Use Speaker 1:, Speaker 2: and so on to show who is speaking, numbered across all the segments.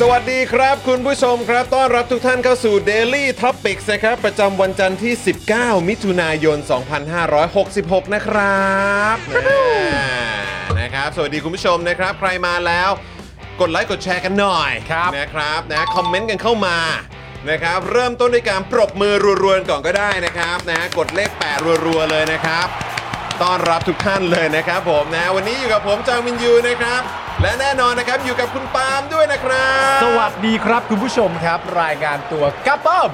Speaker 1: สวัสดีครับ คุณผู้ชมครับ ต้อนรับทุกท่านเข้าสู่ Daily Topics นะครับ ประจำวันจันทร์ที่ 19 มิถุนายน 2566 นะครับอ่านะครับ สวัสดีคุณผู้ชมนะครับ ใครมาแล้ว กดไลค์กดแชร์กันหน่อย
Speaker 2: ครับ
Speaker 1: นะครับนะคอมเมนต์กันเข้ามานะครับ เริ่มต้นด้วยการปรบมือรัวๆก่อนก็ได้นะครับนะกดเลข 8 รัวๆเลยนะครับ ต้อนรับทุกท่านเลยนะครับผมนะ วันนี้อยู่กับผมจางมินยูนะครับ และแน่นอนนะครับอยู่กับคุณปาล์มด้วยนะครับ
Speaker 2: สวัสดีครับคุณผู้ชมครับ รายงานตัวกับป้อม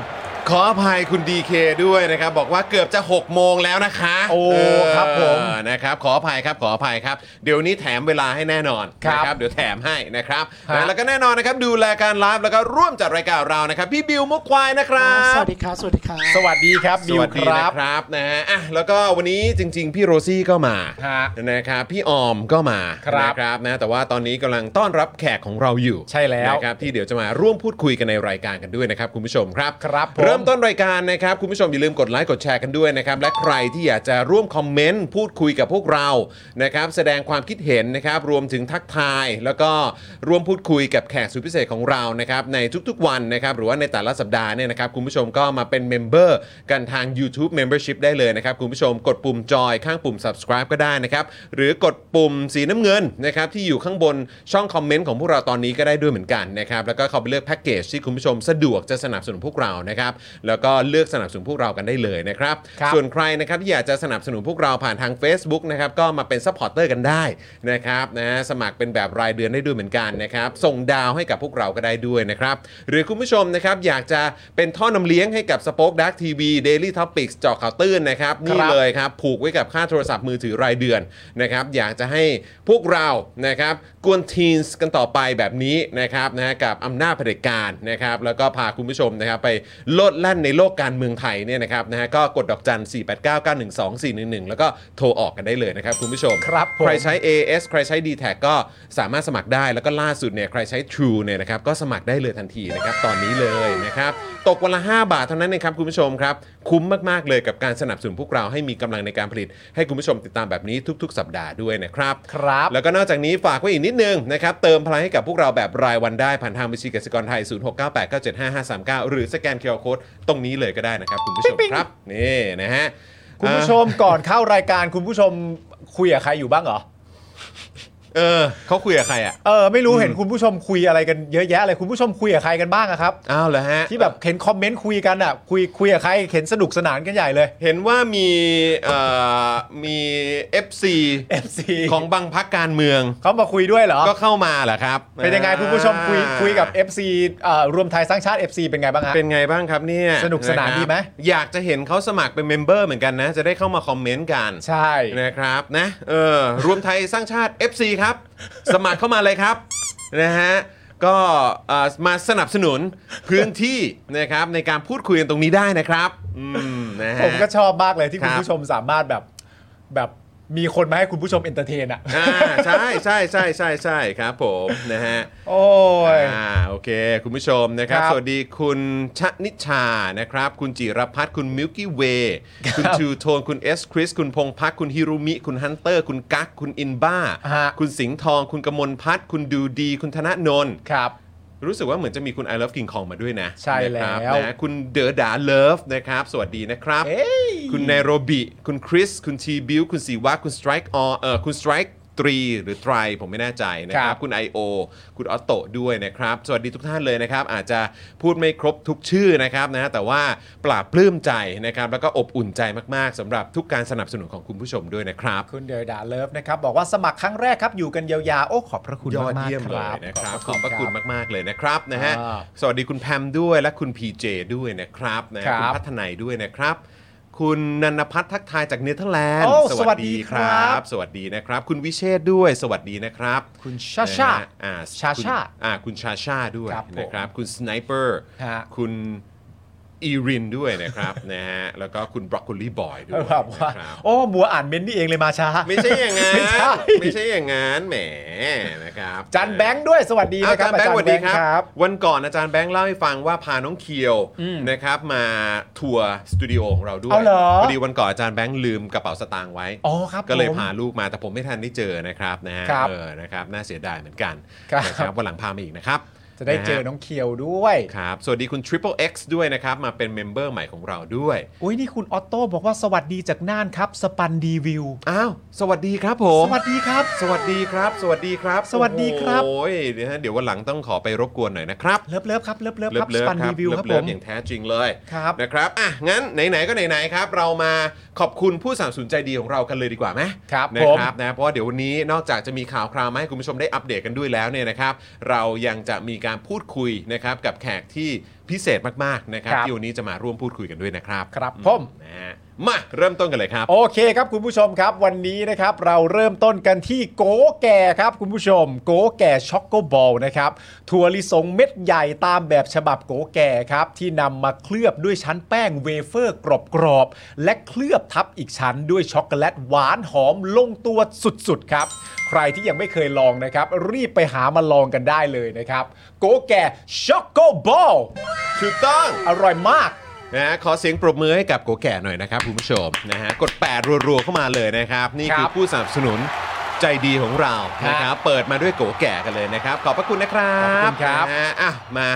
Speaker 1: ขออภัยคุณ DK ด้วยนะครับ บอกว่าเกือบจะ 6 โมงแล้วนะคะ
Speaker 2: โอ้
Speaker 1: เ
Speaker 2: ครับผม
Speaker 1: นะครับขออภัยครับขออภัยครับ เดี๋ยวนี้แถมเวลาให้แน่นอน
Speaker 2: ครับ
Speaker 1: นะเดี๋ยวแถมให้นะครับ
Speaker 2: ฮะ
Speaker 1: นะแล้วก็แน่นอนนะครับ ดูแลการไลฟ์แล้วก็ร่วมจัดรายการเรานะครับ พี่บิวมุกควายนะครับ
Speaker 3: สวัสดีครับ สวัสดีครับ
Speaker 2: สวัสดีครับ
Speaker 1: ส
Speaker 2: บิว
Speaker 1: วัส
Speaker 2: ค
Speaker 1: ดี
Speaker 2: รั
Speaker 1: นะ
Speaker 2: บ
Speaker 1: ครับนะฮะอ่ะแล้วก็วันนี้จริง ๆ พี่โรซี่ก็มา
Speaker 2: ฮะ
Speaker 1: นะครับพี่ออมก็มา
Speaker 2: ครับ
Speaker 1: นะครับนะแต่ว่าตอนนี้กำลังต้อนรับแขกของเราอยู่
Speaker 2: ใช่แล้ว
Speaker 1: นะครับที่เดี๋ยวจะมาร่วมพูดคุยกันในรายการกันด้วยนะครับคุณผู้ชมครับ
Speaker 2: ครับผม
Speaker 1: เริ่มต้นรายการนะครับคุณผู้ชมอย่าลืมกดไลค์กดแชร์กันด้วยนะครับและใครที่อยากจะร่วมคอมเมนต์พูดคุยกับพวกเรานะครับแสดงความคิดเห็นนะครับรวมถึงทักทาย แล้วก็ร่วมพูดคุยกับแขกสุดพิเศษของเรานะครับในทุกๆวันนะครับหรือว่าในแต่ละสัปดาห์เนี่ยนะครับคุณผู้ชมก็มาเป็นเมมเบอร์กันทาง YouTube Membership ได้เลยนะครับคุณผู้ชมกดปุ่มจอยข้างปุ่ม subscribe ก็ได้นะครับหรือกดปุ่มสีน้ำเงินนะครับที่อยู่ข้างบนช่องคอมเมนต์ของพวกเราตอนนี้ก็ได้ด้วยเหมือนกันนะครับแล้วก็เข้าไปเลือกแพ็กเกจที่คุณผู้ชมสะดวกจะสนับสนุนพวกเรานะครับแล้วก็เลือกสนับสนุนพวกเรากันได้เลยนะครับ
Speaker 2: ครับ
Speaker 1: ส่วนใครนะครับที่อยากจะสนับสนุนพวกเราผ่านทาง Facebook นะครับก็มาเป็นซัพพอร์เตอร์กันได้นะครับนะสมัครเป็นแบบรายเดือนได้ด้วยเหมือนกันนะครับส่งดาวให้กับพวกเราก็ได้ด้วยนะครับหรือคุณผู้ชมนะครับอยากจะเป็นท่อนำเลี้ยงให้กับ Spoke Dark TV Daily Topics เจาะข่าวตื้นนะครับนี่เลย เลยครับผูกไว้กับค่าโทรศัพท์มือถือรายเดือนนะครับอยากจะให้พวกเรานะครับกวนทีนส์กันต่อไปแบบนี้นะครับนะฮะกับอำนาจเผด็จการนะครับแล้วก็พาคุณผู้ชมนะครับไปโลดแล่นในโลกการเมืองไทยเนี่ยนะครับนะฮะก็กดดอกจัน 4 8 9 9 1 2 4 1 1 แล้วก็โทรออกกันได้เลยนะครับคุณผู้ชม
Speaker 2: ครับผม
Speaker 1: ใครใช้ AS ใครใช้ d t แทก็สามารถสมัครได้แล้วก็ล่าสุดเนี่ยใครใช้ True เนี่ยนะครับก็สมัครได้เลยทันทีนะครับตอนนี้เลยนะครับตกวันละ 5 บาทเท่านั้นเองครับคุณผู้ชมครับ คุ้มมาก ๆ เลยกับการสนับสนุนพวกเราให้มีกำลังในการผลิต ให้คุณผู้ชมติดตามแบบนี้ทุก ๆ สัปดาห์ด้วยนะครับ
Speaker 2: ครับ
Speaker 1: แล้วก็นอกจากนี้ฝากไว้อีกนิดนึงนะครับเติมพลังให้กับพวกเราแบบรายวันได้ผ่านทางบัญชีกสิกรไทย 0698975539 หรือสแกนเคอร์โคดตรงนี้เลยก็ได้นะครับคุณผู้ชมครับนี่นะฮะ
Speaker 2: คุณผู้ชมก่อนเข้ารายการคุณผู้ชมคุยกับใครอยู่บ้างเหรอ
Speaker 1: เออเขาคุยกับใครอ่ะ
Speaker 2: เออ ไม่รู้เห็นคุณผู้ชมคุยอะไรกันเยอะแยะเลยคุณผู้ชมคุยกับใครกันบ้างอะครับ
Speaker 1: อ้าวเหรอฮะ
Speaker 2: ที่แบบเห็นคอมเมนต์คุยกันอะคุยคุยกับใครเห็นสนุกสนานกันใหญ่เลย
Speaker 1: เห็นว่ามีเอ่อมี FC
Speaker 2: FC
Speaker 1: ของบางพักการเมือง
Speaker 2: เขามาคุยด้วยเหรอ
Speaker 1: ก็เข้ามาเหรอครับ
Speaker 2: เป็นยังไงคุณผู้ชมคุยคุยกับ
Speaker 1: เอ
Speaker 2: FC เอ่อรวมไทยสร้างชาติ FC เป็นไงบ้างฮะ
Speaker 1: เป็นไงบ้างครับเนี่ย
Speaker 2: สนุกสนาน
Speaker 1: ครับ
Speaker 2: ดีไหม
Speaker 1: อยากจะเห็นเขาสมัครเป็นเมมเบอร์เหมือนกันนะ จะได้เข้ามาคอมเมนต์กัน
Speaker 2: ใช่
Speaker 1: นะครับนะเออรวมไทยสร้างชาติ FC ครับ สมัครเข้ามาเลยครับนะฮะก็เอ่อมาสนับสนุนพื้นที่นะครับในการพูดคุยกันตรงนี้ได้นะครับอืมนะฮะ
Speaker 2: ผมก็ชอบมากเลยที่
Speaker 1: ครั
Speaker 2: คุ
Speaker 1: บ
Speaker 2: ณผู้ชมสามารถแบบแบบ มีคนมาให้คุณผู้ชมเอนเตอร์เทนอ่ะ
Speaker 1: อ่าใช่ใช่ใช่ใช่ใช่ครับผมนะฮะ
Speaker 2: โอ้ย
Speaker 1: อ่าโอเค คุณผู้ชมนะครับ
Speaker 2: ครับ
Speaker 1: สวัสดีคุณชะนิชานะครับ คุณจิรพัฒน์คุณมิลกี้เวย์คุณ
Speaker 2: ครับ
Speaker 1: จูโทน คุณเอสคริส คุณพงพัก คุณฮิรุมิ คุณฮันเตอร์ คุณกั๊กคุณอินบ้า
Speaker 2: ฮะ
Speaker 1: คุณสิงห์ทอง คุณกมลพัฒน์คุณดูดี คุณธนนนท์
Speaker 2: ครับ
Speaker 1: รู้สึกว่าเหมือนจะมีคุณ I love King Kong มาด้วยนะ
Speaker 2: ใช่
Speaker 1: นะครับ
Speaker 2: แล้ว
Speaker 1: นะคุณเดอดาเลิฟนะครับ สวัสดีนะครับ
Speaker 2: เอ้ย
Speaker 1: คุณไนโรบิ คุณคริส คุณทีบิว คุณสีวะ คุณสไตรค์ออเออคุณสไตรค์ตรีหรือไตรผมไม่แน่ใจนะค
Speaker 2: ครั
Speaker 1: รับ
Speaker 2: บ
Speaker 1: คุณ I.O. คุณออโตด้วยนะครับ สวัสดีทุกท่านเลยนะครับ อาจจะพูดไม่ครบทุกชื่อนะครับนะแต่ว่าปลาบปลื้มใจนะครับ แล้วก็อบอุ่นใจมาก ๆสำหรับทุกการสนับสนุนของคุณผู้ชมด้วยนะครับ
Speaker 2: คุณเดลดาเลิฟนะครับ บอกว่าสมัครครั้งแรกครับ อยู่กันยาวๆ โอ้ ขอบพระคุณ
Speaker 1: ยอด
Speaker 2: มาก
Speaker 1: เยี่ยม
Speaker 2: ๆค
Speaker 1: เลย
Speaker 2: รับ
Speaker 1: นะครับ ขอบพระคุณ
Speaker 2: รั
Speaker 1: มาก ๆ เลยนะครับนะฮะ
Speaker 2: อ่า
Speaker 1: สวัสดีคุณแพมด้วยและคุณ PJ ด้วยนะครับนะฮะ
Speaker 2: ครับ
Speaker 1: คุณพัฒนัยด้วยนะครับ คุณนันพัฒน์ทักทายจากเนเธอร์แลนด์
Speaker 2: โอ้สวัสดีครับ
Speaker 1: สวัสดีนะครับ คุณวิเชษฐ์ด้วย สวัสดีนะครับ
Speaker 2: คุณชาชา
Speaker 1: นะฮะอ่า
Speaker 2: ชาชา
Speaker 1: คุณอ่าคุณชาชาด้วย
Speaker 2: ครับผม
Speaker 1: นะครับ คุณสไนเปอร์
Speaker 2: ฮะ
Speaker 1: คุณอีรินด้วยนะครับ นะฮะแล้วก็คุณบรอกโคลีบอยด้วย
Speaker 2: แบบว่า
Speaker 1: นะครับ
Speaker 2: โอ้มัวอ่านเมนต์นี่เองเลยมาช้า
Speaker 1: ไม่ใช่อย่างนั้น
Speaker 2: ไม่ใช่
Speaker 1: ไม่ใช่อย่างนั้นแหมนะครับ
Speaker 2: จันแบงค์ด้วย สวัสดี
Speaker 1: อา
Speaker 2: นะค
Speaker 1: จารย์
Speaker 2: รับ
Speaker 1: แบงค์สวัสดีครับ
Speaker 2: บ
Speaker 1: วันก่อนอาจารย์แบงค์เล่าให้ฟังว่าพาน้องเคียวนะครับมาทัวร์สตูดิโอของเราด้วย
Speaker 2: เอาเหรอ
Speaker 1: พอดีวันก่อนอาจารย์แบงค์ลืมกระเป๋าสตางค์ไว้
Speaker 2: อ๋อครับ
Speaker 1: ก็เลย
Speaker 2: ผม
Speaker 1: พาลูกมาแต่ผมไม่ทันได้เจอนะครับนะฮะ
Speaker 2: ครับ
Speaker 1: เออนะครับน่าเสียดายเหมือนกัน
Speaker 2: ครับ
Speaker 1: นะครับวันหลังพามาอีกนะครับ
Speaker 2: จะได้เจอ
Speaker 1: ฮ
Speaker 2: น้องเคียวด้วย
Speaker 1: ครับสวัสดีคุณ Triple X ด้วยนะครับ มาเป็นเมมเบอร์ใหม่ของเราด้วย
Speaker 2: อุ้ยนี่คุณออโต้บอกว่าสวัสดีจากน่านครับ สปันดีวิว
Speaker 1: อ้าวสวัสดีครับผม
Speaker 2: สวัสดีครับ
Speaker 1: สวัสดีครับ สวัสดีครับ
Speaker 2: สวัสดีครับ
Speaker 1: โอ้ยเดี๋ยวนะเดี๋ยววันหลังต้องขอไปรบกวนหน่อยนะครับ
Speaker 2: เลิฟเลิฟครับ เลิฟเลิฟ
Speaker 1: เลิ
Speaker 2: ครับ บ
Speaker 1: เลิ
Speaker 2: ส
Speaker 1: ฟ
Speaker 2: ปัน
Speaker 1: ครั
Speaker 2: ดี
Speaker 1: บ
Speaker 2: วิว
Speaker 1: เลิ
Speaker 2: ค
Speaker 1: ฟ
Speaker 2: รับ
Speaker 1: เลิ
Speaker 2: ผ
Speaker 1: ฟ
Speaker 2: ม
Speaker 1: อย่างแท้จริงเลย
Speaker 2: ครับ
Speaker 1: นะครับอ่ะงั้นไหนๆก็ไหนๆครับ เรามาขอบคุณผู้สนับสนุนใจดีของเรากันเลยดีกว่าไหม
Speaker 2: ครับ
Speaker 1: นะ
Speaker 2: ผม
Speaker 1: ครับนะเพราะว่าเดี๋ยววันนี้นอกจากจะมีข่าวคราวมาให้คุณผู้ชมได้อัปเดตกันด้วยแล้วเนี่ยนะครับ เรายังจะมีการพูดคุยนะครับกับแขกที่พิเศษมากๆนะครับ
Speaker 2: ครับ
Speaker 1: ที่วันนี้จะมาร่วมพูดคุยกันด้วยนะครับ
Speaker 2: ครับ
Speaker 1: อื
Speaker 2: ผม
Speaker 1: นะฮะมาเริ่มต้นกันเลยครับ
Speaker 2: โอเคครับคุณผู้ชมครับวันนี้นะครับเราเริ่มต้นกันที่โกแก่ครับคุณผู้ชม โกแก่ช็อกโกบอลนะครับถั่วลิสงเม็ดใหญ่ตามแบบฉบับโกแก่ครับที่นำมาเคลือบด้วยชั้นแป้งเวเฟอร์กรอบๆและเคลือบทับอีกชั้นด้วยช็อกโกแลตหวานหอมลงตัวสุดๆครับ ใครที่ยังไม่เคยลองนะครับ รีบไปหามาลองกันได้เลยนะครับ โกแก่ช็อกโกบอล
Speaker 1: ถูกต้อง
Speaker 2: อร่อยมาก
Speaker 1: นะฮะขอเสียงปรบมือให้กับโกแก่หน่อยนะครับคุณผู้ชมนะฮะกดแปดรัวๆเข้ามาเลยนะครับ นี่คื
Speaker 2: ค
Speaker 1: อ
Speaker 2: รับ
Speaker 1: ผู้สนับสนุนใจดีของเรา
Speaker 2: ฮะ
Speaker 1: นะครับเปิดมาด้วยโกแก่กันเลยนะครับ ขอบพระคุณนะครับ
Speaker 2: ขอบคุณครับ
Speaker 1: นะฮะอ่ะมา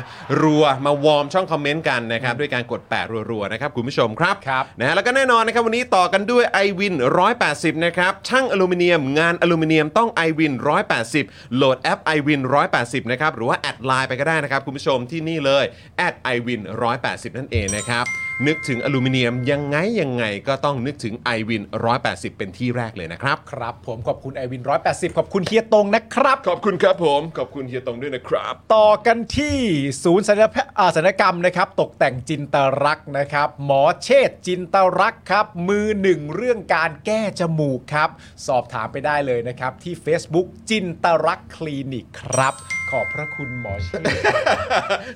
Speaker 1: รัวมาวอร์มช่องคอมเมนต์กันนะครับด้วยการกดแปดรัวๆนะครับคุณผู้ชมครับ
Speaker 2: ครับ
Speaker 1: นะฮะแล้วก็แน่นอนนะครับวันนี้ต่อกันด้วย i w วิน180 นะครับช่างอลูมิเนียมงานอลูมิเนียมต้อง i w วิน180 โหลดแอป i w วิน180 นะครับหรือว่าแอดไลน์ไปก็ได้นะครับคุณผู้ชมที่นี่เลย แอด i w วิน180 นั่นเองนะครับ นึกถึงอลูมิเนียมยังไงยังไงก็ต้องนึกถึง i w วิน180 เป็นที่แรกเลยนะครับ
Speaker 2: ครับผมขอบคุณไอวิน180 ขอบคุณเฮียตงนะครับ
Speaker 1: ขอบคุณครับผม ขอบคุณเฮียตงด้วยนะครับ
Speaker 2: ต่อกันที่ศูนย์ศัลยแพทย์อ่าศัลยกรรมนะครับ ตกแต่งจินตรักษณ์นะครับ หมอเชษจินตรักษณ์ครับ มือหนึ่งเรื่องการแก้จมูกครับ สอบถามไปได้เลยนะครับ ที่ Facebook จินตรักษณ์คลินิกครับ ขอบพระคุณหมอเชษ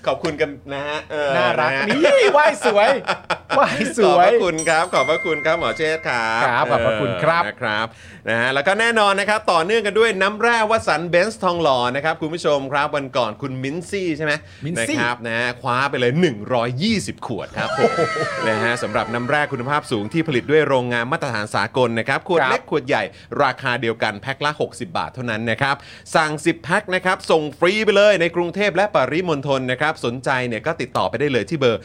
Speaker 1: ขอบคุณกันนะฮะเออ
Speaker 2: น่ารัก
Speaker 1: ะฮะ
Speaker 2: นี่ไหวสวย ไหวส
Speaker 1: ขอบ
Speaker 2: ว
Speaker 1: พ
Speaker 2: ย
Speaker 1: ระคุณครับ ขอบพระคุณครับหมอเชษฐ์ครับ
Speaker 2: ครับขอบพระคุณครับ
Speaker 1: เออนะครับนะฮะแล้วก็แน่นอนนะครับ ต่อเนื่องกันด้วยน้ำแร่วสันเบนซ์ทองหล่อนะครับ คุณผู้ชมครับ วันก่อนคุณมินซี่ใช่ไหม
Speaker 2: มิ้นซี่
Speaker 1: นะครับนะฮะคว้าไปเลย 120 ขวดครับผมนะฮะสำหรับน้ำแร่คุณภาพสูงที่ผลิตด้วยโรงงานมาตรฐานสากลนะครับ ขวด
Speaker 2: ครับ
Speaker 1: เล็กขวดใหญ่ราคาเดียวกันแพ็คละ 60 บาทเท่านั้นนะครับ สั่ง 10 แพ็คนะครับ ส่งฟรีไปเลยในกรุงเทพและปริมณฑลนะครับ สนใจเนี่ยก็ติดต่อไปได้เลยที่เบอร์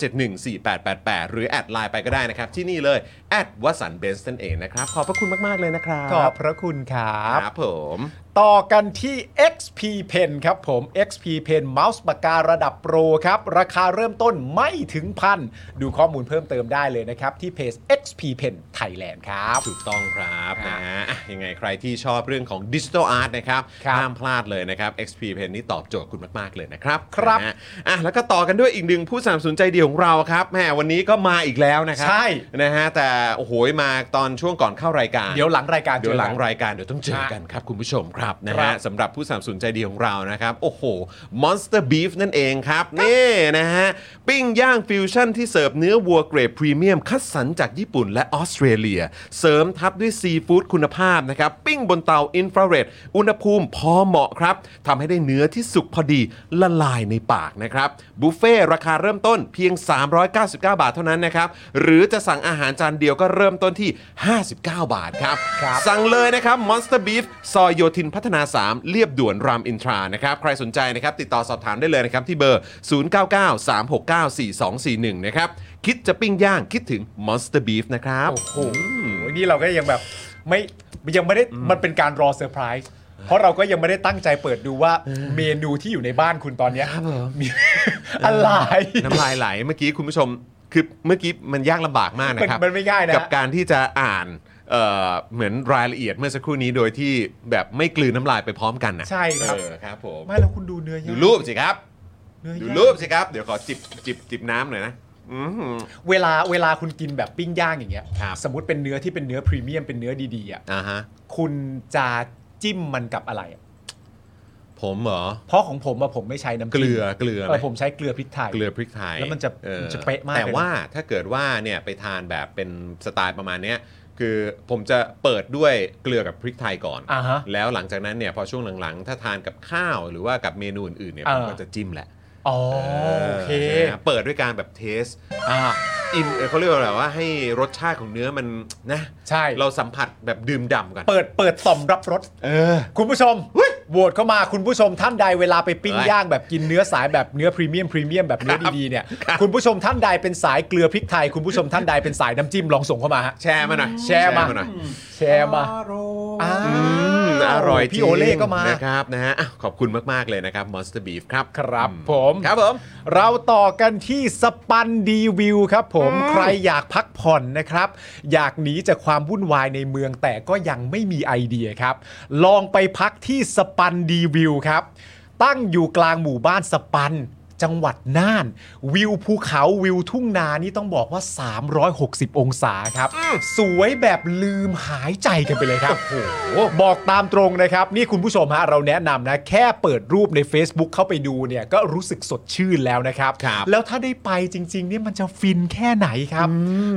Speaker 1: 0909714888 หรือ แอดไลน์ไปก็ได้นะครับ ที่นี่เลยแอดวสันเบนส์นั่นเองนะครับ ขอบพระคุณมาก ๆ เลยนะครับ
Speaker 2: ขอบพระคุณครับ
Speaker 1: ครับผม
Speaker 2: ต่อกันที่ XP Pen ครับผม XP Pen เมาส์ปากการะดับโปรครับ ราคาเริ่มต้นไม่ถึงพัน ดูข้อมูลเพิ่มเติมได้เลยนะครับ ที่เพจ XP Pen Thailand ครับ
Speaker 1: ถูกต้องครับ
Speaker 2: ครั
Speaker 1: นะ
Speaker 2: บ
Speaker 1: ฮะอ่ะยังไงใครที่ชอบเรื่องของดิจิทัลอาร์ตนะครับ
Speaker 2: ครับ
Speaker 1: ห้ามพลาดเลยนะครับ XP Pen นี่ตอบโจทย์คุณมาก ๆ เลยนะครับ
Speaker 2: ครับ
Speaker 1: นะฮะอ่ะแล้วก็ต่อกันด้วยอีกหนึ่งผู้สนับสนุนใจเดียวของ ของเราครับแหมวันนี้ก็มาอีกแล้วนะครั
Speaker 2: ใช่
Speaker 1: นะฮะแต่โอ้โหมาตอนช่วงก่อนเข้ารายการ
Speaker 2: เดี๋ยวหลังรายการ
Speaker 1: เดี๋ยว
Speaker 2: จอกัน
Speaker 1: หลังรายการเดี๋ยวต้องเจอกันครับคุณผู้ชมครับนะ
Speaker 2: ครั
Speaker 1: ฮะ
Speaker 2: บ
Speaker 1: สำหรับผู้สามสนุนใจดีของเรานะครับ โอ้โห Monster Beef นั่นเองครับ นี่นะฮะ ปิ้งย่างฟิวชั่นที่เสิร์ฟเนื้อวัวเกรดพรีเมียม คัดสรรจากญี่ปุ่นและออสเตรเลีย เสริมทับด้วยซีฟู้ดคุณภาพนะครับ ปิ้งบนเตาอินฟราเรดอุณหภูมิพอเหมาะครับทำให้ได้เนื้อที่สุกพอดีละลายในปากนะครับบุฟเฟ่ต์ราคาเริ่มต้นเพียง 399 บาทเท่านั้นนะครับหรือจะสั่งอาหารจานเดียวก็เริ่มต้นที่ 59 บาทครับ
Speaker 2: ครับ
Speaker 1: สั่งเลยนะครับ Monster Beef ซอยโยธินพัฒนา 3 เรียบด่วนรามอินทรานะครับ ใครสนใจนะครับ ติดต่อสอบถามได้เลยนะครับ ที่เบอร์ 0993694241 นะครับ คิดจะปิ้งย่างคิดถึง Monster Beef นะครับ
Speaker 2: โอ้โหนี่เราก็ยังแบบไม่ยังไม่ได้มันเป็นการรอเซอร์ไพรส์เพราะเราก็ยังไม่ได้ตั้งใจเปิดดูว่าเมนูที่อยู่ในบ้านคุณตอนเนี้ยมี อะไร
Speaker 1: น้ำลายไหลเมื่อกี้คุณผู้ชม คือเมื่อกี้มันยากลำบากมากนะครับ
Speaker 2: มันมันไม่ง่ายนะ
Speaker 1: กับการที่จะอ่านเอ่อเหมือนรายละเอียดเมื่อสักครู่นี้โดยที่แบบไม่กลืนน้ำลายไปพร้อมกันนะ
Speaker 2: ใช่ครับ
Speaker 1: เออครับผม
Speaker 2: ไม่แล้วคุณดูเนื้อย่าง
Speaker 1: ดูรูปสิครับ
Speaker 2: เนื้อ
Speaker 1: ดู
Speaker 2: ย่าง
Speaker 1: รูปสิครับ เดี๋ยวขอจิบจิบจิบน้ำหน่อยนะ อืม
Speaker 2: เวลาเวลาคุณกินแบบปิ้งย่างอย่างเงี้ย
Speaker 1: ครับ
Speaker 2: สมมติเป็นเนื้อที่เป็นเนื้อพรีเมียมเป็นเนื้อดีๆอ่ะ
Speaker 1: อ่าฮะ
Speaker 2: คุณจะจิ้มมันกับอะไรอะ
Speaker 1: ผมเหรอ
Speaker 2: เพราะของผมอะผมไม่ใช้น้ำจิ้ม
Speaker 1: เกลือเกลือไห
Speaker 2: เอ
Speaker 1: ม
Speaker 2: อผมใช้เกลือพริกไทย
Speaker 1: เกลือพริกไทย
Speaker 2: แล้วมันจะ
Speaker 1: ออ
Speaker 2: มันจะเป๊ะมาก
Speaker 1: แต่
Speaker 2: เลยนะ
Speaker 1: ว่าถ้าเกิดว่าเนี่ยไปทานแบบเป็นสไตล์ประมาณเนี้ยคือผมจะเปิดด้วยเกลือกับพริกไทยก่อน
Speaker 2: อ่าฮะ
Speaker 1: แล้วหลังจากนั้นเนี่ยพอช่วงหลังๆ ถ้าทานกับข้าวหรือว่ากับเมนูอื่นๆเนี่ย
Speaker 2: เออ
Speaker 1: ผมก็จะจิ้มแหละ
Speaker 2: อ๋อโอเค
Speaker 1: นะเปิดด้วยการแบบเทส
Speaker 2: อ่า
Speaker 1: อินเอ่อเขาเรียกว่าอะไรว่าให้รสชาติของเนื้อมันนะ
Speaker 2: ใช่
Speaker 1: เราสัมผัสแบบดื่มด่ำก่อน
Speaker 2: เปิดเปิดต่อมรับรส
Speaker 1: เออ
Speaker 2: คุณผู้ชม
Speaker 1: เฮ้ย
Speaker 2: โหวตเข้ามาคุณผู้ชมท่านใดเวลาไปปิ้ง
Speaker 1: เฮ้ย
Speaker 2: ย่างแบบกินเนื้อสายแบบเนื้อพรีเมียมพรีเมียมแบบเนื้อดีๆเนี่ยคุณผู้ชมท่านใดเป็นสายเกลือพริกไทย คุณผู้ชมท่านใดเป็นสายน้ำจิ้มลองส่งเข้ามาฮะ
Speaker 1: แชร์มาหน่อย
Speaker 2: แชร์มา
Speaker 1: หน่อย
Speaker 2: แชร์มาอ้าว
Speaker 1: อืมอร่อยจริ
Speaker 2: พี่
Speaker 1: ง
Speaker 2: โอเล่ก็มาน
Speaker 1: นะครับนะฮะอ่ะขอบคุณมาก ๆ เลยนะครับ Monster Beef ครับ
Speaker 2: ครับผม
Speaker 1: ครับผม
Speaker 2: เราต่อกันที่สปันดีวิวครับผมใครอยากพักผ่อนนะครับ อยากหนีจากความวุ่นวายในเมืองแต่ก็ยังไม่มีไอเดียครับ ลองไปพักที่สปันดีวิวครับ ตั้งอยู่กลางหมู่บ้านสปัน จังหวัดน่าน วิวภูเขาวิวทุ่งนานี่ต้องบอกว่า 360 องศาครับ สวยแบบลืมหายใจกันไปเลยครับ บอกตามตรงนะครับ นี่คุณผู้ชมฮะเราแนะนำนะ แค่เปิดรูปใน Facebook เข้าไปดูเนี่ย ก็รู้สึกสดชื่นแล้วนะครับ
Speaker 1: ครับ
Speaker 2: แล้วถ้าได้ไปจริงๆเนี่ยมันจะฟินแค่ไหนครับ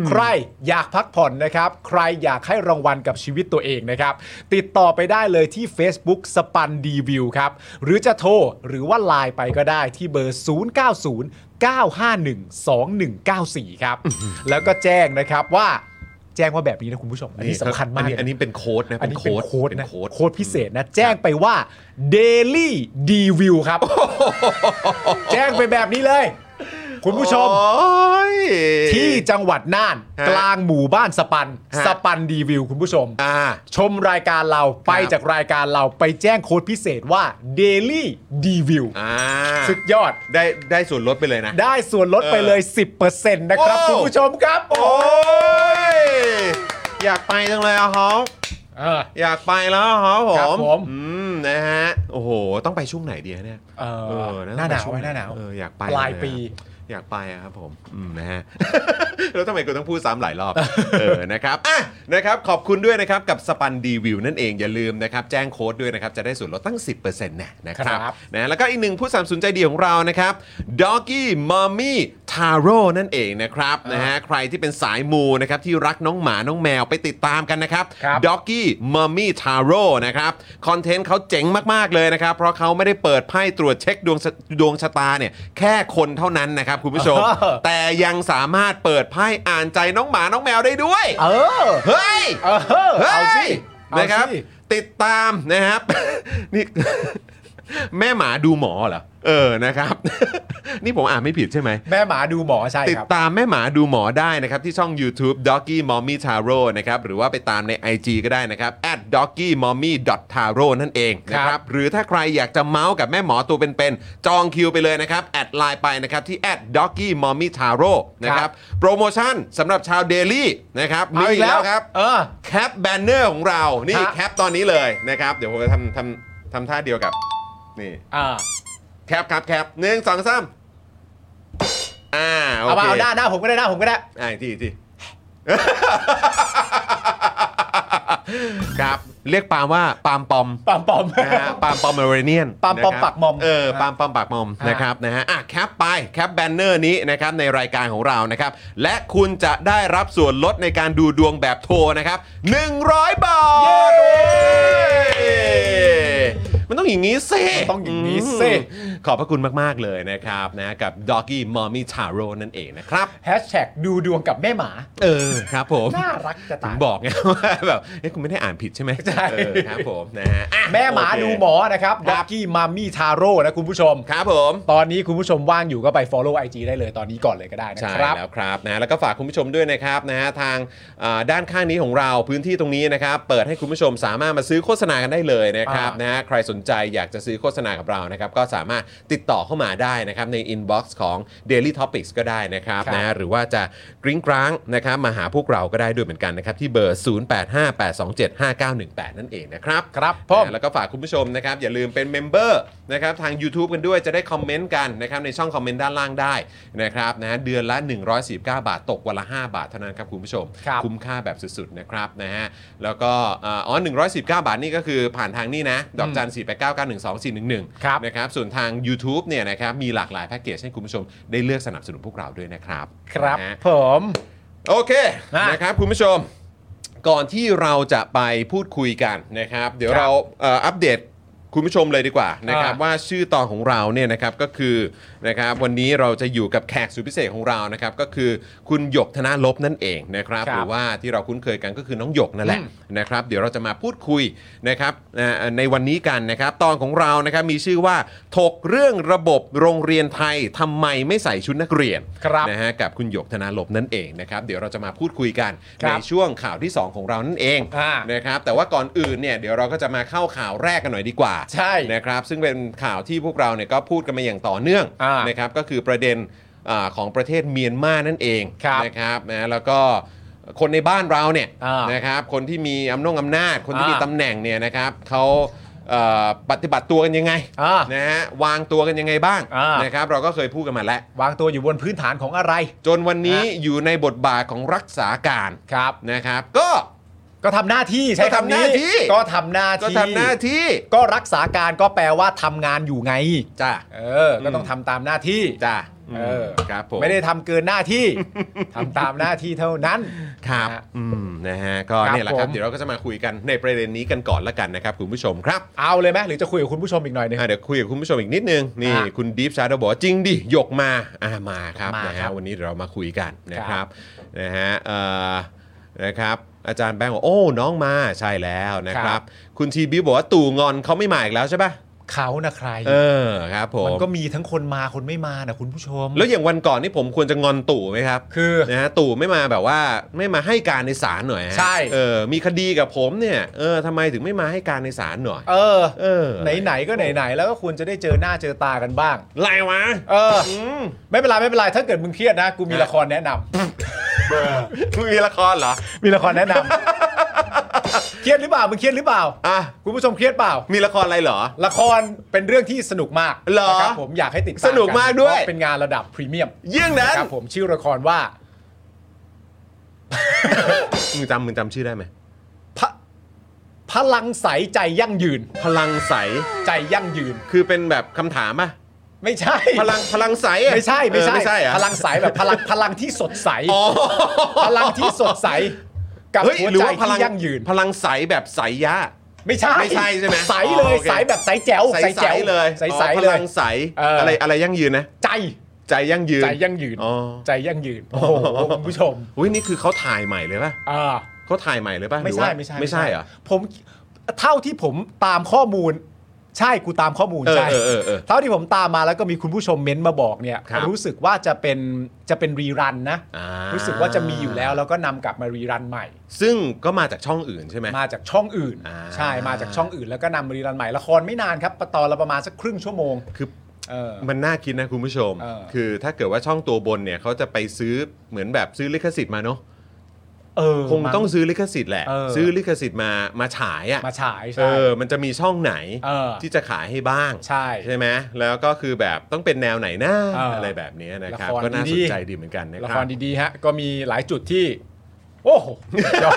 Speaker 2: ใครอยากพักผ่อนนะครับ ใครอยากให้รางวัลกับชีวิตตัวเองนะครับ ติดต่อไปได้เลยที่ Facebook สปันดีวิวครับ หรือจะโทรหรือว่าไลน์ไปก็ได้ที่เบอร์ 090 951 2194 ครับ แล้วก็แจ้งนะครับว่าแจ้งว่าแบบนี้นะคุณผู้ชม อันนี้สำคัญมา
Speaker 1: อัน
Speaker 2: ก
Speaker 1: นี้
Speaker 2: เลยะ
Speaker 1: อันนี้เป็นโค้ดนะ
Speaker 2: อันนี้เป็นโค้ด
Speaker 1: เป็
Speaker 2: นะ
Speaker 1: นโค้ด
Speaker 2: โค้ดพิเศษนะแจ้งไปว่า Daily d v i e w ครับ แจ้งไปแบบนี้เลย คุณผู้ชม
Speaker 1: โอ้ย
Speaker 2: ที่จังหวัดน่าน
Speaker 1: ฮะ
Speaker 2: กลางหมู่บ้านสปัน
Speaker 1: ฮะ
Speaker 2: สปันดีวิวคุณผู้ชม
Speaker 1: อ่า
Speaker 2: ชมรายการเราไป
Speaker 1: ครับ
Speaker 2: จากรายการเราไปแจ้งโค้ดพิเศษว่า Daily d v i e w
Speaker 1: อ่า
Speaker 2: สุดยอด
Speaker 1: ได้ได้ส่วนลดไปเลยนะ
Speaker 2: ได้ส่วนลดไปเลย 10%นะครับ
Speaker 1: โอ้
Speaker 2: คุณผู้ชมครับ
Speaker 1: โอ้ย อยากไปจังเลยอ่ะฮอ
Speaker 2: เออ
Speaker 1: อยากไปแล้วอะฮอผม
Speaker 2: ครับผม
Speaker 1: อืมนะฮะ โอ้โห ต้องไปช่วงไหนดีฮะเนี่ย
Speaker 2: เอ
Speaker 1: เอ
Speaker 2: อ
Speaker 1: อะ
Speaker 2: หน้าห
Speaker 1: ต้
Speaker 2: นา
Speaker 1: อง
Speaker 2: ว
Speaker 1: ไปช่ง
Speaker 2: ไว้หน้าหนาว
Speaker 1: เอออยากไป
Speaker 2: ปลายปี
Speaker 1: เลยอะอยากไปอะครับผมอืมนะฮะ แล้วทำไมกูต้องพูดซ้ำห ลายรอบ เออนะครับอ่ะนะครับขอบคุณด้วยนะครับกับสปันดีวิวนั่นเองอย่าลืมนะครับแจ้งโค้ดด้วยนะครับจะได้ส่วนลดตั้ง 10%นะนะครับ
Speaker 2: ครับ
Speaker 1: นะแล้วก็อีกหนึ่งผู้สามสนุนใจดีของเรานะครับ Doggy Mommy Taro นั่นเองนะครับนะฮะใครที่เป็นสายมูนะครับที่รักน้องหมาน้องแมวไปติดตามกันนะครับ
Speaker 2: ครับ
Speaker 1: ด็อกกี้มัมมี่ทาโร่นะครับ คอนเทนต์เขาเจ๋งมาก ๆ เลยนะครับ เพราะเขาไม่ได้เปิดไพ่ตรวจเช็คดวงสดวงชะตาเนี่ย แค่คนเท่านั้นนะครับคุณผู้ ชม
Speaker 2: เออ
Speaker 1: แต่ยังสามารถเปิดไพ่อ่านใจน้องหมาน้องแมวได้ด้วย
Speaker 2: เออ
Speaker 1: เฮ้ย
Speaker 2: เออเอาสิเอาสิ
Speaker 1: นะครับติดตามนะครับ นี่ แม่หมาดูหมอเหรอเออนะครับ นี่ผมอ่านไม่ผิดใช่ไหม
Speaker 2: แม่หมาดูหมอใช่
Speaker 1: ติด
Speaker 2: ครับ
Speaker 1: ตามแม่หมาดูหมอได้นะครับ ที่ช่อง YouTube Doggy Mommy Taro นะครับ หรือว่าไปตามใน IG ก็ได้นะครับ at doggymommy.taro นั่นเองนะค
Speaker 2: ครั
Speaker 1: รับบ หรือถ้าใครอยากจะเมาส์กับแม่หมอตัวเป็นๆจองคิวไปเลยนะครับ แอดไลน์ไปนะครับ ที่ at doggymommy.taro นะครับ โปรโมชั่นสำหรับชาวเดลี่นะครับมี
Speaker 2: เอาอี
Speaker 1: อี
Speaker 2: ก
Speaker 1: ก
Speaker 2: แล้
Speaker 1: แล้ว วครับ
Speaker 2: เออ
Speaker 1: แคปแบนเนอร์ของเรา นี่
Speaker 2: ฮะ
Speaker 1: แคปตอนนี้เลยนะครับ เดี๋ยวผมจะทำทำทำท่าเดียวกับ นี่
Speaker 2: อ่า
Speaker 1: แคปครับแคปหนึ่งสองสามอ่า โอ โอ
Speaker 2: เอามา
Speaker 1: เค
Speaker 2: เอาหน้าหน้าผมก็ได้หน้าผมก็ได้
Speaker 1: อ่าอีกทีอีกที ครับเรียกปาล์มว่าปาล์มปอม
Speaker 2: ปามปอม
Speaker 1: นะฮะปาล์มปอมเมอเรเนียน
Speaker 2: ปาล์มปอ
Speaker 1: นะค
Speaker 2: ม
Speaker 1: รับ
Speaker 2: ปากมอม
Speaker 1: เออปาล์มปอมปากมอม
Speaker 2: อ่าน
Speaker 1: นะครับนะฮะอ่ะแคปไปแคปแบนเนอร์นี้นะครับในรายการของเรานะครับ และคุณจะได้รับส่วนลดในการดูดวงแบบโทรนะครับ 100 บาทเย้มันต้องอย่างนี้สิ
Speaker 2: มันต้องอย่างนี้สิ
Speaker 1: อืมขอบพระคุณมาก ๆ เลยนะครับนะกับ Doggy Mommy Taro นั่นเองนะครับ
Speaker 2: แฮชแท็กดูดวงกับแม่หมา
Speaker 1: เออครับผม
Speaker 2: น่ารักจะ
Speaker 1: ถึ
Speaker 2: ตาง ย
Speaker 1: บอกไงว่าแบบเอ๊ะคุณไม่ได้อ่านผิดใช่ไหม
Speaker 2: ใช่
Speaker 1: เออครับผมนะฮะอ่ะ
Speaker 2: แม่หมา
Speaker 1: โเค
Speaker 2: ดูหมอนะครับด็อกกี้มัมมี่ทาโร่นะคุณผู้ชม
Speaker 1: ครับผม
Speaker 2: ตอนนี้คุณผู้ชมว่างอยู่ก็ไป Follow IG ได้เลยตอนนี้ก่อนเลยก็ได้นะ
Speaker 1: ใช่
Speaker 2: ครับ
Speaker 1: แล้วครับนะแล้วก็ฝากคุณผู้ชมด้วยนะครับนะฮะทางอ่าด้านข้างนี้ของเราพื้นที่ตรงนี้นะครับเปิดให้คุณผู้ชมสามารถมาซื้อโฆษณากันได้เลยนะครับ
Speaker 2: อ่าน
Speaker 1: นะฮะใครสนใจอยากจะซื้อโฆษณากับเรานะครับก็สามารถติดต่อเข้ามาได้นะครับในอินบ็อกซ์ของ Daily Topics ก็ได้นะครับ
Speaker 2: ครับ
Speaker 1: นะฮะหรือว่าจะกริ้งกร้างนะครับมาหาพวกเราก็ได้ด้วยเหมือนกันนะครับที่เบอร์ 0858275918 นั่นเองนะครับ
Speaker 2: ครับพ่อม
Speaker 1: แล้วก็ฝากคุณผู้ชมนะครับ อย่าลืมเป็นเมมเบอร์นะครับทาง YouTube กันด้วยจะได้คอมเมนต์กันนะครับในช่องคอมเมนต์ด้านล่างได้นะครับนะเดือนละ 149 บาท ตกวันละ 5 บาทเท่านั้นครับคุณผู้ชม
Speaker 2: ครับ
Speaker 1: คุ้มค่าแบบสุดๆนะครับนะฮะแล้วก็เอ่ออ๋อ 119 บาทนี่ก็คือผ่านทางนี่นะ ดอกจัน 4 8 9 9 1 2 4 1 1
Speaker 2: ครับ
Speaker 1: นะครับส่วนทาง YouTube เนี่ยนะครับมีหลากหลายแพ็กเกจให้คุณผู้ชมได้เลือกสนับสนุนพวกเราด้วยนะครับ
Speaker 2: ครับ
Speaker 1: นะฮะ
Speaker 2: ผม
Speaker 1: โอเค
Speaker 2: อ่ะ
Speaker 1: นะครับคุณผู้ชม ก่อนที่เราจะไปพูดคุยกันนะครับ เดี๋ยว
Speaker 2: ครับ
Speaker 1: เราเอ่ออัปเดตคุณผู้ชมเลยดีกว่านะครับ
Speaker 2: อ่า
Speaker 1: ว่าชื่อตอนของเราเนี่ยนะครับก็คือนะครับวันนี้เราจะอยู่กับแขกสุดพิเศษของเรานะครับก็คือคุณหยกธนาลบนั่นเองนะครับ
Speaker 2: ครับ
Speaker 1: หรือว่าที่เราคุ้นเคยกันก็คือน้องหยกนั่นแหละ
Speaker 2: อืม
Speaker 1: นะครับ เดี๋ยวเราจะมาพูดคุยนะครับเอ่อในวันนี้กันนะครับ ตอนของเรานะครับมีชื่อว่าถกเรื่องระบบโรงเรียนไทยทำไมไม่ใส่ชุดนักเรียน
Speaker 2: ครับ
Speaker 1: นะฮะกับคุณหยกธนาลบนั่นเองนะครับ เดี๋ยวเราจะมาพูดคุยกัน
Speaker 2: ครั
Speaker 1: ใน
Speaker 2: บ
Speaker 1: ช่วงข่าวที่ 2 ของเรานั่นเอง
Speaker 2: อ่า
Speaker 1: นะครับแต่ว่าก่อนอื่นเนี่ยเดี๋ยวเราก็จะมาเข้าข่าวแรกกันหน่อยดีกว่า
Speaker 2: ใช่
Speaker 1: นะครับซึ่งเป็นข่าวที่พวกเราเนี่ยก็พูดกันมาอย่างต่อเนื่อง
Speaker 2: อ่าน
Speaker 1: นะครับก็คือประเด็นอาของประเทศเมียนมานั่นเอง
Speaker 2: ครับ
Speaker 1: นะครับนะแล้วก็คนในบ้านเราเนี่ย
Speaker 2: อ่าน
Speaker 1: นะครับคนที่มีอำนงอำนาจ คนที่
Speaker 2: อ่ามี
Speaker 1: มีตำแหน่งเนี่ยนะครับเขาเอ่อปฏิบัติตัวกันยังไง
Speaker 2: อ่าน
Speaker 1: นะฮะวางตัวกันยังไงบ้าง
Speaker 2: อ่าน
Speaker 1: นะครับเราก็เคยพูดกันมาแล้ว
Speaker 2: วางตัวอยู่บนพื้นฐานของอะไร
Speaker 1: จนวันนี้
Speaker 2: ฮะ
Speaker 1: อยู่ในบทบาทของรักษาการ
Speaker 2: ครับ
Speaker 1: นะครับ ก็
Speaker 2: ก็ทำหน้าที่ใช้
Speaker 1: ก็ทำ
Speaker 2: คำนี้
Speaker 1: หน้าที่
Speaker 2: ก็ทำหน้า
Speaker 1: ก็
Speaker 2: ที่
Speaker 1: ทำหน้าที่
Speaker 2: ก็รักษาการก็แปลว่าทำงานอยู่ไง
Speaker 1: จ้า
Speaker 2: เออ ก็ต้องทำตามหน้าที่
Speaker 1: จ้า
Speaker 2: เออ
Speaker 1: ครับผม
Speaker 2: ไม่ได้ทำเกินหน้าที่ ทำตามหน้าที่เท่านั้น
Speaker 1: ครับ
Speaker 2: นะฮะ
Speaker 1: อืมนะฮะก็
Speaker 2: ครับ
Speaker 1: เนี่ยแหละครับ
Speaker 2: ผม
Speaker 1: เดี๋ยวเราก็จะมาคุยกันในประเด็นนี้กันก่อนละกันนะครับ คุณผู้ชมครับ
Speaker 2: เอาเลยไหมหรือจะคุยกับคุณผู้ชมอีกหน่อยหนึง
Speaker 1: อ่ะเดี๋ยวคุยกับคุณผู้ชมอีกนิดนึง นี่
Speaker 2: อ่ะ
Speaker 1: คุณดีฟชาร์ดบอกว่าจริงดิ หยกมาอ่ามาครับ
Speaker 2: มา
Speaker 1: นะ
Speaker 2: ครั
Speaker 1: ฮะ
Speaker 2: บ
Speaker 1: วันนี้เดี๋ยวเรามาคุยกันนะค
Speaker 2: ครั
Speaker 1: รับบ นะฮะเอ่อนะครับอาจารย์แบงค์บอกโอ้น้องมาใช่แล้วนะค
Speaker 2: ครั
Speaker 1: รับ
Speaker 2: บ
Speaker 1: คุณทีบิวบอกว่าตู่งอนเขาไม่มาอีกแล้วใช่ปะ
Speaker 2: เขานะใคร
Speaker 1: เออครับผม
Speaker 2: มันก็มีทั้งคนมาคนไม่มานะคุณผู้ชม
Speaker 1: แล้วอย่างวันก่อนนี่ผมควรจะงอนตู่ไหมครับ
Speaker 2: คือ
Speaker 1: นะฮะตู่ไม่มาแบบว่าไม่มาให้การในศาลหน่อยฮะ
Speaker 2: ใช่
Speaker 1: เออมีคดีกับผมเนี่ยเออทำไมถึงไม่มาให้การในศาลหน่อย
Speaker 2: เออ
Speaker 1: เออ
Speaker 2: ไหนๆก็ไหนๆแล้วก็ควรจะได้เจอหน้าเจอตากันบ้าง
Speaker 1: ไรวะ
Speaker 2: เออ
Speaker 1: อืม
Speaker 2: ไม่เป็นไรไม่เป็นไรถ้าเกิดมึงเครียดนะกูมี
Speaker 1: ฮะ
Speaker 2: ละครแนะนำ
Speaker 1: มีละครเหรอ
Speaker 2: มีละครแนะนำ เครียดหรือเปล่ามึงเครียดหรือเปล่า
Speaker 1: อ่ะ
Speaker 2: คุณผู้ชมเครียดเปล่า
Speaker 1: มีละครอะไรเหรอ
Speaker 2: ละครเป็นเรื่องที่สนุกมาก
Speaker 1: เหรอ
Speaker 2: นะครับผมอยากให้ติดตาม
Speaker 1: สนุกมากด้วย
Speaker 2: เพระเป็นงานระดับพรีเมียม
Speaker 1: เยี่ยงนั้น
Speaker 2: นะครับผมชื่อละครว่า
Speaker 1: มึงจำมึงจำชื่อได้ไหม
Speaker 2: พะพลังใสใจยั่งยืน
Speaker 1: พลังใส
Speaker 2: ใจยั่งยืน
Speaker 1: คือเป็นแบบคำถามป่ะ
Speaker 2: ไม่ใช่
Speaker 1: พลังพลังใสอะ
Speaker 2: ไม่ใช่ไม่
Speaker 1: เออ
Speaker 2: ใช่
Speaker 1: ไม่ใช่เหรอ
Speaker 2: พลังใสแบบพลังพลังที่สดใส
Speaker 1: อ๋อ
Speaker 2: พลังที่สดใส กับ
Speaker 1: เฮ้ย
Speaker 2: หัว
Speaker 1: หรือ
Speaker 2: ใจ
Speaker 1: ว่าพลั
Speaker 2: ที่
Speaker 1: ง
Speaker 2: ยั่งยืน
Speaker 1: พลังใสแบบใสยะ
Speaker 2: ไม่ใช่
Speaker 1: ไม่ใช่ใช่ไหม
Speaker 2: ใสเล
Speaker 1: อ๋อย โอเค
Speaker 2: ใสแบบใสแจ๋ว
Speaker 1: ใส
Speaker 2: ใส
Speaker 1: ใส
Speaker 2: แจ๋ว
Speaker 1: เลย
Speaker 2: ใสใส
Speaker 1: อ๋อพ
Speaker 2: เล
Speaker 1: ลั
Speaker 2: ย
Speaker 1: งใส
Speaker 2: เอออ
Speaker 1: อะไรอะไรยั่งยืนนะ
Speaker 2: ใจ
Speaker 1: ใจยั่งยืน
Speaker 2: ใจยั่งยืน
Speaker 1: อ๋อ
Speaker 2: ใจยั่งยืน โอ้โหคุณผู้ชม
Speaker 1: อุ้ยนี่คือเขาถ่ายใหม่เลยป่ะ
Speaker 2: อ่า
Speaker 1: เขาถ่ายใหม่เลยป่ะ
Speaker 2: ไม่
Speaker 1: หรือ
Speaker 2: ใช่
Speaker 1: ว่า
Speaker 2: ไม่ใช่
Speaker 1: ไม่ใช่เหรอ
Speaker 2: ผมเท่าที่ผมตามข้อมูล ใช่กูตามข้อมูล
Speaker 1: เออ
Speaker 2: ใช่
Speaker 1: เออเออเออ
Speaker 2: เท่าที่ผมตามมาแล้วก็มีคุณผู้ชมเม้นต์มาบอกเนี่ย
Speaker 1: ครับ
Speaker 2: รู้สึกว่าจะเป็นจะเป็นรีรันนะ
Speaker 1: อ่า
Speaker 2: รู้สึกว่าจะมีอยู่แล้วแล้วก็นำกลับมารีรันใหม่
Speaker 1: ซึ่งก็มาจากช่องอื่นใช่ไหม
Speaker 2: มาจากช่องอื่น
Speaker 1: อ่า
Speaker 2: ใช่มาจากช่องอื่นแล้วก็นำมารีรันใหม่ละครไม่นานครับตอนละประมาณสักครึ่งชั่วโมง
Speaker 1: คือ
Speaker 2: เออ
Speaker 1: มันน่าคิดนะคุณผู้ชม
Speaker 2: เออ
Speaker 1: คือถ้าเกิดว่าช่องตัวบนเนี่ยเขาจะไปซื้อเหมือนแบบซื้อลิขสิทธิ์มาเนาะ
Speaker 2: เออ
Speaker 1: คง
Speaker 2: มั้
Speaker 1: ต้องซื้อลิขสิทธิ์แหละ
Speaker 2: เออ
Speaker 1: ซื้อลิขสิทธิ์มามาฉายอ่ะ
Speaker 2: มาฉาย
Speaker 1: เอ
Speaker 2: ใช่
Speaker 1: อมันจะมีช่องไหน
Speaker 2: เออ
Speaker 1: ที่จะขายให้บ้าง
Speaker 2: ใช่
Speaker 1: ใช่ไหมแล้วก็คือแบบต้องเป็นแนวไหนหน้า
Speaker 2: เอออ
Speaker 1: อะไรแบบเนี้ยนะครับ
Speaker 2: ละคร
Speaker 1: ก็น่าส
Speaker 2: ดี
Speaker 1: น
Speaker 2: ๆ
Speaker 1: ใจดีเหมือนกันนะ
Speaker 2: ละ
Speaker 1: ค
Speaker 2: ค
Speaker 1: รั
Speaker 2: ร
Speaker 1: บ
Speaker 2: ดีๆฮะก็มีหลายจุดที่ โอ้โห ยอด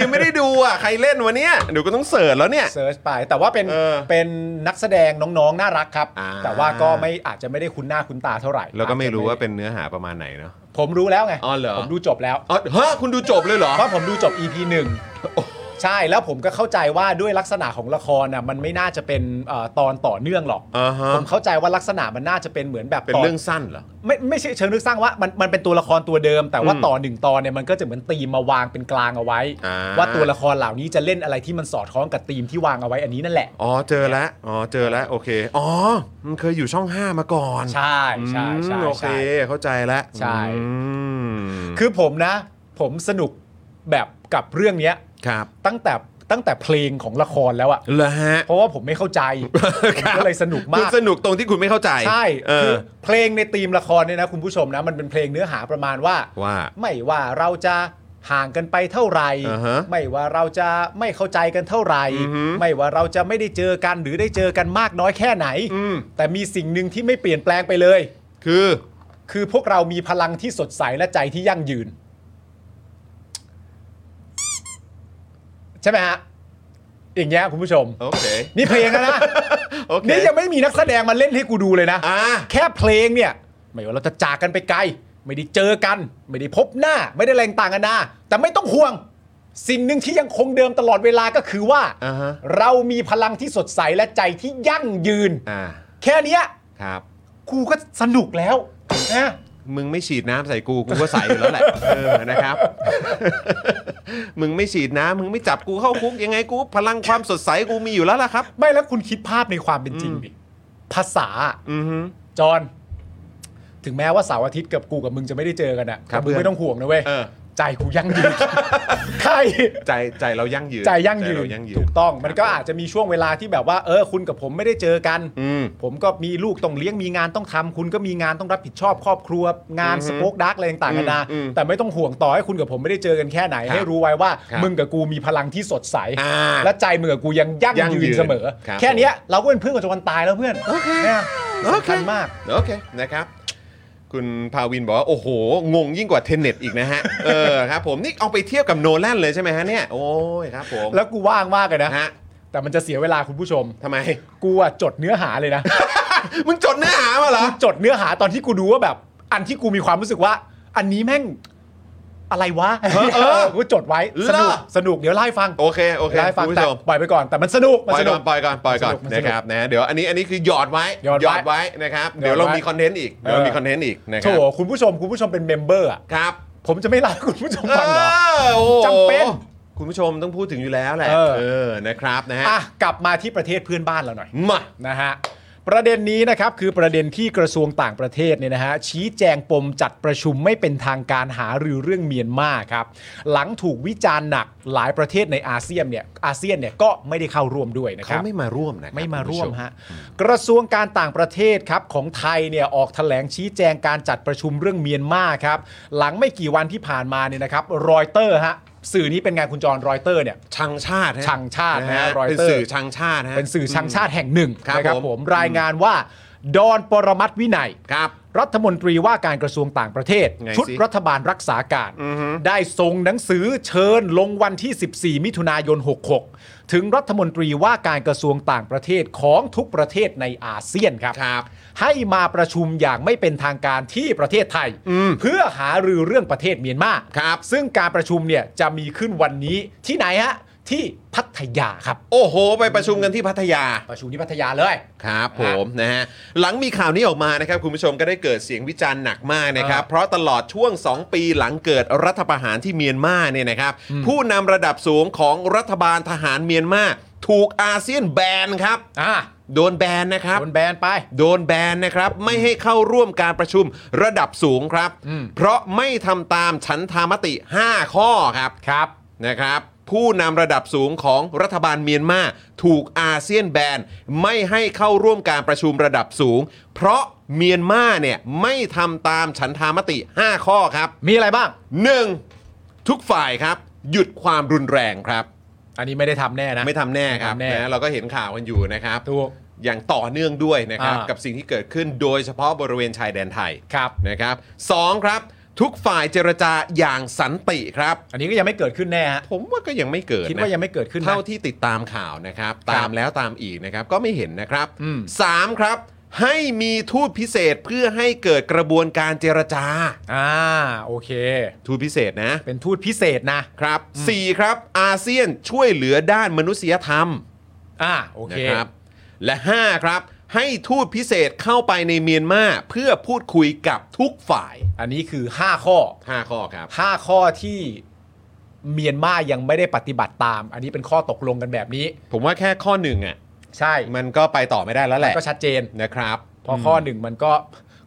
Speaker 1: ยังไม่ได้ดูอ่ะ ใครเล่นวันนี้เดี๋ยวก็ต้องเสิร์ชแล้วเนี่ย
Speaker 2: เซิร์ชไปแต่ว่าเป็น
Speaker 1: เออ
Speaker 2: เป็นนักแสดงน้องๆ น่ารักครับ
Speaker 1: อ่า
Speaker 2: แต่ว่าก็ไม่อาจจะไม่ได้คุ้นหน้าคุ้นตาเท่าไหร่
Speaker 1: แล้วก็ไม่
Speaker 2: อจจะ
Speaker 1: รู้ว่าเป็นเนื้อหาประมาณไหนเนาะ
Speaker 2: ผมรู้แล้วไง
Speaker 1: อ๋อเหรอ
Speaker 2: ผมดูจบแล้ว
Speaker 1: อ๋อฮะคุณดูจบเลยเหรอ
Speaker 2: เพราะผมดูจบ EP หนึ่งใช่แล้วผมก็เข้าใจว่าด้วยลักษณะของละครน่ะมันไม่น่าจะเป็นเอ่อตอนต่อเนื่องหรอก
Speaker 1: อ่าฮะ
Speaker 2: ผมเข้าใจว่าลักษณะมันน่าจะเป็นเหมือนแบบ
Speaker 1: เป็น
Speaker 2: ต
Speaker 1: เรื่องสั้นเหรอ
Speaker 2: ไม่ไม่ใช่เชิงเรื่องสร้างว่ามันมันเป็นตัวละครตัวเดิม แต่ว่า
Speaker 1: อืม
Speaker 2: ต่อหนึ่งตอนเนี่ยมันก็จะเหมือนตีมมาวางเป็นกลางเอาไว้
Speaker 1: อ่า
Speaker 2: ว่าตัวละครเหล่านี้จะเล่นอะไรที่มันสอดคล้องกับธีมที่วางเอาไว้อันนี้นั่นแหละ
Speaker 1: อ๋อเจอแล้วอ๋อเจอแล้วโอเค อ๋อ มันเคยอยู่ช่อง 5 มาก่อน
Speaker 2: ใช่ใช่ใช่
Speaker 1: อืมโอเค
Speaker 2: ใช่
Speaker 1: เข้าใจแล้ว
Speaker 2: ใช่
Speaker 1: อืม
Speaker 2: คือผมนะ ผมสนุกแบบกับเรื่องเนี้ย
Speaker 1: ครับ
Speaker 2: ตั้งแต่ตั้งแต่เพลงของละครแล้วอะ
Speaker 1: แล้วฮะ
Speaker 2: เพราะว่าผมไม่เข้าใจผมก็เลยสนุก
Speaker 1: คุณ
Speaker 2: มาก
Speaker 1: สนุกตรงที่คุณไม่เข้าใจ
Speaker 2: ใช่
Speaker 1: เอ
Speaker 2: คือ
Speaker 1: อ
Speaker 2: เพลงในธีมละครเนี่ยนะคุณผู้ชมนะ มันเป็นเพลงเนื้อหาประมาณว่า
Speaker 1: ว่า
Speaker 2: ไม่ว่าเราจะห่างกันไปเท่าไหร่
Speaker 1: อ่าฮะ
Speaker 2: ไม่ว่าเราจะไม่เข้าใจกันเท่าไหร่
Speaker 1: อือฮึ
Speaker 2: ไม่ว่าเราจะไม่ได้เจอกันหรือได้เจอกันมากน้อยแค่ไหน
Speaker 1: อืม
Speaker 2: แต่มีสิ่งหนึ่งที่ไม่เปลี่ยนแปลงไปเลย
Speaker 1: คือ
Speaker 2: คือพวกเรามีพลังที่สดใสและใจที่ยั่งยืน ใช่ไหมฮะอย่างเงี้ยคุณผู้ชม
Speaker 1: โอเค
Speaker 2: นี่เพลงแล้วนะ
Speaker 1: โอเค
Speaker 2: นี่ยังไม่มีนักแสดงมาเล่นให้กูดูเลยนะ
Speaker 1: อ่า
Speaker 2: แค่เพลงเนี่ย ไม่ว่าเราจะจากกันไปไกล ไม่ได้เจอกัน ไม่ได้พบหน้า ไม่ได้แรงต่างกันนาแต่ไม่ต้องห่วง สิ่งหนึ่งที่ยังคงเดิมตลอดเวลาก็คือว่า
Speaker 1: อ่าฮะ
Speaker 2: เรามีพลังที่สดใสและใจที่ยั่งยืน
Speaker 1: อ่า
Speaker 2: แค่เนี้ย
Speaker 1: ครับ
Speaker 2: กูก็สนุกแล้วนะ
Speaker 1: มึงไม่ฉีดน้ำใส่กูกูก็ใส่อยู่ แล้วแหละ เออนะครับ มึงไม่ฉีดน้ำมึงไม่จับกูเข้าคุกยังไงกู พลังความสดใสกูมีอยู่แล้วล่ะครับ
Speaker 2: ไม่แล้วคุณคิดภาพในความเป็นจริงดิภาษา
Speaker 1: อือฮึ
Speaker 2: จอนถึงแม้ว่าเสาร์อาทิตย์กับกูกับมึงจะไม่ได้เจอกันนะครับ แต่มึง
Speaker 1: เพื่อน
Speaker 2: ไม่ต้องห่วงนะเว้ย
Speaker 1: เออ
Speaker 2: ใจกูยั่งยื น ใช่
Speaker 1: ใจใจเรายั่งยืน
Speaker 2: ใจยั่งยื
Speaker 1: เรา
Speaker 2: น
Speaker 1: ยั่งยืน
Speaker 2: ถูกต้องมันก็อาจจะมีช่วงเวลาที่แบบว่า เออ คุณกับผมไม่ได้เจอกัน
Speaker 1: อืม
Speaker 2: ผมก็มีลูกต้องเลี้ยงมีงานต้องทำคุณก็มีงานต้องรับผิดชอบครอบครัว งาน
Speaker 1: อือฮึ
Speaker 2: สโป๊กดาร์กอะไรต่างๆนานา
Speaker 1: อืมอืม
Speaker 2: แต่ไม่ต้องห่วงต่อให้คุณกับผมไม่ได้เจอกันแค่ไหน
Speaker 1: ครับ
Speaker 2: ให้รู้ไว้ว่า
Speaker 1: ครับ
Speaker 2: มึงกับกูมีพลังที่สดใส
Speaker 1: อ่า
Speaker 2: และใจมึงกับกูยังยั่ง
Speaker 1: ยั่งยื
Speaker 2: ยื
Speaker 1: น
Speaker 2: นเสมอ
Speaker 1: ครับ
Speaker 2: แค่เนี้ยเราก็เป็นเพื่อนกันจนวันตายแล้วเพื่อนเนี่ยสำคัญมาก
Speaker 1: โอเคนะครับ คุณพาวินบอกว่า โอ้โห งงยิ่งกว่าเทนเน็ตอีกนะฮะ เออครับผมนี่เอาไปเทียบกับโนแลนเลยใช่ไหมฮะเนี่ย โอ้ยครับผม
Speaker 2: แล้วกูว่างมากเลยนะ
Speaker 1: ฮะ
Speaker 2: แต่มันจะเสียเวลาคุณผู้ชม
Speaker 1: ทำไม
Speaker 2: กูอะจดเนื้อหาเลยนะ
Speaker 1: มึงจดเนื้อหามาเหรอ
Speaker 2: จดเนื้อหาตอนที่กูดูว่าแบบ อันที่กูมีความรู้สึกว่า อันนี้แม่งอะไรวะ
Speaker 1: เออเออ
Speaker 2: กูจดไว้สนุก
Speaker 1: เลิศ
Speaker 2: สนุกเดี๋ยวไล่าให้ฟัง
Speaker 1: โอเคโอเค
Speaker 2: ได้ฟัง
Speaker 1: คุณ
Speaker 2: แต่
Speaker 1: ผู้ชม
Speaker 2: ปล่อยไปก่อนแต่มันสนุก
Speaker 1: ป
Speaker 2: มัน
Speaker 1: ล่อ
Speaker 2: ส
Speaker 1: ยก่
Speaker 2: นุ
Speaker 1: อก นปล่อยก่อนปล่อยก่อน
Speaker 2: มันสนุกมันสนุก
Speaker 1: นะครับนะเดี๋ยวอันนี้อันนี้คือหยอดไว้
Speaker 2: หยอดไว้
Speaker 1: ไว้นะครับ
Speaker 2: หยอดไว้
Speaker 1: เดี๋ยวเรามีคอนเทนต์อีกเดี๋ยวเรามีคอนเทนต์อีกนะค
Speaker 2: โถ
Speaker 1: รับ
Speaker 2: คุณผู้ชมคุณผู้ชมเป็นเมมเบอร์อ่ะ
Speaker 1: ครับ
Speaker 2: ผมจะไม่เล่าให้คุณผู้ชมฟังเหรอ
Speaker 1: เออโอ้โห
Speaker 2: จำเป็น
Speaker 1: คุณผู้ชมต้องพูดถึงอยู่แล้วแหละ
Speaker 2: เออ
Speaker 1: เออนะครับนะฮะ
Speaker 2: อ่ะกลับมาที่ประเทศเพื่อนบ้านเราหน่อย
Speaker 1: มา
Speaker 2: นะฮะประเด็นนี้นะครับคือประเด็นที่กระทรวงต่างประเทศเนี่ยนะฮะชี้แจงปมจัดประชุมไม่เป็นทางการหารือเรื่องเมียนมาครับหลังถูกวิจารณ์หนักหลายประเทศในอาเซียนเนี่ยอาเซียนเนี่ยก็ไม่ได้เข้าร่วมด้วยนะค
Speaker 1: เขา
Speaker 2: รับ
Speaker 1: ไม่มาร่วมนะคบ
Speaker 2: ไม่มา
Speaker 1: คุณ
Speaker 2: ร่
Speaker 1: ผู้
Speaker 2: ว
Speaker 1: ช
Speaker 2: มฮะกระทรวงการต่างประเทศครับของไทยเนี่ยออกแถลงชี้แจงการจัดประชุมเรื่องเมียนมาครับหลังไม่กี่วันที่ผ่านมาเนี่ยนะครับรอยเตอร์ฮะสื่อนี้เป็นงานคุณจรรอยเตอร์เนี่ย
Speaker 1: ชังชาติฮะ
Speaker 2: ชังชาตินะฮะรอย
Speaker 1: เป็น
Speaker 2: เตอร์
Speaker 1: สื่อชังชาติฮะ
Speaker 2: เป็นสื่อชังชาติแห่งหนึ่ง
Speaker 1: ครับ
Speaker 2: นะครับ
Speaker 1: ผม
Speaker 2: ผมรายงานว่า ดอนปรมัตถ์วินัย
Speaker 1: ครับ
Speaker 2: รัฐมนตรีว่าการกระทรวงต่างประเทศ
Speaker 1: ไงสิ
Speaker 2: ชุดรัฐบาลรักษาการ ได้ส่งหนังสือเชิญลงวันที่ 14 มิถุนายน 66 ถึงรัฐมนตรีว่าการกระทรวงต่างประเทศของทุกประเทศในอาเซียนครับ
Speaker 1: ครับ
Speaker 2: ให้มาประชุมอย่างไม่เป็นทางการที่ประเทศไทย เพื่อหารือเรื่องประเทศเมียนมา
Speaker 1: ครับ
Speaker 2: ซึ่งการประชุมเนี่ยจะมีขึ้นวันนี้ที่ไหนฮะที่พัทยาครับ
Speaker 1: โอ้โห ไปประชุมกันที่พัทยา
Speaker 2: ประชุมที่พัทยาเลย
Speaker 1: ครับผมนะฮะหลังมีข่าวนี้ออกมานะครับคุณผู้ชมก็ได้เกิดเสียงวิจารณ์หนักมากนะครับ
Speaker 2: อ่า
Speaker 1: เพราะตลอดช่วง 2 ปีหลังเกิดรัฐประหารที่เมียนมาเนี่ยนะครับผู้นำระดับสูงของรัฐบาลทหารเมียนมาถูกอาเซียนแบนครับ
Speaker 2: อ่ะ
Speaker 1: โดนแบนนะครับ
Speaker 2: โดนแบนไป
Speaker 1: โดนแบนนะครับไม่ให้เข้าร่วมการประชุมระดับสูงครับ
Speaker 2: อืม
Speaker 1: เพราะไม่ทำตามฉันทามติ 5 ข้อครับ
Speaker 2: ครับ
Speaker 1: นะครับผู้นำระดับสูงของรัฐบาลเมียนมาถูกอาเซียนแบน ไม่ให้เข้าร่วมการประชุมระดับสูง เพราะเมียนมาเนี่ยไม่ทำตามฉันทามติ 5 ข้อครับ
Speaker 2: มีอะไรบ้าง
Speaker 1: 1. ทุกฝ่ายครับ หยุดความรุนแรงครับ
Speaker 2: อันนี้ไม่ได้ทำแน่นะ
Speaker 1: ไม่ทำแน่ครับ
Speaker 2: ไม่ทำแน่
Speaker 1: นะเราก็เห็นข่าวกันอยู่นะครับ
Speaker 2: ถูก
Speaker 1: อย่างต่อเนื่องด้วยนะครับ
Speaker 2: อ่ากั
Speaker 1: กับสิ่งที่เกิดขึ้นโดยเฉพาะบริเวณชายแดนไทย
Speaker 2: ครับ
Speaker 1: นะครับสองครับ ทุกฝ่ายเจรจาอย่างสันติครับ
Speaker 2: อันนี้ก็ยังไม่เกิดขึ้นแน่ฮะ
Speaker 1: ผมว่าก็ยังไม่เกิด
Speaker 2: คิด
Speaker 1: นะ
Speaker 2: ว่ายังไม่เกิดขึ้นนะ
Speaker 1: เท่าที่ติดตามข่าวนะครับ ตามแล้วตามอีกนะครับก็ไม่เห็นนะครับ
Speaker 2: อืม
Speaker 1: สามครับ ให้มีทูตพิเศษเพื่อให้เกิดกระบวนการเจรจา
Speaker 2: อ่าโอเค
Speaker 1: ทูตพิเศษนะ
Speaker 2: เป็นทูตพิเศษนะ
Speaker 1: ครับสี่ครับอาเซียนช่วยเหลือด้านมนุษยธรรม
Speaker 2: อ่าโอเค
Speaker 1: นะครับและห้าครับ ให้ทูตพิเศษเข้าไปในเมียนมาเพื่อพูดคุยกับทุกฝ่าย
Speaker 2: อันนี้คือ 5 ข้อ
Speaker 1: 5 ข้อครับ
Speaker 2: 5 ข้อที่เมียนมายังไม่ได้ปฏิบัติตาม อันนี้เป็นข้อตกลงกันแบบนี้
Speaker 1: ผมว่าแค่ข้อหนึ่งอ่ะ
Speaker 2: ใช่
Speaker 1: มันก็ไปต่อไม่ได้แล้วแหละ
Speaker 2: ก็ชัดเจน
Speaker 1: นะครับ
Speaker 2: เพราะข้อหนึ่งมันก็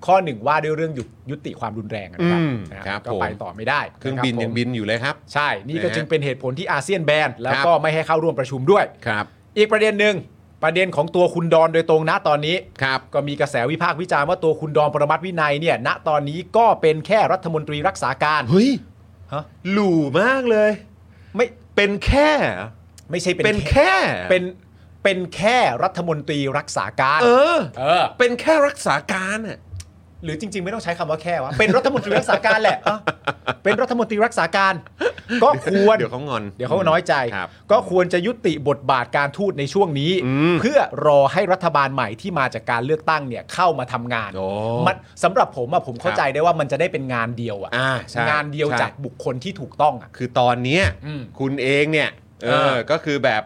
Speaker 2: ข้อหนึ่งว่าด้วยเรื่องหยุดยุติความรุนแรงอะนะครั
Speaker 1: อืม
Speaker 2: นะครับ ก็
Speaker 1: ผม
Speaker 2: ไปต่อไม่ได้
Speaker 1: เครื่องบิน
Speaker 2: นะ
Speaker 1: ยัง
Speaker 2: ผม
Speaker 1: บินอยู่เลยครับ
Speaker 2: ใช่ นี่ก็
Speaker 1: นะฮะ
Speaker 2: จึงเป็นเหตุผลที่อาเซียนแบนแล้ว
Speaker 1: ครับ
Speaker 2: ก็ไม่ให้เข้าร่วมประชุมด้วย
Speaker 1: ครับ
Speaker 2: อีกประเด็นหนึ่งประเด็นของตัวคุณดอนโดยตรงนะตอนนี้
Speaker 1: ครับ
Speaker 2: ก็มีกระแสวิพากษ์วิจารณ์ว่าตัวคุณดอนปรมัตถ์วินัยเนี่ยณตอนนี้ก็เป็นแค่รัฐมนตรีรักษาการ
Speaker 1: เฮ้ย
Speaker 2: ฮะ
Speaker 1: หลู่มากเลย
Speaker 2: ไม่
Speaker 1: เป็นแค่
Speaker 2: ไม่ใช่
Speaker 1: เป็
Speaker 2: เป็นน
Speaker 1: แค่
Speaker 2: เป็นเป็นแค่รัฐมนตรีรักษาการ
Speaker 1: เออ
Speaker 2: เออ
Speaker 1: เป็นแค่รักษาการอ่ะ
Speaker 2: หรือจริง ๆ ไม่ต้องใช้คำว่าแค่วะเป็นรัฐมนตรีรักษาการ แหละอ่ะเป็นรัฐมนตรีรักษาการ ก็ควร
Speaker 1: เดี๋ยวเขางอน
Speaker 2: เดี๋ยวเขาน้อยใจ
Speaker 1: ครับ
Speaker 2: ก็ควรจะยุติบทบาทการทูตในช่วงนี้
Speaker 1: อืม
Speaker 2: เพื่อรอให้รัฐบาลใหม่ที่มาจากการเลือกตั้งเนี่ยเข้ามาทำงาน
Speaker 1: โอ้
Speaker 2: มันสำหรับผมอะผมเข้าใจได้ว่ามันจะได้เป็นงานเดียวอะ
Speaker 1: อ่าใช่
Speaker 2: งานเดียว
Speaker 1: ใช่
Speaker 2: จากบุคคลที่ถูกต้องอะ
Speaker 1: คือตอนเนี้ย
Speaker 2: อืม
Speaker 1: คุณเองเนี่ยเอ
Speaker 2: เอ
Speaker 1: อ
Speaker 2: อ
Speaker 1: ก็คือแบบ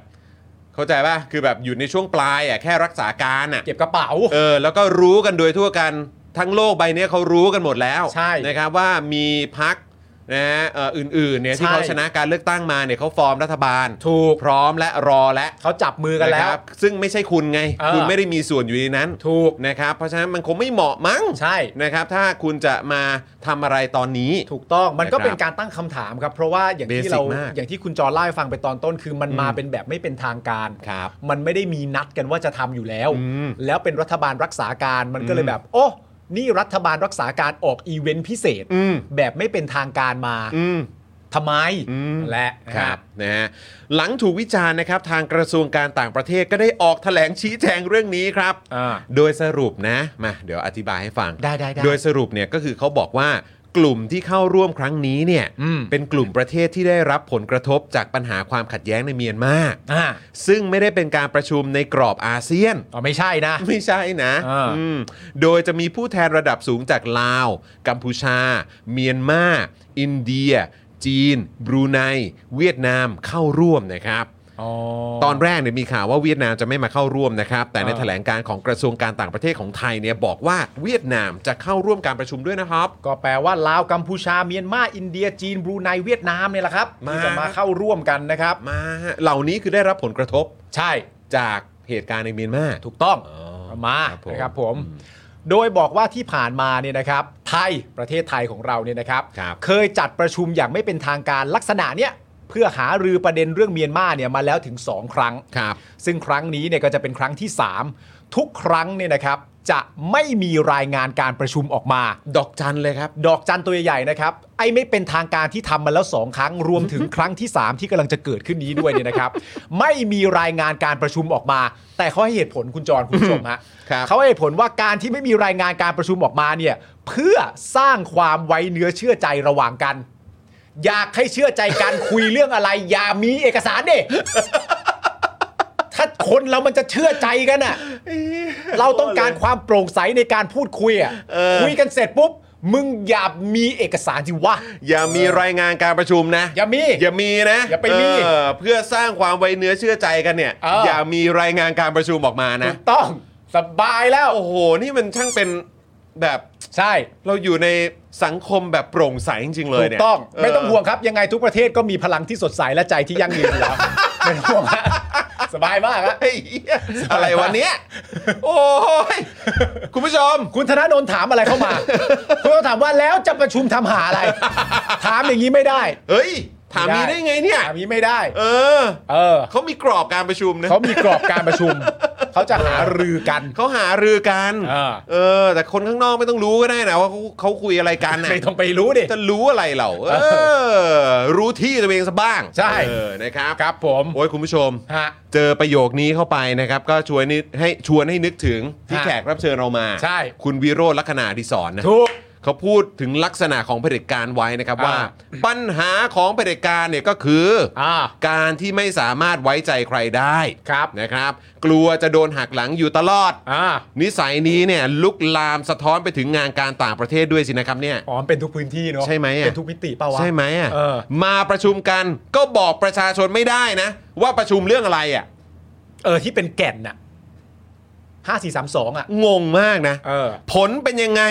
Speaker 1: เข้าใจป่ะคือแบบอยู่ในช่วงปลายอ่ะแค่รักษาการอ่ะ
Speaker 2: เก็บกระเป๋า
Speaker 1: เออแล้วก็รู้กันโดยทั่วกันทั้งโลกใบเนี้ยเขารู้กันหมดแล้ว
Speaker 2: ใช่
Speaker 1: นะครับว่ามีพักนะฮะเอ่ออื่นๆเนี่ยที่
Speaker 2: ใช่
Speaker 1: เขาชนะการเลือกตั้งมาเนี่ยเขาฟอร์มรัฐบาล
Speaker 2: ถูก
Speaker 1: พร้อมและรอและ
Speaker 2: เขาจับมือกันแล้ว
Speaker 1: นะครับซึ่งไม่ใช่คุณไง
Speaker 2: เออ
Speaker 1: คุณไม่ได้มีส่วนอยู่ในนั้น
Speaker 2: ถูก
Speaker 1: นะครับเพราะฉะนั้นมันคงไม่เหมาะมั้ง
Speaker 2: ใช่
Speaker 1: นะครับ ถ้าคุณจะมาทำอะไรตอนนี้
Speaker 2: ถูกต้องมันก็
Speaker 1: นะครับ
Speaker 2: เป็นการตั้งคำถามครับ เพราะว่าอย่างที่
Speaker 1: Basic
Speaker 2: เรา
Speaker 1: มาก
Speaker 2: อย่างที่คุณจอเล่าให้ฟังไปตอนต้น คือมันมาเป็นแบบไม่เป็นทางการ
Speaker 1: ครับ
Speaker 2: มันไม่ได้มีนัดกันว่าจะทำอยู่แล้ว
Speaker 1: อืม
Speaker 2: แล้วเป็นรัฐบาลรักษาการมันก็เลย
Speaker 1: อืม
Speaker 2: แบบ โอ้นี่รัฐบาลรักษาการออกอีเวนต์พิเศษ
Speaker 1: อืม
Speaker 2: แบบไม่เป็นทางการมา
Speaker 1: อืม
Speaker 2: ทำไม
Speaker 1: อืม
Speaker 2: และ
Speaker 1: ครับนะฮะหลังถูกวิจารณ์นะครับ ทางกระทรวงการต่างประเทศก็ได้ออกแถลงชี้แจงเรื่องนี้ครับ
Speaker 2: อ่า
Speaker 1: โดยสรุปนะมาเดี๋ยวอธิบายให้ฟัง
Speaker 2: ได้ได้ได้
Speaker 1: โดยสรุปเนี่ยก็คือเขาบอกว่ากลุ่มที่เข้าร่วมครั้งนี้เนี่ย
Speaker 2: อืม
Speaker 1: เป็นกลุ่มประเทศที่ได้รับผลกระทบจากปัญหาความขัดแย้งในเมียนมา
Speaker 2: อ่า
Speaker 1: ซึ่งไม่ได้เป็นการประชุมในกรอบอาเซียน
Speaker 2: อ๋อไม่ใช่นะ
Speaker 1: ไม่ใช่นะ
Speaker 2: อ่า
Speaker 1: อืมโดยจะมีผู้แทนระดับสูงจากลาว กัมพูชา เมียนมา อินเดีย จีน บรูไน เวียดนามเข้าร่วมนะครับ ตอนแรกเนี่ยมีข่าวว่าเวียดนามจะไม่มาเข้าร่วมนะครับ แต่ใน
Speaker 2: อ่า
Speaker 1: แถลงการของกระทรวงการต่างประเทศของไทยเนี่ยบอกว่าเวียดนามจะเข้าร่วมการประชุมด้วยนะครับ
Speaker 2: ก็แปลว่าลาวกัมพูชาเมียนมาอินเดียจีนบรูไนเวียดนามเนี่ยแหละครับ
Speaker 1: มา
Speaker 2: ที่จะมาเข้าร่วมกันนะครับ
Speaker 1: มาฮะเหล่านี้คือได้รับผลกระทบ
Speaker 2: ใช่
Speaker 1: จากเหตุการณ์ในเมียนมา
Speaker 2: ถูกต้อง
Speaker 1: อ๋อ
Speaker 2: มา
Speaker 1: ครับผม
Speaker 2: นะครับผม โดยบอกว่าที่ผ่านมาเนี่ยนะครับ ไทยประเทศไทยของเราเนี่ยนะครับ
Speaker 1: ครับ
Speaker 2: เคยจัดประชุมอย่างไม่เป็นทางการลักษณะเนี้ยเพื่อหารือประเด็นเรื่องเมียนมาเนี่ยมาแล้วถึง 2 ครั้ง
Speaker 1: ครับ
Speaker 2: ซึ่งครั้งนี้เนี่ยก็จะเป็นครั้งที่ 3 ทุกครั้งเนี่ยนะครับ จะไม่มีรายงานการประชุมออกมา
Speaker 1: ดอกจันเลยครับ
Speaker 2: ดอกจันตัวใหญ่ๆนะครับ ไอ้ไม่เป็นทางการที่ทำมาแล้ว 2 ครั้ง รวม ถึง ครั้งที่ 3 ที่กำลังจะเกิดขึ้นนี้ด้วยเนี่ยนะครับ ไม่มีรายงานการประชุมออกมา แต่เขาให้เหตุผลคุณจรคุณผู้ชมฮะ
Speaker 1: ครับ
Speaker 2: เขาให้เหตุผลว่าการที่ไม่มีรายงานการประชุมออกมาเนี่ย เพื่อสร้างความไว้เนื้อเชื่อใจระหว่างกัน อยากให้เชื่อใจกัน คุยเรื่องอะไร อย่ามีเอกสารเด็ถ้าคนเรามันจะเชื่อใจกันอะ เราต้องการความโปร่งใสในการพูดคุยอ่ะ
Speaker 1: เออ
Speaker 2: คุยกันเสร็จปุ๊บ มึงอย่ามีเอกสารสิวะ
Speaker 1: อย่ามีรายงานการประชุมนะ
Speaker 2: อย่ามี
Speaker 1: อย่ามีนะ
Speaker 2: อย่าไปมี
Speaker 1: เออเพื่อสร้างความไว้เนื้อเชื่อใจกันเนี่ย
Speaker 2: เอออ
Speaker 1: อย่ามีรายงานการประชุมออกมา
Speaker 2: ถู
Speaker 1: นะ
Speaker 2: กต้องสบายแล้ว
Speaker 1: โอ้โห นี่มันช่างเป็นแบบ
Speaker 2: ใช่
Speaker 1: เราอยู่ในสังคมแบบโปร่งใสจริงๆเลย
Speaker 2: ถูก
Speaker 1: เนี่ย
Speaker 2: ต้อง
Speaker 1: เ
Speaker 2: ไม่ต้องห่วงครับ ยังไงทุกประเทศก็มีพลังที่สดใสและใจที่ยั่งยืนอยู่แล้ว ไม่ต้องห่วงฮะสบายมากฮะ
Speaker 1: ไอ้เหี้ยอะไรวันเนี้ยโอ้ยคุณผู้ชม
Speaker 2: คุณธนาโนนถามอะไรเข้า มา คุณต้องถามว่าแล้วจะประชุมทำหาอะไร ถามอย่างนี้ไม่ได้
Speaker 1: เฮ้ย ถามมีได้ไงเนี่ย
Speaker 2: ถามอย่างนี้ไม่ได้
Speaker 1: เออ
Speaker 2: เออ
Speaker 1: เขามีกรอบการประชุมนะ
Speaker 2: เขามีกรอบการประชุม เขาจะหารือกัน
Speaker 1: เขาหารือกัน
Speaker 2: เออ
Speaker 1: เออ แต่คนข้างนอกไม่ต้องรู้ก็ได้นะว่าเขาเขาคุยอะไรกันนะ
Speaker 2: ไม่ต้องไปรู้ดิ
Speaker 1: จะรู้อะไรเราเออ รู้ที่ตัวเองซะบ้าง
Speaker 2: ใช่
Speaker 1: เออนะครับ
Speaker 2: ครับผม
Speaker 1: โอ้ยคุณผู้ชม
Speaker 2: ฮะ
Speaker 1: เจอประโยคนี้เข้าไปนะครับ ก็ชวนให้ให้ชวนให้นึกถึงที่
Speaker 2: ฮะ
Speaker 1: แขกรับเชิญเรามา
Speaker 2: ใช่
Speaker 1: คุณวิโรจน์ลักษณะดิสอนนะ
Speaker 2: ถูก
Speaker 1: เขาพูดถึงลักษณะของเผด็จการไว้นะครับ
Speaker 2: อ่า
Speaker 1: ว่า ปัญหาของเผด็จการเนี่ยก็คือ
Speaker 2: อ่า
Speaker 1: การที่ไม่สามารถไว้ใจใครได้
Speaker 2: ครับ
Speaker 1: นะครับ กลัวจะโดนหักหลังอยู่ตลอด
Speaker 2: อ่า
Speaker 1: นิสัยนี้เนี่ยลุกลามสะท้อนไปถึงงานการต่างประเทศด้วยสินะครับเนี่ย
Speaker 2: อ๋อมันเป็นทุกพื้นที่เนอะ
Speaker 1: ใช่ไหมอะ
Speaker 2: เป็นทุกมิติเปล่าวะ
Speaker 1: ใช่ไหมอ่ะ
Speaker 2: เออ
Speaker 1: มาประชุมกันก็บอกประชาชนไม่ได้นะ ว่าประชุมเรื่องอะไรอ่ะ
Speaker 2: เออที่เป็นแก่นน่ะห้าสี่สามสองอ่ะ
Speaker 1: งงมากนะ
Speaker 2: เออ
Speaker 1: ผลเป็นยังไง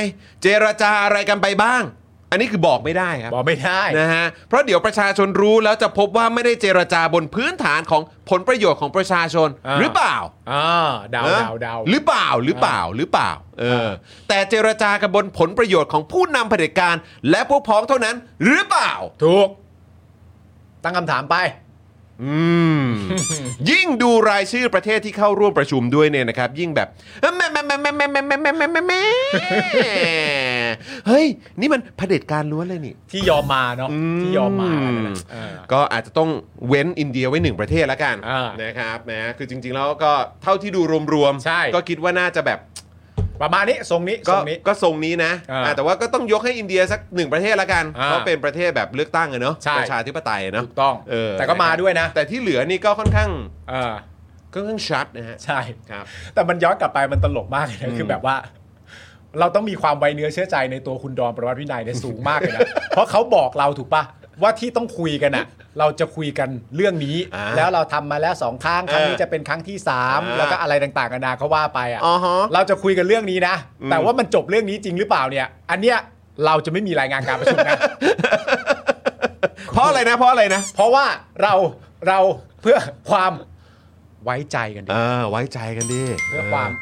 Speaker 1: เจรจาอะไรกันไปบ้าง อันนี้คือบอกไม่ได้ครับ
Speaker 2: บอกไม่ได้
Speaker 1: นะฮะ เพราะเดี๋ยวประชาชนรู้แล้วจะพบว่าไม่ได้เจรจาบนพื้นฐานของผลประโยชน์ของประชาชน
Speaker 2: อ่า
Speaker 1: หรือเปล่า
Speaker 2: อ่าเดา
Speaker 1: เออ
Speaker 2: เดาเดา
Speaker 1: หรือเปล่าหรือเปล่าหรือเปล่าเออแต่เจรจากันบนผลประโยชน์ของผู้นำเผด็จการ และพวกพ้องเท่านั้น หรือเปล่า
Speaker 2: ถูก ตั้งคำถามไป
Speaker 1: อืม ยิ่งดูรายชื่อประเทศที่เข้าร่วมประชุมด้วยเนี่ยนะครับ ยิ่งแบบแม่แม่แม่แม่แม่แม่แม่แม่แม่แม่แม่เฮ้ย นี่มันเผด็จการล้วนเลยนี่
Speaker 2: ที่ยอมมาเนาะที่ยอมมานั่นแหละเออ
Speaker 1: ก็อาจจะต้องเว้นอินเดียไว้หนึ่งประเทศละกัน
Speaker 2: อ่า
Speaker 1: นะครับนะคือจริง ๆ แล้วก็เท่าที่ดูรวม
Speaker 2: ใช่
Speaker 1: ก็คิดว่าน่าจะแบบ
Speaker 2: ประมาณนี้ทรงนี้ท
Speaker 1: ก็
Speaker 2: รงนี้
Speaker 1: ก็ทรงนี้นะ
Speaker 2: อ่า
Speaker 1: อ่าแต่ว่าก็ต้องยกให้อินเดียสักหนึ่งประเทศละกัน
Speaker 2: อ่า
Speaker 1: เพราะเป็นประเทศแบบเลือกตั้งอะเนาะ
Speaker 2: ใช่
Speaker 1: ประชาธิปไตยอะเนาะ
Speaker 2: ถูกต้อง
Speaker 1: เออ
Speaker 2: แต่ก็มาด้วยนะ
Speaker 1: แต่ที่เหลือนี่ก็ค่อนข้าง
Speaker 2: เออ
Speaker 1: ค่อนข้างชัดนะฮะ
Speaker 2: ใช่
Speaker 1: ครับ
Speaker 2: แต่มันย้อนกลับไปมันตลกมากเลยนะคือแบบว่า เราต้องมีความไวเนื้อเชื่อใจในตัวคุณดอนประวัติวินัยเนี่ยสูงมากเลยนะ เพราะเขาบอกเราถูกปะว่าที่ต้องคุยกันอ่ะ เราจะคุยกันเรื่องนี้
Speaker 1: อ่า
Speaker 2: แล้วเราทำมาแล้วสองครั้งครั้งนี้
Speaker 1: เออ
Speaker 2: จะเป็นครั้งที่สาม
Speaker 1: อ่า
Speaker 2: แล้วก็อะไรต่างๆกันานาเขาว่าไปอ่ะ
Speaker 1: อ๋อฮะ
Speaker 2: เราจะคุยกันเรื่องนี้นะ
Speaker 1: อืม
Speaker 2: แต่ว่ามันจบเรื่องนี้จริงหรือเปล่าเนี่ย อันเนี้ยเราจะไม่มีรายงานการประชุมนะ
Speaker 1: เพราะอะไรนะเพราะอะไรนะ
Speaker 2: เพราะว่าเราเราเพื่อความไว้ใจกันดี
Speaker 1: เออไว้ใจกันดิ
Speaker 2: เพื่อความ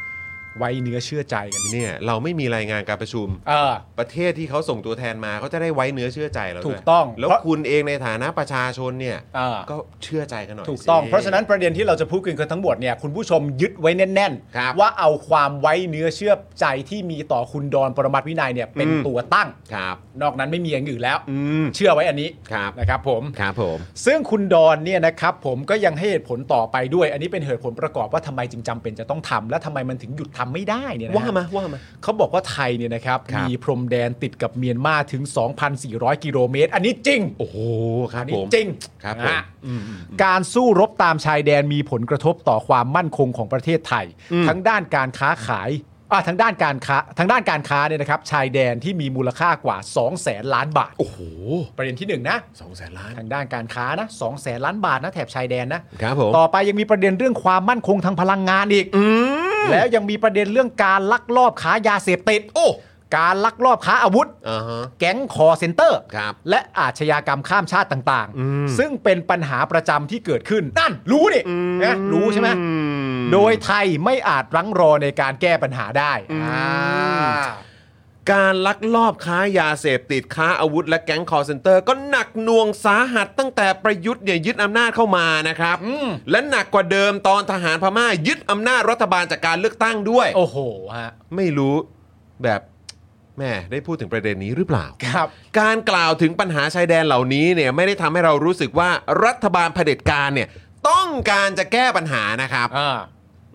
Speaker 2: ไว้เนื้อเชื่อใจกันดี
Speaker 1: เนี่ยเราไม่มีรายงานการประชุม
Speaker 2: เออ
Speaker 1: ประเทศที่เขาส่งตัวแทนมาเขาจะได้ไว้เนื้อเชื่อใจเราด้วย
Speaker 2: ถูกต้อง
Speaker 1: แล้ว
Speaker 2: เพราะ
Speaker 1: คุณเองในฐานะประชาชนเนี่ย
Speaker 2: อ่า
Speaker 1: ก็เชื่อใจกันหน่อย
Speaker 2: ถูกต้อง
Speaker 1: สิ
Speaker 2: เพราะฉะนั้นประเด็นที่เราจะพูดกันคือทั้งหมดเนี่ยคุณผู้ชมยึดไว้แน่น
Speaker 1: ครับ
Speaker 2: ว่าเอาความไว้เนื้อเชื่อใจที่มีต่อคุณดอนปรมัตถ์วินัยเนี่ยเป็น
Speaker 1: อืม
Speaker 2: ตัวตั้ง
Speaker 1: ครับ
Speaker 2: นอกนั้นไม่มีอย่างอื่นแล้ว
Speaker 1: อืม
Speaker 2: เชื่อไว้อันนี้
Speaker 1: ครับ
Speaker 2: นะครับผม
Speaker 1: ครับผม
Speaker 2: ซึ่งคุณดอนเนี่ยนะครับผมก็ยังให้เหตุผลต่อไปด้วย อันนี้เป็นเหตุผลประกอบว่าทำไมจึงจำเป็นจะต้องทำและทำไมมันถึงหยุดทำไม่ได้เนี่ยนะฮะ
Speaker 1: ว่ามาว่ามา
Speaker 2: เขาบอกว่าไทยเนี่ยนะครับ
Speaker 1: ครับ
Speaker 2: มีพรมแดนติดกับเมียนมาถึง 2,400 กิโลเมตร อันนี้จริง
Speaker 1: โอ้โหครั
Speaker 2: อั
Speaker 1: บ
Speaker 2: นนี้
Speaker 1: ผม
Speaker 2: จริง
Speaker 1: ครับ
Speaker 2: นะฮะ
Speaker 1: ผม
Speaker 2: การสู้รบตามชายแดนมีผลกระทบต่อความมั่นคงของประเทศไทย
Speaker 1: อืม
Speaker 2: ทั้งด้านการค้าขายอ่ะทั้งด้านการค้าทางด้านการค้าเนี่ยนะครับ ชายแดนที่มีมูลค่ากว่า 2 0 0แสนล้านบาท
Speaker 1: โอ้โห
Speaker 2: ประเด็นที่หนึ่งนะ
Speaker 1: สองแสนล้าน
Speaker 2: ทางด้านการค้านะ2 0 0แสนล้านบาทนะแถบชายแดนนะครับ
Speaker 1: ผม
Speaker 2: ต่อไปยังมีประเด็นเรื่องความมั่นคงทางพลังงานอีก
Speaker 1: อืม
Speaker 2: แล้วยังมีประเด็นเรื่องการลักลอบค้ายาเสพติด
Speaker 1: โอ้
Speaker 2: การลักลอบค้าอาวุธ
Speaker 1: อ่าฮะ
Speaker 2: แก๊งคอร์เซ็นเตอร์
Speaker 1: ครับ
Speaker 2: และอาชญากรรมข้ามชาติต่าง
Speaker 1: อืม
Speaker 2: ซึ่งเป็นปัญหาประจำที่เกิดขึ้น นั่น รู้นี่นะรู้ใช่ไหม
Speaker 1: อืม
Speaker 2: โดยไทยไม่อาจรั้งรอในการแก้ปัญหาได้อ่า
Speaker 1: การลักลอบค้ายาเสพติดค้าอาวุธและแก๊งคอร์เซนเตอร์ ก็หนักหน่วงสาหัสตั้งแต่ประยุทธ์เนี่ยยึดอำนาจเข้ามานะครับ และหนักกว่าเดิมตอนทหารพม่ายึดอำนาจรัฐบาลจากการเลือกตั้งด้วย
Speaker 2: โอ้โหฮะ
Speaker 1: ไม่รู้แบบแหม่ได้พูดถึงประเด็นนี้หรือเปล่า
Speaker 2: ครับ
Speaker 1: การกล่าวถึงปัญหาชายแดนเหล่านี้เนี่ยไม่ได้ทำให้เรารู้สึกว่ารัฐบาลเผด็จการเนี่ยต้องการจะแก้ปัญหานะครับ
Speaker 2: อ่า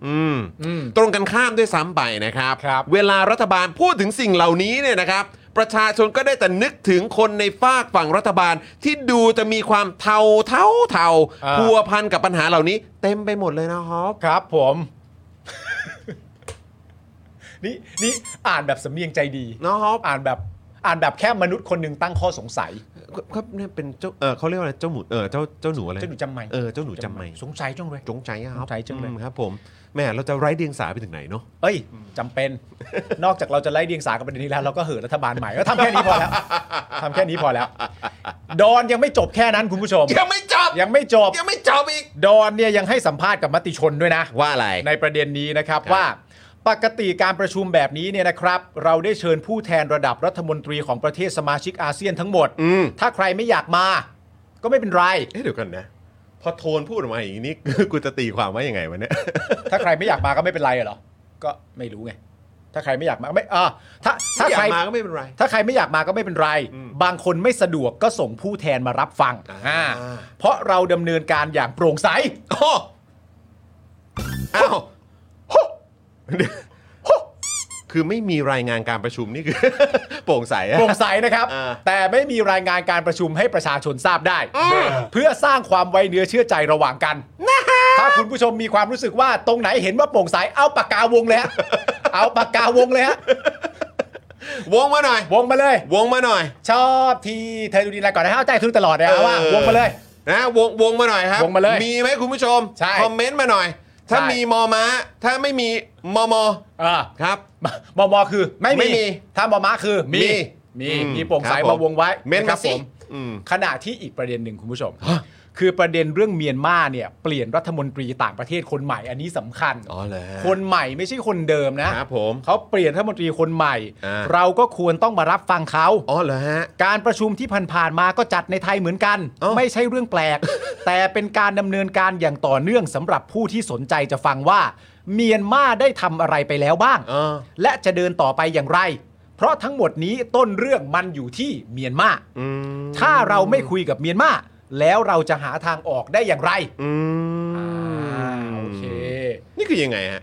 Speaker 1: อืม
Speaker 2: อืม
Speaker 1: ตรงกันข้ามด้วยซ้ำไปนะครับ
Speaker 2: ครับ
Speaker 1: เวลารัฐบาลพูดถึงสิ่งเหล่านี้เนี่ยนะครับ ประชาชนก็ได้แต่นึกถึงคนในฝากฝั่งรัฐบาลที่ดูจะมีความเทาเทาเทา
Speaker 2: อ่า
Speaker 1: พัวพันกับปัญหาเหล่านี้ เต็มไปหมดเลยนะครับ
Speaker 2: ครับผม นี่นี่อ่านแบบสำเนียงใจดี
Speaker 1: เนาะฮอป
Speaker 2: อ่านแบบอ่านแบบแค่มนุษย์คนหนึ่งตั้งข้อสงสัย
Speaker 1: ครับเนี่ยเป็นเจ้าเออเขาเรียกว่าอะไรเจ้าหมูเออเจ้าเจ้าหนูอะไร
Speaker 2: เจ้าหนูจำไม่
Speaker 1: เออเจ้าหนูจำไม่
Speaker 2: สงสัยจังเลย
Speaker 1: จงใจอะครับ
Speaker 2: จงใจจังเลย
Speaker 1: อืมครับผมแหม่เราจะไร้เดียงสาไปถึงไหนเนาะ
Speaker 2: เอ้ยจำเป็น นอกจากเราจะไล่เดียงสากับประเด็นนี้แล้ว เราก็เห่อะรัฐบาลใหม่ก็ทำแค่นี้พอแล้วทำแค่นี้พอแล้ว ดอนยังไม่จบแค่นั้นคุณผู้ชม
Speaker 1: ยังไม่จบ
Speaker 2: ยังไม่จบ
Speaker 1: ยังไม่จบอีก
Speaker 2: ดอนเนี่ยยังให้สัมภาษณ์กับมติชนด้วยนะ
Speaker 1: ว่าอะไร
Speaker 2: ในประเด็นนี้นะครับ
Speaker 1: ครับ
Speaker 2: ว่าปกติการประชุมแบบนี้เนี่ยนะครับ เราได้เชิญผู้แทนระดับรัฐมนตรีของประเทศสมาชิกอาเซียนทั้งหมด
Speaker 1: อืม
Speaker 2: ถ้าใครไม่อยากมา ก็ไม่เป็นไร
Speaker 1: เอ๊ะเดี๋ยวกันนะ พอโทนพูดออกมาอย่าง นี้ กูจะตีความว่ายังไงวะเนี่ย
Speaker 2: ถ้าใครไม่อยากมาก็ไม่เป็นไรอะเหรอ ก็ไม่รู้ไง ถ้าใครไม่อยากมาไม่อ่าถ้าถ้า
Speaker 1: อยา
Speaker 2: ใคร
Speaker 1: กมาก็ไม่เป็นไร
Speaker 2: ถ้าใครไม่อยากมาก็ไม่เป็นไร
Speaker 1: อืม
Speaker 2: บางคนไม่สะดวกก็ส่งผู้แทนมารับฟัง
Speaker 1: อ่า
Speaker 2: อ่าเพราะเราดำเนินการอย่างโปร่งใส
Speaker 1: อ้ออ้าวโฮะเดี๋ยวโฮะคือไม่มีรายงานการประชุมนี่คือ โปร่งใสอะ
Speaker 2: โปร่งใสนะครับ
Speaker 1: อ่า
Speaker 2: แต่ไม่มีรายงานการประชุมให้ประชาชนทราบได้ เพื่อสร้างความไว้เนื้อเชื่อใจระหว่างกัน ถ้าคุณผู้ชมมีความรู้สึกว่าตรงไหนเห็นว่าโปร่งใสเอาปากกาวงเลยฮะ เอาปากกาวงเลยฮะ
Speaker 1: วงมาหน่อย
Speaker 2: วงมาเลย
Speaker 1: วงมาหน่อย
Speaker 2: ชอบทีเธอดูดีไรก่อนนะฮะเอาใจทุนตลอดเลยเอาว่า
Speaker 1: ออ
Speaker 2: วงมาเลย
Speaker 1: นะวงวงมาหน่อยครับ
Speaker 2: วงมาเลย
Speaker 1: มีไหมคุณผู้ชม
Speaker 2: ใช่
Speaker 1: คอมเมนต์มาหน่อย ถ้า
Speaker 2: ใช่
Speaker 1: มีมอม้า ถ้าไม่มีมอมอ
Speaker 2: อ่า
Speaker 1: ครับ
Speaker 2: มมมคือไม่
Speaker 1: ไม่
Speaker 2: มี
Speaker 1: มี
Speaker 2: ถ้ามอมาคือมี
Speaker 1: มี
Speaker 2: มี
Speaker 1: อืม
Speaker 2: มีโปร่งใส
Speaker 1: ครับผม
Speaker 2: มาวงไว้
Speaker 1: เม้นต์
Speaker 2: ะครับ
Speaker 1: มาสิอืม
Speaker 2: ขณะที่อีกประเด็นหนึ่งคุณผู้ชม คือประเด็นเรื่องเมียนมาเนี่ยเปลี่ยนรัฐมนตรีต่างประเทศคนใหม่อันนี้สำคัญ
Speaker 1: อ๋อเหรอฮะ
Speaker 2: คนใหม่ไม่ใช่คนเดิมนะครับ
Speaker 1: ผม
Speaker 2: เขาเปลี่ยนรัฐมนตรีคนใหม่
Speaker 1: อ่า
Speaker 2: เราก็ควรต้องมารับฟังเขา
Speaker 1: อ๋อเหรอฮะ
Speaker 2: การประชุมที่ผ่านๆมาก็จัดในไทยเหมือนกัน
Speaker 1: เอ้า
Speaker 2: ไม่ใช่เรื่องแปล ก แต่เป็นการดำเนินการอย่างต่อเนื่องสำหรับผู้ที่สนใจจะฟังว่า เมียนมาได้ทำอะไรไปแล้วบ้าง
Speaker 1: เออ
Speaker 2: และจะเดินต่อไปอย่างไร เพราะทั้งหมดนี้ต้นเรื่องมันอยู่ที่เมียนมา
Speaker 1: อืม
Speaker 2: ถ้าเราไม่คุยกับเมียนมา แล้วเราจะหาทางออกได้อย่างไร
Speaker 1: อื
Speaker 2: อ่าม โอเค
Speaker 1: นี่คือยังไงฮะ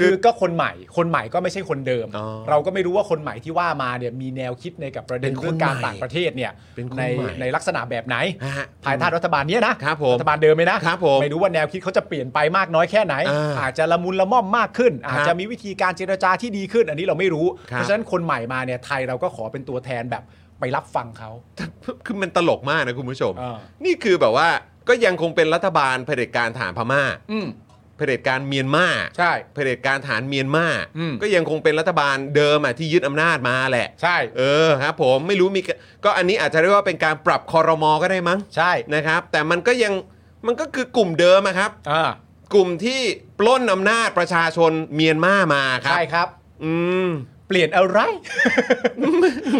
Speaker 2: คือก็คนใหม่ คนใหม่ก็ไม่ใช่คนเดิม
Speaker 1: อ๋อ
Speaker 2: เราก็ไม่รู้ว่าคนใหม่ที่ว่ามาเนี่ยมีแนวคิดในกับประเด็น
Speaker 1: เป็นคน
Speaker 2: เรื่องการ
Speaker 1: ใหม่
Speaker 2: ต่างประเทศเนี่ย
Speaker 1: เป็นคน
Speaker 2: ใน
Speaker 1: ใหม่
Speaker 2: ในลักษณะแบบไหน
Speaker 1: ฮะ
Speaker 2: ภายใต้รัฐบาลเนี้ยนะครับ
Speaker 1: ผม
Speaker 2: รัฐบาลเดิมเลยนะครับ
Speaker 1: ผม
Speaker 2: ไม่รู้ว่าแนวคิดเขาจะเปลี่ยนไปมากน้อยแค่ไหน
Speaker 1: อ่า
Speaker 2: อาจจะละมุนละม่อมมากขึ้น อาจ
Speaker 1: ครั
Speaker 2: จะ
Speaker 1: บ
Speaker 2: มีวิธีการเจรจาที่ดีขึ้น อันนี้เราไม่รู้
Speaker 1: ครับ
Speaker 2: เพราะฉะนั้นคนใหม่มาเนี่ยไทยเราก็ขอเป็นตัวแทนแบบไปรับฟังเขา
Speaker 1: คือมันตลกมากนะคุณผู้ชม
Speaker 2: เออ
Speaker 1: นี่คือแบบว่าก็ยังคงเป็นรัฐบาลเผด็จการฐานพม่า
Speaker 2: อืม
Speaker 1: เผด็จการเมียนมา
Speaker 2: ใช่
Speaker 1: เผด็จการฐานเมียนมา
Speaker 2: อืม
Speaker 1: ก็ยังคงเป็นรัฐบาลเดิมอ่ะที่ยึดอำนาจมาแหละ
Speaker 2: ใช่
Speaker 1: เออครับผมไม่รู้มีกก็อันนี้อาจจะเรียกว่าเป็นการปรับคอรมอก็ได้มั้ง
Speaker 2: ใช่
Speaker 1: นะครับ แต่มันก็ยังมันก็คือกลุ่มเดิมอะครับ
Speaker 2: อ่าก
Speaker 1: ลุ่มที่ปล้นอำนาจประชาชนเมียนมามาครับ
Speaker 2: ใช่ครับ
Speaker 1: อืม
Speaker 2: เปลี่ยนอะไร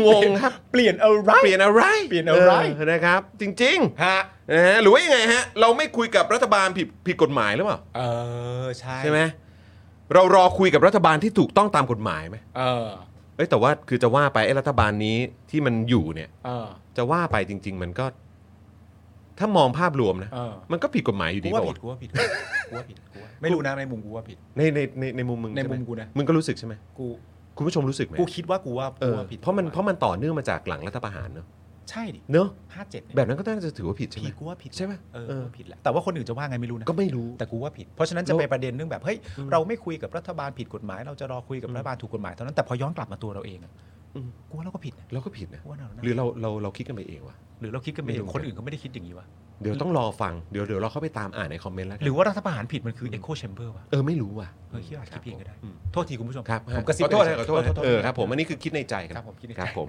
Speaker 1: งงครับ
Speaker 2: เปลี่ยนอะไร
Speaker 1: เปลี่ยนอะไร
Speaker 2: เปลี่ยนอะไร
Speaker 1: เนะครับ จริง
Speaker 2: ฮะ
Speaker 1: ๆนะฮะหรือว่ายังไงฮะ เราไม่คุยกับรัฐบาลผิดผิดกฎหมายหรือเปล่า
Speaker 2: เออ ใช่
Speaker 1: ใช่ไหมเรารอคุยกับรัฐบาลที่ถูกต้องตามกฎหมายไหม
Speaker 2: เออ
Speaker 1: เอ้ยแต่ว่าคือจะว่าไปไอ้รัฐบาลนี้ที่มันอยู่เนี่ย
Speaker 2: เออ
Speaker 1: จะว่าไปจริง ๆ มันก็ ถ้ามองภาพรวมนะ
Speaker 2: เออ
Speaker 1: มันก็ผิดกฎหมายอยู่
Speaker 2: กู
Speaker 1: ดี
Speaker 2: ว่า
Speaker 1: ป่า
Speaker 2: ผิด
Speaker 1: วะ
Speaker 2: กูว่าผิดกูว่าผิดกูว่าไม่รู้นะในมุมกูว่าผิด
Speaker 1: ในในในในมุมมึง
Speaker 2: ในมุม
Speaker 1: ช่ไห
Speaker 2: กูนะ
Speaker 1: มึงก็รู้สึกใช่ไหม
Speaker 2: กู
Speaker 1: คุณผู้ชมรู้สึกไหม
Speaker 2: กูคิดว่ากูว่า
Speaker 1: เอ
Speaker 2: กู
Speaker 1: อ
Speaker 2: ว่าผิด
Speaker 1: เพราะมันเพราะมันต่อเนื่องมาจากหลังรัฐประหารเนอะ
Speaker 2: ใช่ดิ
Speaker 1: เนอะ
Speaker 2: ห้าเจ็ด
Speaker 1: แบบนั้นก็น่าจะถือว่าผิดใช่ไหม
Speaker 2: พี่กูว่าผิด
Speaker 1: ใช่ไหม
Speaker 2: เออ
Speaker 1: เออ
Speaker 2: กูว่าผิดแหละแต่ว่าคนอื่นจะว่าไงไม่รู้นะ
Speaker 1: ก็ไม่รู้
Speaker 2: แต่กูว่าผิด เพราะฉะนั้นจะ
Speaker 1: เนอะ
Speaker 2: ไปประเด็นเรื่องแบบเฮ้ย
Speaker 1: อืม
Speaker 2: เราไม่คุยกับรัฐบาลผิดกฎหมาย เราจะรอคุยกับรัฐบาลถูกกฎหมายเท่านั้นแต่พอย้อนกลับมาตัวเราเองอะ
Speaker 1: อืม
Speaker 2: กูว่าเราก็ผิดนะ
Speaker 1: เราก็ผิดนะ
Speaker 2: กูว่าเรานะ
Speaker 1: หรือเราเราเราคิดกันไปเองวะ
Speaker 2: หรือเราคิดกันไปเอ
Speaker 1: ไม่รู้
Speaker 2: งคนอื่นเขาไม่ได้คิดอย่างนี้วะ
Speaker 1: เดี๋ยวต้องรอฟังเดี๋ยวเดี๋ยวเราเข้าไปตามอ่านในคอมเมนต์แล้วกั
Speaker 2: ห
Speaker 1: น
Speaker 2: รือว่ารัฐประหารผิดมันคือ echo chamber วะ
Speaker 1: เออไม่รู้ว่ะ
Speaker 2: เออคิดว่าอาจคิดเพียงก็ได้
Speaker 1: อืม
Speaker 2: โทษทีคุณผู้ชม
Speaker 1: ครับ
Speaker 2: ผมกระซิบ
Speaker 1: ขอโทษนะขอโทษนะ
Speaker 2: โทษ
Speaker 1: เออครับผมอันนี้คือคิดในใจ
Speaker 2: ครับผมคิดในใจ
Speaker 1: ครับ ผม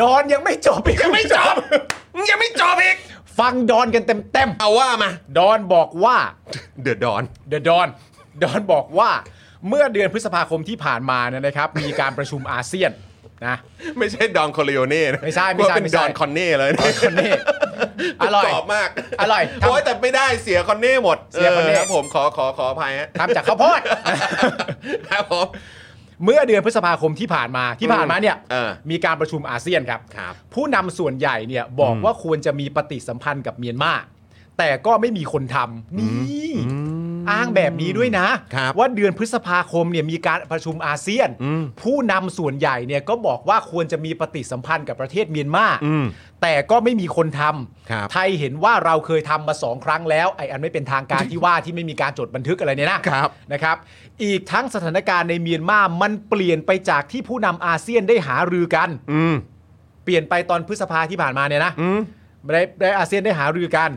Speaker 2: ดอนยังไม่จบอีก
Speaker 1: ไม่จบมึงยังไม่จบอีก
Speaker 2: ฟังดอนกันเต็มเต็ม
Speaker 1: เอาว่ามา
Speaker 2: ๆดอนบอกว่า
Speaker 1: เดือดดอน
Speaker 2: เดอะดอนดอนบอกว่าเมื่อเดือนพฤษภาคมที่ผ่านมาเนี่ยนะครับ มีการประชุมอาเซียนนะ
Speaker 1: ไม่ใช่ดอนคอริโอเน่นะ
Speaker 2: ไม่ใช่ไม่ใช่
Speaker 1: ว่าเป็น
Speaker 2: ไม่ใช่
Speaker 1: ดอนคอนเน่เลยนะ
Speaker 2: ค อนเน่อร่อย
Speaker 1: กรอบมาก
Speaker 2: อร่อยทำ
Speaker 1: โอ้ยแต่ไม่ได้เสียคอนเน่หมด
Speaker 2: เสียคอนเน่
Speaker 1: รับผมขอขอขออภัยฮะ
Speaker 2: ทำจากข้าวโพด
Speaker 1: ครับผม
Speaker 2: เมื่อเดือนพฤษภาคมที่ผ่านมาที่ผ่านมาเนี่ย
Speaker 1: เออ
Speaker 2: มีการประชุมอาเซียนครับ
Speaker 1: ครับ
Speaker 2: ผู้นำส่วนใหญ่เนี่ยบอกว่าควรจะมีปฏิสัมพันธ์กับเมียนมาแต่ก็ไม่มีคนทำนี่อ้างแบบนี้ด้วยนะ
Speaker 1: ครับ
Speaker 2: ว่าเดือนพฤษภาคมเนี่ยมีการประชุมอาเซียน
Speaker 1: อืม
Speaker 2: ผู้นำส่วนใหญ่เนี่ยก็บอกว่าควรจะมีปฏิสัมพันธ์กับประเทศเมียนมา
Speaker 1: อืม
Speaker 2: แต่ก็ไม่มีคนท
Speaker 1: ครับ
Speaker 2: ำไทยเห็นว่าเราเคยทำมาสองครั้งแล้วไอ้อันไม่เป็นทางการที่ว่าที่ไม่มีการจดบันทึกอะไรเนี่ยนะ
Speaker 1: ครับ
Speaker 2: นะครับ อีกทั้งสถานการณ์ในเมียนมา มันเปลี่ยนไปจากที่ผู้นำอาเซียนได้หารือกัน
Speaker 1: อืม
Speaker 2: เปลี่ยนไปตอนพฤษภาที่ผ่านมาเนี่ยนะ
Speaker 1: อืม
Speaker 2: ได้ได้อาเซียนได้หารือกัน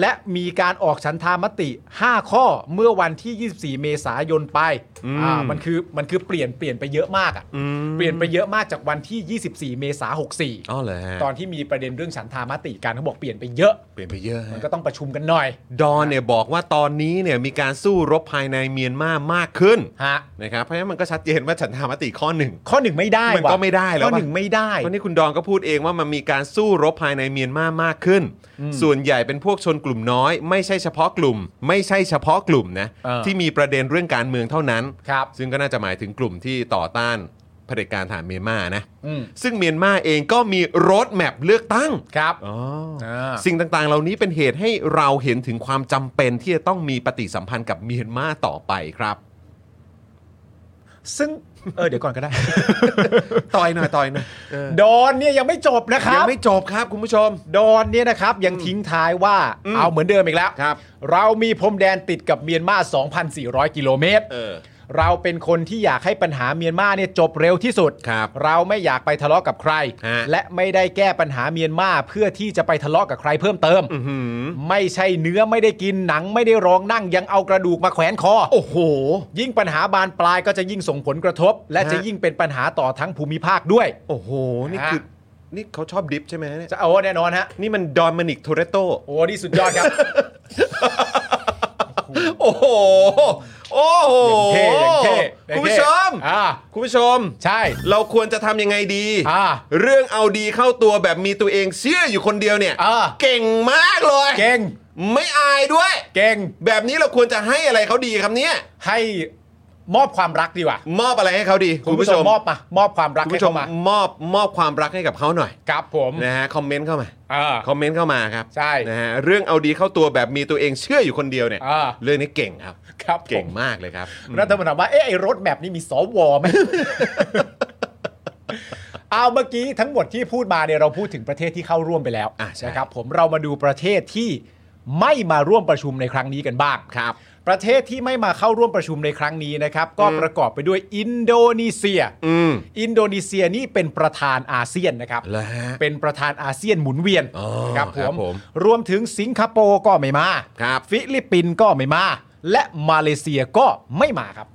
Speaker 2: และมีการออกฉันทามติ 5 ข้อเมื่อวันที่ 24 เมษายนไปอ่ามันคือมันคือเปลี่ยนเปลี่ยนไปเยอะมากอะ
Speaker 1: อืม
Speaker 2: เปลี่ยนไปเยอะมากจากวันที่ 24 เมษายน
Speaker 1: อ๋อเหรอฮะ
Speaker 2: 64 ตอนที่มีประเด็นเรื่องฉันทามติกันเขาบอกเปลี่ยนไปเยอะ
Speaker 1: เปลี่ยนไปเยอะฮะ
Speaker 2: มันก็ต้องประชุมกันหน่อย
Speaker 1: ดอนเนี่ยบอกว่าตอนนี้เนี่ยมีการสู้รบภายในเมียนมามากขึ้น
Speaker 2: ฮะ
Speaker 1: นะครับเพราะฉะนั้นมันก็ชัดเจนว่าฉันทามติข้อหนึ่ง
Speaker 2: ข้อหนึ่งไม่ได้
Speaker 1: มันก็
Speaker 2: ะ
Speaker 1: ไม่ได้แล้ว
Speaker 2: ข้อ
Speaker 1: ปะ
Speaker 2: หนึ่งไม่ได้
Speaker 1: วันนี้คุณดอนก็พูดเองว่ามันมีการสู้รบภายในเมียนมามาก ากขึ้น ส่วนใหญ่เป็นพวกชนกลุ่มน้อย ไม่ใช่เฉพาะกลุ่ม ไม่ใช่เฉพาะกลุ่มนะ
Speaker 2: เออ
Speaker 1: ที่มีประเด็นเรื่องการเมืองเท่านั้น
Speaker 2: ครับ
Speaker 1: ซึ่งก็น่าจะหมายถึงกลุ่มที่ต่อต้านเผด็จการฐานเมียนมานะ
Speaker 2: อืม
Speaker 1: ซึ่งเมียนมาเองก็มีรถแมพเลือกตั้ง
Speaker 2: ครับ
Speaker 1: อ๋ออา สิ่งต่างๆ เหล่านี้เป็นเหตุให้เราเห็นถึงความจำเป็นที่จะต้องมีปฏิสัมพันธ์กับเมียนมาต่อไปครับ
Speaker 2: ซึ่งเออเดี๋ยวก่อนก็ได้
Speaker 1: ต่อยหน่อยต่อยหน่อยเออ
Speaker 2: ดอนเนี่ยยังไม่จบนะค
Speaker 1: ยั
Speaker 2: รั
Speaker 1: ง
Speaker 2: บ
Speaker 1: ไม่จบครับคุณผู้ชม
Speaker 2: ดอนเนี่ยนะครับยังทิ้งท้ายว่า
Speaker 1: อืม
Speaker 2: เอาเหมือนเดิมอีกแล้ว
Speaker 1: ครับ
Speaker 2: เรามีพรมแดนติดกับเมียนมา2,400 กิโลเมตร
Speaker 1: เออ
Speaker 2: เราเป็นคนที่อยากให้ปัญหาเมียนมาเนี่ยจบเร็วที่สุด
Speaker 1: ครับ
Speaker 2: เราไม่อยากไปทะเลาะกับใคร
Speaker 1: ฮะ
Speaker 2: และไม่ได้แก้ปัญหาเมียนมาเพื่อที่จะไปทะเลาะกับใครเพิ่มเติม
Speaker 1: อื้อหือ
Speaker 2: ไม่ใช่เนื้อไม่ได้กินหนังไม่ได้รองนั่งยังเอากระดูกมาแขวนคอ
Speaker 1: โอ้โห
Speaker 2: ยิ่งปัญหาบานปลายก็จะยิ่งส่งผลกระทบ และ
Speaker 1: ฮะ
Speaker 2: จะยิ่งเป็นปัญหาต่อทั้งภูมิภาคด้วย
Speaker 1: โอ้โห นี่
Speaker 2: ฮะ
Speaker 1: คือ นี่เขาชอบดิฟใช่ไหมเนี่ย
Speaker 2: จะเอาแน่นอนฮะ
Speaker 1: นี่มันดอมินิกโทเรโต
Speaker 2: โอ้นี่สุดยอดครับ
Speaker 1: โอ้โห โอ้โห
Speaker 2: เท่อย่างเท่
Speaker 1: คุณผู้ชม
Speaker 2: อ่า
Speaker 1: คุณผู้ชม
Speaker 2: ใช่
Speaker 1: เราควรจะทำยังไงดี
Speaker 2: อ่า
Speaker 1: เรื่องเอาดีเข้าตัวแบบมีตัวเองเสียอยู่คนเดียวเนี่ย
Speaker 2: อ่า
Speaker 1: เก่งมากเลย
Speaker 2: เก่ง
Speaker 1: ไม่อายด้วย
Speaker 2: เก่ง
Speaker 1: แบบนี้เราควรจะให้อะไรเขาดีครับเนี่ย
Speaker 2: ให้มอบความรักดีกว่าม
Speaker 1: อบอะไรให้เขาดี
Speaker 2: คุณผู้ชมมอบมามอบความรัก
Speaker 1: คุณ
Speaker 2: ให้
Speaker 1: ผู้ชม
Speaker 2: เข้ามาม
Speaker 1: อบมอบความรักให้กับเขาหน่อย
Speaker 2: ครับผม
Speaker 1: นะฮะคอมเมนต์เข้ามา
Speaker 2: อ่า
Speaker 1: คอมเมนต์เข้ามาครับ
Speaker 2: ใช่
Speaker 1: นะฮะเรื่องเอาดีเข้าตัวแบบมีตัวเองเชื่ออยู่คนเดียวเนี่ย
Speaker 2: อ่า
Speaker 1: เรื่องนี้เก่งครับ
Speaker 2: ครับผม
Speaker 1: เก่งมากเลยครับ
Speaker 2: รัฐมนตรีถามว่าเอ๊ะไอ้รถแมพนี่มีสวไหม เอาเมื่อกี้ทั้งหมดที่พูดมาเนี่ยเราพูดถึงประเทศที่เข้าร่วมไปแล้ว
Speaker 1: อ่ะใช่
Speaker 2: นะครับผมเรามาดูประเทศที่ไม่มาร่วมประชุมในครั้งนี้กันบ้าง
Speaker 1: ครับ
Speaker 2: ประเทศที่ไม่มาเข้าร่วมประชุมในครั้งนี้นะครับ ก็ประกอบไปด้วยอินโดนีเซีย
Speaker 1: อืม
Speaker 2: อินโดนีเซียนี่เป็นประธานอาเซียนนะครับ
Speaker 1: แล้วฮะ
Speaker 2: เป็นประธานอาเซียนหมุนเวียน
Speaker 1: อ๋อ
Speaker 2: ครับผ
Speaker 1: ครั
Speaker 2: ม
Speaker 1: บผม
Speaker 2: รวมถึงสิงคโปร์ก็ไม่มา
Speaker 1: ครับ
Speaker 2: ฟิลิปปินส์ก็ไม่มา และมาเลเซียก็ไม่มาครับ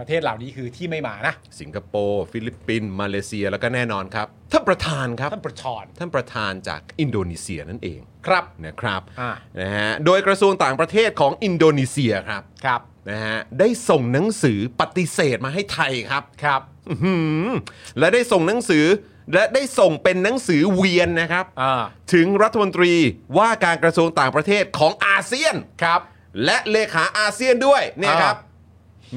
Speaker 2: ประเทศเหล่านี้คือที่ไม่มานะ
Speaker 1: สิงคโปร์ ฟิลิปปินส์มาเลเซียแล้วก็แน่นอนครับท่านประธานครับ
Speaker 2: ท่านประธาน
Speaker 1: ท่านประธานจากอินโดนีเซียนั่นเอง
Speaker 2: ครับ
Speaker 1: นะครับ
Speaker 2: อ่า
Speaker 1: นะฮะโดยกระทรวงต่างประเทศของอินโดนีเซียครับ
Speaker 2: ครับ
Speaker 1: นะฮะได้ส่งหนังสือปฏิเสธมาให้ไทยครับ
Speaker 2: ครับ
Speaker 1: อื้อหือและได้ส่งหนังสือและได้ส่งเป็นหนังสือเวียนนะครับ
Speaker 2: อ่า
Speaker 1: ถึงรัฐมนตรีว่าการกระทรวงต่างประเทศของอาเซียน
Speaker 2: ครับ
Speaker 1: และเลขาอาเซียนด้วยเนี่ยครับ
Speaker 2: อ่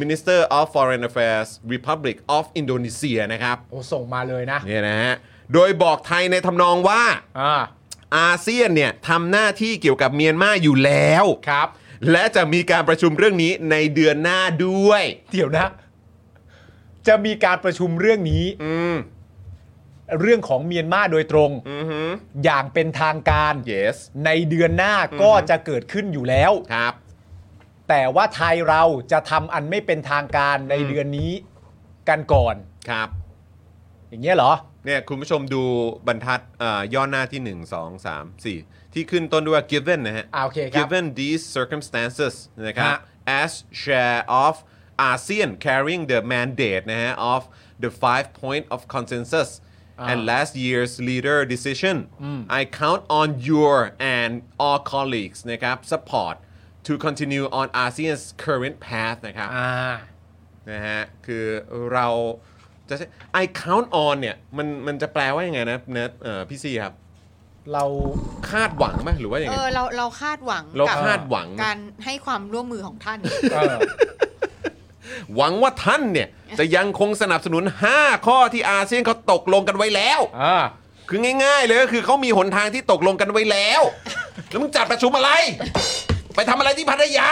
Speaker 1: Minister of Foreign Affairs Republic of Indonesia นะครับ
Speaker 2: โอ้ส่งมาเลยนะ
Speaker 1: เนี่ยนะฮะโดยบอกไทยในทำนองว่า
Speaker 2: อ่า
Speaker 1: อาเซียนเนี่ยทำหน้าที่เกี่ยวกับเมียนมาอยู่แล้ว
Speaker 2: ครับ
Speaker 1: และจะมีการประชุมเรื่องนี้ในเดือนหน้าด้วย
Speaker 2: เดี๋ยวนะ จะมีการประชุมเรื่องนี้
Speaker 1: อืม
Speaker 2: เรื่องของเมียนมาโดยตรง
Speaker 1: อือหือ
Speaker 2: อย่างเป็นทางการ
Speaker 1: yes
Speaker 2: ในเดือนหน้าก็จะเกิดขึ้นอยู่แล้ว
Speaker 1: ครับ
Speaker 2: แต่ว่าไทยเราจะทำอันไม่เป็นทางการในเดือนนี้กันก่อน
Speaker 1: ครับ
Speaker 2: อย่างเงี้ยเหรอ
Speaker 1: เนี่ยคุณผู้ชมดูบรรทัดเอ่อย่อหน้าที่ 1 2 3 4 ที่ขึ้นต้นด้วยว่า given นะฮะ
Speaker 2: อ่าโอเคครับ
Speaker 1: given these circumstances นะครับ
Speaker 2: ฮะ
Speaker 1: as share of ASEAN carrying the mandate นะฮะ of the five point of consensus
Speaker 2: อ่า
Speaker 1: and last year's leader decision I count on your and all colleagues นะครับ support to continue on ASEAN's current path นะครับ
Speaker 2: อ่า
Speaker 1: นะฮะคือเราจะใช้ I count on เนี่ยมันมันจะแปลว่ายังไงนะนะเอ่อพี่ซีครับ
Speaker 2: เรา
Speaker 1: คาดหวังไหมหรือว่ายัง
Speaker 3: เอ
Speaker 1: ไง
Speaker 3: อเราเราคาดหวัง
Speaker 1: เรา
Speaker 3: กับ
Speaker 1: คาดหวัง
Speaker 3: การให้ความร่วมมือของท่าน
Speaker 2: เออ
Speaker 1: หวังว่าท่านเนี่ย จะยังคงสนับสนุน 5 ข้อที่อาเซียนเขาตกลงกันไว้แล้ว
Speaker 2: อ่า
Speaker 1: คือง่าย ๆ เลยก็คือเขามีหนทางที่ตกลงกันไว้แล้ว แล้วมึงจัดประชุมอะไร ไปทำอะไรที่พัทยา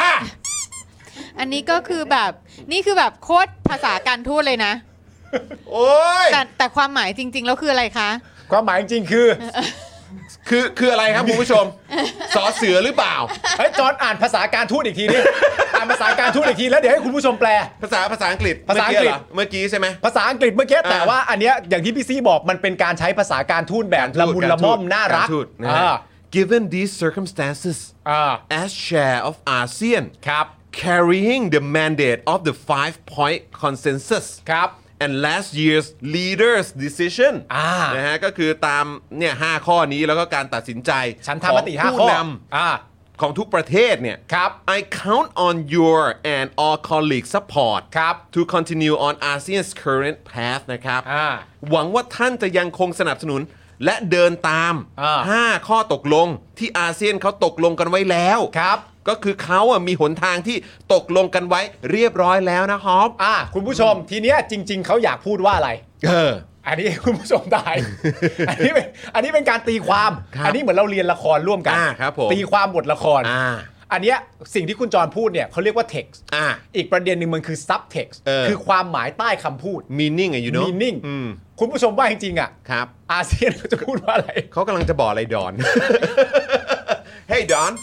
Speaker 3: อันนี้ก็คือแบบนี่คือแบบโคตรภาษาการทูตเลยนะ
Speaker 1: โอ้ย
Speaker 3: แต่แต่ความหมายจริง ๆ แล้วคืออะไรคะ
Speaker 2: ความหมายจริงๆคือ
Speaker 1: คือคืออะไรครับคุณผู้ชม สอเสือหรือเปล่า
Speaker 2: เฮ้ยจอนอ่านภาษาการทูตอีกทีนี่ อ่านภาษาการทูตอีกทีแล้วเดี๋ยวให้คุณผู้ชมแปล
Speaker 1: ภาษาภาษาอังกฤษ
Speaker 2: ภาษาอังกฤษ
Speaker 1: เมื่อกี้เหรอเมื่อกี้ใช่ไหม
Speaker 2: ภาษาอังกฤษเมื่อกี้
Speaker 1: อ่า
Speaker 2: แต่ว่าอันเนี้ยอย่างที่พี่ซี่บอกมันเป็นการใช้ภาษาการทูตแบบละมุนละม่อมน่ารัก
Speaker 1: ทูตนะฮะ
Speaker 2: อ่า
Speaker 1: Given these circumstances
Speaker 2: อ่า
Speaker 1: as chair of ASEAN
Speaker 2: ครับ
Speaker 1: carrying the mandate of the five point consensus
Speaker 2: ครับ
Speaker 1: and last year's leaders decision
Speaker 2: อ่าน
Speaker 1: นะฮะก็คือตามเนี่ยห้าข้อนี้แล้วก็การตัดสินใจ
Speaker 2: ฉันทำมติห้าข้อ
Speaker 1: ผู้น
Speaker 2: อ่า
Speaker 1: ำของทุกประเทศเนี่ย
Speaker 2: ครับ
Speaker 1: I count on your and all colleagues support
Speaker 2: ครับ
Speaker 1: to continue on ASEAN's current path นะครับ
Speaker 2: อ่า
Speaker 1: หวังว่าท่านจะยังคงสนับสนุน และเดินตาม
Speaker 2: อ่า
Speaker 1: 5 ข้อตกลงที่อาเซียนเขาตกลงกันไว้แล้ว
Speaker 2: ครับ
Speaker 1: ก็คือเขาอ่ะมีหนทางที่ตกลงกันไว้เรียบร้อยแล้วนะฮอป
Speaker 2: อ่า คุณผู้ชมทีเนี้ยจริง ๆเขาอยากพูดว่าอะไร
Speaker 1: เออ
Speaker 2: อันนี้ คุณผู้ชมได้ อันนี้เป็นอันนี้เป็นการตีความ
Speaker 1: ครับ
Speaker 2: อันี้เหมือนเราเรียนละครร่วมกัน
Speaker 1: อ่าครับผม
Speaker 2: ตีความบทละคร
Speaker 1: อ่า
Speaker 2: อันเนี้ยสิ่งที่คุณจรพูดเนี่ยเขาเรียกว่า text
Speaker 1: อ่า
Speaker 2: อีกประเด็นหนึ่งมันคือ subtext
Speaker 1: เออ
Speaker 2: คือความหมายใต้คำพูด
Speaker 1: meaning อ่ะ you know
Speaker 2: meaning
Speaker 1: อืม
Speaker 2: คุณผู้ชมว่าจริงๆอ่ะ
Speaker 1: ครับ
Speaker 2: อาเซียนเขาจะพูดว่าอะไร
Speaker 1: เขากำลังจะบอกอะไรดอน Hey Don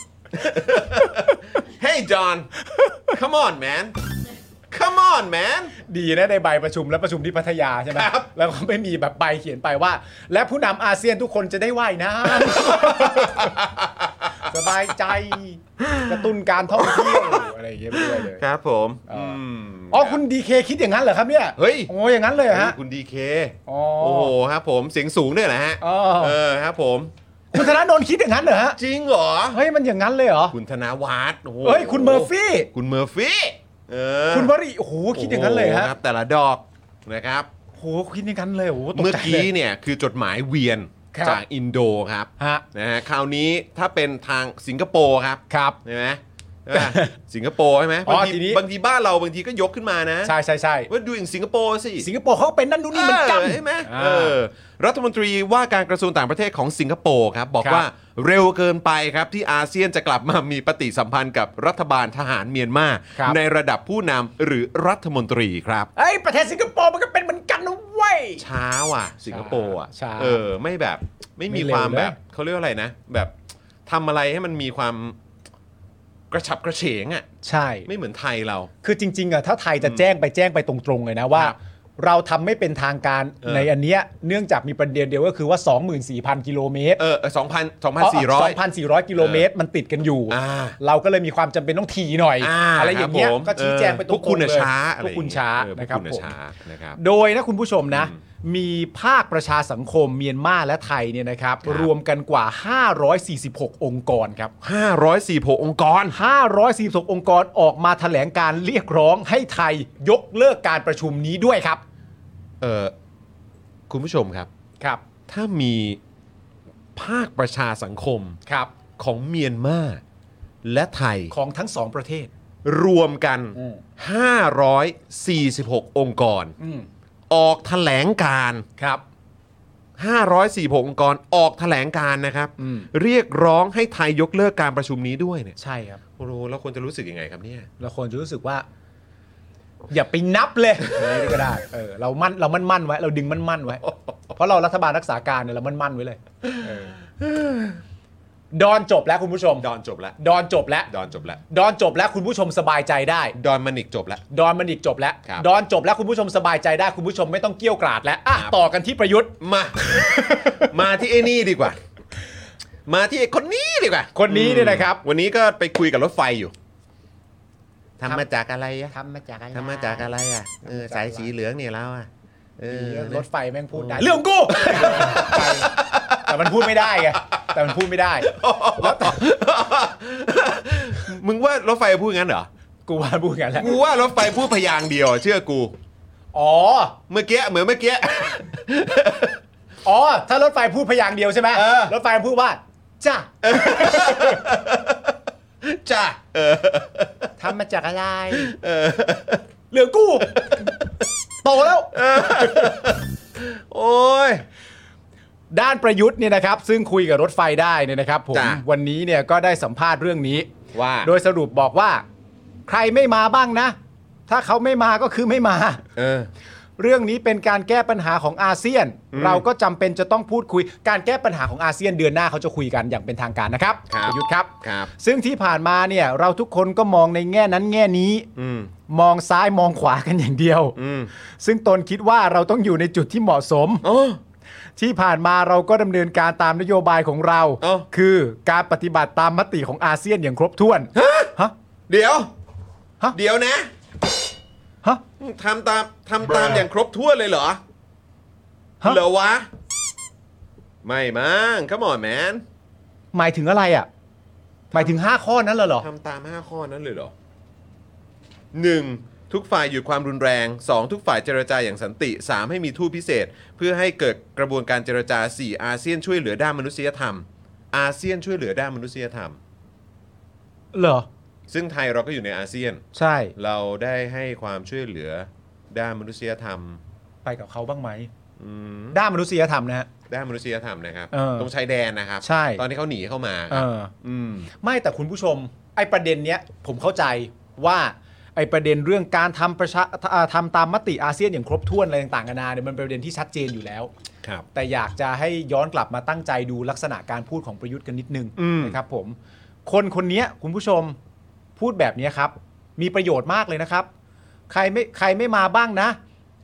Speaker 1: Hey Don Come on man Come on man
Speaker 2: ดีนะในใบประชุมและประชุมที่พัทยาใช่ไหม
Speaker 1: ครับ
Speaker 2: แล้วก็ไม่มีแบบใบเขียนไปว่า และผู้นำอาเซียนทุกคนจะได้ว่ายน้ ำ สบายใจกระตุ้นการท่องเที่ยวอะไรอย่างเงี้ยไปด้วยเลย
Speaker 1: ครับผม
Speaker 2: เอออื
Speaker 1: ม
Speaker 2: อ๋อ
Speaker 1: รับ
Speaker 2: คุณดีเคคิดอย่างนั้นเหรอครับเนี่ย
Speaker 1: เฮ้ย
Speaker 2: โอ้อย่างนั้นเลยเหรอฮะ
Speaker 1: คุณดีเค
Speaker 2: อ๋อ
Speaker 1: โอ้โหครับผมเสียงสูงด้วยนะฮะ
Speaker 2: อ๋อ
Speaker 1: เออครับผม
Speaker 2: คุณธนาโนนคิดอย่างนั้นเหรอฮะ
Speaker 1: จริงเหรอ
Speaker 2: เฮ้ยมันอย่างนั้นเลยเหรอ
Speaker 1: คุณธนาวัฒน์โอ้โห
Speaker 2: เฮ้ยคุณเมอร์ฟี่
Speaker 1: คุณเมอร์ฟี่เออ
Speaker 2: คุณวริโอ้โหคิดอย่างนั้นเลยฮะ
Speaker 1: โโหครับแต่ละดอกนะครับ
Speaker 2: โอ้โหคิดอย่างนั้นเลยโอ้โหตก
Speaker 1: เมื่อ
Speaker 2: ใจล
Speaker 1: กี้
Speaker 2: ย
Speaker 1: เนี่ยคือจดหมายเวียน
Speaker 2: ครับ
Speaker 1: จากอินโดครับ
Speaker 2: ฮะ
Speaker 1: นะฮะคราวนี้ถ้าเป็นทางสิงคโปร์ครับ
Speaker 2: ครับ
Speaker 1: ใช่ไหมใช่ป่ะ สิงคโปร์ใช่ไหม
Speaker 2: อ๋อ
Speaker 1: าง
Speaker 2: บ
Speaker 1: ที
Speaker 2: ทีนี้
Speaker 1: บางทีบ้านเราบางทีก็ยกขึ้นมานะ
Speaker 2: ใช่ใช่ใช่
Speaker 1: ว่าดูอย่างสิงคโปร์สิ
Speaker 2: สิงคโปร์เขาเป็นนั่นนู่นนี่เหมือนกัน
Speaker 1: เใช่ไหม
Speaker 2: อ่า
Speaker 1: เออรัฐมนตรีว่าการกระทรวงต่างประเทศของสิงคโปร์ครับ บอก
Speaker 2: ครับ
Speaker 1: ว่าเร็วเกินไปครับ ที่อาเซียนจะกลับมามีปฏิสัมพันธ์กับรัฐบาลทหารเมียนมา ในระดับผู้นำหรือรัฐมนตรีครับ
Speaker 2: เอ้ยประเทศสิงคโปร์มันก็เป็นเหมือนกันนะเว้ย
Speaker 1: ช้าว่ะสิงคโปร์อ่ะ
Speaker 2: ช้า
Speaker 1: เออไม่แบบไม่มี
Speaker 2: ไม่เร็ว
Speaker 1: ความแบบ
Speaker 2: นะ
Speaker 1: เขาเรียกว่าอะไรนะ แบบทำอะไรให้มันมีความกระฉับกระเฉงอ่ะ
Speaker 2: ใช่
Speaker 1: ไม่เหมือนไทยเรา
Speaker 2: คือจริงๆอะถ้าไทยจะแจ้งไปแจ้งไปตรงๆเลยนะว่า
Speaker 1: ครับ
Speaker 2: เราทำไม่เป็นทางการ
Speaker 1: เออ
Speaker 2: ในอันเนี้ยเนื่องจากมีประเด็นเดียวก็คือว่า 24,000 กิโลเมตร
Speaker 1: เออสองพันสองพันสี่ร้อย
Speaker 2: 2,400 กิโลเมตรมันติดกันอยู่
Speaker 1: อ่า
Speaker 2: เราก็เลยมีความจำเป็นต้องทีหน่อย
Speaker 1: อ่า
Speaker 2: อะไรอย่างเงี้ย
Speaker 1: ครับผม
Speaker 2: ก็ชี้แจงไปตรงๆ
Speaker 1: พวกคุณน่ะ
Speaker 2: เลย
Speaker 1: ช้าอะ
Speaker 2: พ
Speaker 1: ไร
Speaker 2: วกคุณช้า
Speaker 1: เออพวก
Speaker 2: นะครับ
Speaker 1: คุณน่ะ
Speaker 2: ผม
Speaker 1: ช้านะครับ
Speaker 2: โดยนะคุณผู้ชมนะ มีภาคประชาสังคมเมียนมาและไทยเนี่ยนะครับ
Speaker 1: ครับ
Speaker 2: รวมกันกว่า 546 องค์กรครับ
Speaker 1: ห้าร้อยสี่หกองค์กร
Speaker 2: 546 องค์กรออกมาแถลงการเรียกร้องให้ไทยยกเลิกการประชุมนี้ด้วยครับ
Speaker 1: เออคุณผู้ชมครับ
Speaker 2: ครับ
Speaker 1: ถ้ามีภาคประชาสังคม
Speaker 2: ครับ
Speaker 1: ของเมียนมาและไทย
Speaker 2: ของทั้งสองประเทศ
Speaker 1: รวมกัน
Speaker 2: อืม
Speaker 1: 546 องค์กร
Speaker 2: อืม
Speaker 1: ออกแถลงการ
Speaker 2: ครับ
Speaker 1: 546 องค์กรออกแถลงการนะครับ
Speaker 2: อืม
Speaker 1: เรียกร้องให้ไทยยกเลิกการประชุมนี้ด้วยเนี่ย
Speaker 2: ใช่ครับ
Speaker 1: โอ้โหแล้วควรจะรู้สึกยังไงครับเนี่ย
Speaker 2: เราควรจะรู้สึกว่า อย่าไปนับเลยอะไรนี่ก็ได้เออเรามั่นเรามั่นมั่นไว้ เราดึงมั่นมั่นไว้ เพราะเรารัฐบาลรักษาการเนี่ยเรามั่นมั่นไว้เลยเออดอนจบแล้วคุณผู้ชม
Speaker 1: ดอนจบละ
Speaker 2: ดอนจบแล้ว
Speaker 1: ดอนจบละ
Speaker 2: ดอนจบแล้วคุณผู้ชมสบายใจได้
Speaker 1: ดอนมานิกจบละ
Speaker 2: ดอนมันอีกจบแล้ว
Speaker 1: ครับ
Speaker 2: ดอนจบแล้วคุณผู้ชมสบายใจได้คุณผู้ชมไม่ต้องเกี้ยวกราดแล้วอ่ะ
Speaker 1: ครับ
Speaker 2: ต่อกันที่ประยุทธ์
Speaker 1: มา มาที่ไอ้นี่ดีกว่า มาที่ไอ้คนนี้ดีกว่า
Speaker 2: คนนี้เนี่ยนะครับ
Speaker 1: วันนี้ก็ไปคุยกับรถไฟอยู่ทำมาจากอะไรอะ
Speaker 3: ทำมาจากอะไร
Speaker 1: ทำมาจากอะไรอะเออสายสีเหลืองเนี่ยแล้วอะเออ
Speaker 2: รถไฟแม่งพูดได้ เรื่องของกู แต่มันพูดไม่ได้ไงแต่มันพูดไม่ได้
Speaker 1: มึงว่ารถไฟพูดงั้นเหรอ
Speaker 2: กูว่าพูดกันแหละ
Speaker 1: กูว่ารถไฟพูดพยางค์เดียวอะเชื่อกู
Speaker 2: อ๋อ
Speaker 1: เมื่อกี้เหมือนเมื่อกี้
Speaker 2: อ๋อ ถ้ารถไฟพูดพยางค์เดียวใช่ไหม
Speaker 1: เออ
Speaker 2: รถไฟพูดว่าจ้ะ
Speaker 1: จ้าเออ
Speaker 2: ทำมาจากอะไร
Speaker 1: เออ
Speaker 2: เหลืองกูโตแล้ว
Speaker 1: โอ้ย
Speaker 2: ด้านประยุทธ์เนี่ยนะครับ ซึ่งคุยกับรถไฟได้เนี่ยนะครับผม
Speaker 1: จ้ะ
Speaker 2: วันนี้เนี่ยก็ได้สัมภาษณ์เรื่องนี้
Speaker 1: ว่า
Speaker 2: โดยสรุปบอกว่า ใครไม่มาบ้างนะ ถ้าเขาไม่มาก็คือไม่มา
Speaker 1: เออ
Speaker 2: เรื่องนี้เป็นการแก้ปัญหาของอาเซียน
Speaker 1: อืม
Speaker 2: เราก็จำเป็นจะต้องพูดคุย การแก้ปัญหาของอาเซียนเดือนหน้าเขาจะคุยกันอย่างเป็นทางการนะครับ
Speaker 1: ครับ
Speaker 2: ประยุทธ์ครับ
Speaker 1: ครับ
Speaker 2: ซึ่งที่ผ่านมาเนี่ยเราทุกคนก็มองในแง่นั้นแง่นี้
Speaker 1: อืม
Speaker 2: มองซ้ายมองขวากันอย่างเดียว
Speaker 1: อืม
Speaker 2: ซึ่งตนคิดว่าเราต้องอยู่ในจุดที่เหมาะสม
Speaker 1: อ๋อ
Speaker 2: ที่ผ่านมาเราก็ดำเนินการตามนโยบายของเรา
Speaker 1: เอ้า
Speaker 2: คือการปฏิบัติตามมติของอาเซียนอย่างครบถ้วนฮะ
Speaker 1: เดี๋ยว
Speaker 2: ฮะ
Speaker 1: เดี๋ยวนะ
Speaker 2: ฮะ
Speaker 1: ทำตามทำตามอย่างครบถ้วนเลยเหรอ
Speaker 2: ฮะ
Speaker 1: เหรอวะ ไม่มั้ง come on man
Speaker 2: หมายถึงอะไรอ่ะ หมายถึง 5 ข้อนั้นเหรอ
Speaker 1: ทำตาม 5 ข้อนั้นเลยเหรอหนึ่ง ทุกฝ่ายหยุดความรุนแรง 2 ทุกฝ่ายเจรจาอย่างสันติ 3 ให้มีทูตพิเศษ เพื่อให้เกิดกระบวนการเจรจา 4 อาเซียนช่วยเหลือด้านมนุษยธรรม อาเซียนช่วยเหลือด้านมนุษยธรรม
Speaker 2: เหรอ
Speaker 1: ซึ่งไทยเราก็อยู่ในอาเซียน
Speaker 2: ใช่
Speaker 1: เราได้ให้ความช่วยเหลือด้านมนุษยธรรม
Speaker 2: ไปกับเขาบ้างไหม
Speaker 1: อืม
Speaker 2: ด้านมนุษยธรรมนะฮะ
Speaker 1: ด้านมนุษยธรรมนะครับ
Speaker 2: เออ
Speaker 1: ตรงชายแดนนะครับ
Speaker 2: ใช่
Speaker 1: ตอนที่เขาหนีเข้ามา
Speaker 2: เอ
Speaker 1: ครับ
Speaker 2: อ
Speaker 1: อืม
Speaker 2: ไม่แต่คุณผู้ชม ไอประเด็นเนี้ยผมเข้าใจว่าไอประเด็นเรื่องการทำประชาอ่าทำตามมติอาเซียนอย่างครบถ้วนอะไรต่างๆนานาเนี่ยมันเป็นประเด็นที่ชัดเจนอยู่แล้ว
Speaker 1: ครับ
Speaker 2: แต่อยากจะให้ย้อนกลับมาตั้งใจดูลักษณะการพูดของประยุทธ์กันนิดนึง
Speaker 1: อืม
Speaker 2: นะครับผม คนคนเนี้ยคุณผู้ชมพูดแบบเนี้ยครับ มีประโยชน์มากเลยนะครับ ใครไม่ใครไม่มาบ้างนะ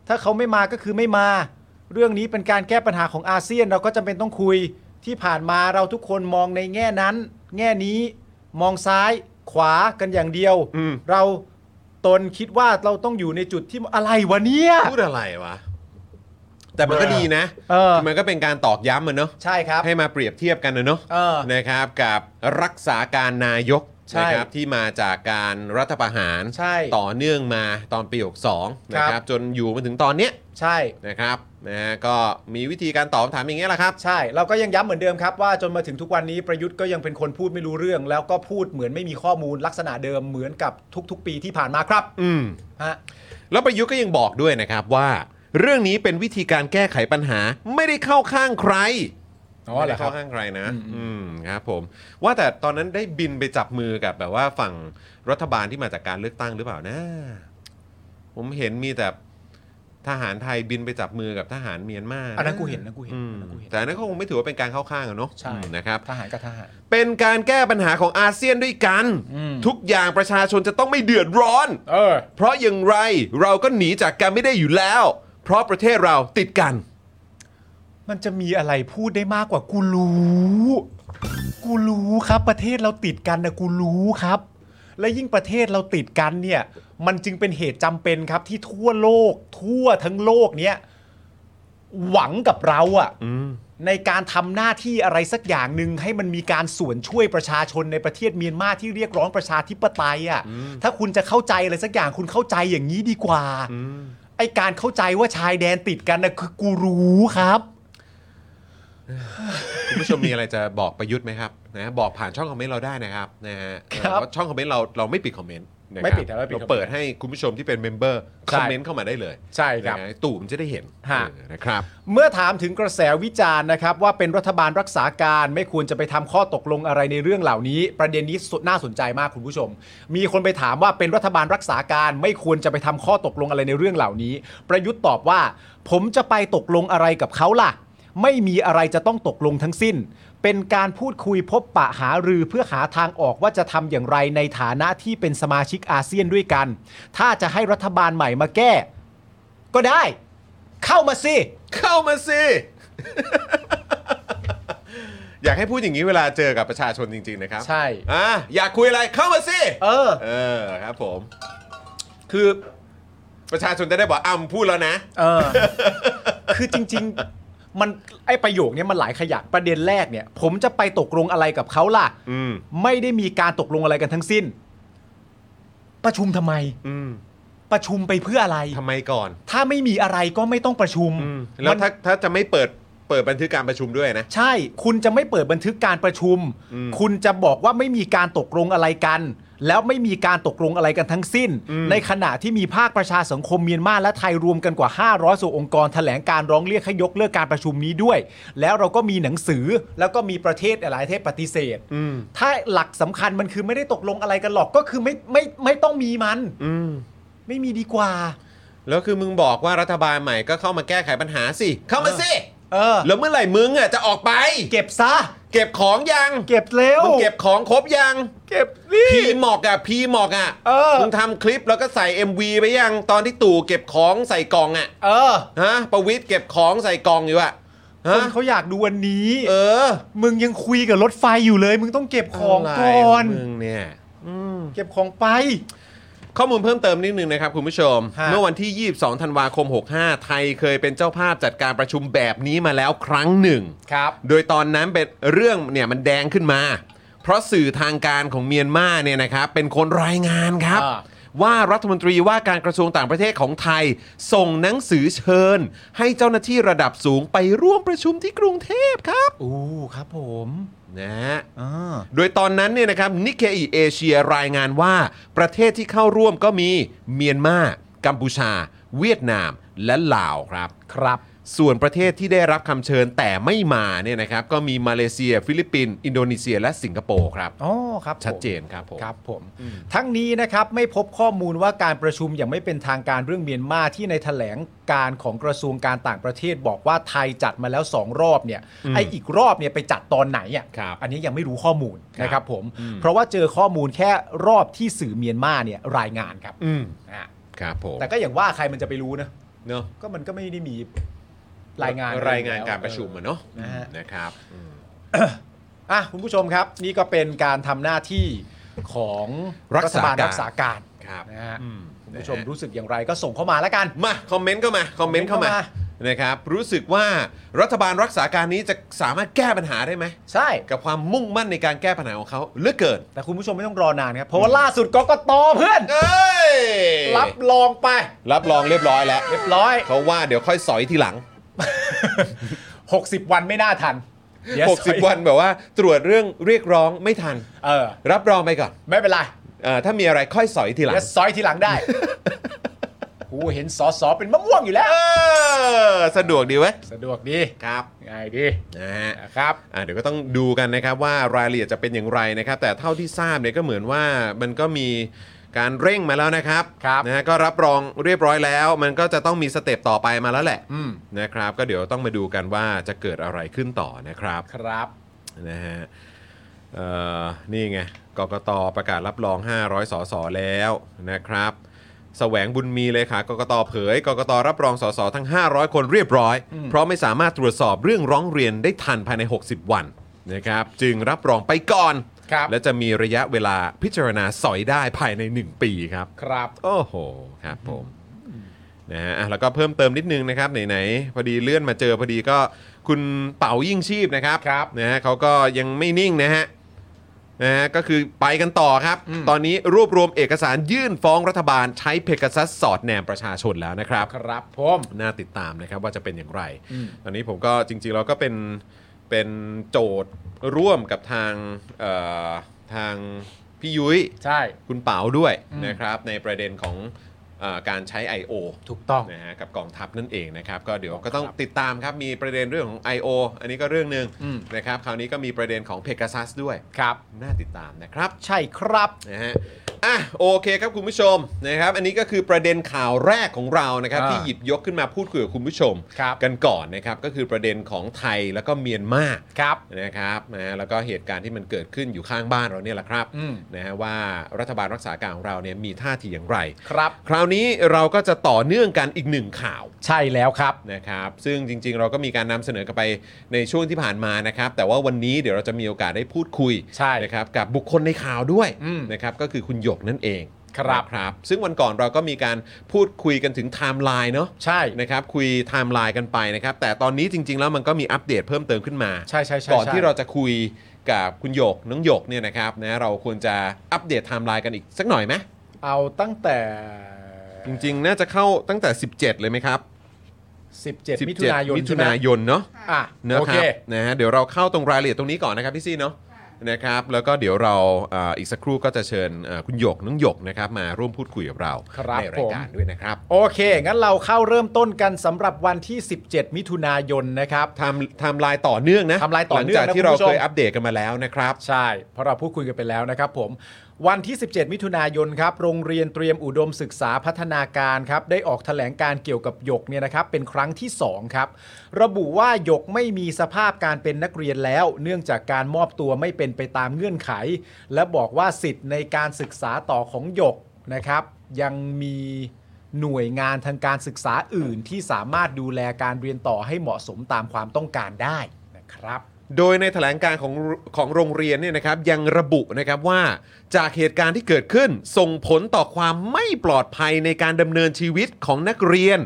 Speaker 2: ถ้าเขาไม่มาก็คือไม่มา เรื่องนี้เป็นการแก้ปัญหาของอาเซียนเราก็จำเป็นต้องคุยที่ผ่านมาเราทุกคนมองในแง่นั้น แง่นี้มองซ้ายขวากันอย่างเดียว
Speaker 1: อืม
Speaker 2: เราตนคิดว่าเราต้องอยู่ในจุดที่อะไรวะเนี่ย
Speaker 1: พูดอะไรวะ แต่มันก็ดีนะ
Speaker 2: เออ
Speaker 1: มันก็เป็นการตอกย้ำมันเนาะ
Speaker 2: ใช่ครับ
Speaker 1: ให้มาเปรียบเทียบกันนะเนาะ
Speaker 2: เออ
Speaker 1: นะครับกับรักษาการนายก
Speaker 2: ใช่
Speaker 1: นะครับที่มาจากการรัฐประหาร
Speaker 2: ใช่
Speaker 1: ต่อเนื่องมาตอนปี62นะค
Speaker 2: ครั
Speaker 1: รับบ จนอยู่มาถึงตอนเนี้ย
Speaker 2: ใช่
Speaker 1: นะครับนะฮะก็มีวิธีการตอบคำถามอย่างเงี้ยแหละครับ
Speaker 2: ใช่ เราก็ยังย้ำเหมือนเดิมครับว่าจนมาถึงทุกวันนี้ประยุทธ์ก็ยังเป็นคนพูดไม่รู้เรื่อง แล้วก็พูดเหมือนไม่มีข้อมูลลักษณะเดิมเหมือนกับทุกๆ ปีที่ผ่านมาครับ
Speaker 1: อืม
Speaker 2: ฮะ
Speaker 1: แล้วประยุทธ์ก็ยังบอกด้วยนะครับว่า เรื่องนี้เป็นวิธีการแก้ไขปัญหาไม่ได้เข้าข้างใครไม่ได้เข้าข้างใครนะ อืมครับผม ว่าแต่ตอนนั้นได้บินไปจับมือกับแบบว่าฝั่งรัฐบาลที่มาจากการเลือกตั้งหรือเปล่านะ ผมเห็นมีแต่ทหารไทยบินไปจับมือกับทหารเมียนมา
Speaker 2: อันนั้นกูเห็นอันนั้นกูเห็น
Speaker 1: อืม
Speaker 2: อันนั้นกูเห็น
Speaker 1: แต่อันนั้นก็คงไม่ถือว่าเป็นการเข้าข้างอะเนาะ
Speaker 2: ใช่
Speaker 1: อืมนะครับ
Speaker 2: ทหารกับทหาร
Speaker 1: เป็นการแก้ปัญหาของอาเซียนด้วยกัน
Speaker 2: อืม
Speaker 1: ทุกอย่างประชาชนจะต้องไม่เดือดร้อน
Speaker 2: เออ
Speaker 1: เพราะอย่างไรเราก็หนีจากกันไม่ได้อยู่แล้ว เพราะประเทศเราติดกัน
Speaker 2: มันจะมีอะไรพูดได้มากกว่ากูรู้กูรู้ครับ ประเทศเราติดกันนะกูรู้ครับ และยิ่งประเทศเราติดกันเนี่ย มันจึงเป็นเหตุจำเป็นครับ ที่ทั่วโลก ทั่วทั้งโลกเนี้ยหวังกับเราอะในการทำหน้าที่อะไรสักอย่างหนึ่งให้มันมีการส่วนช่วยประชาชนในประเทศเมียนมาที่เรียกร้องประชาธิปไตยอะถ้าคุณจะเข้าใจอะไรสักอย่างคุณเข้าใจอย่างนี้ดีกว่าไอการเข้าใจว่าชายแดนติดกันนะคือกูรู้ครับ
Speaker 1: คุณผู้ชมมีอะไรจะบอกประยุทธ์ไหมครับนะบอกผ่านช่องคอมเมนต์เราได้นะครับนะฮะ
Speaker 2: ครับ
Speaker 1: เอ่อว่าช่องคอมเมนต์เราเราไม่ปิดคอมเมนต์นะค
Speaker 2: ไม่
Speaker 1: รับ
Speaker 2: ปิดนะไม่ปิด
Speaker 1: เราเปิดให้คุณผู้ชมที่เป็นเมมเบอร์
Speaker 2: ใช่
Speaker 1: คอมเมนต์เข้ามาได้เลย
Speaker 2: ใช่ครับ
Speaker 1: นะฮะตู่มันจะได้เห็น
Speaker 2: ฮะ
Speaker 1: เออนะครับ
Speaker 2: เมื่อถามถึงกระแสวิจารณ์นะครับว่าเป็นรัฐบาลรักษาการไม่ควรจะไปทำข้อตกลงอะไรในเรื่องเหล่านี้ ประเด็นนี้สุดน่าสนใจมากคุณผู้ชม มีคนไปถามว่าเป็นรัฐบาลรักษาการไม่ควรจะไปทำข้อตกลงอะไรในเรื่องเหล่านี้ ประยุทธ์ตอบว่า ผมจะไปตกลงอะไรกับเขาล่ะ ไม่มีอะไรจะต้องตกลงทั้งสิ้น เป็นการพูดคุยพบปะหารือเพื่อหาทางออกว่าจะทำอย่างไรในฐานะที่เป็นสมาชิกอาเซียนด้วยกัน ถ้าจะให้รัฐบาลใหม่มาแก้ ก็ได้ เข้ามาสิ
Speaker 1: เข้ามาสิ อยากให้พูดอย่างนี้เวลาเจอกับประชาชนจริง ๆ นะครับ
Speaker 2: ใช่
Speaker 1: อ่ะอยากคุยอะไรเข้ามาสิ
Speaker 2: เออ
Speaker 1: เออครับผม คือประชาชนจะได้บอกอ้ำพูดแล้วนะ
Speaker 2: เออ คือจริง ๆ มันไอประโยคเนี้ยมันหลายขยักประเด็นแรกเนี่ย ผมจะไปตกลงอะไรกับเขาล่ะ
Speaker 1: อืม
Speaker 2: ไม่ได้มีการตกลงอะไรกันทั้งสิ้น ประชุมทำไม
Speaker 1: อืม
Speaker 2: ประชุมไปเพื่ออะไร
Speaker 1: ทำไมก่อน
Speaker 2: ถ้าไม่มีอะไรก็ไม่ต้องประชุม
Speaker 1: แล้ว
Speaker 2: มัน
Speaker 1: ถ้าถ้าจะไม่เปิดเปิดบันทึกการประชุมด้วยนะ
Speaker 2: ใช่ คุณจะไม่เปิดบันทึกการประชุม คุณจะบอกว่าไม่มีการตกลงอะไรกัน แล้วไม่มีการตกลงอะไรกันทั้งสิ้น ในขณะที่มีภาคประชาสังคมเมียนมาและไทยรวมกันกว่า 500ส่วนองค์กรแถลงการร้องเรียกให้ยกเลิกการประชุมนี้ด้วย แล้วเราก็มีหนังสือแล้วก็มีประเทศหลายประเทศปฏิเสธ ถ้าหลักสำคัญมันคือไม่ได้ตกลงอะไรกันหรอกก็คือไม่ไม่ไม่ต้องมีมัน
Speaker 1: อืม
Speaker 2: ไม่มีดีกว่า
Speaker 1: แล้วคือมึงบอกว่ารัฐบาลใหม่ก็เข้ามาแก้ไขปัญหาสิ เข้ามาสิ
Speaker 2: เออ
Speaker 1: แล้วเมื่อไหร่มึงอ่ะจะออกไป
Speaker 2: เก็บซะ
Speaker 1: เก็บของยัง
Speaker 2: เก็บเร็ว
Speaker 1: มึงเก็บของครบยัง
Speaker 2: เก็บนี่
Speaker 1: พีหมอกอ่ะพีหมอกอ่ะ
Speaker 2: เออ
Speaker 1: มึงทำคลิปแล้วก็ใส่ MV ไปยังตอนที่ตู่เก็บของใส่กล่องอ่ะ
Speaker 2: เออ
Speaker 1: ฮะประวิทย์เก็บของใส่กล่องอยู่อ่ะ
Speaker 2: ค
Speaker 1: ฮะ
Speaker 2: นเขาอยากดูวันนี้
Speaker 1: เออ
Speaker 2: มึงยังคุยกับรถไฟอยู่เลย มึงต้องเก็บของก่
Speaker 1: ะ
Speaker 2: อ
Speaker 1: ไร
Speaker 2: น
Speaker 1: มึงเนี่ย
Speaker 2: เก็บของไป
Speaker 1: ข้อมูลเพิ่มเติมนิดนึงนะครับ คุณผู้ชม
Speaker 2: ฮะ
Speaker 1: เมื่อวันที่ 22 ธันวาคม 65 ไทยเคยเป็นเจ้าภาพจัดการประชุมแบบนี้มาแล้วครั้งหนึ่ง
Speaker 2: ครับ
Speaker 1: โดยตอนนั้นเป็นเรื่องเนี่ยมันแดงขึ้นมา เพราะสื่อทางการของเมียนมาเนี่ยนะครับเป็นคนรายงานครับ
Speaker 2: อ่า
Speaker 1: ว่ารัฐมนตรีว่าการกระทรวงต่างประเทศของไทย ส่งหนังสือเชิญ ให้เจ้าหน้าที่ระดับสูงไปร่วมประชุมที่กรุงเทพครับ
Speaker 2: อู้ครับผม
Speaker 1: นะฮะ
Speaker 2: อ่า
Speaker 1: โดยตอนนั้นเนี่ยนะครับนิเคอีเอเชียรายงานว่าประเทศที่เข้าร่วมก็มีเมียนมา กัมพูชา เวียดนาม และลาวครับ
Speaker 2: ครับ
Speaker 1: ส่วนประเทศที่ได้รับคำเชิญแต่ไม่มาเนี่ยนะครับก็มีมาเลเซีย ฟิลิปปินส์อินโดนีเซีย และสิงคโปร์ครับ
Speaker 2: อ๋อ ครับผม
Speaker 1: ชัดเจนครับผม
Speaker 2: ครับผม ทั้งนี้นะครับไม่พบข้อมูลว่าการประชุมอย่างไม่เป็นทางการเรื่องเมียนมาที่ในแถลงการของกระทรวงการต่างประเทศบอกว่าไทยจัดมาแล้ว 2 รอบเนี่ยไออีกรอบเนี่ยไปจัดตอนไหนอ่ะ
Speaker 1: ครับ
Speaker 2: อันนี้ยังไม่รู้ข้อมูลนะค
Speaker 1: ครั
Speaker 2: รับบ ผม
Speaker 1: อืม
Speaker 2: เพราะว่าเจอข้อมูลแค่รอบที่สื่อเมียนมาเนี่ยรายงานครับ
Speaker 1: อืม
Speaker 2: อ่ะ
Speaker 1: ครับผม
Speaker 2: แต่ก็อย่างว่าใครมันจะไปรู้นะ
Speaker 1: เนาะ
Speaker 2: ก็มันก็ไม่ได้มีรายงาน
Speaker 1: รายงานการประชุมอะเนาะ
Speaker 2: นะฮะ
Speaker 1: นะครับอืม
Speaker 2: อ่ะคุณผู้ชมครับ นี่ก็เป็นการทำหน้าที่ของฐบาลรักษาการ
Speaker 1: ครับ
Speaker 2: นะฮะ
Speaker 1: อืม
Speaker 2: คุณผู้ชมรู้สึกอย่างไรก็ส่งเข้ามาแล้วกัน
Speaker 1: มาคอมเมนต์เข้ามาคอมเมนต์เข้ามา
Speaker 2: คอมเมนต์
Speaker 1: นะครับรู้สึกว่ารัฐบาลรักษาการนี้จะสามารถแก้ปัญหาได้ไหม
Speaker 2: ใช่
Speaker 1: กับความมุ่งมั่นในการแก้ปัญหาของเขาเหลือเกิน
Speaker 2: แต่คุณผู้ชมไม่ต้องรอนานครับ เพราะว่าล่าสุดกกตเพื่อน
Speaker 1: เอ้ย
Speaker 2: รับรองไป
Speaker 1: รับรองเรียบร้อยแล้ว
Speaker 2: เรียบร้อย
Speaker 1: เขาว่าเดี๋ยวค่อยสอยทีหลัง
Speaker 2: 60 วันไม่น่าทันเดี๋ย
Speaker 1: 60 วันแบบว่า ตรวจเรื่องเรียกร้องไม่ทัน
Speaker 2: เออ
Speaker 1: รับรองไปก่อน
Speaker 2: ไม่เป็นไร
Speaker 1: เออถ้ามีอะไรค่อยสอยทีหลัง
Speaker 2: เดี๋ยวซอยทีหลั งได้ กูเห็นสอสอเป็นมะม่วงอยู่แล้ว
Speaker 1: เออสะดวกดีเว้ย
Speaker 2: สะดวกดี
Speaker 1: ครับ
Speaker 2: ง่ายดี
Speaker 1: นะฮะ
Speaker 2: นะครับ
Speaker 1: อ่ะเดี๋ยวก็ต้องดูกันนะครับว่ารายละเอียดจะเป็นอย่างไรนะครับ แต่เท่าที่ทราบเนี่ยก็เหมือนว่ามันก็มีการเร่งมาแล้วนะครับ
Speaker 2: ครับ
Speaker 1: นะฮะก็รับรองเรียบร้อยแล้ว มันก็จะต้องมีสเต็ปต่อไปมาแล้วแหละ
Speaker 2: อืม
Speaker 1: นะครับ ก็เดี๋ยวต้องมาดูกันว่าจะเกิดอะไรขึ้นต่อนะครับ
Speaker 2: ครับ
Speaker 1: นะฮะเอ่อนี่ไงกกตประกาศรับรอง 500สสแล้วนะครับแสวงบุญมีเลยค่ะกกตเผยกกตรับรองสสทั้ง 500 คนเรียบร้อย เพราะไม่สามารถตรวจสอบเรื่องร้องเรียนได้ทันภายใน 60 วันนะครับจึงรับรองไปก่อน
Speaker 2: ครับ
Speaker 1: และจะมีระยะเวลาพิจารณาสอยได้ภายใน 1 ปีครับ
Speaker 2: ครับ
Speaker 1: โอ้โห ครับผมนะฮะอ่ะแล้วก็เพิ่มเติมนิดนึงนะครับไหนๆพอดีเลื่อนมาเจอพอดีก็คุณเป๋ายิ่งชีพนะครับ
Speaker 2: ครับ
Speaker 1: นะฮะเขาก็ยังไม่นิ่งนะฮะนะฮะก็คือไปกันต่อครับ ตอนนี้รวบรวมเอกสารยื่นฟ้องรัฐบาลใช้เพก a ซัสสอดแนมประชาชนแล้วนะครับ
Speaker 2: ครับผม
Speaker 1: น่าติดตามนะครับว่าจะเป็นอย่างไร
Speaker 2: อืม
Speaker 1: ตอนนี้ผมก็จริงๆเราก็เป็นเป็นโจทย์ร่วมกับทางเอ่อทางพี่ยุ้ย
Speaker 2: ใช่
Speaker 1: คุณเป๋าด้วยนะครับในประเด็นของเออการใช้ I.O.
Speaker 2: ถูกต้อง
Speaker 1: นะฮะกับกองทัพนั่นเองนะครับ ก็เดี๋ยวก็ต้องติดตามครับ มีประเด็นเรื่องของ I.O. อันนี้ก็เรื่องหนึ่ง
Speaker 2: อืม
Speaker 1: นะครับคราวนี้ก็มีประเด็นของ Pegasus ด้วย
Speaker 2: ครับ
Speaker 1: น่าติดตามนะครับ
Speaker 2: ใช่ครับ
Speaker 1: นะฮะ อ่ะโอเคครับคุณผู้ชมนะครับ อันนี้ก็คือประเด็นข่าวแรกของเรานะครับ
Speaker 2: อ่า
Speaker 1: ที่หยิบยกขึ้นมาพูดคุยกับคุณผู้ชม
Speaker 2: ครับ
Speaker 1: กันก่อนนะครับก็คือประเด็นของไทยแล้วก็เมียนมา
Speaker 2: ครับ
Speaker 1: นะครับนะแล้วก็เหตุการณ์ที่มันเกิดขึ้นอยู่ข้างบ้านเราเนี่ยแหละครับ
Speaker 2: อืม
Speaker 1: นะฮะว่ารัฐบาลรักษาการของเราเนี่ยมีท่าทีอย่างไร
Speaker 2: ครับ
Speaker 1: คราวนี้เราก็จะต่อเนื่องกันอีกหนึ่งข่าว
Speaker 2: ใช่แล้วครับ
Speaker 1: นะครับซึ่งจริงๆ เราก็มีการนำเสนอกันไปในช่วงที่ผ่านมานะครับ แต่ว่าวันนี้เดี๋ยวเราจะมีโอกาสได้พูดคุย
Speaker 2: ใช่
Speaker 1: นะครับกับบุคคลในข่าวด้วย
Speaker 2: อืม
Speaker 1: นะครับก็คือคุณหยกนั่นเอง
Speaker 2: ครับ
Speaker 1: นะครับ ซึ่งวันก่อนเราก็มีการพูดคุยกันถึงไทม์ไลน์เนาะ
Speaker 2: ใช่
Speaker 1: นะครับคุยไทม์ไลน์กันไปนะครับแต่ตอนนี้จริง ๆ แล้วมันก็มีอัปเดตเพิ่มเติมขึ้นมา
Speaker 2: ใช่ใช่ใช่
Speaker 1: ก่อน
Speaker 2: ใช่
Speaker 1: ที่เราจะคุยกับคุณหยกน้องหยกเนี่ยนะครับนะเราควรจะอัปเดตไทม์ไลน์กันอีกสักหน่อยไหม
Speaker 2: เอาตั้งแต่
Speaker 1: จริง ๆ น่าจะเข้าตั้งแต่ 17 เลยไหมครับ
Speaker 2: 17 มิถุนายน
Speaker 1: มิถุนายนเนาะ
Speaker 2: ใช่ไหมอ่ะ
Speaker 1: นะ
Speaker 2: โอ
Speaker 1: ค
Speaker 2: เครับ
Speaker 1: นะฮะเดี๋ยวเราเข้าตรงรายละเอียดตรงนี้ก่อนนะครับพี่ซี่เนาะนะครับ แล้วก็เดี๋ยวเราอ่าอีกสักครู่ก็จะเชิญอ่าคุณหยกน้องหยกนะครับมาร่วมพูดคุยกับเรา
Speaker 2: ครับ
Speaker 1: ใน
Speaker 2: ผ
Speaker 1: ราย
Speaker 2: ม
Speaker 1: การด้วยนะครับ
Speaker 2: โอเค งั้นเราเข้าเริ่มต้นกันสำหรับวันที่ 17 มิถุนายนนะครับ
Speaker 1: ไทม์ไทม์ไลน์ต่อเนื่องนะ
Speaker 2: ไทม์ไลน์ต่อเนื่อง
Speaker 1: หลังจากที่
Speaker 2: นะคุ
Speaker 1: เรา
Speaker 2: ณผู้ชม
Speaker 1: เคยอัปเดตกันมาแล้วนะครับ
Speaker 2: ใช่เพราะเราพูดคุยกันไปแล้วนะครับผม วันที่ 17 มิถุนายนครับ โรงเรียนเตรียมอุดมศึกษาพัฒนาการครับ ได้ออกแถลงการเกี่ยวกับหยกเนี่ยนะครับ เป็นครั้งที่ 2 ครับ ระบุว่าหยกไม่มีสภาพการเป็นนักเรียนแล้ว เนื่องจากการมอบตัวไม่เป็นไปตามเงื่อนไข และบอกว่าสิทธิ์ในการศึกษาต่อของหยกนะครับ ยังมีหน่วยงานทางการศึกษาอื่น ที่สามารถดูแลการเรียนต่อให้เหมาะสมตามความต้องการได้นะครับ
Speaker 1: โดยในแถลงการของของโรงเรียนเนี่ยนะครับยังระบุนะครับว่าจากเหตุการณ์ที่เกิดขึ้น ส่งผลต่อความไม่ปลอดภัยในการดำเนินชีวิตของนักเรียน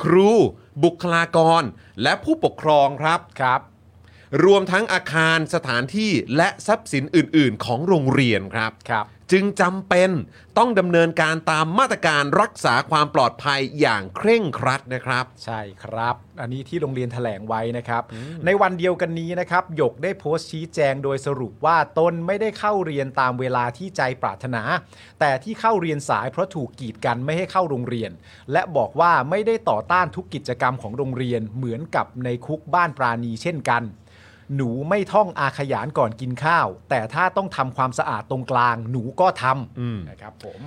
Speaker 1: ครู บุคลากร และผู้ปกครองครับ
Speaker 2: ครับ
Speaker 1: รวมทั้งอาคารสถานที่และทรัพย์สินอื่น ๆ ของโรงเรียนครับ
Speaker 2: ครับ
Speaker 1: จึงจำเป็นต้องดำเนินการตามมาตรการรักษาความปลอดภัยอย่างเคร่งครัดนะครับ
Speaker 2: ใช่ครับ อันนี้ที่โรงเรียนแถลงไว้นะครับ ในวันเดียวกันนี้นะครับหยกได้โพสต์ชี้แจงโดยสรุปว่าตนไม่ได้เข้าเรียนตามเวลาที่ใจปรารถนา แต่ที่เข้าเรียนสายเพราะถูกกีดกันไม่ให้เข้าโรงเรียน และบอกว่าไม่ได้ต่อต้านทุกกิจกรรมของโรงเรียนเหมือนกับในคุกบ้านปราณีเช่นกัน หนูไม่ท่องอาขยานก่อนกินข้าว แต่ถ้าต้องทำความสะอาดตรงกลาง หนูก็ทำนะครับผม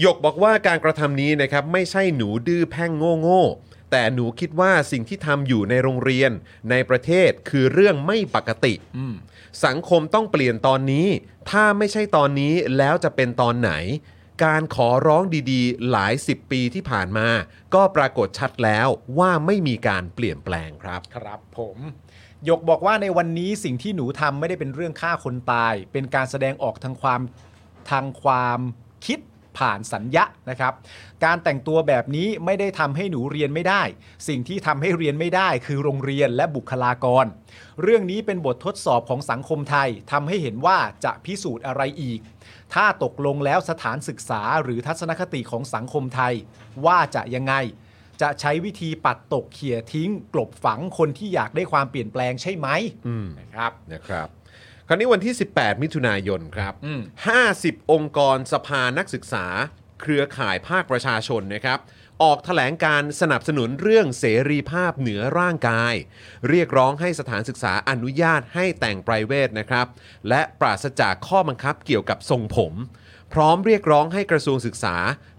Speaker 1: หยกบอกว่าการกระทำนี้นะครับไม่ใช่หนูดื้อแพ่งโง่โง่ๆแต่หนูคิดว่าสิ่งที่ทำอยู่ในโรงเรียน ในประเทศคือเรื่องไม่ปกติ
Speaker 2: อืม
Speaker 1: สังคมต้องเปลี่ยนตอนนี้ ถ้าไม่ใช่ตอนนี้แล้วจะเป็นตอนไหน การขอร้องดีๆ หลายสิบปีที่ผ่านมา ก็ปรากฏชัดแล้วว่าไม่มีการเปลี่ยนแปลงครับ
Speaker 2: ครับผมหยกบอกว่าในวันนี้สิ่งที่หนูทำไม่ได้เป็นเรื่องฆ่าคนตาย เป็นการแสดงออกทางความทางความคิดผ่านสัญญะนะครับ การแต่งตัวแบบนี้ไม่ได้ทำให้หนูเรียนไม่ได้ สิ่งที่ทำให้เรียนไม่ได้คือโรงเรียนและบุคลากร เรื่องนี้เป็นบททดสอบของสังคมไทยทำให้เห็นว่าจะพิสูจน์อะไรอีก ถ้าตกลงแล้วสถานศึกษาหรือทัศนคติของสังคมไทย ว่าจะยังไง จะใช้วิธีปัดตกเขี่ยทิ้ง กลบฝังคนที่อยากได้ความเปลี่ยนแปลงใช่ไหม
Speaker 1: อืม
Speaker 2: นะครับ
Speaker 1: นะครับ คราวนี้วันที่ 18 มิถุนายนครับ
Speaker 2: อืม
Speaker 1: 50 องค์กรสภานักศึกษา เครือข่ายภาคประชาชนนะครับ ออกถแถลงการสนับสนุนเรื่องเสรีภาพเหนือร่างกาย เรียกร้องให้สถานศึกษาอนุญาตให้แต่งไพรเวทนะครับ และปราศจากข้อบังคับเกี่ยวกับทรงผม พร้อมเรียกร้องให้กระทรวงศึกษา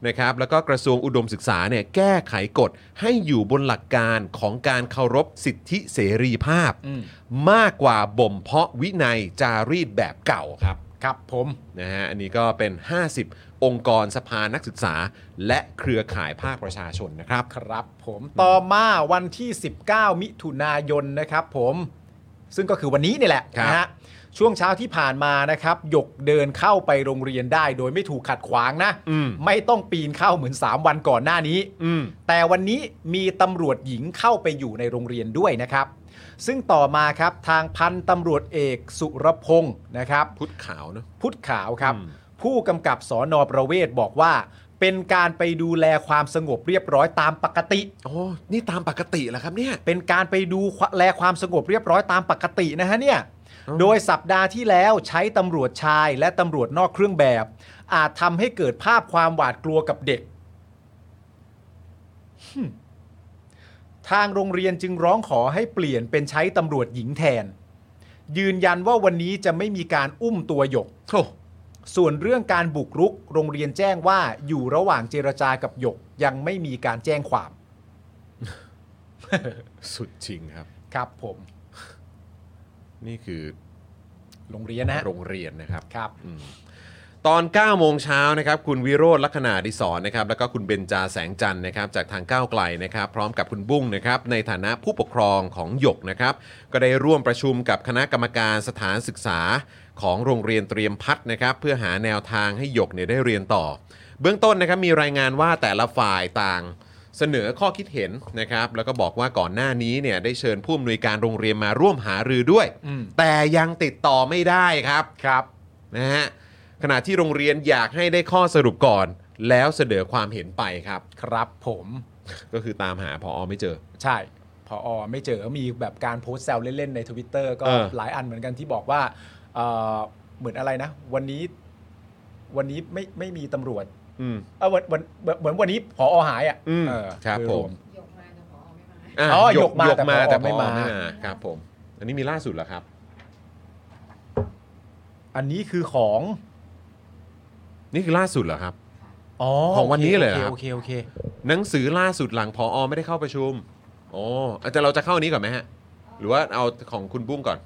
Speaker 1: นะครับ แล้วก็กระทรวงอุดมศึกษาเนี่ยแก้ไขกฎให้อยู่บนหลักการของการเคารพสิทธิเสรีภาพ
Speaker 2: อืม
Speaker 1: มากกว่าบ่มเพาะวินัยจารีตแบบเก่าครับ
Speaker 2: ครับผม
Speaker 1: นะฮะอันนี้ก็เป็น 50 องค์กรสภานักศึกษา และเครือข่ายภาคประชาชนนะครับ
Speaker 2: ครับผมต่อมาวันที่ 19 มิถุนายนนะครับผมซึ่งก็คือวันนี้นี่แหละ
Speaker 1: ครับ
Speaker 2: นะฮะช่วงเช้าที่ผ่านมานะครับหยกเดินเข้าไปโรงเรียนได้ โดยไม่ถูกขัดขวางนะ
Speaker 1: อืม
Speaker 2: ไม่ต้องปีนเข้าเหมือน 3 วันก่อนหน้านี้
Speaker 1: อืม
Speaker 2: แต่วันนี้มีตำรวจหญิงเข้าไปอยู่ในโรงเรียนด้วยนะครับ ซึ่งต่อมาครับทางพันตำรวจเอกสุรพงศ์นะครับ
Speaker 1: พุทธขาวเนอะ
Speaker 2: พุทธขาวครับ
Speaker 1: อืม
Speaker 2: ผู้กำกับสอนอประเวศบอกว่า เป็นการไปดูแลความสงบเรียบร้อยตามปกติ
Speaker 1: โอ้นี่ตามปกติเหรอครับเนี่ย
Speaker 2: เป็นการไปดูแลความสงบเรียบร้อยตามปกตินะฮะเนี่ย โดยสัปดาห์ที่แล้วใช้ตำรวจชายและตำรวจนอกเครื่องแบบ อาจทำให้เกิดภาพความหวาดกลัวกับเด็ก ทางโรงเรียนจึงร้องขอให้เปลี่ยนเป็นใช้ตำรวจหญิงแทน ยืนยันว่าวันนี้จะไม่มีการอุ้มตัวหยก
Speaker 1: โอ้
Speaker 2: ส่วนเรื่องการบุกรุก โรงเรียนแจ้งว่าอยู่ระหว่างเจรจากับหยก ยังไม่มีการแจ้งความ
Speaker 1: สุดจริงครับ
Speaker 2: ครับผม
Speaker 1: นี่คือ
Speaker 2: โรงเรียนนะฮะ
Speaker 1: โรงเรียนนะครับ
Speaker 2: ครับ
Speaker 1: ตอน 9 โมงเช้านะครับ คุณวิโรธลักษณาดิศรณ์นะครับ แล้วก็คุณเบนจาแสงจันทร์นะครับ จากทางก้าวไกลนะครับ พร้อมกับคุณบุ้งนะครับ ในฐานะผู้ปกครองของหยกนะครับ ก็ได้ร่วมประชุมกับคณะกรรมการสถานศึกษาของโรงเรียนเตรียมพัฒน์นะครับ เพื่อหาแนวทางให้หยกเนี่ยได้เรียนต่อ เบื้องต้นนะครับมีรายงานว่าแต่ละฝ่ายต่าง เสนอข้อคิดเห็นนะครับ แล้วก็บอกว่าก่อนหน้านี้เนี่ยได้เชิญผู้อำนวยการโรงเรียนมาร่วมหารือด้วย
Speaker 2: อืม
Speaker 1: แต่ยังติดต่อไม่ได้ครับ
Speaker 2: ครับ
Speaker 1: นะฮะขณะที่โรงเรียนอยากให้ได้ข้อสรุปก่อน แล้วเสนอความเห็นไปครับ
Speaker 2: ครับผม
Speaker 1: ก็คือตามหาพอไม่เจอ
Speaker 2: ใช่ พออไม่เจอมีแบบการโพสต์แซวเล่น ๆ ใน Twitter ก็
Speaker 1: เออ
Speaker 2: หลายอันเหมือนกันที่บอกว่าเอ่อเหมือนอะไรนะ วันนี้วันนี้ไม่ไม่มีตำรวจ
Speaker 1: อืม
Speaker 2: เออวันวันเหมือนวันนี้พออหายอ่ะ
Speaker 1: อืม
Speaker 2: เออ
Speaker 1: ครับ
Speaker 2: โดย
Speaker 1: ผม
Speaker 2: ว
Speaker 3: ยกมาแต่พอไม่มา
Speaker 1: อ่ะ
Speaker 2: อ๋อยกมาแต่ผอ
Speaker 1: แต่ผอ
Speaker 2: ไม่
Speaker 1: ไม่
Speaker 2: มา
Speaker 1: มาครับผม อันนี้มีล่าสุดเหรอครับ
Speaker 2: อันนี้คือของ
Speaker 1: นี่คือล่าสุดเหรอครับ
Speaker 2: อ๋อ
Speaker 1: ของวันนี้เลยเหรอ
Speaker 2: โอเคโอเคโอเค
Speaker 1: หนังสือล่าสุดหลังพออไม่ได้เข้าประชุมโอ้อาจารย์เราจะเข้าอันนี้ก่อนไหมฮะ หรือว่าเอาของคุณบุ้งก่อน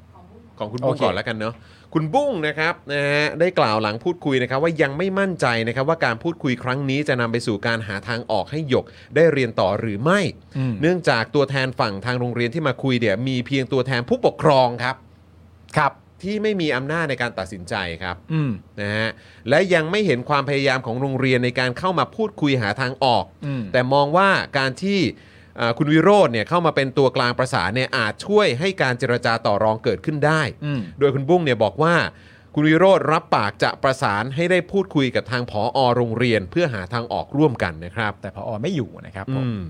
Speaker 1: ของคุณบุ้งก่อนแล้วกันเนาะคุณบุ้งนะครับนะฮะได้กล่าวหลังพูดคุยนะครับ ว่ายังไม่มั่นใจนะครับ ว่าการพูดคุยครั้งนี้จะนำไปสู่การหาทางออกให้หยกได้เรียนต่อหรือไม่
Speaker 2: อืม
Speaker 1: เนื่องจากตัวแทนฝั่งทางโรงเรียนที่มาคุยเนี่ยมีเพียงตัวแทนผู้ปกครองครับ
Speaker 2: ครับ
Speaker 1: ที่ไม่มีอำนาจในการตัดสินใจครับ
Speaker 2: อืม
Speaker 1: นะฮะและยังไม่เห็นความพยายามของโรงเรียนในการเข้ามาพูดคุยหาทางออก
Speaker 2: อืม
Speaker 1: แต่มองว่าการที่เอ่อคุณวิโรธเนี่ยเข้ามาเป็นตัวกลางประสานเนี่ยอาจช่วยให้การเจรจาต่อรองเกิดขึ้นได้
Speaker 2: อืม
Speaker 1: โดยคุณบุ้งเนี่ยบอกว่า คุณวิโรธรับปากจะประสานให้ได้พูดคุยกับทางผอโรงเรียน เพื่อหาทางออกร่วมกันนะครับ
Speaker 2: แต่พอไม่อยู่นะครับผ
Speaker 1: อื
Speaker 2: ม
Speaker 1: ม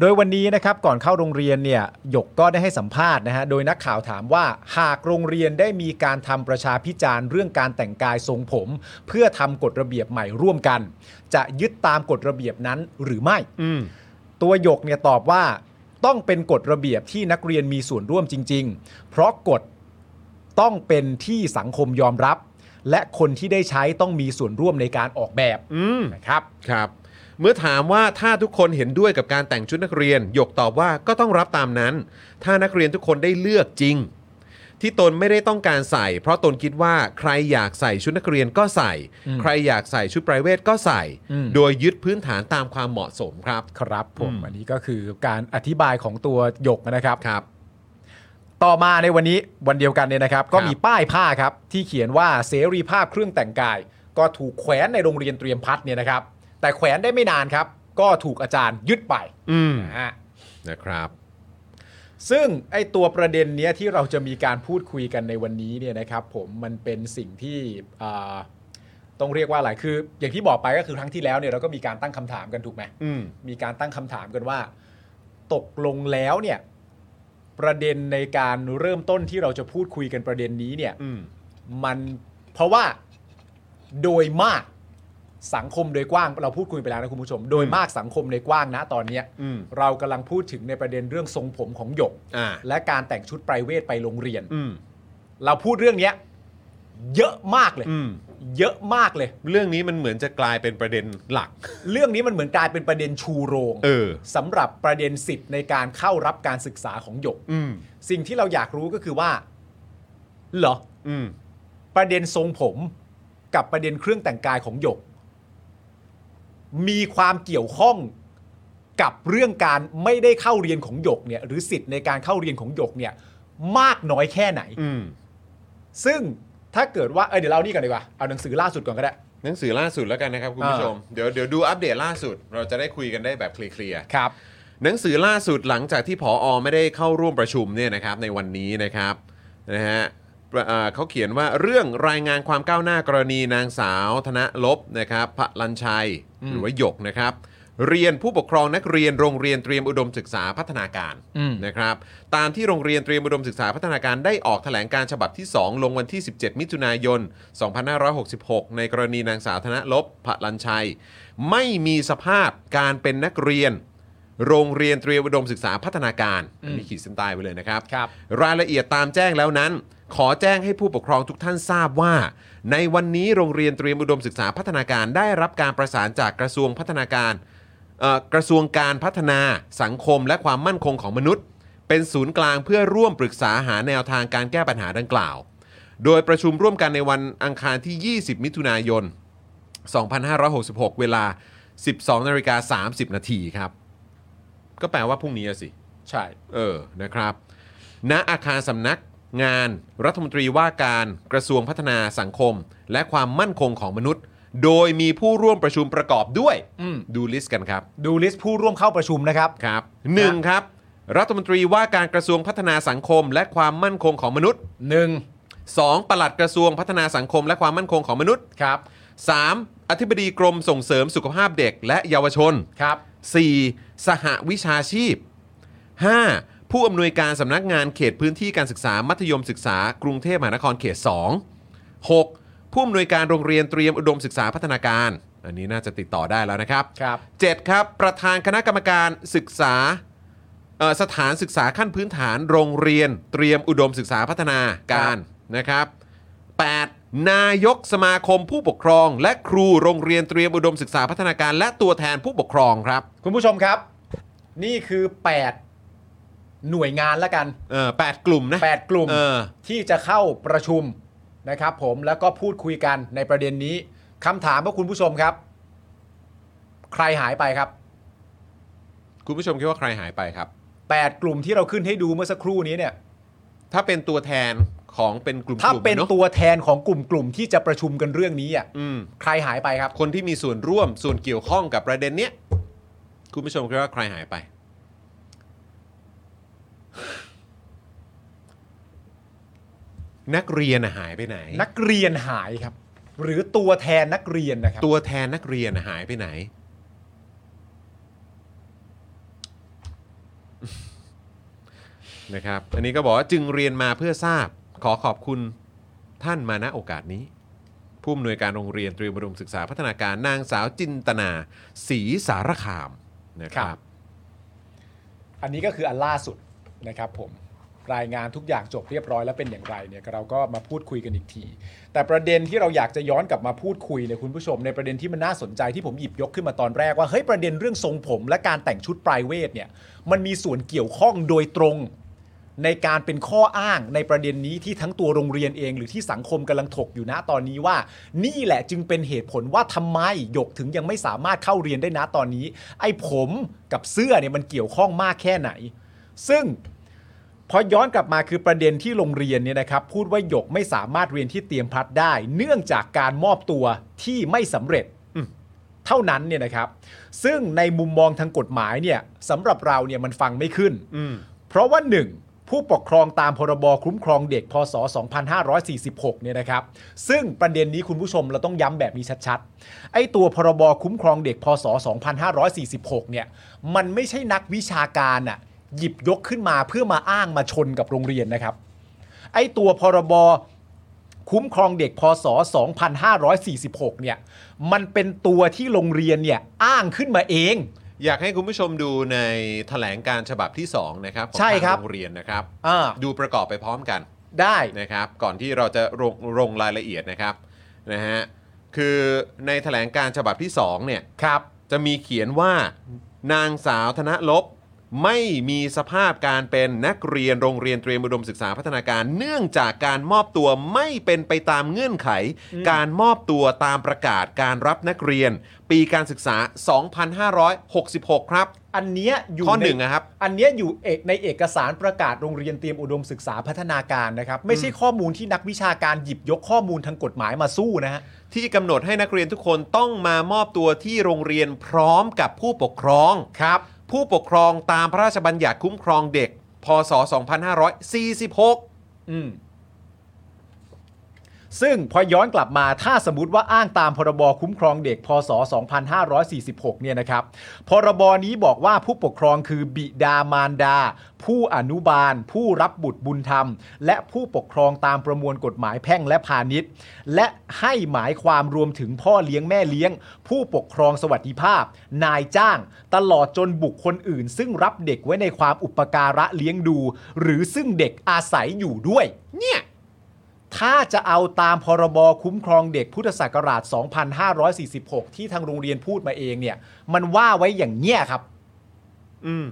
Speaker 2: โดยวันนี้นะครับก่อนเข้าโรงเรียนเนี่ยหยกก็ได้ให้สัมภาษณ์นะฮะโดยนักข่าวถามว่าหากโรงเรียนได้มีการทำประชาพิจารณ์เรื่องการแต่งกายทรงผม เพื่อทำกฎระเบียบใหม่ร่วมกัน จะยึดตามกฎระเบียบนั้นหรือไม่
Speaker 1: อืม
Speaker 2: ตัวหยกเนี่ยตอบว่าต้องเป็นกฎระเบียบที่นักเรียนมีส่วนร่วมจริง ๆ เพราะกฎต้องเป็นที่สังคมยอมรับ และคนที่ได้ใช้ต้องมีส่วนร่วมในการออกแบบ
Speaker 1: อืม
Speaker 2: นะครับ
Speaker 1: ครับ เมื่อถามว่าถ้าทุกคนเห็นด้วยกับการแต่งชุดนักเรียน หยกตอบว่าก็ต้องรับตามนั้น ถ้านักเรียนทุกคนได้เลือกจริง ที่ตนไม่ได้ต้องการใส่ เพราะตนคิดว่าใครอยากใส่ชุดนักเรียนก็ใส่
Speaker 2: อืม
Speaker 1: ใครอยากใส่ชุดไพรเวทก็ใส่
Speaker 2: อืม
Speaker 1: โดยยึดพื้นฐานตามความเหมาะสมครับ
Speaker 2: ครับผม
Speaker 1: อืม
Speaker 2: อันนี้ก็คือการอธิบายของตัวหยกนะครับ
Speaker 1: ครับ
Speaker 2: ต่อมาในวันนี้วันเดียวกันเนี่ยนะครับ ก็
Speaker 1: ครับ
Speaker 2: มีป้ายผ้าครับ ที่เขียนว่าเสรีภาพเครื่องแต่งกาย ก็ถูกแขวนในโรงเรียนเตรียมพัฒน์เนี่ยนะครับ แต่แขวนได้ไม่นานครับ ก็ถูกอาจารย์ยึดไป
Speaker 1: อืม
Speaker 2: นะฮะ
Speaker 1: นะครับ
Speaker 2: ซึ่งไอตัวประเด็นเนี้ยที่เราจะมีการพูดคุยกันในวันนี้เนี่ยนะครับ ผมมันเป็นสิ่งที่อ่าต้องเรียกว่าอะไรคือ อย่างที่บอกไปก็คือครั้งที่แล้วเนี่ยเราก็มีการตั้งคำถามกันถูกไหม
Speaker 1: อืม
Speaker 2: มีการตั้งคำถามกันว่า ตกลงแล้วเนี่ย ประเด็นในการเริ่มต้นที่เราจะพูดคุยกันประเด็นนี้เนี่ย
Speaker 1: อืม
Speaker 2: มันเพราะว่าโดยมากสังคมโดยกว้างเราพูดคุยไปแล้วนะคุณผู้ชม โดยมากสังคมในกว้างนะตอนเนี้ย
Speaker 1: อืม
Speaker 2: เรากำลังพูดถึงในประเด็นเรื่องทรงผมของหยก
Speaker 1: อ่า
Speaker 2: และการแต่งชุดไพรเวทไปโรงเรียน
Speaker 1: อืม
Speaker 2: เราพูดเรื่องเนี้ย เยอะมากเลย
Speaker 1: อืม
Speaker 2: เยอะมากเลย
Speaker 1: เรื่องนี้มันเหมือนจะกลายเป็นประเด็นหลัก
Speaker 2: เรื่องนี้มันเหมือนกลายเป็นประเด็นชูโรง
Speaker 1: เออ
Speaker 2: สำหรับประเด็นสิทธิ์ในการเข้ารับการศึกษาของหยก
Speaker 1: อืม
Speaker 2: สิ่งที่เราอยากรู้ก็คือว่า เหรอ
Speaker 1: อืม
Speaker 2: ประเด็นทรงผมกับประเด็นเครื่องแต่งกายของหยก มีความเกี่ยวข้องกับเรื่องการไม่ได้เข้าเรียนของหยกเนี่ย หรือสิทธิ์ในการเข้าเรียนของหยกเนี่ย มากน้อยแค่ไหน
Speaker 1: อืม
Speaker 2: ซึ่งถ้าเกิดว่าเอ้ยเดี๋ยวเรานี่ก่อนดีกว่าเอาหนังสือล่าสุดก่อนก็ได้
Speaker 1: หนังสือล่าสุดแล้วกันนะครับ คุณผู้ชม เดี๋ยวเดี๋ยวดูอัปเดตล่าสุด เราจะได้คุยกันได้แบบเคลียร์ๆ
Speaker 2: ครับ
Speaker 1: หนังสือล่าสุดหลังจากที่ผออไม่ได้เข้าร่วมประชุมเนี่ยนะครับในวันนี้นะครับนะฮะประอ่าเขาเขียนว่าเรื่องรายงานความก้าวหน้ากรณีนางสาว ธนลบนะครับพระลันชัย หรือว่าหยกนะครับ เรียนผู้ปกครองนักเรียนโรงเรียนเตรียมอุดมศึกษาพัฒนาการ
Speaker 2: อืม
Speaker 1: นะครับตามที่โรงเรียนเตรียมอุดมศึกษาพัฒนาการได้ออกแถลงการฉบับที่ 2 ลงวันที่ 17 มิถุนายน 2566 ในกรณีนางสาวธนลบพระลันชัย ไม่มีสภาพการเป็นนักเรียน โรงเรียนเตรียมอุดมศึกษาพัฒนาการอันนี้ขีดเส้นใต้ไว้เลยนะครับ
Speaker 2: ครับ
Speaker 1: รายละเอียดตามแจ้งแล้วนั้น ขอแจ้งให้ผู้ปกครองทุกท่านทราบว่า ในวันนี้โรงเรียนเตรียมอุดมศึกษาพัฒนาการได้รับการประสานจากกระทรวงพัฒนาการเอ่อกระทรวงการพัฒนาสังคมและความมั่นคงของมนุษย์ เป็นศูนย์กลางเพื่อร่วมปรึกษาหาแนวทางการแก้ปัญหาดังกล่าว โดยประชุมร่วมกันในวันอังคารที่ 20 มิถุนายน 2566 เวลา 12นาฬิกา30 นาทีครับ ก็แปลว่าพรุ่งนี้อะสิ
Speaker 2: ใช่
Speaker 1: เออ นะครับ ณ อาคารสำนักงานรัฐมนตรีว่าการกระทรวงพัฒนาสังคม และความมั่นคงของมนุษย์ โดยมีผู้ร่วมประชุมประกอบด้วย
Speaker 2: อืม
Speaker 1: ดูลิสต์กันครับ
Speaker 2: ดูลิสต์ผู้ร่วมเข้าประชุมนะครับ
Speaker 1: ครับหนึ่งครับ รัฐมนตรีว่าการกระทรวงพัฒนาสังคม และความมั่นคงของมนุษย์
Speaker 2: หนึ่ง
Speaker 1: 2. ปลัดกระทรวงพัฒนาสังคม และความมั่นคงของมนุษย์
Speaker 2: ครับ
Speaker 1: 3. อธิบดีกรมส่งเสริมสุขภาพเด็กและเยาวชน
Speaker 2: ครับ
Speaker 1: 4. สหวิชาชีพ 5. ผู้อำนวยการสำนักงานเขตพื้นที่การศึกษามัธยมศึกษากรุงเทพมหานครเขต 2 6. ผู้อำนวยการโรงเรียนเตรียมอุดมศึกษาพัฒนาการ อันนี้น่าจะติดต่อได้แล้วนะครับ
Speaker 2: ครับ
Speaker 1: 7. ครับ ประธานคณะกรรมการศึกษาเอ่อสถานศึกษาขั้นพื้นฐานโรงเรียนเตรียมอุดมศึกษาพัฒนาการนะครับ 8. นายกสมาคมผู้ปกครอง และครูโรงเรียนเตรียมอุดมศึกษาพัฒนาการ และตัวแทนผู้ปกครองครับ
Speaker 2: คุณผู้ชมครับ นี่คือ 8 หน่วยงานละกัน
Speaker 1: เออแปดกลุ่มนะ
Speaker 2: 8 กลุ่ม
Speaker 1: เออ
Speaker 2: ที่จะเข้าประชุมนะครับผมแล้วก็พูดคุยกันในประเด็นนี้คำถามว่าคุณผู้ชมครับ ใครหายไปครับ
Speaker 1: คุณผู้ชมคิดว่าใครหายไปครับ
Speaker 2: 8 กลุ่มที่เราขึ้นให้ดูเมื่อสักครู่นี้เนี่ย
Speaker 1: ถ้าเป็นตัวแทนของเป็นกลุ่มๆ
Speaker 2: ถ้าเป็น
Speaker 1: อะ
Speaker 2: ตัวแทนของกลุ่มกลุ่มที่จะประชุมกันเรื่องนี้อ่ะ
Speaker 1: อืม
Speaker 2: ใครหายไปครับ
Speaker 1: คนที่มีส่วนร่วมส่วนเกี่ยวข้องกับประเด็นเนี้ยคุณผู้ชมคิดว่าใครหายไป
Speaker 2: ผ
Speaker 1: นักเรียนน่ะหายไปไหน
Speaker 2: นักเรียนหายครับ หรือตัวแทนนักเรียนนะครับ
Speaker 1: ตัวแทนนักเรียนน่ะหาย ไปไหน นะครับ อันนี้ก็บอกว่าจึงเรียนมาเพื่อทราบ ขอขอบคุณท่านมาณโอกาสนี้ ผู้อำนวยการโรงเรียนเตรียมบรมศึกษาพัฒนาการนางสาวจินตนาศรีสารคามนะค
Speaker 2: ค
Speaker 1: รั
Speaker 2: รับ บ อันนี้ก็คืออันล่าสุดนะครับผมรายงานทุกอย่างจบเรียบร้อยแล้วเป็นอย่างไรเนี่ยเราก็มาพูดคุยกันอีกที แต่ประเด็นที่เราอยากจะย้อนกลับมาพูดคุยเนี่ยคุณผู้ชมในประเด็นที่มันน่าสนใจที่ผมหยิบยกขึ้นมาตอนแรกว่าเฮ้ยประเด็นเรื่องทรงผม และการแต่งชุดปลายเวทเนี่ยมันมีส่วนเกี่ยวข้องโดยตรง ในการเป็นข้ออ้างในประเด็นนี้ที่ทั้งตัวโรงเรียนเอง หรือที่สังคมกำลังถกอยู่นะตอนนี้ว่า นี่แหละจึงเป็นเหตุผลว่าทำไมหยกถึงยังไม่สามารถเข้าเรียนได้นะตอนนี้ ไอ้ผมกับเสื้อเนี่ยมันเกี่ยวข้องมากแค่ไหน ซึ่ง พอย้อนกลับมาคือประเด็นที่โรงเรียนเนี่ยนะครับพูดว่าหยกไม่สามารถเรียนที่เตรียมพลัดได้ เนื่องจากการมอบตัวที่ไม่สำเร็จ เท่านั้นเนี่ยนะครับ ซึ่งในมุมมองทางกฎหมายเนี่ยสำหรับเราเนี่ยมันฟังไม่ขึ้น เพราะว่า 1. ผู้ปกครองตามพรบคุ้มครองเด็กพศ 2546 เนี่ยนะครับ ซึ่งประเด็นนี้คุณผู้ชมเราต้องย้ำแบบนี้ชัดๆ ไอ้ตัวพรบคุ้มครองเด็กพศ 2546 เนี่ย มันไม่ใช่นักวิชาการอะหยิบยกขึ้นมาเพื่อมาอ้างมาชนกับโรงเรียนนะครับ ไอ้ตัวพรบ คุ้มครองเด็กพศ 2546 เนี่ย มันเป็นตัวที่โรงเรียนเนี่ยอ้างขึ้นมาเอง
Speaker 1: อยากให้คุณผู้ชมดูในแถลงการฉบับที่ 2 นะครับของ
Speaker 2: ใช่
Speaker 1: ทาง
Speaker 2: ครับ
Speaker 1: โรงเรียนนะครับ
Speaker 2: อ่า
Speaker 1: ดูประกอบไปพร้อมกัน
Speaker 2: ได้
Speaker 1: นะครับก่อนที่เราจะลงลงรายละเอียดนะครับนะฮะคือในแถลงการฉบับที่2เนี่ย
Speaker 2: ครับ
Speaker 1: จะมีเขียนว่า นางสาวธนลบไม่มีสภาพการเป็นนักเรียนโรงเรียนเตรียมอุดมศึกษาพัฒนาการ เนื่องจากการมอบตัวไม่เป็นไปตามเงื่อนไข การมอบตัวตามประกาศการรับนักเรียน ปีการศึกษา 2566 ครับ
Speaker 2: อันเนี้ยอยู่
Speaker 1: ข้อ
Speaker 2: ใ
Speaker 1: หนึ่งนะครับ
Speaker 2: อันเนี้ยอยู่เอกในเอกสารประกาศโรงเรียนเตรียมอุดมศึกษาพัฒนาการนะครับ ไม่ใช่ข้อมูลที่นักวิชาการหยิบยกข้อมูลทางกฎหมายมาสู้นะฮะ
Speaker 1: ที่กำหนดให้นักเรียนทุกคนต้องมามอบตัวที่โรงเรียนพร้อมกับผู้ปกครอง
Speaker 2: ครับ
Speaker 1: ผู้ปกครองตามพระราชบัญญัติคุ้มครองเด็ก พศ 2546
Speaker 2: อืม ซึ่งพอย้อนกลับมาถ้าสมมติว่าอ้างตามพรบคุ้มครองเด็ก พศ 2546 เนี่ยนะครับ พรบนี้บอกว่าผู้ปกครองคือบิดามารดา ผู้อนุบาล ผู้รับบุตรบุญธรรม และผู้ปกครองตามประมวลกฎหมายแพ่งและพาณิชย์ และให้หมายความรวมถึงพ่อเลี้ยงแม่เลี้ยง ผู้ปกครองสวัสดิภาพ นายจ้าง ตลอดจนบุคคลอื่น ซึ่งรับเด็กไว้ในความอุปการะเลี้ยงดู หรือซึ่งเด็กอาศัยอยู่ด้วย
Speaker 1: เนี่ย
Speaker 2: ถ้าจะเอาตามพรบคุ้มครองเด็กพุทธศักราช 2546 ที่ทางโรงเรียนพูดมาเองเนี่ย มันว่าไว้อย่างเงี้ยครับ
Speaker 1: อืม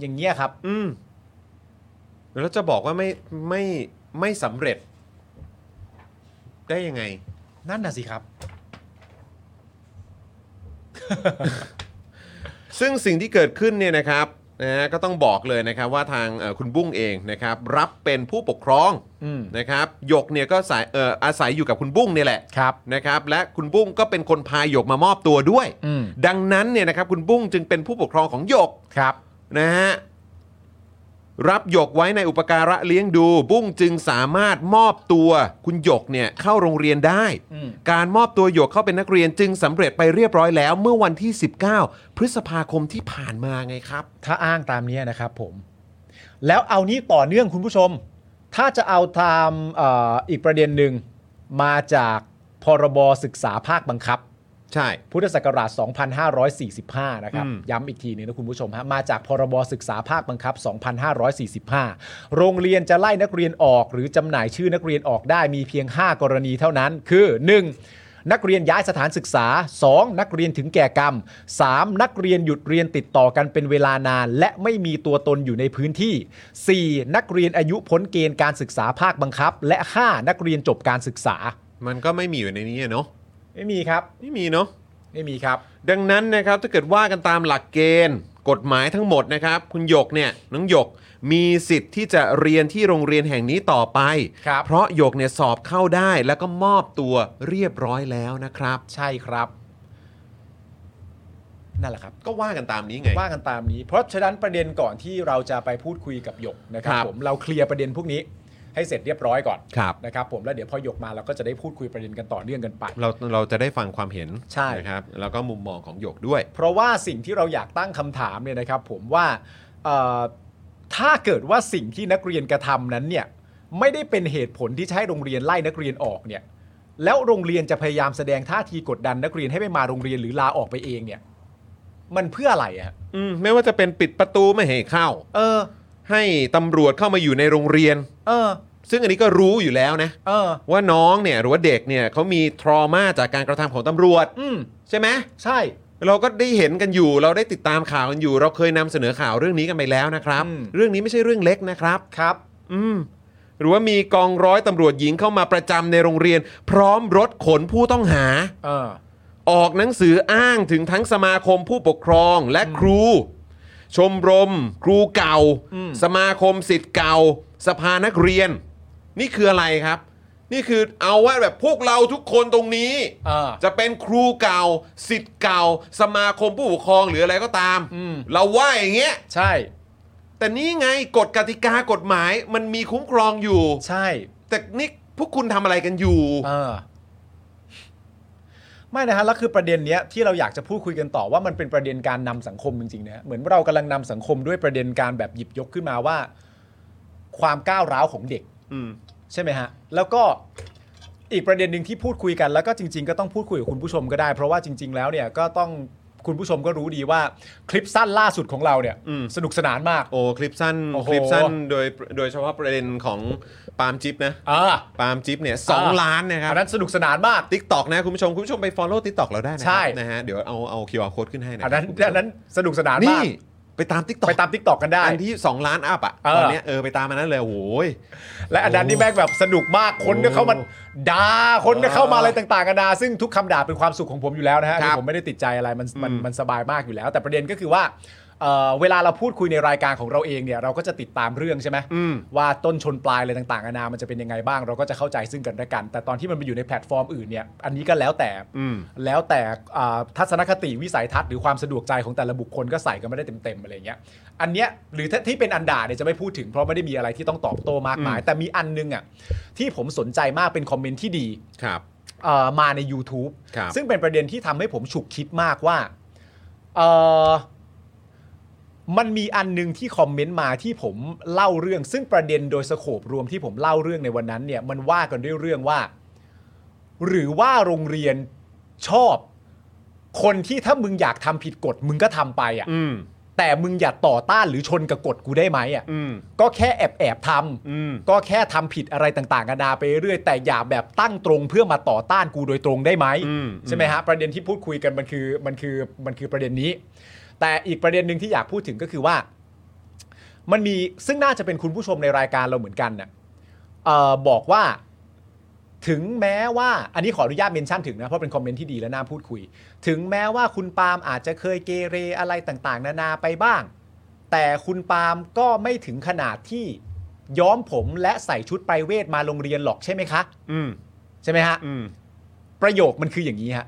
Speaker 2: อย่างเงี้ยครับ
Speaker 1: อืม แล้วจะบอกว่าไม่ไม่ไม่สำเร็จ ได้ยังไง
Speaker 2: นั่นน่ะสิครับ
Speaker 1: ซึ่งสิ่งที่เกิดขึ้นเนี่ยนะครับนะฮะก็ต้องบอกเลยนะครับว่าทางเอ่อคุณบุ้งเองนะครับ รับเป็นผู้ปกครอง
Speaker 2: อืม
Speaker 1: นะครับหยกเนี่ยก็สายเอ่ออาศัยอยู่กับคุณบุ้งเนี่ยแหละ
Speaker 2: ครับ
Speaker 1: นะครับและคุณบุ้งก็เป็นคนพาหยกมามอบตัวด้วย
Speaker 2: อืม
Speaker 1: ดังนั้นเนี่ยนะครับคุณบุ้งจึงเป็นผู้ปกครองของหยก
Speaker 2: ครับ
Speaker 1: นะฮะรับหยกไว้ในอุปการะเลี้ยงดู บุ้งจึงสามารถมอบตัวคุณหยกเนี่ยเข้าโรงเรียนได้
Speaker 2: อืม
Speaker 1: การมอบตัวหยกเข้าเป็นนักเรียนจึงสำเร็จไปเรียบร้อยแล้ว เมื่อวันที่ 19 พฤษภาคมที่ผ่านมาไงครับ
Speaker 2: ถ้าอ้างตามเนี้ยนะครับผม แล้วเอานี้ต่อเนื่องคุณผู้ชม ถ้าจะเอาตามเอออีกประเด็นหนึ่งมาจากพรบศึกษาภาคบังคับ
Speaker 1: ใช่
Speaker 2: พุทธศักราช 2545 นะครับ
Speaker 1: อืม
Speaker 2: ย้ำอีกทีหนึงนะคุณผู้ชมฮะ มาจากพรบศึกษาภาคบังคับ 2545 โรงเรียนจะไล่นักเรียนออกหรือจำหน่ายชื่อนักเรียนออกได้มีเพียง 5 กรณีเท่านั้น คือ 1. นักเรียนย้ายสถานศึกษา 2. นักเรียนถึงแก่กรรม 3. นักเรียนหยุดเรียนติดต่อกันเป็นเวลานาน และไม่มีตัวตนอยู่ในพื้นที่ 4. นักเรียนอายุพ้นเกณฑ์การศึกษาภาคบังคับ และ 5. นักเรียนจบการศึกษา
Speaker 1: มันก็ไม่มีอยู่ในนี้อะเนาะ
Speaker 2: ไม่มีครับ
Speaker 1: ไม่มีเนาะ
Speaker 2: ไม่มีครับ
Speaker 1: ดังนั้นนะครับถ้าเกิดว่ากันตามหลักเกณฑ์ กฎหมายทั้งหมดนะครับ คุณหยกเนี่ยน้องหยกมีสิทธิ์ที่จะเรียนที่โรงเรียนแห่งนี้ต่อไป
Speaker 2: ครับ
Speaker 1: เพราะหยกเนี่ยสอบเข้าได้แล้วก็มอบตัวเรียบร้อยแล้วนะครับ
Speaker 2: ใช่ครับ นั่นแหละครับ
Speaker 1: ก็ว่ากันตามนี้ไง
Speaker 2: ว่ากันตามนี้ เพราะฉะนั้นประเด็นก่อนที่เราจะไปพูดคุยกับหยกนะครับ
Speaker 1: ครับ
Speaker 2: ผมเราเคลียร์ประเด็นพวกนี้ ให้เสร็จเรียบร้อยก่อน
Speaker 1: ครับ
Speaker 2: นะครับผมแล้วเดี๋ยวพอยกมาเราก็จะได้พูดคุยประเด็นกันต่อเนื่องกันไป
Speaker 1: เราเราจะได้ฟังความเห็น
Speaker 2: ใช่
Speaker 1: นะครับ แล้วก็มุมมองของหยกด้วย
Speaker 2: เพราะว่าสิ่งที่เราอยากตั้งคำถามเนี่ยนะครับผมว่าเอ่อถ้าเกิดว่าสิ่งที่นักเรียนกระทำนั้นเนี่ยไม่ได้เป็นเหตุผลที่จะให้โรงเรียนไล่นักเรียนออกเนี่ยแล้วโรงเรียนจะพยายามแสดงท่าทีกดดันนักเรียนให้ไม่มาโรงเรียนหรือลาออกไปเองเนี่ยมันเพื่ออะไรอะ
Speaker 1: อืมไม่ว่าจะเป็นปิดประตูไม่ให้เข้า
Speaker 2: เออ
Speaker 1: ให้ตำรวจเข้ามาอยู่ในโรงเรียน
Speaker 2: เออ
Speaker 1: ซึ่งอันนี้ก็รู้อยู่แล้วนะ
Speaker 2: เออ
Speaker 1: ว่าน้องเนี่ยหรือว่าเด็กเนี่ยเขามีทรมาจากการกระทำของตำรวจ
Speaker 2: อืม
Speaker 1: ใช่ไหม
Speaker 2: ใช่
Speaker 1: เราก็ได้เห็นกันอยู่ เราได้ติดตามข่าวกันอยู่ เราเคยนำเสนอข่าวเรื่องนี้กันไปแล้วนะครับ
Speaker 2: อืม
Speaker 1: เรื่องนี้ไม่ใช่เรื่องเล็กนะครับ
Speaker 2: ครับ
Speaker 1: อืมหรือว่ามีกองร้อยตำรวจหญิงเข้ามาประจำในโรงเรียน พร้อมรถขนผู้ต้องหา
Speaker 2: เออ
Speaker 1: ออกหนังสืออ้างถึงทั้งสมาคมผู้ปกครองและครู ชมรม ครูเก่า
Speaker 2: อืม
Speaker 1: สมาคมสิทธิ์เก่า สภานักเรียน นี่คืออะไรครับ นี่คือเอาว่าแบบพวกเราทุกคนตรงนี้
Speaker 2: เออ
Speaker 1: จะเป็นครูเก่าสิทธิ์เก่า สมาคมผู้ปกครองหรืออะไรก็ตาม
Speaker 2: อืม
Speaker 1: เราว่าอย่างเงี้ย
Speaker 2: ใช่
Speaker 1: แต่นี่ไงกฎกติกากฎหมายมันมีคุ้มครองอยู่
Speaker 2: ใช่
Speaker 1: แต่นี่พวกคุณทำอะไรกันอยู่
Speaker 2: เออ ไม่นะฮะ แล้วคือประเด็นเนี้ยที่เราอยากจะพูดคุยกันต่อว่ามันเป็นประเด็นการนำสังคมจริงๆนะฮะเหมือนเรากำลังนำสังคมด้วยประเด็นการแบบหยิบยกขึ้นมาว่า ความก้าวร้าวของเด็ก
Speaker 1: อืม
Speaker 2: ใช่ไหมฮะ แล้วก็อีกประเด็นหนึ่งที่พูดคุยกัน แล้วก็จริง ๆ ก็ต้องพูดคุยกับคุณผู้ชมก็ได้ เพราะว่าจริง ๆ แล้วเนี่ยก็ต้องคุณผู้ชมก็รู้ดีว่าคลิปสั้นล่าสุดของเราเนี่ย
Speaker 1: อืม
Speaker 2: สนุกสนานมาก
Speaker 1: โอ้คลิปสั้น
Speaker 2: โอ้โห
Speaker 1: คลิปสั้นโดยโดยเฉพาะประเด็นของปาล์มจิ๊บนะ
Speaker 2: เออ
Speaker 1: ปาล์มจิ๊บเนี่ยสอง
Speaker 2: อ่า
Speaker 1: ล้านนะครับ
Speaker 2: อันนั้นสนุกสนานมาก
Speaker 1: ทิกตอกนะคุณผู้ชม คุณผู้ชมไป Follow ทิกตอกเราได้นะค
Speaker 2: ใช่
Speaker 1: รันะฮะเดี๋ยวเอาเอาคิวอาร์โค้ดขึ้นให้นะ
Speaker 2: อันนั้น
Speaker 1: คุณผู้ชม
Speaker 2: อันนั้นสนุกสนานมา
Speaker 1: นี่
Speaker 2: ก
Speaker 1: ไปตามทิกตอก
Speaker 2: ไปตามทิกตอกกันได้
Speaker 1: อันที่ 2 ล้านอัพอ่ะ
Speaker 2: เออ
Speaker 1: ตอนเนี้ยเออไปตามอันนั้นเลยโอ้ย
Speaker 2: และอันนั้นนี่แม่งแบบสนุกมาก คนก็เข้ามาด่า คนก็เข้ามาอะไรต่างๆกันานาซึ่งทุกคำด่าเป็นความสุขของผมอยู่แล้วนะฮะ
Speaker 1: ครับ
Speaker 2: ที่ผมไม่ได้ติดใจอะไรมันมัน
Speaker 1: อืม
Speaker 2: มันสบายมากอยู่แล้ว แต่ประเด็นก็คือว่าเอ่อเวลาเราพูดคุยในรายการของเราเองเนี่ยเราก็จะติดตามเรื่องใช่ไหม
Speaker 1: อืม
Speaker 2: ว่าต้นชนปลายอะไรต่างๆนานามันจะเป็นยังไงบ้าง เราก็จะเข้าใจซึ่งกันและกัน แต่ตอนที่มันไปอยู่ในแพลตฟอร์มอื่นเนี่ยอันนี้ก็แล้วแต่
Speaker 1: อืม
Speaker 2: แล้วแต่อ่าทัศนคติวิสัยทัศน์หรือความสะดวกใจของแต่ละบุคคลก็ใส่กันไม่ได้เต็มๆอะไรอย่างเงี้ยอันเนี้ยหรือถ้าที่เป็นอันด่าเนี่ยจะไม่พูดถึงเพราะไม่ได้มีอะไรที่ต้องตอบโต้มากมาย แต่มีอันนึงอ่ะที่ผมสนใจมากเป็นคอมเมนต์ที่ดี
Speaker 1: ครับ
Speaker 2: เอ่อมาใน YouTube
Speaker 1: ครับ
Speaker 2: ซึ่งเป็นประเด็นที่ทำให้ผมฉุกคิดมากว่าเอ่อมันมีอันหนึงที่คอมเมนต์มาที่ผมเล่าเรื่อง ซึ่งประเด็นโดยสโคบรวมที่ผมเล่าเรื่องในวันนั้นเนี่ยมันว่ากันด้วยเรื่องว่า หรือว่าโรงเรียนชอบคนที่ถ้ามึงอยากทำผิดกฎมึงก็ทำไปอะ่ะ
Speaker 1: อืม
Speaker 2: แต่มึงอย่าต่อต้านหรือชนกับกฎกูได้ไหมอ่ะ
Speaker 1: อืม
Speaker 2: ก็แค่แอบแอบๆทำ
Speaker 1: อืม
Speaker 2: ก็แค่ทำผิดอะไรต่างๆกันานาไปเรื่อยแต่อย่าแบบตั้งตรงเพื่อมาต่อต้านกูโดยตรงได้ไหม
Speaker 1: อืม
Speaker 2: ใช่ไหมฮะประเด็นที่พูดคุยกันมันคือมันคือมันคือประเด็นนี้ แต่อีกประเด็นหนึ่งที่อยากพูดถึงก็คือว่า มันมีซึ่งน่าจะเป็นคุณผู้ชมในรายการเราเหมือนกันน่ะเอ่อบอกว่าถึงแม้ว่า อันนี้ขออนุญาตเมนชั่นถึงนะเพราะเป็นคอมเมนต์ที่ดีและน่าพูดคุย ถึงแม้ว่าคุณปาล์มอาจจะเคยเกเรอะไรต่างๆ นานาไปบ้าง แต่คุณปาล์มก็ไม่ถึงขนาดที่ย้อมผมและใส่ชุดไปเวทมาโรงเรียนหรอกใช่ไหมคะ
Speaker 1: อืม
Speaker 2: ใช่ไหมฮะ
Speaker 1: อืม
Speaker 2: ประโยคมันคืออย่างนี้ฮะ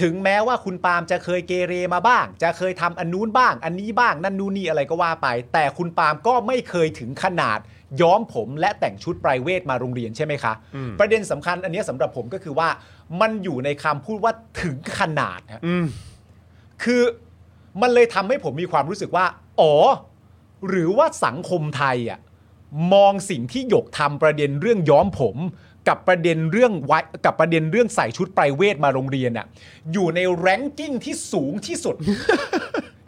Speaker 2: ถึงแม้ว่าคุณปาล์มจะเคยเกเรมาบ้าง จะเคยทำอันนู้นบ้าง อันนี้บ้าง นั่นนู่นนี่อะไรก็ว่าไป แต่คุณปาล์มก็ไม่เคยถึงขนาด ย้อมผมและแต่งชุดไพรเวทมาโรงเรียนใช่ไหมคะ ประเด็นสำคัญอันเนี้ยสำหรับผมก็คือว่า มันอยู่ในคำพูดว่าถึงขนาดฮะ
Speaker 1: อืม
Speaker 2: คือมันเลยทำให้ผมมีความรู้สึกว่า อ๋อ หรือว่าสังคมไทยอ่ะมองสิ่งที่หยกทำประเด็นเรื่องย้อมผม กับประเด็นเรื่องไว้กับประเด็นเรื่องใส่ชุดไปรเวทมาโรงเรียนอ่ะอยู่ในแรงกิ้งที่สูงที่ สุด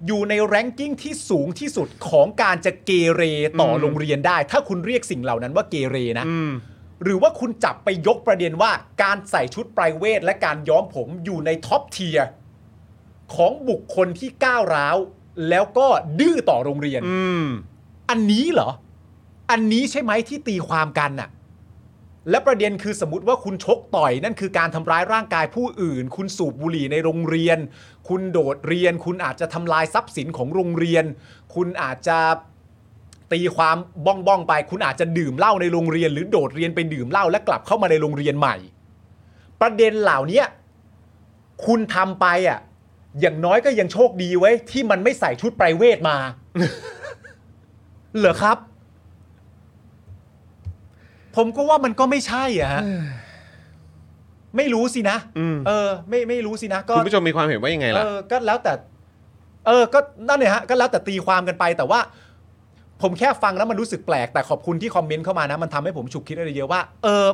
Speaker 2: อยู่ในแรงกิ้งที่สูงที่สุดของการจะเกเรต่ออ
Speaker 1: ม
Speaker 2: โรงเรียนได้ ถ้าคุณเรียกสิ่งเหล่านั้นว่าเกเรนะ
Speaker 1: อืม
Speaker 2: หรือว่าคุณจับไปยกประเด็นว่าการใส่ชุดไพรเวทและการย้อมผมอยู่ในท็อปเทียร์ของบุคคลที่ก้าวร้าว แล้วก็ดื้อต่อโรงเรียน
Speaker 1: อืม
Speaker 2: อันนี้เหรอ อันนี้ใช่ไหมที่ตีความกันน่ะ และประเด็นคือสมมติว่าคุณชกต่อยนั่นคือการทำร้ายร่างกายผู้อื่น คุณสูบบุหรี่ในโรงเรียน คุณโดดเรียน คุณอาจจะทำลายทรัพย์สินของโรงเรียน คุณอาจจะตีความบ้องบ้องๆไป คุณอาจจะดื่มเหล้าในโรงเรียน หรือโดดเรียนไปดื่มเหล้าและกลับเข้ามาในโรงเรียนใหม่ ประเด็นเหล่าเนี้ยคุณทำไปอ่ะ อย่างน้อยก็ยังโชคดีไว้ยที่มันไม่ใส่ชุด ไพรเวทมา เหรอครับ ผมก็ว่ามันก็ไม่ใช่อะฮะไม่รู้สินะ
Speaker 1: อืม
Speaker 2: เออ ไม่ไม่รู้สินะก็
Speaker 1: คุณผู้ชมมีความเห็นว่ายังไงล่ะ
Speaker 2: เออ ก็แล้วแต่ เออ ก็นั่นเนี่ยฮะ ก็แล้วแต่ตีความกันไป แต่ว่า ผมแค่ฟังแล้วมันรู้สึกแปลก แต่ขอบคุณที่คอมเมนต์เข้ามานะ มันทำให้ผมฉุกคิดอะไรเยอะว่า เออ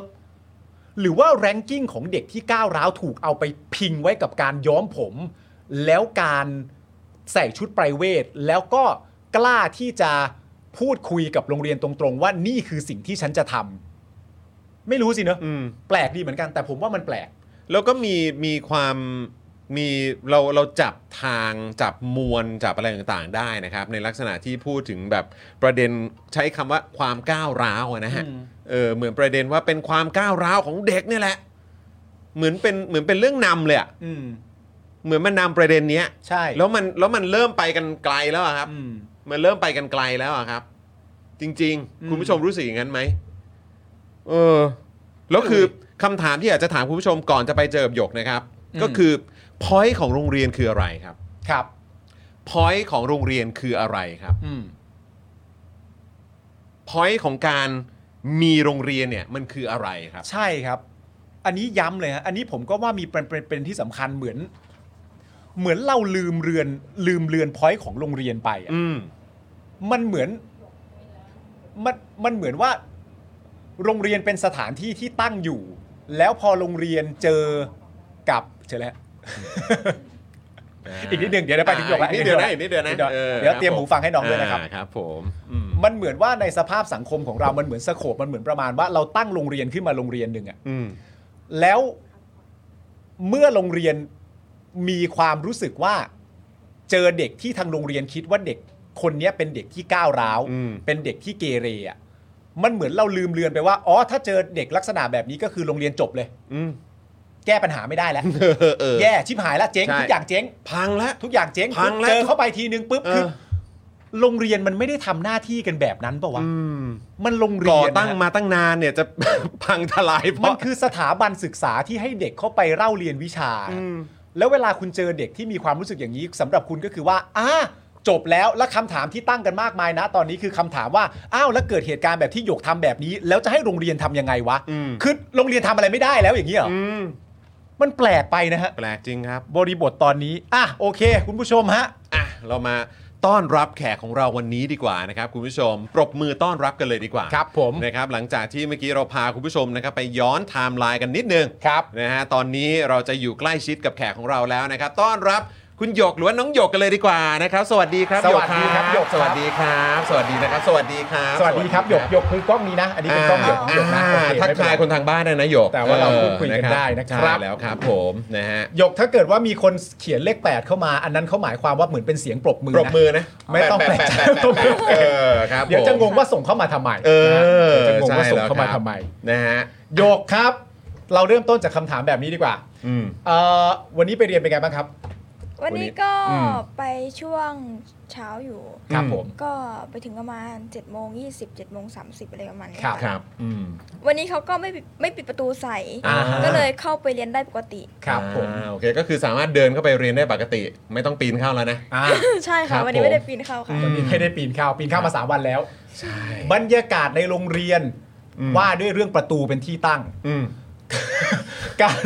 Speaker 2: หรือว่าแรงกิ้งของเด็กที่ก้าวร้าวถูกเอาไปพิงไว้กับการย้อมผม แล้วการใส่ชุดไพรเวท แล้วก็กล้าที่จะพูดคุยกับโรงเรียนตรงๆ ว่านี่คือสิ่งที่ฉันจะทำไม่รู้สิเนอะ
Speaker 1: อืม
Speaker 2: แปลกดีเหมือนกัน แต่ผมว่ามันแปลก
Speaker 1: แล้วก็มีมีความมีเราเราจับทางจับมวลจับอะไรต่างๆได้นะครับ ในลักษณะที่พูดถึงแบบประเด็นใช้คำว่าความก้าวร้าวอะนะฮะ
Speaker 2: อืม
Speaker 1: เออเหมือนประเด็นว่าเป็นความก้าวร้าวของเด็กเนี่ยแหละ เหมือนเป็นเหมือนเป็นเรื่องนำเลยอะ
Speaker 2: อืม
Speaker 1: เหมือนมันนำประเด็นเนี้ย
Speaker 2: ใช่
Speaker 1: แล้วมันแล้วมันเริ่มไปกันไกลแล้วอะครับ
Speaker 2: อืม
Speaker 1: มันเริ่มไปกันไกลแล้วอะครับ จริง
Speaker 2: อื
Speaker 1: ๆ
Speaker 2: ม
Speaker 1: คุณผู้ชมรู้สึกอย่างนั้นไหมเออ แล้วคือคำถามที่อยากจะถามคุณผู้ชมก่อนจะไปเจอกับหยกนะครับ
Speaker 2: อืม
Speaker 1: ก็คือพอยต์ของโรงเรียนคืออะไรครับ
Speaker 2: ครับ
Speaker 1: พอยต์ของโรงเรียนคืออะไรครับ
Speaker 2: อืม
Speaker 1: พอยต์ของการมีโรงเรียนเนี่ยมันคืออะไรครับ
Speaker 2: ใช่ครับ อันนี้ย้ำเลยฮะ อันนี้ผมก็ว่ามีเป็นเป็นเป็นที่สำคัญเหมือน เหมือนเราลืมเรือนลืมเรือนพอยต์ของโรงเรียนไปอะ
Speaker 1: อืม
Speaker 2: มันเหมือน มันมันเหมือนว่า โรงเรียนเป็นสถานที่ที่ตั้งอยู่ แล้วพอโรงเรียนเจอกับเจอแล้ว อีกนิดหนึ่งเดี๋ยวเดี๋ยวไปถึงหยกแล้ว
Speaker 1: อีกนิดเดียวนะอีกนิดเดียวนะ
Speaker 2: เดี๋ยว
Speaker 1: เออ
Speaker 2: เดี๋ยวเตรีย
Speaker 1: ค
Speaker 2: ม
Speaker 1: รับ
Speaker 2: หูฟังให้น้องด้วยนะครับ
Speaker 1: าครับ ผมอืม
Speaker 2: มันเหมือนว่าในสภาพสังคมของเรา มันเหมือนสโคบมันเหมือนประมาณว่าเราตั้งโรงเรียนขึ้นมาโรงเรียนหนึ่งอะ
Speaker 1: อืม
Speaker 2: แล้วเมื่อโรงเรียนมีความรู้สึกว่า เจอเด็กที่ทางโรงเรียนคิดว่าเด็กคนเนี้ยเป็นเด็กที่ก้าวร้าว
Speaker 1: อืม
Speaker 2: เป็นเด็กที่เกเรอ่ะมันเหมือนเราลืมเลือนไปว่าอ๋อถ้าเจอเด็กลักษณะแบบนี้ก็คือโรงเรียนจบเลย
Speaker 1: อืม
Speaker 2: แก้ปัญหาไม่ได้ แล้ว
Speaker 1: เออเออ
Speaker 2: แย่ชิบหายละเจ๊ง
Speaker 1: ใช่
Speaker 2: ทุกอย่างเจ๊ง
Speaker 1: พังแล้ว
Speaker 2: ทุกอย่างเจ๊ง
Speaker 1: พังแล้ว
Speaker 2: เจอเข้าไปทีนึงปุ๊บคือ
Speaker 1: เออ
Speaker 2: โรงเรียนมันไม่ได้ทำหน้าที่กันแบบนั้นเปล่าวะ
Speaker 1: อืม
Speaker 2: มันโรงเรียน
Speaker 1: ก่อ
Speaker 2: นะ
Speaker 1: ตั้งมาตั้งนานเนี่ยจะ พังทลายเพ
Speaker 2: มัน
Speaker 1: ราะ
Speaker 2: คือสถาบันศึกษาที่ให้เด็กเข้าไปเล่าเรียนวิชา
Speaker 1: อืม
Speaker 2: แล้วเวลาคุณเจอเด็กที่มีความรู้สึกอย่างนี้สำหรับคุณก็คือว่าอ่าจบแล้วและคำถามที่ตั้งกันมากมายนะ ตอนนี้คือคำถามว่าอ้าวแล้วเกิดเหตุการณ์แบบที่หยกทำแบบนี้ แล้วจะให้โรงเรียนทำยังไงวะ
Speaker 1: อืม
Speaker 2: คือโรงเรียนทำอะไรไม่ได้แล้วอย่างนี้เหรอ
Speaker 1: อืม
Speaker 2: มันแปลกไปนะฮะ
Speaker 1: แปลกจริงครับ
Speaker 2: บริบทตอนนี้อ่ะโอเค คุณผู้ชมฮะ
Speaker 1: อ่ะ เรามาต้อนรับแขกของเราวันนี้ดีกว่านะครับคุณผู้ชม ปรบมือต้อนรับกันเลยดีกว่า
Speaker 2: ครับผม
Speaker 1: นะครับ หลังจากที่เมื่อกี้เราพาคุณผู้ชมนะครับไปย้อนไทม์ไลน์กันนิดนึง
Speaker 2: ครับ
Speaker 1: นะฮะ ตอนนี้เราจะอยู่ใกล้ชิดกับแขกของเราแล้วนะครับ ต้อนรับคุณหยกหรือว่าน้องหยกกันเลยดีกว่านะครับ สวัสดีครับ
Speaker 2: สวัสดีครับหยก
Speaker 1: สวัสดีครับ สวัสดีนะครับ สวัสดีครับ
Speaker 2: สวัสดีครับหยกหยกคือกล้องนี้นะ อันนี้เป็นกล้องหยกหยกนะ
Speaker 1: อ่า
Speaker 2: โอเค
Speaker 1: ทัก
Speaker 2: ไม่เป็
Speaker 1: ทาย
Speaker 2: ไร
Speaker 1: คนทางบ้านด้วยนะหยก
Speaker 2: แต่ว่าเราพูดคุยกัน
Speaker 1: เออ
Speaker 2: ได้นะครับ
Speaker 1: ใช่แล้วครับ ผมนะฮะ
Speaker 2: หยกถ้าเกิดว่ามีคนเขียนเลข 8 เข้ามาอันนั้นเขาหมายความว่าเหมือนเป็นเสียงปรบมือ
Speaker 1: ปรบ
Speaker 2: นะ
Speaker 1: มือนะ
Speaker 2: ไม่ต้อง
Speaker 1: แปะแปะแปะ
Speaker 2: ปรบมื
Speaker 1: แปะ
Speaker 2: อ
Speaker 1: เออครับ
Speaker 2: เดี๋ยวจะงงว่าส่งเข้ามาทำไม
Speaker 1: เอ
Speaker 2: นะฮะ
Speaker 1: อ
Speaker 2: เดี๋ยวจะงงว่า
Speaker 1: ใช่
Speaker 2: ส่ง
Speaker 1: แล้ว
Speaker 2: เข้ามา
Speaker 1: ครับ
Speaker 2: ทำไม
Speaker 1: นะฮะ
Speaker 2: โยกครับ เราเริ่มต้นจากคำถามแบบนี้ดีกว่า
Speaker 1: อืม
Speaker 2: เอ่อวันนี้ไปเรียนเป็นไงบ้างครับ
Speaker 4: วัน
Speaker 1: วันนี้
Speaker 4: นี้ก็
Speaker 1: อืม
Speaker 4: ไปช่วงเช้าอยู่
Speaker 2: ครับ
Speaker 1: อืม
Speaker 2: ผม
Speaker 4: ก็ไปถึงประมาณ7จ็ดโมงยี่สิบเจ็ดโมงสามสิบอะไรประมาณนี้
Speaker 2: ครับ
Speaker 1: ค
Speaker 4: ค่ะ
Speaker 1: รับอืม
Speaker 4: วันนี้เขาก็ไม่ปิดไม่ปิดประตูใส่
Speaker 2: อ่าฮะ
Speaker 4: ก็เลยเข้าไปเรียนได้ปกติ
Speaker 2: ครับผม
Speaker 1: อ่าโอเคก็คือสามารถเดินเข้าไปเรียนได้ปกติ ไม่ต้องปีนเข้าแล้วนะ
Speaker 2: อ่า
Speaker 4: ใช่
Speaker 1: ครั
Speaker 4: ค่ะ
Speaker 1: บ
Speaker 4: วันนี้
Speaker 1: ผม
Speaker 4: ไม่ได้ปีนเข้าค่ะ
Speaker 2: วันนี้ไม่ได้ปีนเข้าวปีนเข้าวมาสามวันแล้ว
Speaker 1: ใช่
Speaker 2: บรรยากาศในโรงเรียนว่าด้วยเรื่องประตูเป็นที่ตั้ง
Speaker 1: อืม
Speaker 2: การ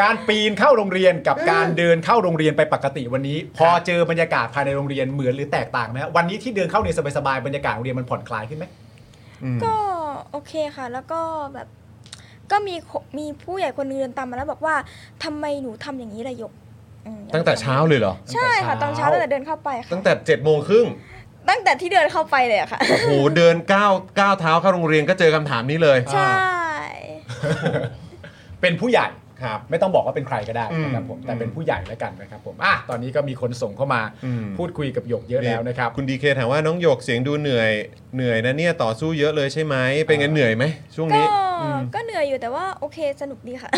Speaker 2: การปีนเข้าโรงเรียนกับการเดินเข้าโรงเรียนไปปกติวันนี้ พอเจอบรรยากาศภายในโรงเรียนเหมือนหรือแตกต่างไหมฮะวันนี้ที่เดินเข้าเรียนสบายๆบรรยากาศโรงเรียนมันผ่อนคลายขึ้นไหม
Speaker 4: ก็โอเคค่ะ แล้วก็แบบก็มีคมีผู้ใหญ่คนหนึงเดินตามมาแล้วบอกว่าทำไมหนูทำอย่างนี้ละหยกอืม
Speaker 1: ตั้งแต่เช้าเลยเหรอ
Speaker 4: ใช่ค่ะ
Speaker 2: ตั้
Speaker 4: ตอง น
Speaker 2: แต่เช้า
Speaker 4: เช้าตั้งแต่เดินเข้าไปค่ะ
Speaker 1: ตั้งแต่7จ็ดโมงครึ่ง
Speaker 4: ตั้งแต่ที่เดินเข้าไปเลยอะค่ะ
Speaker 1: โอ้โหเดินก้าวก้าวเท้าเข้าโรงเรียนก็เจอคำถามนี้เลย
Speaker 4: ใช่
Speaker 2: เป็นผู้ใหญ่
Speaker 1: ครับ
Speaker 2: ไม่ต้องบอกว่าเป็นใครก็ได้นะครับผม
Speaker 1: อืม
Speaker 2: แต่เป็นผู้ใหญ่แล้วกันนะครับผมอ่ะตอนนี้ก็มีคนส่งเข้ามา
Speaker 1: อืม
Speaker 2: พูดคุยกับหยกเยอะแล้วนะครับ
Speaker 1: คุณดีเคถามว่าน้องหยกเสียงดูเหนื่อยเหนื่อยนะเนี่ยต่อสู้เยอะเลยใช่ไหมเป็นไงเหนื่อยไหมช่วง
Speaker 4: ก็
Speaker 1: นี้อืม
Speaker 4: ก็เหนื่อยอยู่แต่ว่าโอเคสนุกดีค่ะ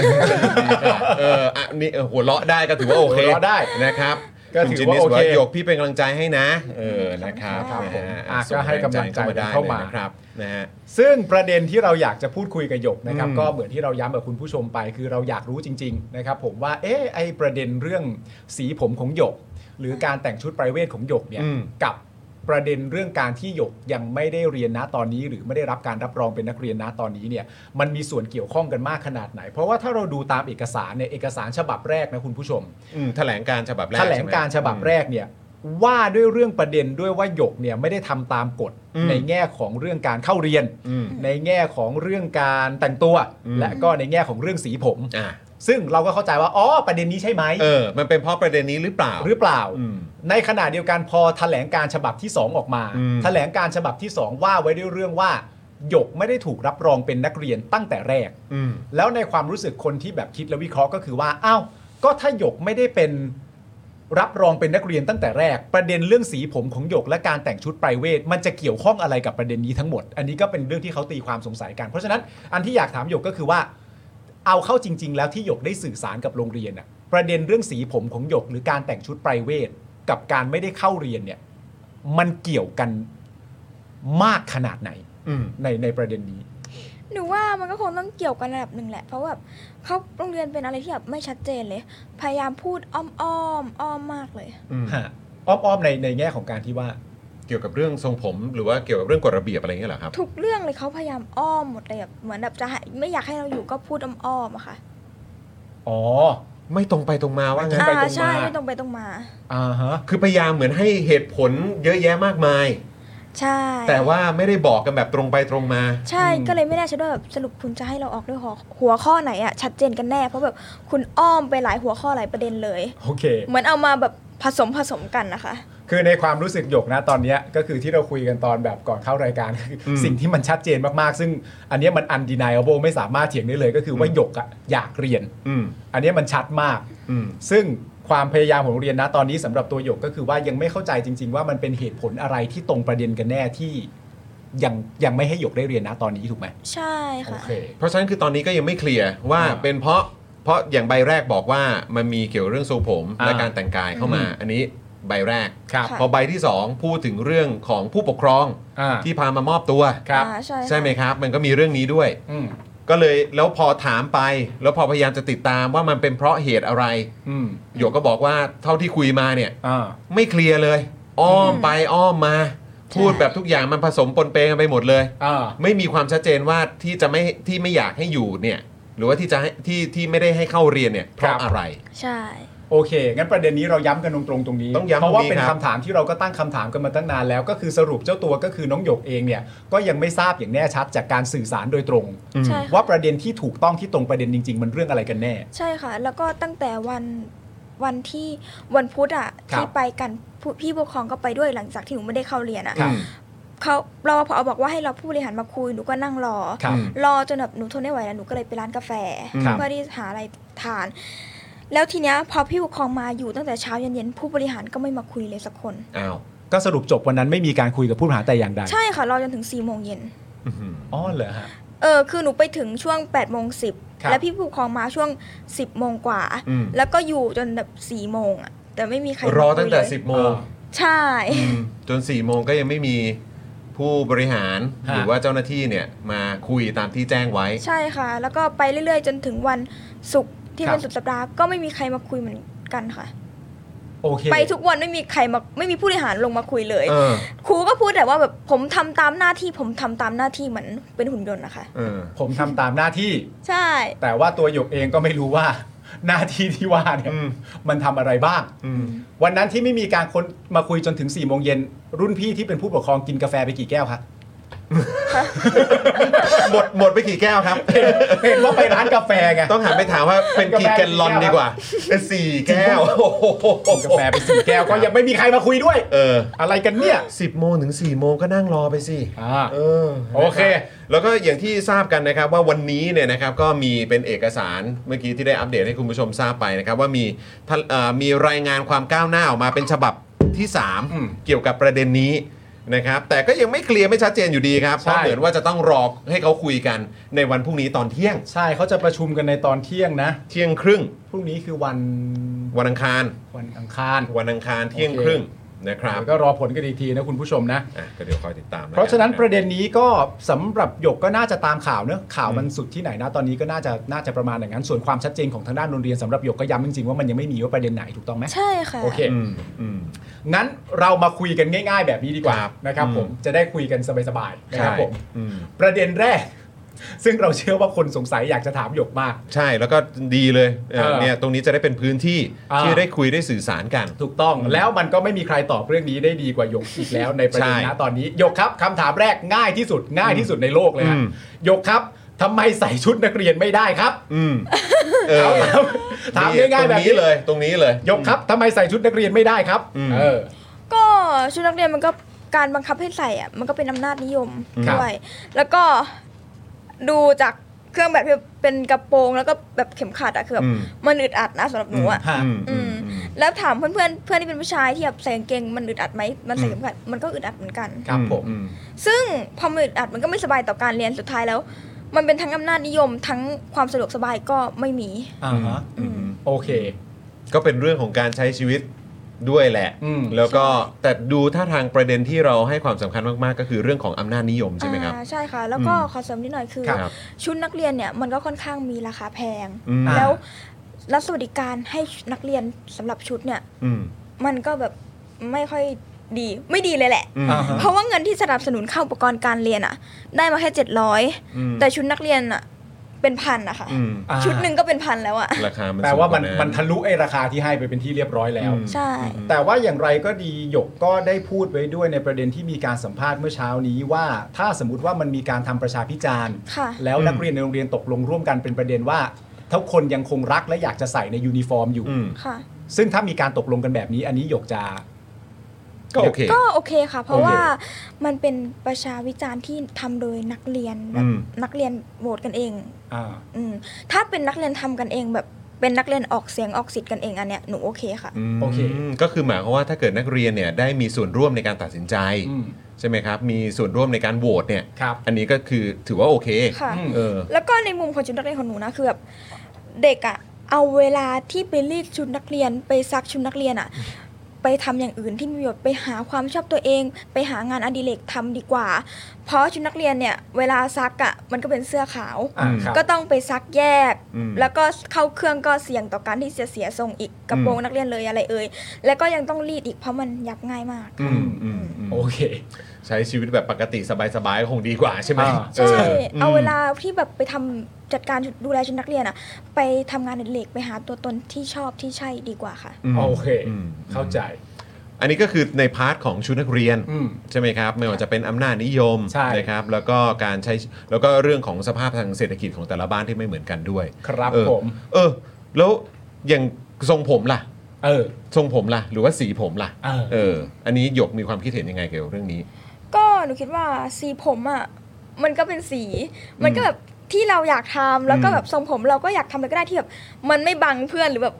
Speaker 1: เอออ่ะนี่เออหัวเราะได้ก็ถือว่าโอเค
Speaker 2: หัวเราะได้
Speaker 1: นะครับ
Speaker 2: ก็ถือว่าโอ
Speaker 1: ณจินนิส
Speaker 2: เค
Speaker 1: บกหยกพี่เป็นกำลังใจให้นะ เออนะครับ
Speaker 2: ครับ
Speaker 1: นะฮะ
Speaker 2: ผมอ่ะก็ให้กำลังใจ
Speaker 1: ส่
Speaker 2: เข้ามา
Speaker 1: ได้ลยนะครับนะฮะ
Speaker 2: ซึ่งประเด็นที่เราอยากจะพูดคุยกับหยกนะครับ
Speaker 1: อืม
Speaker 2: ก็เหมือนที่เราย้ำกับคุณผู้ชมไป คือเราอยากรู้จริง ๆ นะครับ ผมว่าเอ๊ะไอประเด็นเรื่องสีผมของหยก หรือการแต่งชุดไพรเวทของหยกเนี่ย
Speaker 1: อืม
Speaker 2: กับ ประเด็นเรื่องการที่หยกยังไม่ได้เรียนนะตอนนี้ หรือไม่ได้รับการรับรองเป็นนักเรียนนะตอนนี้เนี่ยมันมีส่วนเกี่ยวข้องกันมากขนาดไหน เพราะว่าถ้าเราดูตามเอกสารเนี่ยเอกสารฉบับแรกนะคุณผู้ชม
Speaker 1: อืมแถลงการฉบับแรก
Speaker 2: แถลงการฉบับแร
Speaker 1: ใช่ไหม
Speaker 2: กเนี่ยว่าด้วยเรื่องประเด็นด้วยว่าหยกเนี่ยไม่ได้ทำตามกฎ
Speaker 1: อืม
Speaker 2: ในแง่ของเรื่องการเข้าเรียน
Speaker 1: อืม
Speaker 2: ในแง่ของเรื่องการแต่งตัว
Speaker 1: อืม
Speaker 2: และก็ในแง่ของเรื่องสีผม
Speaker 1: อ่ะ
Speaker 2: ซึ่งเราก็เข้าใจว่าอ๋อประเด็นนี้ใช่ไหม
Speaker 1: เออ มันเป็นเพราะประเด็นนี้หรือเปล่า
Speaker 2: หรือเปล่า
Speaker 1: อืม
Speaker 2: ในขณะเดียวกันพอแถลงการฉบับที่ 2 ออกมา
Speaker 1: อืม
Speaker 2: แถลงการฉบับที่ 2 ว่าไว้ด้วยเรื่องว่าหยกไม่ได้ถูกรับรองเป็นนักเรียนตั้งแต่แรก
Speaker 1: อืม
Speaker 2: แล้วในความรู้สึกคนที่แบบคิดและวิเคราะห์ก็คือว่าอ้าวก็ถ้าหยกไม่ได้เป็นรับรองเป็นนักเรียนตั้งแต่แรก ประเด็นเรื่องสีผมของหยกและการแต่งชุดไพรเวทมันจะเกี่ยวข้องอะไรกับประเด็นนี้ทั้งหมด อันนี้ก็เป็นเรื่องที่เขาตีความสงสัยกัน เพราะฉะนั้นอันที่อยากถามหยกก็คือว่า เอาเข้าจริง ๆ แล้วที่หยกได้สื่อสารกับโรงเรียนน่ะประเด็นเรื่องสีผมของหยก หรือการแต่งชุดไพรเวทกับการไม่ได้เข้าเรียนเนี่ยมันเกี่ยวกันมากขนาดไหน
Speaker 1: อืม
Speaker 2: ในในประเด็นนี้
Speaker 4: หนูว่ามันก็คงต้องเกี่ยวกันระดับหนึ่งแหละ เพราะแบบเขาโรงเรียนเป็นอะไรที่แบบไม่ชัดเจนเลย พยายามพูดอ้อมอ้อมๆอ้อมมากเลย
Speaker 1: อืม
Speaker 2: ฮะอ้อมๆในในแง่ของการที่ว่า
Speaker 1: เกี่ยวกับเรื่องทรงผมหรือว่าเกี่ยวกับเรื่องกฎระเบียบอะไรอย่างเงี้ยเหรอครับ
Speaker 4: ทุกเรื่องเลยเขาพยายามอ้อมหมดเลยแบบเหมือนแบบจะให้ไม่อยากให้เราอยู่ก็พูดอ้อมอ้อมๆอะค่ะ
Speaker 2: อ๋อ
Speaker 1: ไม่ตรงไปตรงมาว่างั้น
Speaker 2: ไปตรงมา
Speaker 4: อ่าใช่ไม่ตรงไปตรงมา
Speaker 2: อ่าฮะ
Speaker 1: คือพยายามเหมือนให้เหตุผลเยอะแยะมากมาย
Speaker 4: ใช่
Speaker 1: แต่ว่าไม่ได้บอกกันแบบตรงไปตรงมา
Speaker 4: ใช่
Speaker 2: อืม
Speaker 4: ก็เลยไม่แน่ใจด้วยแบบสรุปคุณจะให้เราออกด้วยหัวหัวข้อไหนอะชัดเจนกันแน่ เพราะแบบคุณอ้อมไปหลายหัวข้อหลายประเด็นเลย
Speaker 2: โอเค
Speaker 4: เหมือนเอามาแบบผสมผสมกันนะคะ
Speaker 2: คือในความรู้สึกหยกนะตอนเนี้ยก็คือที่เราคุยกันตอนแบบก่อนเข้าราย การคือ
Speaker 1: อืม
Speaker 2: สิ่งที่มันชัดเจนมาก ๆ ซึ่งอันเนี้ยมัน undeniable ไม่สามารถเถียงได้เลยก็คือว่า
Speaker 1: อืม
Speaker 2: หยกอะอยากเรียน
Speaker 1: อืม
Speaker 2: อันเนี้ยมันชัดมาก
Speaker 1: อืม
Speaker 2: ซึ่งความพยายามของโรงเรียนนะตอนนี้สำหรับตัวหยกก็คือว่ายังไม่เข้าใจจริง ๆ ว่ามันเป็นเหตุผลอะไรที่ตรงประเด็นกันแน่ที่ยังยังไม่ให้หยกได้เรียนนะตอนนี้ถูกไหม
Speaker 4: ใช่
Speaker 2: โอ
Speaker 4: ค่ะ
Speaker 2: เค
Speaker 1: เพราะฉะนั้นคือตอนนี้ก็ยังไม่เคลียร์ว่า
Speaker 2: อ่า
Speaker 1: เป็นเพราะเพราะอย่างใบแรกบอกว่ามันมีเกี่ยวเรื่องทรงผม
Speaker 2: อ่า
Speaker 1: และการแต่งกายเข้ามา อันนี้ใบแรก
Speaker 2: ครับ
Speaker 4: ค่ะ
Speaker 1: พอใบที่ 2 พูดถึงเรื่องของผู้ปกครอง
Speaker 2: อ่า
Speaker 1: ที่พามามอบตัว
Speaker 2: ครับ
Speaker 4: อ่าใช่
Speaker 1: ใช่ไหมครับ มันก็มีเรื่องนี้ด้วย
Speaker 2: อืม
Speaker 1: ก็เลยแล้วพอถามไป แล้วพอพยายามจะติดตามว่ามันเป็นเพราะเหตุอะไร
Speaker 2: อืม
Speaker 1: หยกก็บอกว่าเท่าที่คุยมาเนี่ย
Speaker 2: อ่า
Speaker 1: ไม่เคลียร์เลย อ้อมไปอ้อมมา พูดแบบทุกอย่างมันผสมปนเปกันไปหมดเลย
Speaker 2: อ่า
Speaker 1: ไม่มีความชัดเจนว่าที่จะไม่ที่ไม่อยากให้อยู่เนี่ย หรือว่าที่จะให้ที่ที่ไม่ได้ให้เข้าเรียนเนี่ยเพ
Speaker 2: ครั
Speaker 1: ราะ
Speaker 2: บ
Speaker 1: อะไร
Speaker 4: ใช่
Speaker 2: โอเค งั้นประเด็นนี้เราย้ำกันตรงๆตรงนี้
Speaker 1: ต้องย้ำ
Speaker 2: เพราะ
Speaker 1: ต
Speaker 2: ว่า
Speaker 1: รงนี้
Speaker 2: เป็น
Speaker 1: ครับ
Speaker 2: คำถามที่เราก็ตั้งคำถามกันมาตั้งนานแล้ว ก็คือสรุปเจ้าตัวก็คือน้องหยกเองเนี่ย ก็ยังไม่ทราบอย่างแน่ชัดจากการสื่อสารโดยตรง
Speaker 1: อืม
Speaker 4: ใช่ค่ะ
Speaker 2: ว่าประเด็นที่ถูกต้องที่ตรงประเด็นจริง ๆ มันเรื่องอะไรกันแน่
Speaker 4: ใช่ค่ะ แล้วก็ตั้งแต่วันวันที่วันพุธอะ
Speaker 2: ครับ
Speaker 4: ที่ไปกันผู้พี่ปกครองก็ไปด้วยหลังจากที่หนูไม่ได้เข้าเรียนอะ
Speaker 2: ครับ
Speaker 4: เขารอพอบอกว่าให้เราผู้บริหารมาคุยหนูก็นั่งรอ
Speaker 2: ครับ
Speaker 4: รอจนแบบหนูทนไม่ไหวแล้วหนูก็เลยไปร้านกาแฟ
Speaker 2: ครับ
Speaker 4: เพื่อที่หาอะไรทาน แล้วทีเนี้ยพอพี่ปกครองมาอยู่ตั้งแต่เช้ายันเย็นผู้บริหารก็ไม่มาคุยเลยสักคน
Speaker 1: อ้าว
Speaker 2: ก็สรุปจบวันนั้นไม่มีการคุยกับผู้บริหารแต่อย่างใด
Speaker 4: ใช่ค่ะรอจนถึง4ี่โมงเย็น
Speaker 1: อื้อหือ
Speaker 2: อ๋อเหรอฮะ
Speaker 4: เออคือหนูไปถึงช่วง8ปดโมงสิบ
Speaker 2: ครับ
Speaker 4: แล้วพี่ปกครองมาช่วง 10บโมงกว่า
Speaker 1: อืม
Speaker 4: แล้วก็อยู่จนแบบสี่โมงอะแต่ไม่มีใครมาร
Speaker 1: อตั้งแต่
Speaker 4: คุยเลย
Speaker 1: 10โมง
Speaker 2: อ่า
Speaker 4: ใช่
Speaker 1: มจน4โมงก็ยังไม่มีผู้บริหาร
Speaker 2: ฮะ
Speaker 1: หรือว่าเจ้าหน้าที่เนี่ยมาคุยตามที่แจ้งไว้
Speaker 4: ใช่ค่ะ แล้วก็ไปเรื่อยๆ จนถึงวันศุกร์ที่
Speaker 2: ครับ
Speaker 4: เป็นสุดสัปดาห์ก็ไม่มีใครมาคุยเหมือนกันค่ะ
Speaker 2: โอเค
Speaker 4: ไปทุกวันไม่มีใครมาไม่มีผู้บริหารลงมาคุยเลย
Speaker 1: เออ
Speaker 4: ครูก็พูดแต่ว่าแบบผมทำตามหน้าที่ผมทำตามหน้าที่เหมือนเป็นหุ่นยนต์นะคะ
Speaker 1: เออ
Speaker 2: ผมทำตามหน้าที่
Speaker 4: ใช่
Speaker 2: แต่ว่าตัวหยกเองก็ไม่รู้ว่า หน้าที่ที่ว่าเนี่ย
Speaker 1: อืม
Speaker 2: มันทำอะไรบ้าง
Speaker 1: อืม
Speaker 2: วันนั้นที่ไม่มีการคนมาคุยจนถึง4ี่โมงเย็นรุ่นพี่ที่เป็นผู้ปกครองกินกาแฟไปกี่แก้วคะ
Speaker 1: หมดหมดไปกี่แก้วครับ
Speaker 2: เห็นว่าไปร้านกาแฟไง
Speaker 1: ต้องหันไปถามว่าเป็นกี่แกลลอนดีกว่าสี่แก้วโอ้โห
Speaker 2: กินกาแฟไปสี่แก้วก็ยังไม่มีใครมาคุยด้วย
Speaker 1: เออ
Speaker 2: อะไรกันเนี่ย
Speaker 1: สิบโมงถึงสี่โมงก็นั่งรอไปสิ
Speaker 2: อ่า
Speaker 1: เออ
Speaker 2: โอเค
Speaker 1: นะครับแล้วก็อย่างที่ทราบกันนะครับว่าวันนี้เนี่ยนะครับก็มีเป็นเอกสารเมื่อกี้ที่ได้อัปเดตให้คุณผู้ชมทราบไปนะครับว่ามีท่านเอ่อมีรายงานความก้าวหน้าออกมาเป็นฉบับที่
Speaker 2: อืม
Speaker 1: 3 เกี่ยวกับประเด็นนี้นะครับแต่ก็ยังไม่เคลียร์ไม่ชัดเจนอยู่ดีครับเพ
Speaker 2: ใช่
Speaker 1: ราะเหมือนว่าจะต้องรอให้เขาคุยกันในวันพรุ่งนี้ตอนเที่ยง
Speaker 2: ใช่เขาจะประชุมกันในตอนเที่ยงนะ
Speaker 1: เที่ยงครึ่ง
Speaker 2: พรุ่งนี้คือวัน
Speaker 1: วันอังคาร
Speaker 2: วันอังคาร
Speaker 1: วันอังคารเที่ยงครึ่ง นะครับ
Speaker 2: แล้วก็รอผลกันอีกทีนะคุณผู้ชมนะ
Speaker 1: อ่ะก็เดี๋ยวคอยติดตามแล้วกั
Speaker 2: เพราะฉะนั้นประเด็นนี้ก็สำหรับหยกก็น่าจะตามข่าวเนอะข่าวมันสุดที่ไหนนะตอนนี้ก็น่าจะน่าจะประมาณอย่างนั้น ส่วนความชัดเจนของทางด้านโรงเรียนสำหรับหยกก็ย้ำจริงๆว่ามันยังไม่มีว่าประเด็นไหนถูกต้องไหม
Speaker 4: ใช่ค่ะ
Speaker 2: โอเค
Speaker 1: อืมอืม
Speaker 2: งั้นเรามาคุยกันง่าย ๆ แบบนี้ดีกว่า
Speaker 1: ครับ
Speaker 2: นะครับ
Speaker 1: อืม
Speaker 2: ผมจะได้คุยกันสบายๆนะครับผม
Speaker 1: อืม
Speaker 2: ประเด็นแรก ซึ่งเราเชื่อว่าคนสงสัยอยากจะถามหยกมาก
Speaker 1: ใช่แล้วก็ดีเลยเอ่อ
Speaker 2: เออ
Speaker 1: เนี่ยตรงนี้จะได้เป็นพื้นที่
Speaker 2: อ่า
Speaker 1: ที่ได้คุยได้สื่อสารกัน
Speaker 2: ถูกต้องแล้วมันก็ไม่มีใครตอบเรื่องนี้ได้ดีกว่าหยกอีกแล้ว ในประเด็น
Speaker 1: ใช่
Speaker 2: นะตอนนี้หยกครับคำถามแรกง่ายที่สุดง่ายที่สุดในโลกเลยฮะ
Speaker 1: อืม
Speaker 2: หยกครับทำไมใส่ชุดนักเรียนไม่ได้ครับ
Speaker 1: อืมเออ
Speaker 2: ถาม
Speaker 1: นี่
Speaker 2: ง่ายๆ
Speaker 1: ต
Speaker 2: แบ
Speaker 1: รง
Speaker 2: บ
Speaker 1: นี้
Speaker 2: นี้
Speaker 1: เลยตรงนี้เลย
Speaker 2: ยกครับทำไมใส่ชุดนักเรียนไม่ได้ครับ
Speaker 1: อืม
Speaker 2: เออ
Speaker 4: ก็ชุดนักเรียนมันก็การบังคับให้ใส่อะมันก็เป็นอำนาจนิยม
Speaker 2: ครับ
Speaker 4: ด้วย แล้วก็ดูจากเครื่องแบบที่เป็นกระโปรงแล้วก็แบบเข็มขัดอะคือแบบ
Speaker 1: อืม
Speaker 4: มันอึดอัดนะสำหรับหนูอะ
Speaker 2: ฮะ
Speaker 1: อืม
Speaker 4: อื
Speaker 1: อืม
Speaker 4: ม
Speaker 1: อืม
Speaker 4: แล้วถามเพื่อนเพื่อนๆเพื่อนที่เป็นผู้ชายที่แบบใส่กางเกงมันอึดอัดไหมมันใส่เข็มขัดมันก็อึดอัดเหมือนกัน
Speaker 2: ครับผม
Speaker 1: อื
Speaker 4: ซึ่งพอมันอึดอัดมันก็ไม่สบายต่อการเรียนสุดท้ายแล้ว มันเป็นทั้งอำนาจนิยมทั้งความสะดวกสบายก็ไม่มี
Speaker 2: อ่าฮะ
Speaker 1: อืม
Speaker 2: โอเค
Speaker 1: ก็เป็นเรื่องของการใช้ชีวิตด้วยแหละ
Speaker 2: อืม
Speaker 1: แล้วก็แต่ดูท่าทางประเด็นที่เราให้ความสำคัญมากๆ ก็คือเรื่องของอำนาจนิยมใช่ไหมครับ
Speaker 4: อ่าใช่ค่ะ แล้วก็
Speaker 1: อืม
Speaker 4: ขอเสริมนิดหน่อยคือ
Speaker 1: ครับ
Speaker 4: ชุดนักเรียนเนี่ยมันก็ค่อนข้างมีราคาแพง
Speaker 1: อืม
Speaker 2: อ่า
Speaker 4: แล้วรัฐสวัสดิการให้นักเรียนสำหรับชุดเนี่ย
Speaker 1: อืม
Speaker 4: มันก็แบบไม่ค่อยดีไม่ดีเลยแหละ
Speaker 1: อืม
Speaker 2: อ่าฮะ
Speaker 4: เพราะว่าเงินที่สนับสนุนค่าอุปกรณ์การเรียนอะได้มาแค่
Speaker 1: อืม
Speaker 4: 700 แต่ชุดนักเรียนอะเป็นพันนะคะ
Speaker 1: อืม
Speaker 2: อ่า
Speaker 4: ชุดหนึ่งก็เป็นพันแล้วอะ
Speaker 1: ราคามัน
Speaker 2: แปลว่ามัน
Speaker 1: สูงก
Speaker 2: มันทะลุไอ้ราคาที่ให้ไปเป็นที่เรียบร้อยแล้ว
Speaker 1: อืม
Speaker 4: ใช่
Speaker 1: อืม
Speaker 2: แต่ว่าอย่างไรก็ดีหยกก็ได้พูดไว้ด้วยในประเด็นที่มีการสัมภาษณ์เมื่อเช้านี้ว่า ถ้าสมมติว่ามันมีการทำประชาพิจารณ์
Speaker 4: ค่ะ
Speaker 2: แล้ว
Speaker 1: อืม
Speaker 2: นักเรียนในโรงเรียนตกลงร่วมกันเป็นประเด็นว่าทุกคนยังคงรักและอยากจะใส่ในยูนิฟอร์มอยู่
Speaker 1: อืม
Speaker 4: ค่ะ
Speaker 2: ซึ่งถ้ามีการตกลงกันแบบนี้ อันนี้หยกจะ
Speaker 1: ก็โอเค
Speaker 4: ก็โอเคค่ะ เพราะ
Speaker 1: โอเค
Speaker 4: ว่ามันเป็นประชาวิจารณ์ที่ทำโดยนักเรียนแบ
Speaker 1: อื
Speaker 4: บ
Speaker 1: ม
Speaker 4: นักเรียนโหวตกันเอง
Speaker 2: อ่า
Speaker 4: อืมถ้าเป็นนักเรียนทำกันเองแบบเป็นนักเรียนออกเสียงออกสิทธิ์กันเองอันเนี้ยหนูโอเคค่ะ
Speaker 1: ม
Speaker 2: โอเค
Speaker 1: ก็คือหมายความว่าถ้าเกิดนักเรียนเนี่ยได้มีส่วนร่วมในการตัดสินใจ
Speaker 2: อืม
Speaker 1: ใช่ไหมครับ มีส่วนร่วมในการโหวตเนี่ย
Speaker 2: ครับ
Speaker 1: อันนี้ก็คือถือว่าโอเค
Speaker 4: ค่ะ
Speaker 2: อืม
Speaker 1: เออ
Speaker 4: แล้วก็ในมุมของชุดนักเรียนของหนูนะคือแบบเด็กอะเอาเวลาที่ไปรีดชุดนักเรียน ไปซักชุดนักเรียนอะไปทำอย่างอื่นที่มีประโยชน์ไปหาความชอบตัวเอง ไปหางานอดิเรกทำดีกว่า เพราะชุดนักเรียนเนี่ยเวลาซักอะมันก็เป็นเสื้อขาว
Speaker 2: อ่าครับ
Speaker 4: ก็ต้องไปซักแยก
Speaker 1: อืม
Speaker 4: แล้วก็เข้าเครื่องก็เสี่ยงต่อการที่จะเสียทรงอีกกระโปรงนักเรียนเลยอะไรเอ่ยแล้วก็ยังต้องรีดอีกเพราะมันยับง่ายมาก
Speaker 1: อืมอืมอืม
Speaker 2: โอเค
Speaker 1: ใช้ชีวิตแบบปกติสบายๆก็คงดีกว่าใช่ไหม
Speaker 2: อ่า
Speaker 1: เอ
Speaker 4: ใช่
Speaker 1: อ
Speaker 4: เอาเวลาที่แบบไปทำจัดการดูแลชุดนักเรียนอะไปทำงานอดิเรกไปหาตัวตนที่ชอบที่ใช่ดีกว่าค่ะ
Speaker 1: ม
Speaker 2: โอเค
Speaker 1: ม
Speaker 2: เข้าใจ
Speaker 1: อันนี้ก็คือในพาร์ทของชุดนักเรียน
Speaker 2: อืม
Speaker 1: ใช่ไหมครับ ไม่ว่าจะเป็นอำนาจนิยม
Speaker 2: ใช่
Speaker 1: นะครับ แล้วก็การใช้แล้วก็เรื่องของสภาพทางเศรษฐกิจของแต่ละบ้านที่ไม่เหมือนกันด้วย
Speaker 2: ครับ
Speaker 1: เออ
Speaker 2: ผม
Speaker 1: เออ แล้วอย่างทรงผมล่ะ
Speaker 2: เออ
Speaker 1: ทรงผมล่ะ หรือว่าสีผมล่ะ
Speaker 2: เออ
Speaker 1: เออ อันนี้หยกมีความคิดเห็นยังไงเกี่ยวกับเรื่องนี้
Speaker 4: ก็หนูคิดว่าสีผมอะมันก็เป็นสี มันก็แบบที่เราอยากทำแล้วก็
Speaker 1: อืม
Speaker 4: แบบทรงผมเราก็อยากทำอะไรก็ได้ที่แบบมันไม่บังเพื่อนหรือแบบ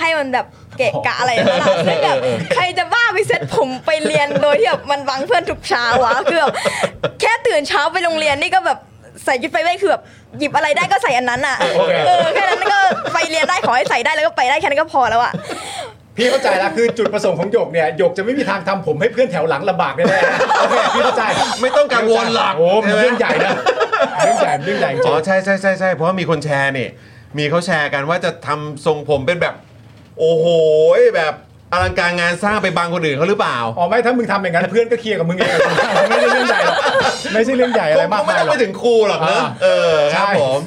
Speaker 4: ให้มันแบบเกะกะอะไรนั่นแหละซึ่งแบบใครจะบ้าไปเซ็ตผมไปเรียนโดยที่แบบมันบังเพื่อนทุกเช้าวะคือแบบแค่ตื่นเช้าไปโรงเรียนนี่ก็แบบใส่ชุดไปเว้ยคือแบบหยิบอะไรได้ก็ใส่อันนั้นอะ
Speaker 2: โอเค
Speaker 4: เออแค่นั้นก็ไปเรียนได้ขอให้ใส่ได้แล้วก็ไปได้แค่นั้นก็พอแล้วอะ
Speaker 2: พี่เข้าใจแล้วคือจุดประสงค์ของหยกเนี่ยหยกจะไม่มีทางทำผมให้เพื่อนแถวหลังลำบากแน่ๆโอเคพี่เข้าใจ
Speaker 1: ไม่ต้องกังวลหรอก
Speaker 2: โอ้มันเรื่อง
Speaker 1: ใช่ไหม
Speaker 2: ใหญ่นะเรื่องใหญ่เรื่องใหญ่จริ
Speaker 1: อ๋อง ใช่ใช่ใช่ใช่เพราะว่ามีคนแชร์นี่มีเขาแชร์กันว่าจะทำทรงผมเป็นแบบ โอ้โหแบบอลังการงานสร้างไปบางคนอื่นเขาหรือเปล่า
Speaker 2: อ๋อไม่ถ้ามึงทำอย่างนั้นเพื่อนก็เคลียร์กับมึงเองไม่ใช่เรื่องใหญ่หรอกไม่ใช่เรื่องใหญ่อะไรมาก
Speaker 1: คงไม่
Speaker 2: มาย
Speaker 1: ต้อง
Speaker 2: หรอ
Speaker 1: ไป
Speaker 2: ก
Speaker 1: ถึงครูหรอกนะ
Speaker 2: อ่า
Speaker 1: เออครับผม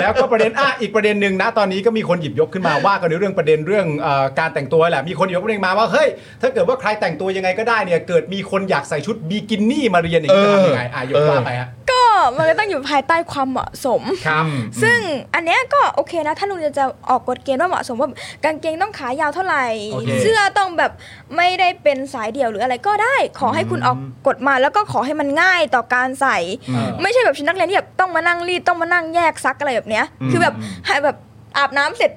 Speaker 2: แล้วก็ประเด็นอ่ะอีกประเด็นหนึ่งนะตอนนี้ก็มีคนหยิบยกขึ้นมาว่ากันในเรื่องประเด็นเรื่องเอ่อการแต่งตัวแหละมีคนหยิบยกประเด็นมาว่าเฮ้ยถ้าเกิดว่าใครแต่งตัวยังไงก็ได้เนี่ยเกิดมีคนอยากใส่ชุดบิกินี่มาเรียนอย่างนี้จะทำยังไงอ่ะยกว่าไปฮะ
Speaker 4: ก็มันก็ต้องอยู่ภายใต้ความเหมาะสม
Speaker 2: ครับ
Speaker 4: ซึ่งอันเนี้ยก็โอเคนะ ถ้าลุงเรียนจะออกกฎเกณฑ์ว่าเหมาะสมว่ากางเกงต้องขายาวเท่าไหร่
Speaker 2: โอเค
Speaker 4: เสื้อต้องแบบไม่ได้เป็นสายเดี่ยวหรืออะไรก็ได้ ขอให้คุณออกกฎมาแล้วก็ขอให้มันง่ายต่อการใส่
Speaker 2: เออ
Speaker 4: ไม่ใช่แบบชุดนักเรียนที่แบบต้องมานั่งรีดต้องมานั่งแยกซักอะไรแบบเนี้ย
Speaker 1: อืม
Speaker 4: คือแบบให้แบบอาบน้ำเสร็จ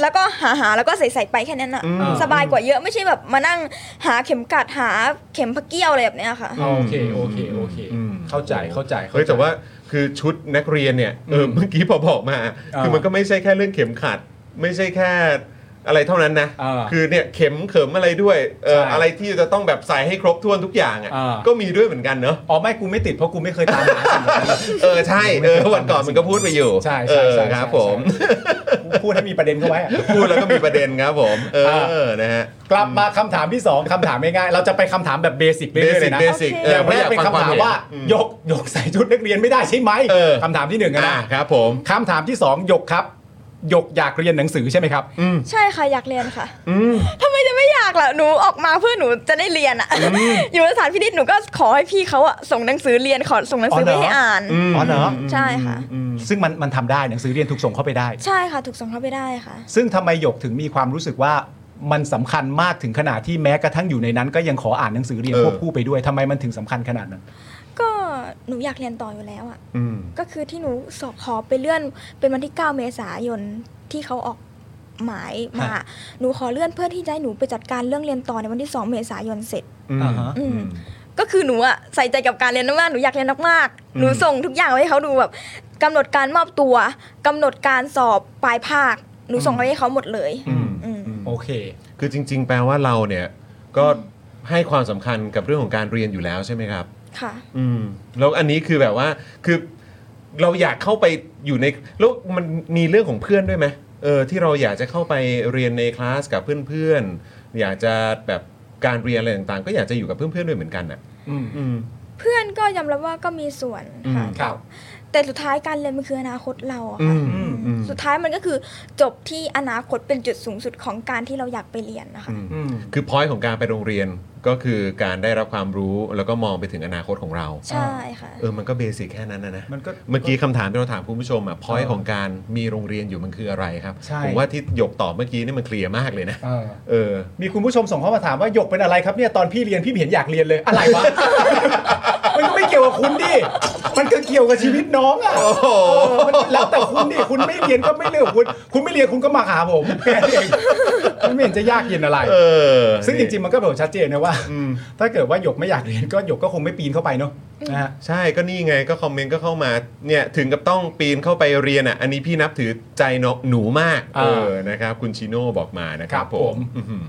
Speaker 4: แล้วก็หาหาแล้วก็ใส่ใส่ไปแค่นั้นอะ
Speaker 1: อืม
Speaker 4: สบายกว่าเยอะไม่ใช่แบบมานั่งหาเข็มกัดหาเข็มพะเกี้ยวอะไรแบบเนี้ยค่ะ
Speaker 2: โอเคโอเคโอเค
Speaker 1: อืม
Speaker 2: เข้าใจเข้าใจ
Speaker 1: เฮ้ย
Speaker 2: เข้าใจ
Speaker 1: แต่ว่าคือชุดนักเรียนเนี่ยเอออ
Speaker 2: ม
Speaker 1: เมื่อกี้พอบอกมา
Speaker 2: อ่า
Speaker 1: คือมันก็ไม่ใช่แค่เรื่องเข็มขัด ไม่ใช่แค่ อะไรเท่านั้นนะ
Speaker 2: เออ
Speaker 1: คือเนี่ยเข็มเขิมอะไรด้วยเอ่อ
Speaker 2: ใช่
Speaker 1: อะไรที่จะต้องแบบใส่ให้ครบถ้วนทุกอย่าง
Speaker 2: เออ
Speaker 1: อะ่ะก็มีด้วยเหมือนกันเนาะ
Speaker 2: อ๋อไม่กูไม่ติดเพราะกูไม่เคยตามหาสิ่งนั้นเลย
Speaker 1: เออใช่เออวันก่อนมันก็พูดไปอยู่
Speaker 2: ใช่
Speaker 1: เอ
Speaker 2: ใช่
Speaker 1: อ
Speaker 2: ใช่
Speaker 1: ครับ
Speaker 2: ใช่
Speaker 1: ผม
Speaker 2: พูดให้มีประเด็นเข้าไว้อะ
Speaker 1: พูดแล้วก็มีประเด็นครับผม เอ
Speaker 2: อ่า
Speaker 1: อนะฮะ
Speaker 2: กลับมาคำถามที่ 2คำถามง่ายๆเราจะไปคำถามแบบเบสิกเรื่
Speaker 1: เบ
Speaker 2: อยๆเล
Speaker 1: สิก
Speaker 2: ยนะ
Speaker 1: เบสิก
Speaker 4: โอค
Speaker 1: เอ
Speaker 2: อ
Speaker 1: อย่างไม่
Speaker 2: แร
Speaker 1: อก ยาก
Speaker 2: เป็น
Speaker 1: ฟังค
Speaker 2: คำ
Speaker 1: วาม
Speaker 2: ถาม
Speaker 1: เห็น
Speaker 2: ว่า
Speaker 1: อืม
Speaker 2: หยกหยกใส่ชุดนักเรียนไม่ได้ใช่ไหม
Speaker 1: เออ
Speaker 2: คำถามที่หนึ่งอะ
Speaker 1: อ่า
Speaker 2: นะครับ
Speaker 1: ผม
Speaker 2: คำถามที่สองหยกครับหยกอยากเรียนหนังสือใช่ไหมครับ
Speaker 4: ใช่ค่ะอยากเรียนค่ะทำไมจะไม่อยากล่ะหนูออกมาเพื่อหนูจะได้เรียนอะอยู่สถานพินิจหนูก็ขอให้พี่เขาอะส่งหนังสือเรียนขอส่งหนังสือไป
Speaker 2: อ๋อเหรอ
Speaker 4: ให้อ่าน
Speaker 2: อ๋อเหรอ
Speaker 4: ใช่ค่ะ
Speaker 2: ซึ่งมันมันทำได้หนังสือเรียนถูกส่งเข้าไปได้
Speaker 4: ใช่ค่ะถูกส่งเข้าไปได้ค่ะ
Speaker 2: ซึ่งทำไมหยกถึงมีความรู้สึกว่ามันสำคัญมากถึงขนาดที่แม้กระทั่งอยู่ในนั้น ก็ยังขออ่านหนังสือเรียน
Speaker 1: เออ
Speaker 2: ควบคู่ไปด้วยทำไมมันถึงสำคัญขนาดนั้น
Speaker 4: ก็หนูอยากเรียนต่ออยู่แล้วอะ
Speaker 1: อืม
Speaker 4: ก็คือที่หนูสอบขอไปเลื่อนเป็นวันที่ 9 เมษายนที่เขาออกหมายมา
Speaker 2: ฮะ
Speaker 4: หนูขอเลื่อนเพื่อที่จะให้หนูไปจัดการเรื่องเรียนต่อในวันที่ 2 เมษายนเสร็จ
Speaker 2: อ่าฮะ
Speaker 4: อืม ก็คือหนูอะใส่ใจกับการเรียนมากๆหนูอยากเรียนมากๆหนูส่งทุกอย่างไว้ให้เขาดูแบบกำหนดการมอบตัวกำหนดการสอบปลายภาค หนูส่งไปให้เขาหมดเลย
Speaker 1: อืม
Speaker 4: อืม
Speaker 2: โอเค
Speaker 1: คือจริง ๆ แปลว่าเราเนี่ยก็ให้ความสำคัญกับเรื่องของการเรียนอยู่แล้วใช่ไหมครับ
Speaker 4: ค่ะ
Speaker 1: อืมแล้วอันนี้คือแบบว่าคือเราอยากเข้าไปอยู่ในแล้วมันมีเรื่องของเพื่อนด้วยไหมเออที่เราอยากจะเข้าไปเรียนในคลาสกับเพื่อนๆอยากจะแบบการเรียนอะไรต่างๆ ก็อยากจะอยู่กับเพื่อนๆด้วยเหมือนกันน่ะ
Speaker 2: อืม
Speaker 1: อืม
Speaker 4: เพื่อนก็ยอมรับว่าก็มีส่วน
Speaker 1: อื
Speaker 4: ค่ะ
Speaker 1: ม
Speaker 2: ครับ
Speaker 4: แต่สุดท้ายการเรียนมันคืออนาคตเราอะ
Speaker 1: อื
Speaker 4: ค่ะ
Speaker 1: มอืม
Speaker 4: สุดท้ายมันก็คือจบที่อนาคตเป็นจุดสูงสุดของการที่เราอยากไปเรียนนะคะ
Speaker 1: อืมคือพอยของการไปโรงเรียนก็คือการได้รับความรู้แล้วก็มองไปถึงอนาคตของเรา
Speaker 4: ใช่ค่ะ
Speaker 1: เออมันก็เบสิกแค่นั้นนะนะ
Speaker 2: มันก็
Speaker 1: เมื่อกี้คำถามที่เราถามคุณผู้ชมอ่ะพอย
Speaker 2: เออ
Speaker 1: ของการมีโรงเรียนอยู่มันคืออะไรครับ
Speaker 2: ใช่
Speaker 1: ผมว่าที่หยกตอบเมื่อกี้นี่มันเคลียร์มากเลยนะ
Speaker 2: เออ
Speaker 1: เออ
Speaker 2: มีคุณผู้ชมส่งเข้ามาถามว่าหยกเป็นอะไรครับเนี่ยตอนพี่เรียนพี่ไม่เห็นอยากเรียนเลยอะไรวะ มันก็ไม่เกี่ยวกับคุณดิมันก็เกี่ยวกับชีวิตน้องอะเออมันแล้วแต่คุณดิคุณไม่เรียนก็ไม่เรื่องของคุณ คุณไม่เรียนคุณก็มาหาผม แค่นั้นเองมันไม่เห็นจะยากเย็นอะไร
Speaker 1: เออ
Speaker 2: ซึ่งจริงๆมันก็แบบชัดเจนนะว่า
Speaker 1: อืม
Speaker 2: ถ้าเกิดว่าหยกไม่อยากเรียนก็หยกก็คงไม่ปีนเข้าไปเนอะนะฮะ
Speaker 1: ใช่ก็นี่ไงก็คอมเมนต์ก็เข้ามาเนี่ยถึงกับต้องปีนเข้าไปเรียนอ่ะอันนี้พี่นับถือใจนกหนูมาก
Speaker 2: อ่า
Speaker 1: เออนะครับคุณชิโน่บอกมานะครั
Speaker 2: ครับ บ
Speaker 1: ผ
Speaker 2: ผม ม
Speaker 1: อื้อหือ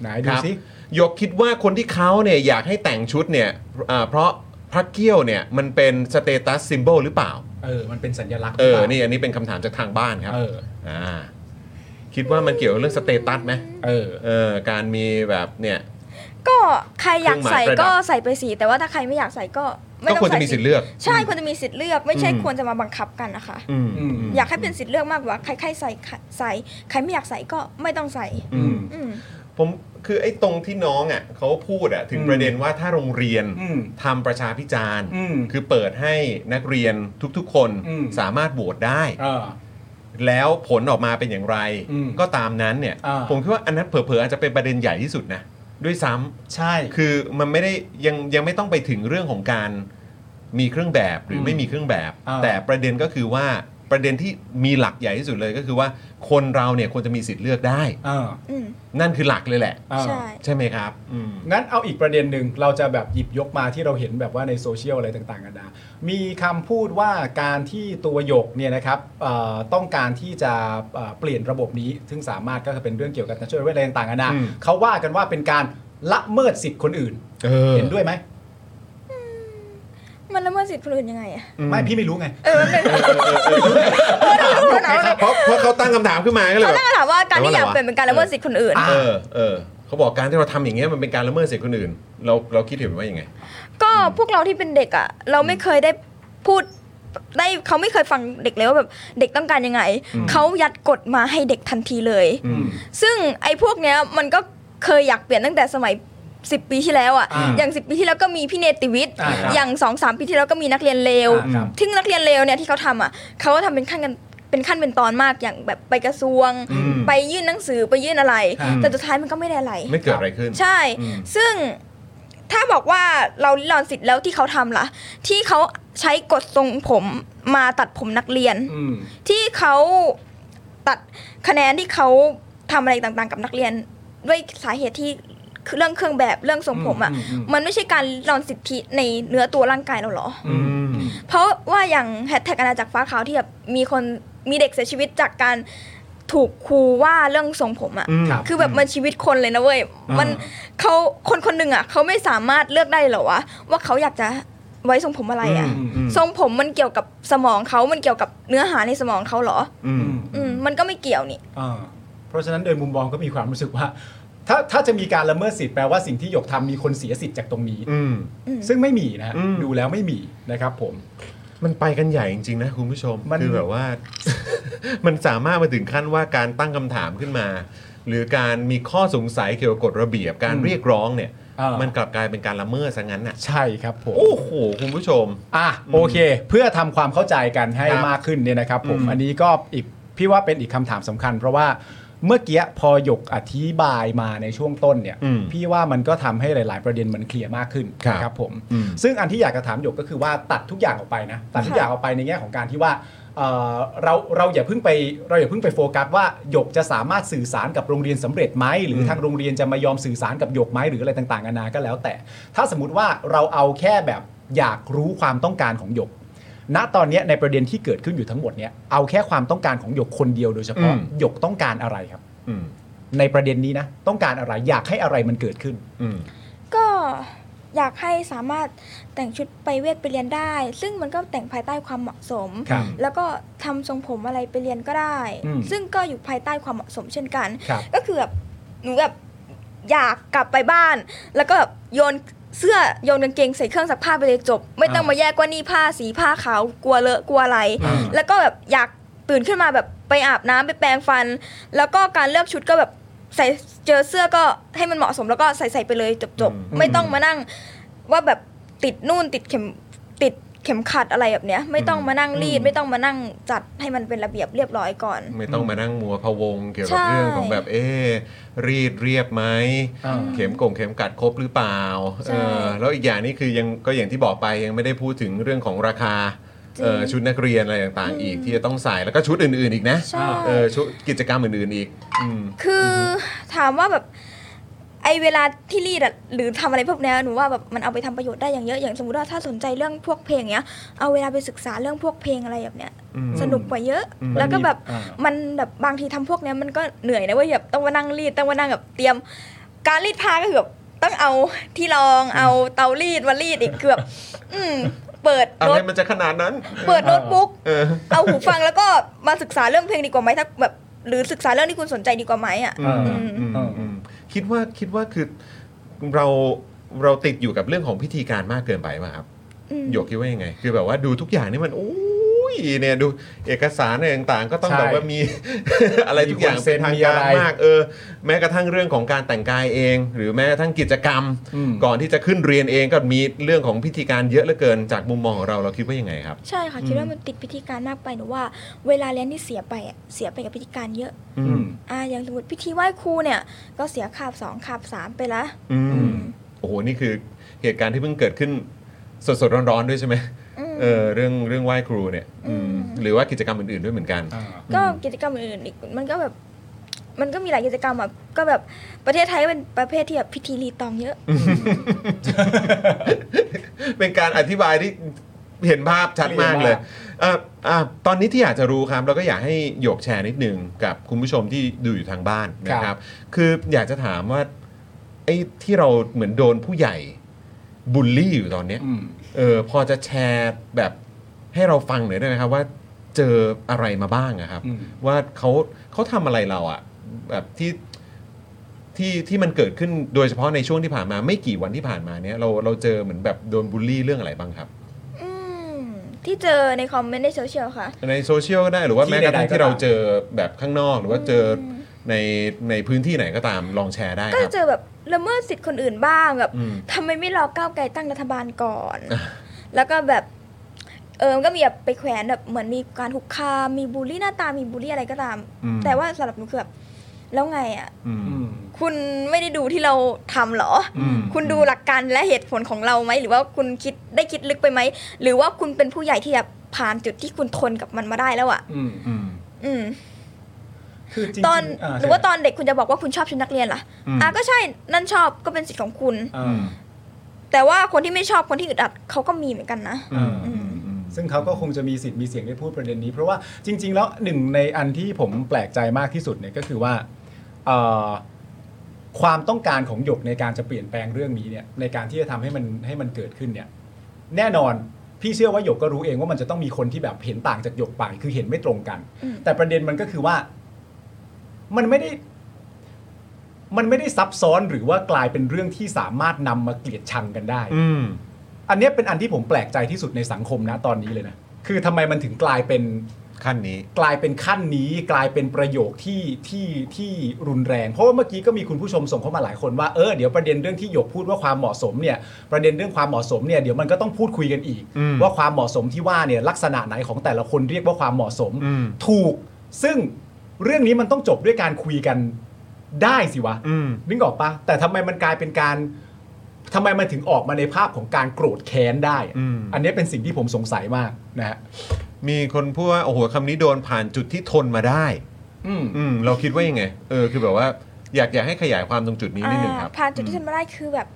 Speaker 2: ไหนดู
Speaker 1: ครับ
Speaker 2: สิ
Speaker 1: หยกคิดว่าคนที่เขาเนี่ยอยากให้แต่งชุดเนี่ยอ่าเพราะพระเกี้ยวเนี่ยมันเป็นสเตตัสซิมโบลหรือเปล่า
Speaker 2: เออ มันเป็นสัญลักษณ์
Speaker 1: เออ
Speaker 2: หรืปล่า
Speaker 1: นี่อันนี้เป็นคำถามจากทางบ้านครับ
Speaker 2: เออ
Speaker 1: อ่าคิดว่ามันเกี่ยวกับเรื่องสเตตัสไหม
Speaker 2: เออ
Speaker 1: เออ การมีแบบเนี่ย
Speaker 4: ก็ใครอยากใส่
Speaker 1: เครื่องหมายประดับ
Speaker 4: ก็ใส่ไปสี แต่ว่าถ้าใครไม่อยากใส่ก็ไม่
Speaker 1: ก็
Speaker 4: ต้อ
Speaker 1: ควรง
Speaker 4: ใส่
Speaker 1: จะมีสิทธิ์เลือก
Speaker 4: ใช่ควรจะมีสิทธิ์เลือกไม่ใช่
Speaker 1: อืม
Speaker 4: ควรจะมาบังคับกันนะคะ
Speaker 1: อืม
Speaker 2: อืม
Speaker 4: อยากให้เป็นสิทธิ์เลือกมากกว่าใครใครใส่ใครใส่ใครไม่อยากใส่ก็ไม่ต้องใส่
Speaker 1: อืม
Speaker 4: อืม
Speaker 1: ผมคือไอ้ตรงที่น้องอ่ะเขาพูดอ่ะถึง
Speaker 2: อืม
Speaker 1: ประเด็นว่าถ้าโรงเรียน
Speaker 2: อืม
Speaker 1: ทำประชาพิจารณ์
Speaker 2: อืม
Speaker 1: คือเปิดให้นักเรียนทุกๆ คน
Speaker 2: อืม
Speaker 1: สามารถโหวตได้
Speaker 2: เออ
Speaker 1: แล้วผลออกมาเป็นอย่างไร
Speaker 2: อืม
Speaker 1: ก็ตามนั้นเนี่ย
Speaker 2: อ่า
Speaker 1: ผมคิดว่าอันนั้นเผลอๆอาจจะเป็นประเด็นใหญ่ที่สุดนะ ด้วยซ้ำ
Speaker 2: ใช่
Speaker 1: คือมันไม่ได้ยังยังไม่ต้องไปถึงเรื่องของการมีเครื่องแบบหรือ
Speaker 2: ม
Speaker 1: ไม่มีเครื่องแบบ
Speaker 2: อ่า
Speaker 1: แต่ประเด็นก็คือว่าประเด็นที่มีหลักใหญ่ที่สุดเลยก็คือว่าคนเราเนี่ยควรจะมีสิทธิ์เลือกได้
Speaker 2: เออ
Speaker 4: อืม
Speaker 1: นั่นคือหลักเลยแหละ
Speaker 2: เออ
Speaker 4: ใช่
Speaker 1: ใช่ไหมครับอืม
Speaker 2: งั้นเอาอีกประเด็นหนึ่งเราจะแบบหยิบยกมาที่เราเห็นแบบว่าในโซเชียลอะไรต่างๆกันนะมีคำพูดว่าการที่ตัวหยกเนี่ยนะครับเอ่อต้องการที่จะเอ่อเปลี่ยนระบบนี้ ซึ่งสามารถก็คือเป็นเรื่องเกี่ยวกับนักช่วยเวทอะไรต่างๆกันนะ
Speaker 1: อืม
Speaker 2: เขาว่ากันว่าเป็นการละเมิดสิทธิ์คนอื่น
Speaker 1: เออ
Speaker 2: เห็นด้วยไหม
Speaker 4: มันละเมิดสิทธิ์คนอื่นยังไงอะ
Speaker 2: ไม่พี่ไม่รู้ไง
Speaker 4: เออมันเป็น
Speaker 1: เพราะเพราะเพราะเขาตั้งคำถามขึ้นมาก็เลย
Speaker 4: เขา
Speaker 1: แบบ
Speaker 4: ตั้งคำถามว่าการที่อยาก
Speaker 1: แล้วว่าอะไรวะ
Speaker 4: เปลี่ยนเป็นการละเมิดสิทธิ์คนอื่น
Speaker 2: อ่ะ
Speaker 1: เออเออเขาบอกการที่เราทำอย่างเงี้ยมันเป็นการละเมิดสิทธิคนอื่น เราเราคิดเห็นว่ายังไง
Speaker 4: ก็พวกเราที่เป็นเด็กอ่ะ เราไม่เคยได้พูดได้เขาไม่เคยฟังเด็กเลยว่าแบบเด็กต้องการยังไง
Speaker 1: อืม
Speaker 4: เขายัดกฎมาให้เด็กทันทีเลย
Speaker 1: อืม
Speaker 4: ซึ่งไอ้พวกเนี้ยมันก็เคยอยากเปลี่ยนตั้งแต่สมัย 10 ปีที่แล้วอ่ะ
Speaker 2: อ่า
Speaker 4: อย่าง 10 ปีที่แล้วก็มีพี่เนติวิทย์
Speaker 2: อ่าครับ
Speaker 4: อย่าง2อสปีที่แล้วก็มีนักเรียนเลว
Speaker 2: อ่าครับ
Speaker 4: ทึ่งนักเรียนเลวเนี่ยที่เขาทำอ่ะเขาก็ทำเป็นขั้นกันเป็นขั้นเป็นตอนมากอย่างแบบไปกระทรวง
Speaker 1: อืม
Speaker 4: ไปยื่นหนังสือไปยื่นอะไร
Speaker 2: อ่า
Speaker 4: แต่สุดท้ายมันก็ไม่ได้อะไร
Speaker 1: ไม่เกิดอะไรขึ้น
Speaker 4: ใช่
Speaker 1: อืม
Speaker 4: ซึ่งถ้าบอกว่าเราลิลอนสิทธิ์แล้วที่เขาทำล่ะ ที่เขาใช้กฎทรงผมมาตัดผมนักเรียน
Speaker 2: อืม
Speaker 4: ที่เขาตัดคะแนนที่เขาทำอะไรต่างๆ กับนักเรียน ด้วยสาเหตุที่เรื่องเครื่องแบบเรื่องทรงผมอ่ะ
Speaker 2: อืมอืมอืม
Speaker 4: มันไม่ใช่การลิลอนสิทธิในเนื้อตัวร่างกายเราเหรอ
Speaker 2: อืม
Speaker 4: เพราะว่าอย่างแฮชแท็กอาณาจักรฟ้าขาวที่แบบมีคนมีเด็กเสียชีวิตจากการ ถูกครูว่าเรื่องทรงผมอ่ะ
Speaker 2: ครับ
Speaker 4: คือแบบมันชีวิตคนเลยนะเว้ย มันเขาคนคนหนึ่งอ่ะเขาไม่สามารถเลือกได้เหรอวะว่าเขาอยากจะไว้ทรงผมอะไรอ่ะ
Speaker 2: อืมอืม
Speaker 4: ทรงผมมันเกี่ยวกับสมองเขามันเกี่ยวกับเนื้อหาในสมองเขาเหรอ
Speaker 2: อืม
Speaker 4: อืมมันก็ไม่เกี่ยวนี่
Speaker 2: อ่าเพราะฉะนั้นโดยมุมมองก็มีความรู้สึกว่า ถ้าถ้าจะมีการละเมิดสิทธิ์แปลว่าสิ่งที่หยกทำมีคนเสียสิทธิ์จากตรงนี้
Speaker 1: อืม
Speaker 2: ซึ่งไม่มีนะฮะ
Speaker 1: อืม
Speaker 2: ดูแล้วไม่มีนะครับผม
Speaker 1: มันไปกันใหญ่จริงๆนะคุณผู้ชม
Speaker 2: มัน
Speaker 1: คือแบบว่า มันสามารถมาถึงขั้นว่าการตั้งคำถามขึ้นมา หรือการมีข้อสงสัยเกี่ยวกับกฎระเบียบการ
Speaker 2: อืม
Speaker 1: เรียกร้องเนี่ย
Speaker 2: อ่ามั
Speaker 1: มันกลับกลายเป็นการละเมิดซะงั้นน่ะ
Speaker 2: ใช่ครับผม
Speaker 1: โอ้โห คุณผู้ชม
Speaker 2: อ่ะโอเค เพื่อทำความเข้าใจกันให้
Speaker 1: ครับ
Speaker 2: มากขึ้นเนี่ยนะครับ ผม
Speaker 1: อืม
Speaker 2: อันนี้ก็อีกพี่ว่าเป็นอีกคำถามสำคัญ เพราะว่าเมื่อกี้พอหยกอธิบายมาในช่วงต้นเนี่ย
Speaker 1: อืม
Speaker 2: พี่ว่ามันก็ทำให้หลาย ๆ ประเด็นมันเคลียร์มากขึ้น
Speaker 1: ครับ
Speaker 2: นะครับผม
Speaker 1: อืม
Speaker 2: ซึ่งอันที่อยากจะถามหยกก็คือว่าตัดทุกอย่างออกไปนะตัดทุกอย่างออกไปในแง่ของการที่ว่าเอ่อเราเราอย่าเพิ่งไปเราอย่าเพิ่งไปโฟกัสว่าหยกจะสามารถสื่อสารกับโรงเรียนสำเร็จไหมหรือทางโรงเรียนจะมายอมสื่อสารกับหยกไหมหรืออะไรต่างๆนานาก็แล้ว แต่ ถ้าสมมติว่าเราเอาแค่แบบอยากรู้ความต้องการของหยก ณตอนเนี้ยในประเด็นที่เกิดขึ้นอยู่ทั้งหมดเนี่ยเอาแค่ความต้องการของหยกคนเดียวโดยเฉพาะ
Speaker 1: อืม
Speaker 2: หยกต้องการอะไรครับ
Speaker 1: อืม
Speaker 2: ในประเด็นนี้นะ ต้องการอะไรอยากให้อะไรมันเกิดขึ้น
Speaker 1: อืม
Speaker 4: ก็อยากให้สามารถแต่งชุดไปเวทไปเรียนได้ ซึ่งมันก็แต่งภายใต้ความเหมาะสม
Speaker 2: ครับ
Speaker 4: แล้วก็ทำทรงผมอะไรไปเรียนก็ได้
Speaker 2: อืม
Speaker 4: ซึ่งก็อยู่ภายใต้ความเหมาะสมเช่นกัน
Speaker 2: ครับ
Speaker 4: ก็คือแบบหนูแบบอยากกลับไปบ้าน แล้วก็แบบโยนเสื้อโยนกางเกงใส่เครื่องซักผ้าไปเลยจบ ไม่ต้องมาแยกว่านี่ผ้าสีผ้าขาวกลัวเลอะกลัวอะไร
Speaker 2: อ่า
Speaker 4: แล้วก็แบบอยากตื่นขึ้นมาแบบไปอาบน้ำไปแปรงฟัน แล้วก็การเลือกชุดก็แบบใส่เจอเสื้อก็ให้มันเหมาะสมแล้วก็ใส่ใส่ไปเลยจบจบ
Speaker 1: อืม
Speaker 4: ไม่ต้องมานั่งว่าแบบติดนู่นติดเข็มติดเข็มขัดอะไรแบบเนี้ย ไม่ต้องมานั่งรีด ไม่ต้องมานั่งจัดให้มันเป็นระเบียบเรียบร้อยก่อน
Speaker 1: ไม่ต้องมานั่งมัวพะวง เกี่ยวกับ
Speaker 4: ใช่
Speaker 1: เรื่องของแบบเอ๊ะรีดเรียบไหม
Speaker 2: อ่า
Speaker 1: เข็มกงเข็มกัดครบหรือเปล่า
Speaker 4: ใช่
Speaker 1: เออแล้วอีกอย่างนี่คือยังก็อย่างที่บอกไปยังไม่ได้พูดถึงเรื่องของราคา
Speaker 4: จริง
Speaker 1: เออชุดนักเรียนอะไรต่างๆ อีกที่จะต้องใส่แล้วก็ชุดอื่นๆอีกนะ
Speaker 4: ใช่
Speaker 1: เออชุดกิจกรรมอื่นๆอีกอืม
Speaker 4: คือถามว่าแบบไอเวลาที่รีดอะหรือทำอะไรพวกเนี้ยหนูว่าแบบมันเอาไปทำประโยชน์ได้อย่างเยอะอย่างสมมติว่าถ้าสนใจเรื่องพวกเพลงเนี้ยเอาเวลาไปศึกษาเรื่องพวกเพลงอะไรแบบเนี้ย
Speaker 1: อืม
Speaker 4: สนุกกว่าเยอะ
Speaker 1: อืม
Speaker 4: แล้วก็แบบ
Speaker 2: อ่า
Speaker 4: มันแบบบางทีทำพวกเนี้ยมันก็เหนื่อยนะเว้ยแบบต้องมานั่งรีดต้องมานั่งแบบเตรียม การรีดผ้าก็คือแบบต้องเอาที่ร องเอาเตารีดมารีดอีกคือแบบอืมเปิด
Speaker 1: อะ
Speaker 4: โน้
Speaker 1: ไร
Speaker 4: ต
Speaker 1: มันจะขนาดนั้น
Speaker 4: เปิดโน้ตบุ๊ก
Speaker 1: เออ
Speaker 4: เอาหูฟังแล้วก็มาศึกษาเรื่องเพลงดีกว่าไหมถ้าแบบหรือศึกษาเรื่องที่คุณสนใจดีกว่าไหมอ่ะ
Speaker 1: อืม
Speaker 2: อืม
Speaker 1: อืมอืมคิดว่าคิดว่าคือเราเราติดอยู่กับเรื่องของพิธีการมากเกินไปป่ะครับ
Speaker 4: อืม
Speaker 1: โยกคิดว่ายังไง คือแบบว่าดูทุกอย่างนี่มันโอ้ยเนี่ยดูเอกสารอะไรต่างๆ ก็ต้อง
Speaker 2: ใช่
Speaker 1: แบบว่ามี อะไรทุกอย่าง
Speaker 2: มีคนเซ็
Speaker 1: เป็น
Speaker 2: น
Speaker 1: ทาง
Speaker 2: มี
Speaker 1: การ
Speaker 2: อะไร
Speaker 1: มากเออ แม้กระทั่งเรื่องของการแต่งกายเอง หรือแม้กระทั่งกิจกรรม
Speaker 2: อืม
Speaker 1: ก่อนที่จะขึ้นเรียนเองก็มีเรื่องของพิธีการเยอะเหลือเกินจากมุมมองของเราเราคิดว่ายังไงครับ
Speaker 4: ใช่ค่ะ คิดว่ามันติดพิธีการมากไปหนูว่าเวลาเรียนที่เสียไปอะเสียไปกับพิธีการเยอะ
Speaker 2: อืม
Speaker 4: อ่าอย่างสมมติพิธีไหว้ครูเนี่ย ก็เสียคาบสองคาบสามไปละ
Speaker 1: อื
Speaker 2: อื
Speaker 1: ม
Speaker 2: ม
Speaker 1: โอ้โหนี่คือเหตุการณ์ที่เพิ่งเกิดขึ้นสดๆร้อนๆด้วยใช่ไหม
Speaker 4: อืม
Speaker 1: เออเรื่องเรื่องไหว้ครูเนี่ย
Speaker 4: อืม
Speaker 1: หรือว่ากิจกรรมอื่นๆด้วยเหมือนกัน
Speaker 2: อ่า
Speaker 4: ก็กิจกรรมอื่นๆอีกมันก็แบบ มันก็มีหลายกิจกรรมอ่ะก็แบบประเทศไทยเป็นประเภทที่แบบพิธีรีตองเยอะ
Speaker 1: เป็นการอธิบายที่เห็นภาพชัดมากเลย
Speaker 2: เห็นภา
Speaker 1: เอ่ออ่ะตอนนี้ที่อยากจะรู้ครับ แล้วก็อยากให้หยกแชร์นิดนึงกับคุณผู้ชมที่ดูอยู่ทางบ้านนะครับ คืออยากจะถามว่าไอ้ที่เราเหมือนโดนผู้ใหญ่บูลลี่อยู่ตอนเนี้ย
Speaker 2: อืม
Speaker 1: เออพอจะแชร์แบบให้เราฟังหน่อยได้ไหมครับว่าเจออะไรมาบ้างอะครับ
Speaker 2: อืม
Speaker 1: ว่าเขาเขาทำอะไรเราอะแบบที่ที่ที่มันเกิดขึ้นโดยเฉพาะในช่วงที่ผ่านมาไม่กี่วันที่ผ่านมาเนี้ยเราเราเจอเหมือนแบบโดนบูลลี่เรื่องอะไรบ้างครับ
Speaker 4: อืมที่เจอในคอมเมนต์ในโซเชียลค่ะ
Speaker 1: ในโซเชียลก็ได้หรือว่า
Speaker 2: ที่
Speaker 1: แม้กระทั่ง
Speaker 2: ใดๆก็
Speaker 1: ที่เรา
Speaker 2: ตาม
Speaker 1: เจอแบบข้างนอกหรือว่าเจออ
Speaker 4: ม
Speaker 1: ในในพื้นที่ไหนก็ตามลองแชร์ได้
Speaker 4: ก็
Speaker 1: ค
Speaker 4: จะ
Speaker 1: รับ
Speaker 4: เจอแบบละเมิดสิทธิ์คนอื่นบ้างแบบ
Speaker 1: อืม
Speaker 4: ทำไมไม่รอก้าวไกลตั้งรัฐบาลก่อน แล้วก็แบบเออมันก็มีแบบไปแขวนแบบเหมือนมีการหุกคามมีบูลลี่หน้าตามีบูลลี่อะไรก็ตาม
Speaker 1: อืม
Speaker 4: แต่ว่าสำหรับหนูคือแบบแล้วไงอ่ะ
Speaker 1: อืม
Speaker 2: อืม
Speaker 4: คุณไม่ได้ดูที่เราทำเหรออ
Speaker 1: ม
Speaker 4: คุณดูหลักการและเหตุผลของเราไหม หรือว่าคุณคิดได้คิดลึกไปไหม หรือว่าคุณเป็นผู้ใหญ่ที่แบบผ่านจุดที่คุณทนกับมันมาได้แล้วอ่ะ
Speaker 2: อืม
Speaker 1: อืม
Speaker 4: อืม
Speaker 2: คือจริงๆ
Speaker 4: ตอน
Speaker 2: อ่
Speaker 4: หรือว่าตอนเด็กคุณจะบอกว่าคุณชอบชุดนักเรียนเหรอ
Speaker 1: อืม
Speaker 4: อ่ะก็ใช่นั่นชอบก็เป็นสิทธิ์ของคุณ
Speaker 2: อ่า
Speaker 4: แต่ว่าคนที่ไม่ชอบคนที่อึดอัดเขาก็มีเหมือนกันนะ
Speaker 1: อืมอืมอืม
Speaker 2: ซึ่งเขาก็คงจะมีสิทธิ์มีเสียงได้พูดประเด็นนี้ เพราะว่าจริง ๆ แล้วหนึ่งในอันที่ผมแปลกใจมากที่สุดเนี่ยก็คือว่าเอ่อความต้องการของหยกในการจะเปลี่ยนแปลงเรื่องนี้เนี่ยในการที่จะทำให้มันให้มันเกิดขึ้นเนี่ย แน่นอนพี่เชื่อว่าหยกก็รู้เองว่ามันจะต้องมีคนที่แบบเห็นต่างจากหยกไปคือเห็นไม่ตรงกัน
Speaker 4: อืม
Speaker 2: แต่ประเด็นมันก็คือว่า มันไม่ได้ มันไม่ได้ซับซ้อนหรือว่ากลายเป็นเรื่องที่สามารถนำมาเกลียดชังกันได้
Speaker 1: อืม
Speaker 2: อันเนี้ยเป็นอันที่ผมแปลกใจที่สุดในสังคมนะตอนนี้เลยนะ คือทำไมมันถึงกลายเป็น
Speaker 1: ขั้นนี้
Speaker 2: กลายเป็นขั้นนี้กลายเป็นประโยคที่ที่ที่รุนแรง เพราะว่าเมื่อกี้ก็มีคุณผู้ชมส่งเข้ามาหลายคนว่าเออเดี๋ยวประเด็นเรื่องที่หยกพูดว่าความเหมาะสมเนี่ยประเด็นเรื่องความเหมาะสมเนี่ยเดี๋ยวมันก็ต้องพูดคุยกันอีก
Speaker 1: อืม
Speaker 2: ว่าความเหมาะสมที่ว่าเนี่ยลักษณะไหนของแต่ละคนเรียกว่าความเหมาะสม
Speaker 1: อืม
Speaker 2: ถูก ซึ่งเรื่องนี้มันต้องจบด้วยการคุยกันได้สิวะ
Speaker 1: อืม
Speaker 2: นึกออกปะแต่ทำไมมันกลายเป็นการทำไมมันถึงออกมาในภาพของการโกรธแค้นได้อะ
Speaker 1: อืม
Speaker 2: อันเนี้ยเป็นสิ่งที่ผมสงสัยมากนะฮะ
Speaker 1: มีคนพูดว่าโอ้โหคำนี้โดนผ่านจุดที่ทนมาได้
Speaker 2: อืม
Speaker 1: อืม เราคิดว่ายังไง เออ คือแบบว่า อยากอยากให้ขยายความตรงจุดนี้นิดนึงครับ
Speaker 4: อ่าผ่านจุดที่ทำมาได้คือแบบ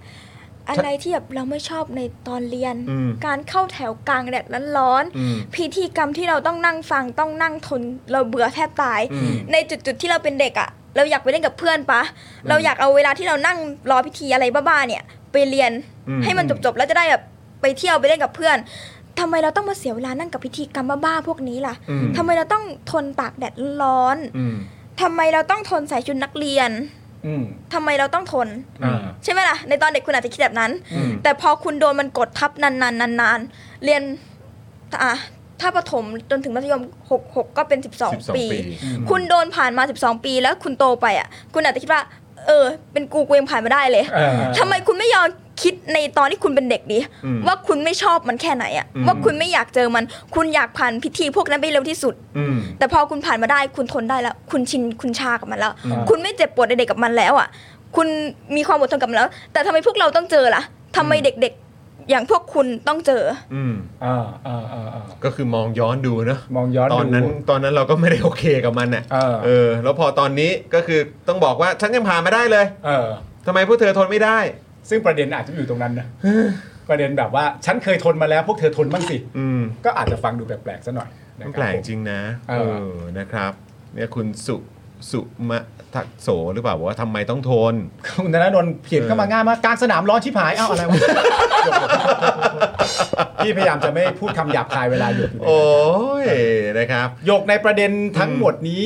Speaker 4: อะไรที่แบบเราไม่ชอบในตอนเรียน
Speaker 1: อืม
Speaker 4: การเข้าแถวกลางแดดร้อน
Speaker 1: อืม
Speaker 4: ๆพิธีกรรมที่เราต้องนั่งฟังต้องนั่งทนเราเบื่อแทบตาย
Speaker 1: อืม
Speaker 4: ในจุดๆที่เราเป็นเด็กอะเราอยากไปเล่นกับเพื่อนปะเราอยากเอาเวลาที่เรานั่งรอพิธีอะไรบ้าๆเนี่ย ไปเรียน
Speaker 1: อืม
Speaker 4: ให้มันจบๆแล้วจะได้แบบไปเที่ยวไปเล่นกับเพื่อนทำไมเราต้องมาเสียเวลานั่งกับพิธีกรรมบ้าๆพวกนี้ล่ะ
Speaker 1: อืม
Speaker 4: ทำไมเราต้องทนตากแดดร้อน
Speaker 1: อืม
Speaker 4: ทำไมเราต้องทนใส่ชุดนักเรียน
Speaker 2: อืม
Speaker 4: ทำไมเราต้องทน
Speaker 2: อ่า
Speaker 4: ใช่ไหมล่ะ ในตอนเด็กคุณอาจจะคิดแบบนั้น
Speaker 1: อืม
Speaker 4: แต่พอคุณโดนมันกดทับนานๆนานๆ เรียนอ่ะถ้าประถมจนถึงมัธยม6 6ก็เป็น
Speaker 1: สิบสอ
Speaker 4: 12
Speaker 1: ง
Speaker 4: ปี
Speaker 1: ปี
Speaker 4: คุณโดนผ่านมา 12 ปีแล้วคุณโตไปอ่ะ คุณอาจจะคิดว่า เออ เป็นกูกูยังผ่านมาได้เลย
Speaker 2: เออ
Speaker 4: ทำไมคุณไม่ยอมคิดในตอนที่คุณเป็นเด็กดี
Speaker 1: อืม
Speaker 4: ว่าคุณไม่ชอบมันแค่ไหนอ่ะ
Speaker 1: อืม
Speaker 4: ว่าคุณไม่อยากเจอมัน คุณอยากผ่านพิธีพวกนั้นไปเร็วที่สุด
Speaker 1: อืม
Speaker 4: แต่พอคุณผ่านมาได้คุณทนได้แล้ว คุณชินคุณชากับมันแล้ว
Speaker 2: อืม
Speaker 4: คุณไม่เจ็บปวดใดๆกับมันแล้วอ่ะ คุณมีความอดทนกับมันแล้ว แต่ทำไมพวกเราต้องเจอล่ะทำไมเด็กๆ อย่างพวกคุณต้องเจอ
Speaker 1: อืม
Speaker 2: อ่าอ่าอ่าอ่า
Speaker 1: ก็คือมองย้อนดูเนอะ
Speaker 2: มองย้อน
Speaker 1: ตอนนั้น
Speaker 2: ดู
Speaker 1: ตอนนั้นเราก็ไม่ได้โอ เคกับมันน่ะ
Speaker 2: เออ
Speaker 1: เออ แล้วพอตอนนี้ก็คือต้องบอกว่าฉันยังผ่านมาได้เลย
Speaker 2: เออ
Speaker 1: ทำไมพวกเธอทนไม่ได้
Speaker 2: ซึ่งประเด็นอาจจะอยู่ตรงนั้นนะ ประเด็นแบบว่า ฉันเคยทนมาแล้วพวกเธอทนบ้างสิ
Speaker 1: อืม
Speaker 2: ก็อาจจะฟังดูแปลกๆซะหน่อยนะ
Speaker 1: มัน
Speaker 2: คบ
Speaker 1: แปลก
Speaker 2: ผม
Speaker 1: จริงนะ
Speaker 2: เอ
Speaker 1: เอ
Speaker 2: อ
Speaker 1: อ นะครับ เนี่ยคุณสุสุมะทักโสหรือเปล่าบอกว่าทำไมต้องทน
Speaker 2: คุณธนาดนเขียนเข้ามาง่ายมากกลางสนามร้อนชิบหาย เอ้าอะไรว ะ พี่พยายามจะไม่พูดคำหยาบคายเวลาหยกอยู่ใน
Speaker 1: โอ้
Speaker 2: นั้น
Speaker 1: ย นะครับ
Speaker 2: หยกในประเด็นทั้งหมดนี้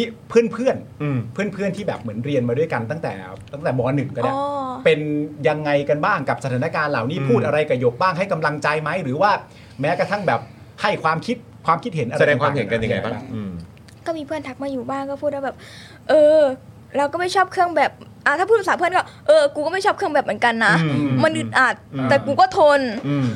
Speaker 2: เพื่อน
Speaker 1: อืม
Speaker 2: ๆ เพื่อนๆที่แบบเหมือนเรียนมาด้วยกันตั้งแต่ตั้งแต่มหนึ่งก็
Speaker 4: อ๋
Speaker 2: ได้
Speaker 4: อ
Speaker 2: เป็นยังไงกันบ้างกับสถานการณ์เหล่านี้
Speaker 1: อืม
Speaker 2: พูดอะไรกับหยกบ้างให้กำลังใจไหม หรือว่าแม้กระทั่งแบบให้ความคิดความคิดเห็นอะไร
Speaker 1: แสดงความเห็นกันยังไงบ้าง
Speaker 2: ต่ๆ
Speaker 1: อืม
Speaker 4: ก็มีเพื่อนทักมาอยู่บ้างก็พูดว่าแบบ เออ เราก็ไม่ชอบเครื่องแบบอ่ะถ้าพูดภาษาเพื่อนก็เออกูก็ไม่ชอบเครื่องแบบเหมือนกันนะ
Speaker 1: อืม
Speaker 4: มันอึดอัด
Speaker 1: อืม
Speaker 4: แต่กูก็ทน
Speaker 1: อืม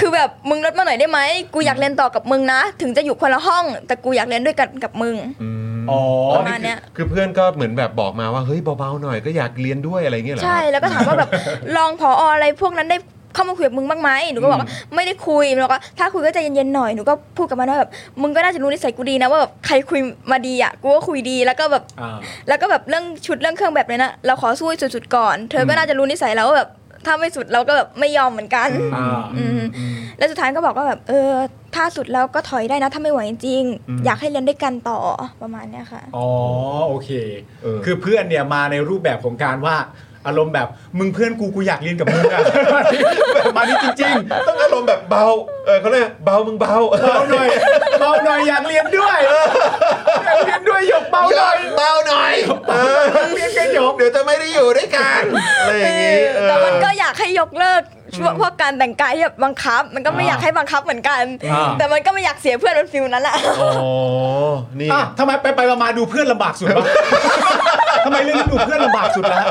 Speaker 4: คือแบบมึงลดมาหน่อยได้ไหมกูอยากเรียนต่อกับมึงนะ ถึงจะอยู่คนละห้อง แต่กูอยากเรียนด้วยกันกับมึง
Speaker 1: อืม
Speaker 2: อ๋อ
Speaker 4: ประมาณเนี้ย
Speaker 1: คือเพื่อนก็เหมือนแบบบอกมาว่า เฮ้ยเบาๆหน่อยก็อยากเรียนด้วยอะไรเงี้ยเหรอ
Speaker 4: ใช่แล้วก็ถามว่าแบบ ลองพออะไรพวกนั้นได้เข้ามาคุยกับมึงบ้างไหมหนูก็บอกว่าไม่ได้คุยแล้วก็ถ้าคุยก็ใจเย็นๆหน่อยหนูก็พูดกับมันว่าแบบมึงก็น่าจะรู้นิสัยกูดีนะว่าแบบใครคุยมาดีอ่ะกูก็คุยดีแล้วก็แบบ
Speaker 2: อ่า
Speaker 4: แล้วก็แบบเรื่องชุดเรื่องเครื่องแบบเลยนะเราขอสู้ให้สุดๆก่อน เธอก็น่าจะรู้นิสัยเราว่าแบบถ้าไม่สุดเราก็แบบไม่ยอมเหมือนกัน
Speaker 2: อ่า
Speaker 4: อืมแล้วสุดท้ายก็บอกว่าแบบเออถ้าสุดแล้วก็ถอยได้นะถ้าไม่ไหวจริงๆอยากให้เรียนด้วยกันต่อประมาณเนี้ยค่ะ
Speaker 2: อ๋อโอเค
Speaker 1: เออ
Speaker 2: คือเพื่อนเนี่ยมาในรูปแบบของการว่าอารมณ์แบบมึงเพื่อนกูกูอยากเรียนกับมึงอะ มานี่จริง
Speaker 1: ต้องอารมณ์แบบเบา เออเขาเรียกเบามึงเบา
Speaker 2: ๆเบาหน่อยเบาหน่อยอยากเรียนด้วยอยากเรียนด้วยหยกเบาหน่อย
Speaker 1: เบาหน่อยเออ
Speaker 2: เรียนกันหยก
Speaker 1: เดี๋ยวจะไม่ได้อยู่ด้วยกันอะไรอย่างงี้เออ
Speaker 4: แต่มันก็อยากให้ยกเลิกช่วงพวกการแต่งกายที่แบบบังคับ มันก็ไม่อยากให้บังคับเหมือนกัน
Speaker 1: อ่า
Speaker 4: แต่มันก็ไม่อยากเสียเพื่อนมันฟิลนั้นแหละ
Speaker 1: อ๋อ นี่
Speaker 2: อ่ะทำไมไปไปๆมาๆดูเพื่อนลำบากสุดวะ ทำไมเรื่องนี้ดูเพื่อนลำบากสุดแล้ว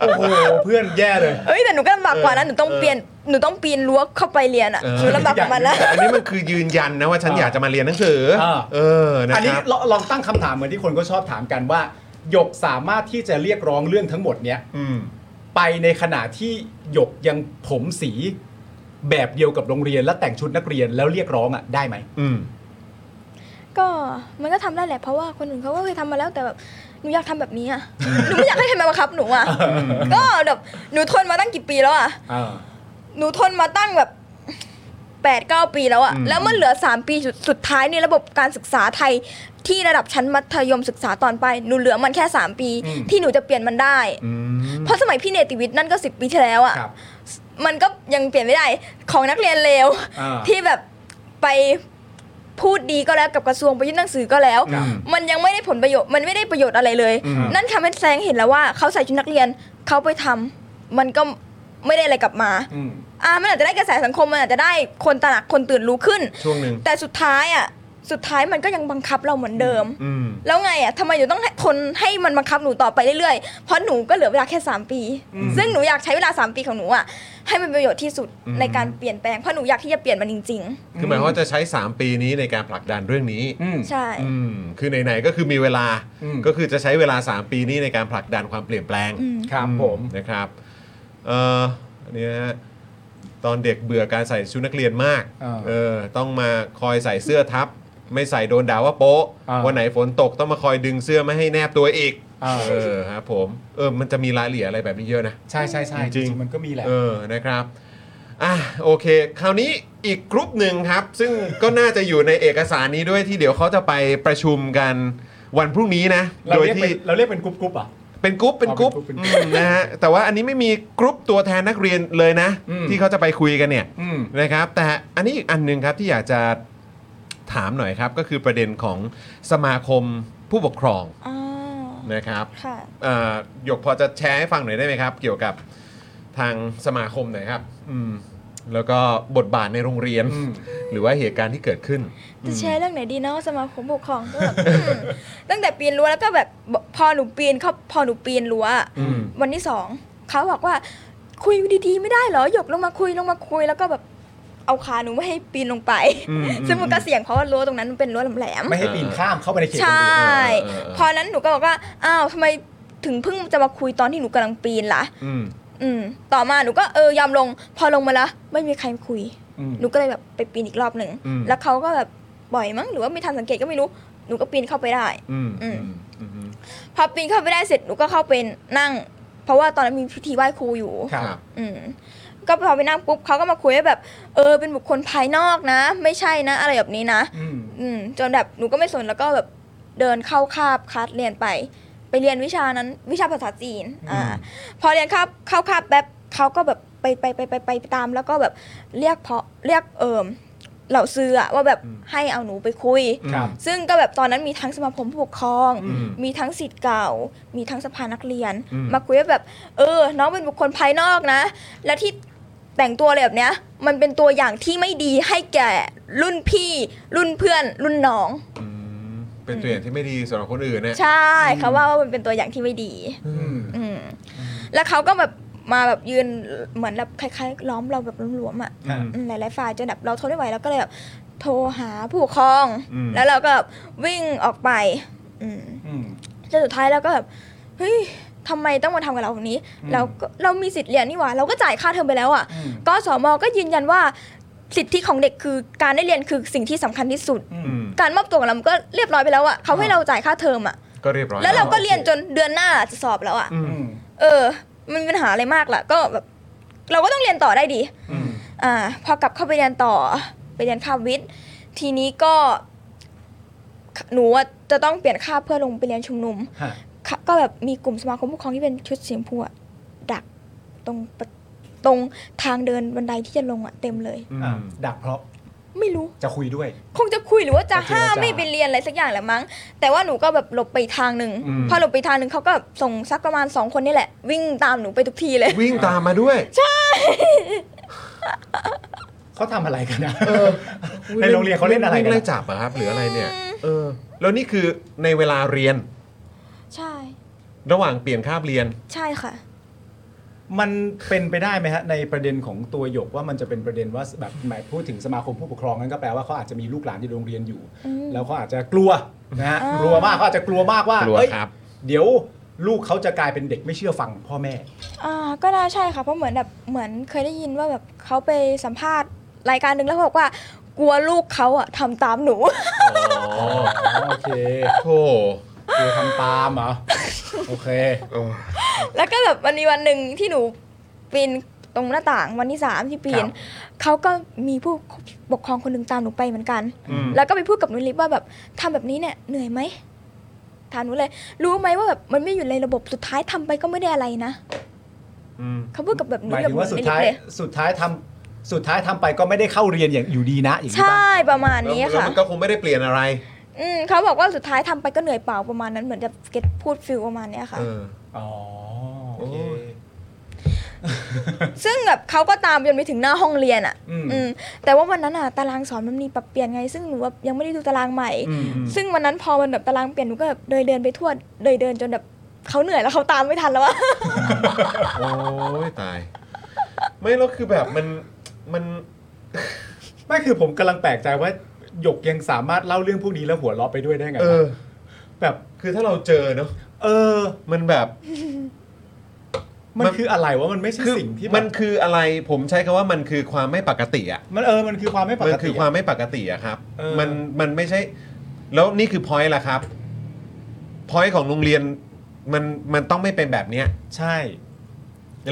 Speaker 2: โอ้โหเพื่อนแย่เลย
Speaker 4: เอ้ยแต่หนูก็ลำบากกว่านะหนูต้องเปลี่ยนหนูต้องปีนรั้วเข้าไปเรียนอ่ะ
Speaker 1: เออ
Speaker 4: หนูลำบากกว่ามันนะ
Speaker 1: แต่อันนี้มันคือยืนยันนะว่าฉันอยากจะมาเรียนหนังสืออา เออ นะ
Speaker 2: อัน
Speaker 1: ค
Speaker 2: นี้
Speaker 1: รับ
Speaker 2: ลองลองตั้งคำถามเหมือนที่คนก็ชอบถามกันว่าหยกสามารถที่จะเรียกร้องเรื่องทั้งหมดเนี้ย
Speaker 1: อืม
Speaker 2: ไปในขณะที่หยกยังผมสีแบบเดียวกับโรงเรียนและแต่งชุดนักเรียนแล้วเรียกร้องอ่ะได้ไหม
Speaker 1: อืม
Speaker 4: ก็มันก็ทำได้แหละเพราะว่าคนอื่นเขาก็เคยทำมาแล้วแต่แบบหนูอยากทำแบบนี้อ่ะหนูไม่อยากให้ใครมาบังคับหนูอ่ะก็แบบหนูทนมาตั้งกี่ปีแล้วอ่ะหนูทนมาตั้งแบบ 8ปดเก้าปีแล้วอะ
Speaker 2: อืม
Speaker 4: แล้วมันเหลือ 3 ปีสุดสุดท้ายในระบบการศึกษาไทยที่ระดับชั้นมัธยมศึกษาตอนไปลายหนูเหลือมันแค่ 3 ปี ที่หนูจะเปลี่ยนมันได้
Speaker 2: อืม
Speaker 4: เพราะสมัยพี่เนติวิทย์นั่นก็ 10 ปีที่แล้วอะ
Speaker 2: ครับ
Speaker 4: มันก็ยังเปลี่ยนไม่ได้ของนักเรียนเลว
Speaker 2: อ่า
Speaker 4: ที่แบบไปพูดดีก็แล้วกับกระทรวงไปยื่นหนังสือก็แล้ว
Speaker 2: ครับ
Speaker 4: มันยังไม่ได้ผลประโยชน์มันไม่ได้ประโยชน์อะไรเลย
Speaker 2: อืม
Speaker 4: นั่นทำให้แสดงเห็นแล้วว่าเขาใส่ชุดนักเรียนเขาไปทำมันก็ไม่ได้อะไรกลับมา
Speaker 2: อืม
Speaker 4: อ่ามันอาจจะได้กระแสสังคมมันอาจจะได้คนตระหนักคนตื่นรู้ขึ้น
Speaker 1: ช่วงหนึ่ง
Speaker 4: แต่สุดท้ายอ่ะสุดท้ายมันก็ยังบังคับเราเหมือนเดิม
Speaker 2: อืม
Speaker 4: แล้วไงอ่ะทำไมอยู่ต้องให้ทนให้มันบังคับหนูต่อไปเรื่อยๆเพราะหนูก็เหลือเวลาแค่ 3 ปี ซึ่งหนูอยากใช้เวลา 3 ปีของหนูอ่ะให้มันเป็นประโยชน์ที่สุดในการเปลี่ยนแปลงเพราะหนูอยากที่จะเปลี่ยนมันจริง
Speaker 1: คือหมายความว่าจะใช้ 3 ปีนี้ในการผลักดันเรื่องนี้
Speaker 2: อืม
Speaker 4: ๆ ใช่
Speaker 1: อืม คือไหนๆก็คือมีเวลา
Speaker 2: อืม
Speaker 1: ก็คือจะใช้เวลา 3 ปีนี้ในการผลักดันความเปลี่ยนแปลง
Speaker 2: ครับ
Speaker 1: อื
Speaker 2: ผม
Speaker 1: นะครับเอ่ออันเนี้ยฮะตอนเด็กเบื่อการใส่ชุดนักเรียนมาก
Speaker 2: อ่า
Speaker 1: เออ ต้องมาคอยใส่เสื้อทับ ไม่ใส่โดนด่าว่าโป๊ะ
Speaker 2: อ่า
Speaker 1: วันไหนฝนตกต้องมาคอยดึงเสื้อไม่ให้แนบตัวอีก
Speaker 2: อ่า
Speaker 1: เออครับผม เออ มันจะมีรายละเอียดอะไรแบบนี้เยอะนะ
Speaker 2: ใช่ใช่ใช่
Speaker 1: จริง
Speaker 2: ๆมันก็มีแหละ
Speaker 1: เออ นะครับ อ่ะ โอเค คราวนี้อีกกรุ๊ปหนึ่งครับ ซึ่งก็น่าจะอยู่ในเอกสารนี้ด้วยที่เดี๋ยวเขาจะไปประชุมกันวันพรุ่งนี้นะ
Speaker 2: เรา
Speaker 1: โดย
Speaker 2: เรียกเป็น
Speaker 1: ที่
Speaker 2: เราเรียกเป็นกรุ๊ปกรุ๊ปอ่ะ
Speaker 1: เป็นกรุ๊ป เป็นกรุ๊ป
Speaker 2: อ๋อเป็นกรุ๊ปเป็นกรุ๊ป
Speaker 1: อืมนะฮะ แต่ว่าอันนี้ไม่มีกรุ๊ปตัวแทนนักเรียนเลยนะ
Speaker 2: อืม
Speaker 1: ที่เขาจะไปคุยกันเนี่ย
Speaker 2: อืม
Speaker 1: นะครับ แต่อันนี้อีกอันหนึ่งครับที่อยากจะถามหน่อยครับ ก็คือประเด็นของสมาคมผู้ปกครอง
Speaker 4: อ๋อ
Speaker 1: นะครับ
Speaker 4: ค่ะ
Speaker 1: เอ่อหยกพอจะแชร์ให้ฟังหน่อยได้ไหมครับ เกี่ยวกับทางสมาคมหน่อยครับ อืม แล้วก็บทบาทในโรงเรียน
Speaker 2: อืม
Speaker 1: หรือว่าเหตุการณ์ที่เกิดขึ้น
Speaker 4: จะแชร์เรื่องไหนดีเนาะสมาคมปกครองก็แบบ อืมตั้งแต่ปีนรั้วแล้วก็แบบพอหนูปีนเขาพอหนูปีนรั้วอะ
Speaker 1: อืม
Speaker 4: วันที่สองเขาบอกว่า คุยดีๆ ไม่ได้เหรอหยกลงมาคุยลงมาคุยแล้วก็แบบเอาขาหนูไม่ให้ปีนลงไป ซึ่งมันก็เสี่ยงเพราะว่ารั้วตรงนั้นมันเป็นรั้วแหลมๆ
Speaker 2: ไม่ให้ปีนข้ามเข้าไปในเขตโร
Speaker 4: ใช่
Speaker 2: ง
Speaker 1: เออ
Speaker 2: เรียน
Speaker 1: เออเออ
Speaker 4: พอนั้นหนูก็บอกว่า อ้าวทำไมถึงเพิ่งจะมาคุยตอนที่หนูกำลังปีนล่ะ
Speaker 1: อืม
Speaker 4: อืม ต่อมาหนูก็เออยอมลง พอลงมาแล้วไม่มีใครคุย
Speaker 2: อืม
Speaker 4: หนูก็เลยแบบไปปีนอีกรอบหนึ่ง
Speaker 1: อืม
Speaker 4: แล้วเขาก็แบบปล่อยมั้ง หรือว่าไม่ทันสังเกตก็ไม่รู้ หนูก็ปีนเข้าไปได้
Speaker 1: อืม
Speaker 4: อื
Speaker 1: อื
Speaker 4: ม
Speaker 1: มอืมอืม
Speaker 4: พอปีนเข้าไปได้เสร็จหนูก็เข้าไปนั่ง เพราะว่าตอนนั้นมีพิธีไหว้ครูอยู่
Speaker 2: ครับ
Speaker 1: ครับ
Speaker 4: อืม ก็พอไปนั่งปุ๊บเขาก็มาคุยว่าแบบ เออ เป็นบุคคลภายนอกนะ ไม่ใช่นะ อะไรแบบนี้นะ
Speaker 2: อืม
Speaker 4: อืมจนแบบหนูก็ไม่สนแล้วก็แบบเดินเข้าคาบคัดเรียนไป ไปเรียนวิชานั้นวิชาภาษาจีนอ่าพอเรียนคาบเข้าคาบแป๊บเขาก็แบบไปไปไปไปไปตาม แล้วก็แบบเรียกเพาะเรียกเอิมเหล่าซื้ออะว่าแบบให้เอาหนูไปคุย
Speaker 2: ครับ
Speaker 4: ซึ่งก็แบบตอนนั้นมีทั้งสมาคมผู้ปกครอง
Speaker 1: อืม
Speaker 4: มีทั้งสิทธิ์เก่า มีทั้งสภานักเรียน
Speaker 1: อืม
Speaker 4: มาคุยว่าแบบ เออ น้องเป็นบุคคลภายนอกนะ และที่แต่งตัวอะไรแบบเนี้ย มันเป็นตัวอย่างที่ไม่ดีให้แก่รุ่นพี่ รุ่นเพื่อน รุ่นน้อง
Speaker 1: อืมเป็นตัวอย่างที่ไม่ดีสำหรับคนอื่นเนี่ย
Speaker 4: ใช่เขาว่าว่ามันเป็นตัวอย่างที่ไม่ดี
Speaker 1: อื
Speaker 2: อื
Speaker 1: ม
Speaker 2: ม
Speaker 4: อืมแล้วเขาก็แบบมาแบบยืนเหมือนแบบคล้ายๆล้อมเราแบบหลวมๆอ่ะ
Speaker 1: อืม
Speaker 4: อืมหลายๆฝ่ายจนแบบเราทนไม่ไหวแล้วก็เลยแบบโทรหาผู้ปกครอง
Speaker 1: อืม
Speaker 4: แล้วเราก็แบบวิ่งออกไป อืม
Speaker 2: อืม
Speaker 4: จนสุดท้ายเราก็แบบเฮ้ยทำไมต้องมาทำกับเราแบบนี้
Speaker 2: อืม
Speaker 4: เราก็เรามีสิทธิ์เรียนนี่หว่า เราก็จ่ายค่าเทอมไปแล้วอ่ะ
Speaker 2: อืม
Speaker 4: กสมก็ยืนยันว่าสิทธิของเด็กคือการได้เรียนคือสิ่งที่สำคัญที่สุด
Speaker 2: อื
Speaker 1: อื
Speaker 2: ม
Speaker 1: ม
Speaker 4: การมอบตัวของเรามันก็เรียบร้อยไปแล้วอ่ะเขาให้เราจ่ายค่าเทอมอ่ะ
Speaker 1: ก็เรียบร้อย
Speaker 4: แล้วเราก็
Speaker 1: โอค
Speaker 4: เรียนจนเดือนหน้าจะสอบแล้วอ่ะ
Speaker 1: อืม
Speaker 2: อืม
Speaker 4: เออ มันมีปัญหาอะไรมากล่ะ ก็แบบเราก็ต้องเรียนต่อได้ดี
Speaker 2: อืม
Speaker 4: อ่า พอกลับเข้าไปเรียนต่อ ไปเรียนคาบวิทย์ ทีนี้ก็ หนูอะจะต้องเปลี่ยนคาบเพื่อลงไปเรียนชุมนุม
Speaker 2: ฮะ
Speaker 4: ค่ะก็แบบมีกลุ่มสมาคมผู้ปกครองที่เป็นชุดสีชมพูอะดักตรงประตรงทางเดินบันไดที่จะลงอะเต็มเลย
Speaker 1: อืม
Speaker 2: อ่ะดักเพราะ
Speaker 4: ไม่รู้
Speaker 2: จะคุยด้วย
Speaker 4: คงจะคุยหรือว่าจะ
Speaker 2: จะเจรจา
Speaker 4: ห้ามไม่ไปเรียนอะไรสักอย่างแหละมั้ง แต่ว่าหนูก็แบบหลบไปทางหนึ่ง
Speaker 2: อืม
Speaker 4: พอหลบไปทางหนึ่งเขาก็ส่งสักประมาณสองคนนี่แหละ วิ่งตามหนูไปทุกทีเลย
Speaker 1: วิ่งตามมาด้วย
Speaker 2: เขาทำอะไรกันนะ
Speaker 1: เออ
Speaker 2: ในโรงเรียนเขาเล่นอะไรกั
Speaker 1: วิ่
Speaker 2: น
Speaker 1: ง
Speaker 2: อะ
Speaker 1: ไล่จับเหรอะครับหรืออะไรเนี่ยเออแล้วนี่คือในเวลาเรียน
Speaker 4: ใช่
Speaker 1: ระหว่างเปลี่ยนคาบเรียน
Speaker 4: ใช่ค่ะ
Speaker 2: มันเป็นไปได้ไหมฮะในประเด็นของตัวหยกว่ามันจะเป็นประเด็นว่าแบบหมายพูดถึงสมาคมผู้ปกครองนั้นก็แปลว่าเขาอาจจะมีลูกหลานที่โรงเรียนอยู่
Speaker 4: อืม
Speaker 2: แล้วเขาอาจจะกลัวนะฮะ
Speaker 4: อ่าก ก
Speaker 2: ลัวมากเขาอาจจะกลัวมากว่าก
Speaker 1: ลัว
Speaker 2: เอ้ย
Speaker 1: ครับ
Speaker 2: เดี๋ยวลูกเขาจะกลายเป็นเด็กไม่เชื่อฟังพ่อแม่
Speaker 4: อ่าก็ได้ใช่ค่ะเพราะเหมือนแบบเหมือนเคยได้ยินว่าแบบเขาไปสัมภาษณ์รายการหนึ่งแล้วเขาบอกว่ากลัวลูกเขาอะทำตามหนู
Speaker 1: อ๋อ
Speaker 2: โอเค
Speaker 1: โธ่
Speaker 2: กลัวทำตามเหรอ โอเค
Speaker 1: เออ
Speaker 4: แล้วก็แบบมันมีวันหนึ่งที่หนูปีน ตรงหน้าต่างวันที่สามที่ปี
Speaker 2: ครั
Speaker 4: น
Speaker 2: บ
Speaker 4: เขาก็มีผู้ปกครองคนหนึ่งตามหนูไปเหมือนกัน
Speaker 2: อืม
Speaker 4: แล้วก็ไปพูดกับนุ้ยลิฟว่าแบบทำแบบนี้เนี่ยเหนื่อยไหมถามหนูเลย รู้ไหมว่าแบบมันไม่อยู่ในระบบสุดท้ายทำไปก็ไม่ได้อะไรนะ
Speaker 2: อืม
Speaker 4: เขาพูดกับแบบห
Speaker 2: ห
Speaker 4: นู
Speaker 2: มาย
Speaker 4: กั
Speaker 2: ถึ
Speaker 4: บ
Speaker 2: ง
Speaker 4: นุ้
Speaker 2: ว่าสุด
Speaker 4: ยลิ
Speaker 2: ท้า
Speaker 4: ฟ
Speaker 2: ย
Speaker 4: เลย
Speaker 2: สุดท้ายทำสุดท้ายทำไปก็ไม่ได้เข้าเรียนอย่างอยู่ดีนะอย่างนี้
Speaker 4: ใช่
Speaker 2: ป่ะ
Speaker 4: ประมาณนี้
Speaker 1: แล้ว
Speaker 4: ค่ะ
Speaker 1: มันก็คงไม่ได้เปลี่ยนอะไร
Speaker 4: อืมเขาบอกว่าสุดท้ายทำไปก็เหนื่อยเปล่าประมาณนั้นเหมือนจะเก็ตพูดฟิลประมาณเนี้ยค่ะ
Speaker 1: เออ
Speaker 2: อ๋อโอเค
Speaker 4: ซึ่งแบบเขาก็ตามจนไปถึงหน้าห้องเรียนอ่ะ
Speaker 2: อืม
Speaker 4: อืมแต่ว่าวันนั้นอ่ะตารางสอนมันมีปรับเปลี่ยนไง ซึ่งหนูแบบยังไม่ได้ดูตารางใหม่
Speaker 2: อืมอืม
Speaker 4: ซึ่งวันนั้นพอมันแบบตารางเปลี่ยนหนูก็แบบเดินเดินไปทั่วเดินเดินจนแบบเขาเหนื่อยแล้วเขาตามไม่ทันแล้วอะ
Speaker 1: โอ้ยตาย ไม่แล้วคือแบบมันมัน
Speaker 2: ไม่คือผมกำลังแปลกใจว่าหยกยังสามารถเล่าเรื่องพวกนี้แล้วหัวเราะไปด้วยได้ไงวะ
Speaker 1: เออ
Speaker 2: แบบ
Speaker 1: คือถ้าเราเจอเนอะ
Speaker 2: เออ
Speaker 1: มันแบบ
Speaker 2: มัน
Speaker 1: มัน
Speaker 2: คืออะไรวะมันไม่ใช่สิ่งที่
Speaker 1: มัน
Speaker 2: แบบ
Speaker 1: คืออะไรผมใช้คำว่ามันคือความไม่ปกติอ่ะ
Speaker 2: มันเออมันคือความไม่ป
Speaker 1: มัน
Speaker 2: ก
Speaker 1: คื
Speaker 2: ติ
Speaker 1: อความไม่ปกติอะครับ
Speaker 2: เออ
Speaker 1: มันมันไม่ใช่ แล้วนี่คือพอยต์ละครับพอยต์ของโรงเรียนมันมันต้องไม่เป็นแบบเนี้ย
Speaker 2: ใช่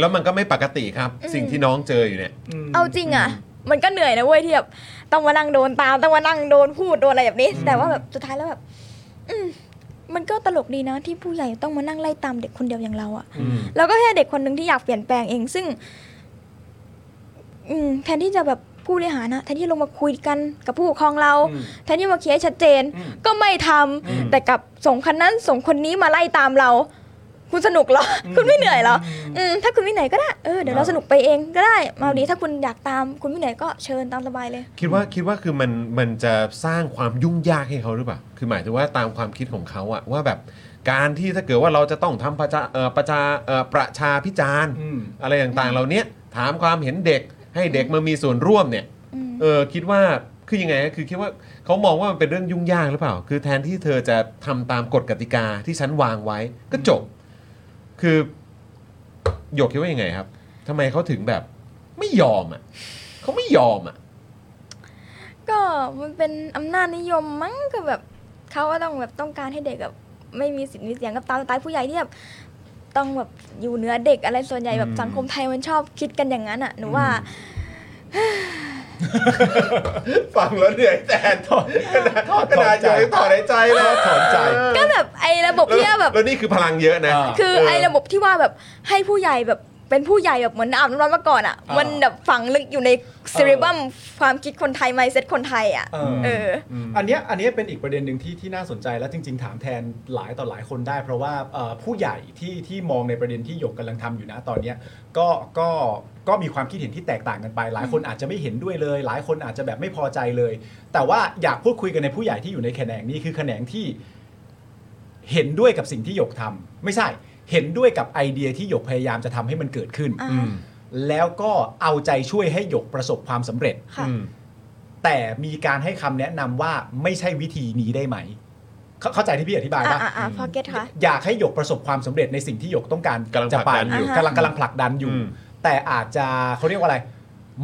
Speaker 1: แล้วมันก็ไม่ปกติครับ
Speaker 4: อืม
Speaker 1: สิ่งที่น้องเจออยู่เนี่ย
Speaker 2: ม
Speaker 4: เอาจริงอ่ะ มันก็เหนื่อยนะเว้ยที่แบบต้องมานั่งโดนตามต้องมานั่งโดนพูดโดนอะไรแบบนี้ แต่ว่าแบบสุดท้ายแล้วแบบ อืมมันก็ตลกดีนะที่ผู้ใหญ่ต้องมานั่งไล่ตามเด็กคนเดียวอย่างเราอ่ะ
Speaker 2: อืม
Speaker 4: แล้วก็แค่เด็กคนหนึ่งที่อยากเปลี่ยนแปลงเองซึ่ง อืมแทนที่จะแบบผู้บริหารนะแทนที่ลงมาคุยกันกับผู้ปกครองเรา
Speaker 2: อืม
Speaker 4: แทนที่มาเคลียร์ให้ชัดเจน
Speaker 2: อืม
Speaker 4: ก็ไม่ทำ
Speaker 2: อืม
Speaker 4: แต่กลับส่งคนนั้นส่งคนนี้มาไล่ตามเรา คุณสนุกเหรอ คุณไม่เหนื่อยเหรออืมถ้าคุณไม่เหนื่อยก็ได้เออเดี๋ยวเราสนุกไปเองก็ได้มาดีถ้าคุณอยากตาม คุณไม่เหนื่อยก็เชิญตามสบายเลย
Speaker 1: คิดว่าคิดว่าคือมันมันจะสร้างความยุ่งยากให้เขาหรือเปล่า คือหมายถึงว่าตามความคิดของเขาอะว่าแบบการที่ถ้าเกิดว่าเราจะต้องทำประชาเอ่อประชาเอ่อประชาพิจารณ์
Speaker 2: อืม
Speaker 1: อะไรต่างๆ เหล่าเนี้ยถามความเห็นเด็กให้เด็กมามีส่วนร่วมเนี่ย
Speaker 4: อืม
Speaker 1: เออคิดว่าคือยังไงอะคือคิดว่าเขามองว่ามันเป็นเรื่องยุ่งยากหรือเปล่า คือแทนที่เธอจะทำตามกฎกติกาที่ฉันวางไว้ ก็จบ คือหยกคิดว่ายังไงครับทำไมเขาถึงแบบไม่ยอมอ่ะเขาไม่ยอมอ่ะ
Speaker 4: ก็มันเป็นอำนาจนิยมมั้งก็แบบเขาก็ต้องแบบต้องการให้เด็กแบบไม่มีสิทธิ์มีเสียงกับตามสไตล์ผู้ใหญ่ที่แบบต้องแบบอยู่เหนือเด็กอะไรส่วนใหญ่แบบ
Speaker 2: อืม
Speaker 4: สังคมไทยมันชอบคิดกันอย่างนั้นอ่ะหนูว่า
Speaker 1: ฟังแล้วเหนื่อยแทน
Speaker 2: ถอนถอน
Speaker 1: ขนาด
Speaker 2: ใจ
Speaker 1: ใจ ถอนหายใจแล้ว
Speaker 2: ถอนใจ
Speaker 4: ก็แบบไอ้ระบบที่ว่าแบบ
Speaker 1: แล้วนี่คือพลังเยอะนะ
Speaker 2: อ่า
Speaker 4: คือไอ้ระบบที่ว่าแบบให้ผู้ใหญ่แบบเป็นผู้ใหญ่แบบเหมือนอาบน้ำร้อนมาก่อนอ่ะ
Speaker 2: อ่ามั
Speaker 4: มันแบบฝังลึกอยู่ในซ r ร b r u มความคิดคนไทยไมเซ็ตคนไทยอ่ะ
Speaker 2: เออ
Speaker 4: เออ
Speaker 2: อันเนี้ยอันเนี้ยเป็นอีกประเด็นหนึ่งที่ที่น่าสนใจและจริง ๆ ถามแทนหลายต่อหลายคนได้ เพราะว่าเอ่อผู้ใหญ่ที่ที่มองในประเด็นที่หยกกำลังทำอยู่นะตอนเนี้ยก็ก็ก็มีความคิดเห็นที่แตกต่างกันไป หลายคนอาจจะไม่เห็นด้วยเลย หลายคนอาจจะแบบไม่พอใจเลย แต่ว่าอยากพูดคุยกันในผู้ใหญ่ที่อยู่ในแขนงนี้คือแขนงที่ เห็นด้วยกับสิ่งที่หยกทำไม่ใช่เห็นด้วยกับไอเดียที่หยกพยายามจะทำให้มันเกิดขึ้น
Speaker 4: อ่า
Speaker 2: แล้วก็เอาใจช่วยให้หยกประสบความสำเร็จ
Speaker 4: ค่ะ
Speaker 2: แต่มีการให้คำแนะนำว่าไม่ใช่วิธีนี้ได้ไหม เข้าเข้าใจที่พี่อธิบาย
Speaker 4: อ่า
Speaker 2: ปะ
Speaker 4: อ่าอ่าพอเก็ตค่ะ
Speaker 2: อยากให้หยกประสบความสำเร็จในสิ่งที่หยกต้องการ
Speaker 1: กำลัง
Speaker 2: จะ
Speaker 1: ผลัก
Speaker 2: ไป
Speaker 1: ดันอยู่
Speaker 2: กำลังกำลังผลักดันอยู่
Speaker 1: อืม
Speaker 2: แต่อาจจะเขาเรียกว่าอะไร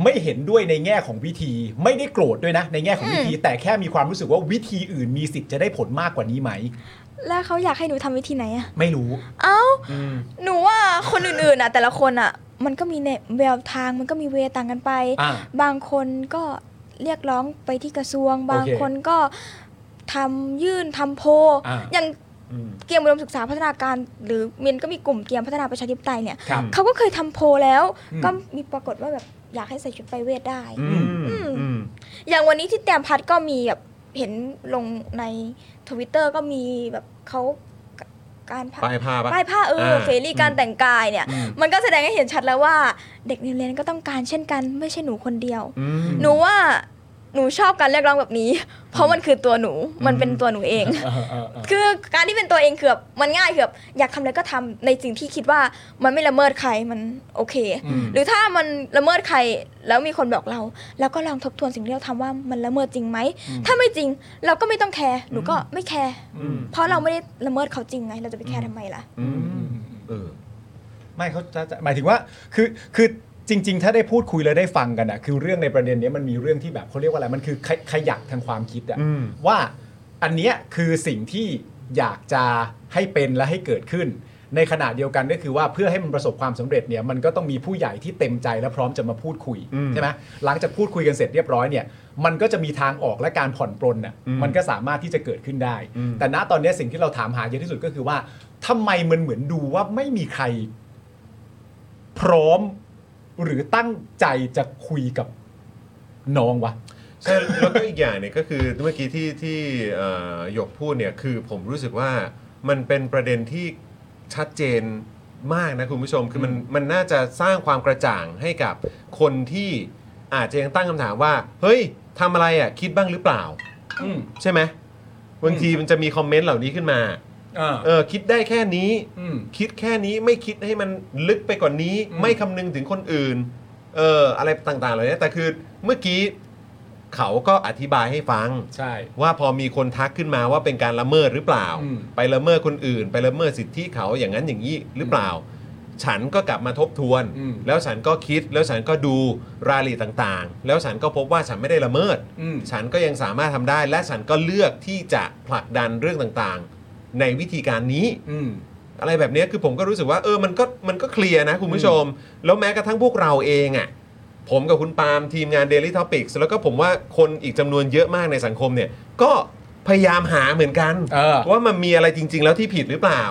Speaker 2: ไม่เห็นด้วยในแง่ของวิธี ไม่ได้โกรธด้วยนะ ในแง่ของวิธี แต่แค่มีความรู้สึกว่าวิธีอื่นมีสิทธิ์จะได้ผลมากกว่านี้ไหม
Speaker 4: แล้วเขาอยากให้หนูทำวิธีไหนอ่ะ
Speaker 2: ไม่รู้
Speaker 4: เอ้า หนูว่าคนอื่นๆอ่ะ แต่ละคนอ่ะ มันก็มีในแววทางมันก็มีเวต่างกันไป
Speaker 2: อ่า
Speaker 4: บางคนก็เรียกร้องไปที่กระทรวง บาง
Speaker 2: โอเค
Speaker 4: คนก็ทำยื่นทำโพล
Speaker 2: อ่า
Speaker 4: อย่างเตรียมอุดมศึกษาพัฒนาการ หรือเมียนก็มีกลุ่มเตรียมพัฒนาประชาธิปไตยเนี่ย
Speaker 2: ครับ
Speaker 4: เขาก็เคยทำโพลแล้ว
Speaker 2: อืม
Speaker 4: ก็มีปรากฏว่าแบบอยากให้ใส่ชุดไปเวทได้
Speaker 1: อืมอืม
Speaker 4: อย่างวันนี้ที่แตมพัดก็มีแบบเห็นลงในทวิตเตอร์ก็มีแบบเขาการผ้า
Speaker 1: ป้ายผ้าปะ
Speaker 4: ป้ายผ้าเออ
Speaker 1: อ่า
Speaker 4: เฟรีการแต่งกายเนี่ย
Speaker 1: อืม
Speaker 4: มันก็แสดงให้เห็นชัดแล้วว่า เด็กในโรงเรียนก็ต้องการเช่นกันไม่ใช่หนูคนเดียว
Speaker 1: อืม
Speaker 4: หนูว่าหนูชอบการเรียกร้องแบบนี้ เพราะมันคือตัวหนูมันเป็นตัวหนูเอง
Speaker 2: เออเออเออ
Speaker 4: คือการที่เป็นตัวเองคือแบบมันง่ายคือแบบอยากทำอะไรก็ทำในสิ่งที่คิดว่ามันไม่ละเมิดใครมันโอเค
Speaker 2: อืม
Speaker 4: หรือถ้ามันละเมิดใครแล้วมีคนบอกเรา แล้วก็ลองทบทวนสิ่งที่เราทำว่ามันละเมิดจริงไหม ถ้าไม่จริงเราก็ไม่ต้องแคร์หนูก็ไม่แคร์
Speaker 2: อืม
Speaker 4: เพราะเราไม่ได้ละเมิดเขาจริงไง เราจะไปแคร์ทำไมล่ะ
Speaker 1: อื
Speaker 2: อื
Speaker 1: ม
Speaker 2: ม
Speaker 1: เออ
Speaker 2: ไม่เขาจะจะหมายถึงว่าคือคือจริง ๆ ถ้าได้พูดคุยแล้วได้ฟังกันอะคือเรื่องในประเด็นเนี้ยมันมีเรื่องที่แบบเขาเรียกว่าอะไรมันคือขยขยักทางความคิดอะ
Speaker 1: อืม
Speaker 2: ว่าอันเนี้ยคือสิ่งที่อยากจะให้เป็นและให้เกิดขึ้น ในขณะเดียวกันก็คือว่าเพื่อให้มันประสบความสำเร็จเนี่ยมันก็ต้องมีผู้ใหญ่ที่เต็มใจและพร้อมจะมาพูดคุยใช่ไหมหลังจากพูดคุยกันเสร็จเรียบร้อยเนี่ยมันก็จะมีทางออกและการผ่อนปลนน่ะมันก็สามารถที่จะเกิดขึ้นได้ แต่ณตอนเนี้ยสิ่งที่เราถามหาเยอะที่สุดก็คือว่าทำไมมันเหมือนดูว่าไม่มีใคร พร้อมหรือตั้งใจจะคุยกับน้องวะ
Speaker 1: ใช่แล้วก็อีกอย่างเนี่ยก็คือเมื่อกี้ที่ที่เอ่อหยกพูดเนี่ยคือผมรู้สึกว่ามันเป็นประเด็นที่ชัดเจนมากนะคุณผู้ชมคือมันมันน่าจะสร้างความกระจ่างให้กับคนที่อาจจะยังตั้งคำถามว่า เฮ้ยทำอะไรอ่ะคิดบ้างหรือเปล่า
Speaker 2: อืม
Speaker 1: ใช่ไหมบางทีมันจะมีคอมเมนต์เหล่านี้ขึ้นมา
Speaker 2: อ่า
Speaker 1: เออคิดได้แค่นี้
Speaker 2: อืม
Speaker 1: คิดแค่นี้ไม่คิดให้มันลึกไปกว่านนี้
Speaker 2: อืม
Speaker 1: ไม่คำนึงถึงคนอื่น เอออะไรต่างๆเหล่านี้แต่คือเมื่อกี้เขาก็อธิบายให้ฟัง
Speaker 2: ใช่
Speaker 1: ว่าพอมีคนทักขึ้นมาว่าเป็นการละเมิดหรือเปล่า
Speaker 2: อืม
Speaker 1: ไปละเมิดคนอื่น ไปละเมิดสิทธิเขาอย่างนั้นอย่างนี้หรือเปล่า ฉันก็กลับมาทบทวน
Speaker 2: อืม
Speaker 1: แล้วฉันก็คิดแล้วฉันก็ดูรายละเอียดต่างๆ แล้วฉันก็พบว่าฉันไม่ได้ละเมิด
Speaker 2: อืม
Speaker 1: ฉันก็ยังสามารถทำได้ และฉันก็เลือกที่จะผลักดันเรื่องต่างๆ ในวิธีการนี้
Speaker 2: อืม
Speaker 1: อะไรแบบเนี้ยคือผมก็รู้สึกว่าเออมันก็มันก็เคลียร์นะคุณผู้ชม แล้วแม้กระทั่งพวกเราเองอะ่ะผมกับคุณปาล์มทีมงาน Daily Topics แล้วก็ผมว่าคนอีกจำนวนเยอะมากในสังคมเนี่ย ก็พยายามหาเหมือนกัน
Speaker 2: เออ
Speaker 1: ว่ามันมีอะไรจริง ๆ แล้วที่ผิดหรือเปล่า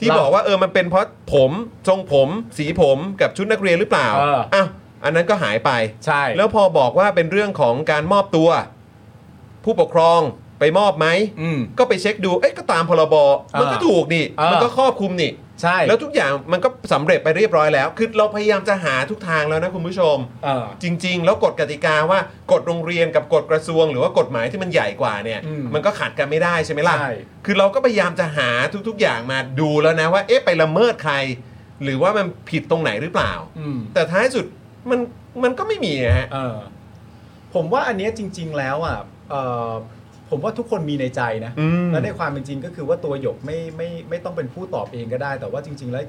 Speaker 1: ที่
Speaker 2: เรา
Speaker 1: บอกว่าเออมันเป็นเพราะผมทรงผม สีผมกับชุดนักเรียนหรือเปล่า
Speaker 2: เอออ้
Speaker 1: วอันนั้นก็หายไป
Speaker 2: ใช่
Speaker 1: แล้วพอบอกว่าเป็นเรื่องของการมอบตัว ผู้ปกครองไปมอบไหม
Speaker 2: อืม
Speaker 1: ก็ไปเช็คดูเอ๊ะก็ตามพรบมันก็ถูกนี่
Speaker 2: อ่ามั
Speaker 1: มันก็ครอบคลุมนี่
Speaker 2: ใช่
Speaker 1: แล้วทุกอย่างมันก็สำเร็จไปเรียบร้อยแล้ว คือเราพยายามจะหาทุกทางแล้วนะคุณผู้ชม
Speaker 2: เออ
Speaker 1: จริง ๆ แล้วกฎกติกาว่ากฎโรงเรียนกับกฎกระทรวง หรือว่ากฎหมายที่มันใหญ่กว่าเนี่ย
Speaker 2: อืม
Speaker 1: นก็ขัดกันไม่ได้ใช่ไหมล่ะ
Speaker 2: ใช่
Speaker 1: คือเราก็พยายามจะหาทุกๆอย่างมาดูแล้วนะว่าเอ๊ะไปละเมิดใคร หรือว่ามันผิดตรงไหนหรือเปล่า
Speaker 2: อืม
Speaker 1: แต่ท้ายสุดมันมันก็ไม่มีนะฮะ
Speaker 2: เออผมว่าอันเนี้ยจริง ๆ แล้วอ่ะเอ่อผมว่าทุกคนมีในใจนะ
Speaker 1: อืม
Speaker 2: และในความเป็นจริงก็คือว่าตัวหยกไม่ไม่ไม่ต้องเป็นผู้ตอบเองก็ได้ แต่ว่าจริง ๆ แล้ว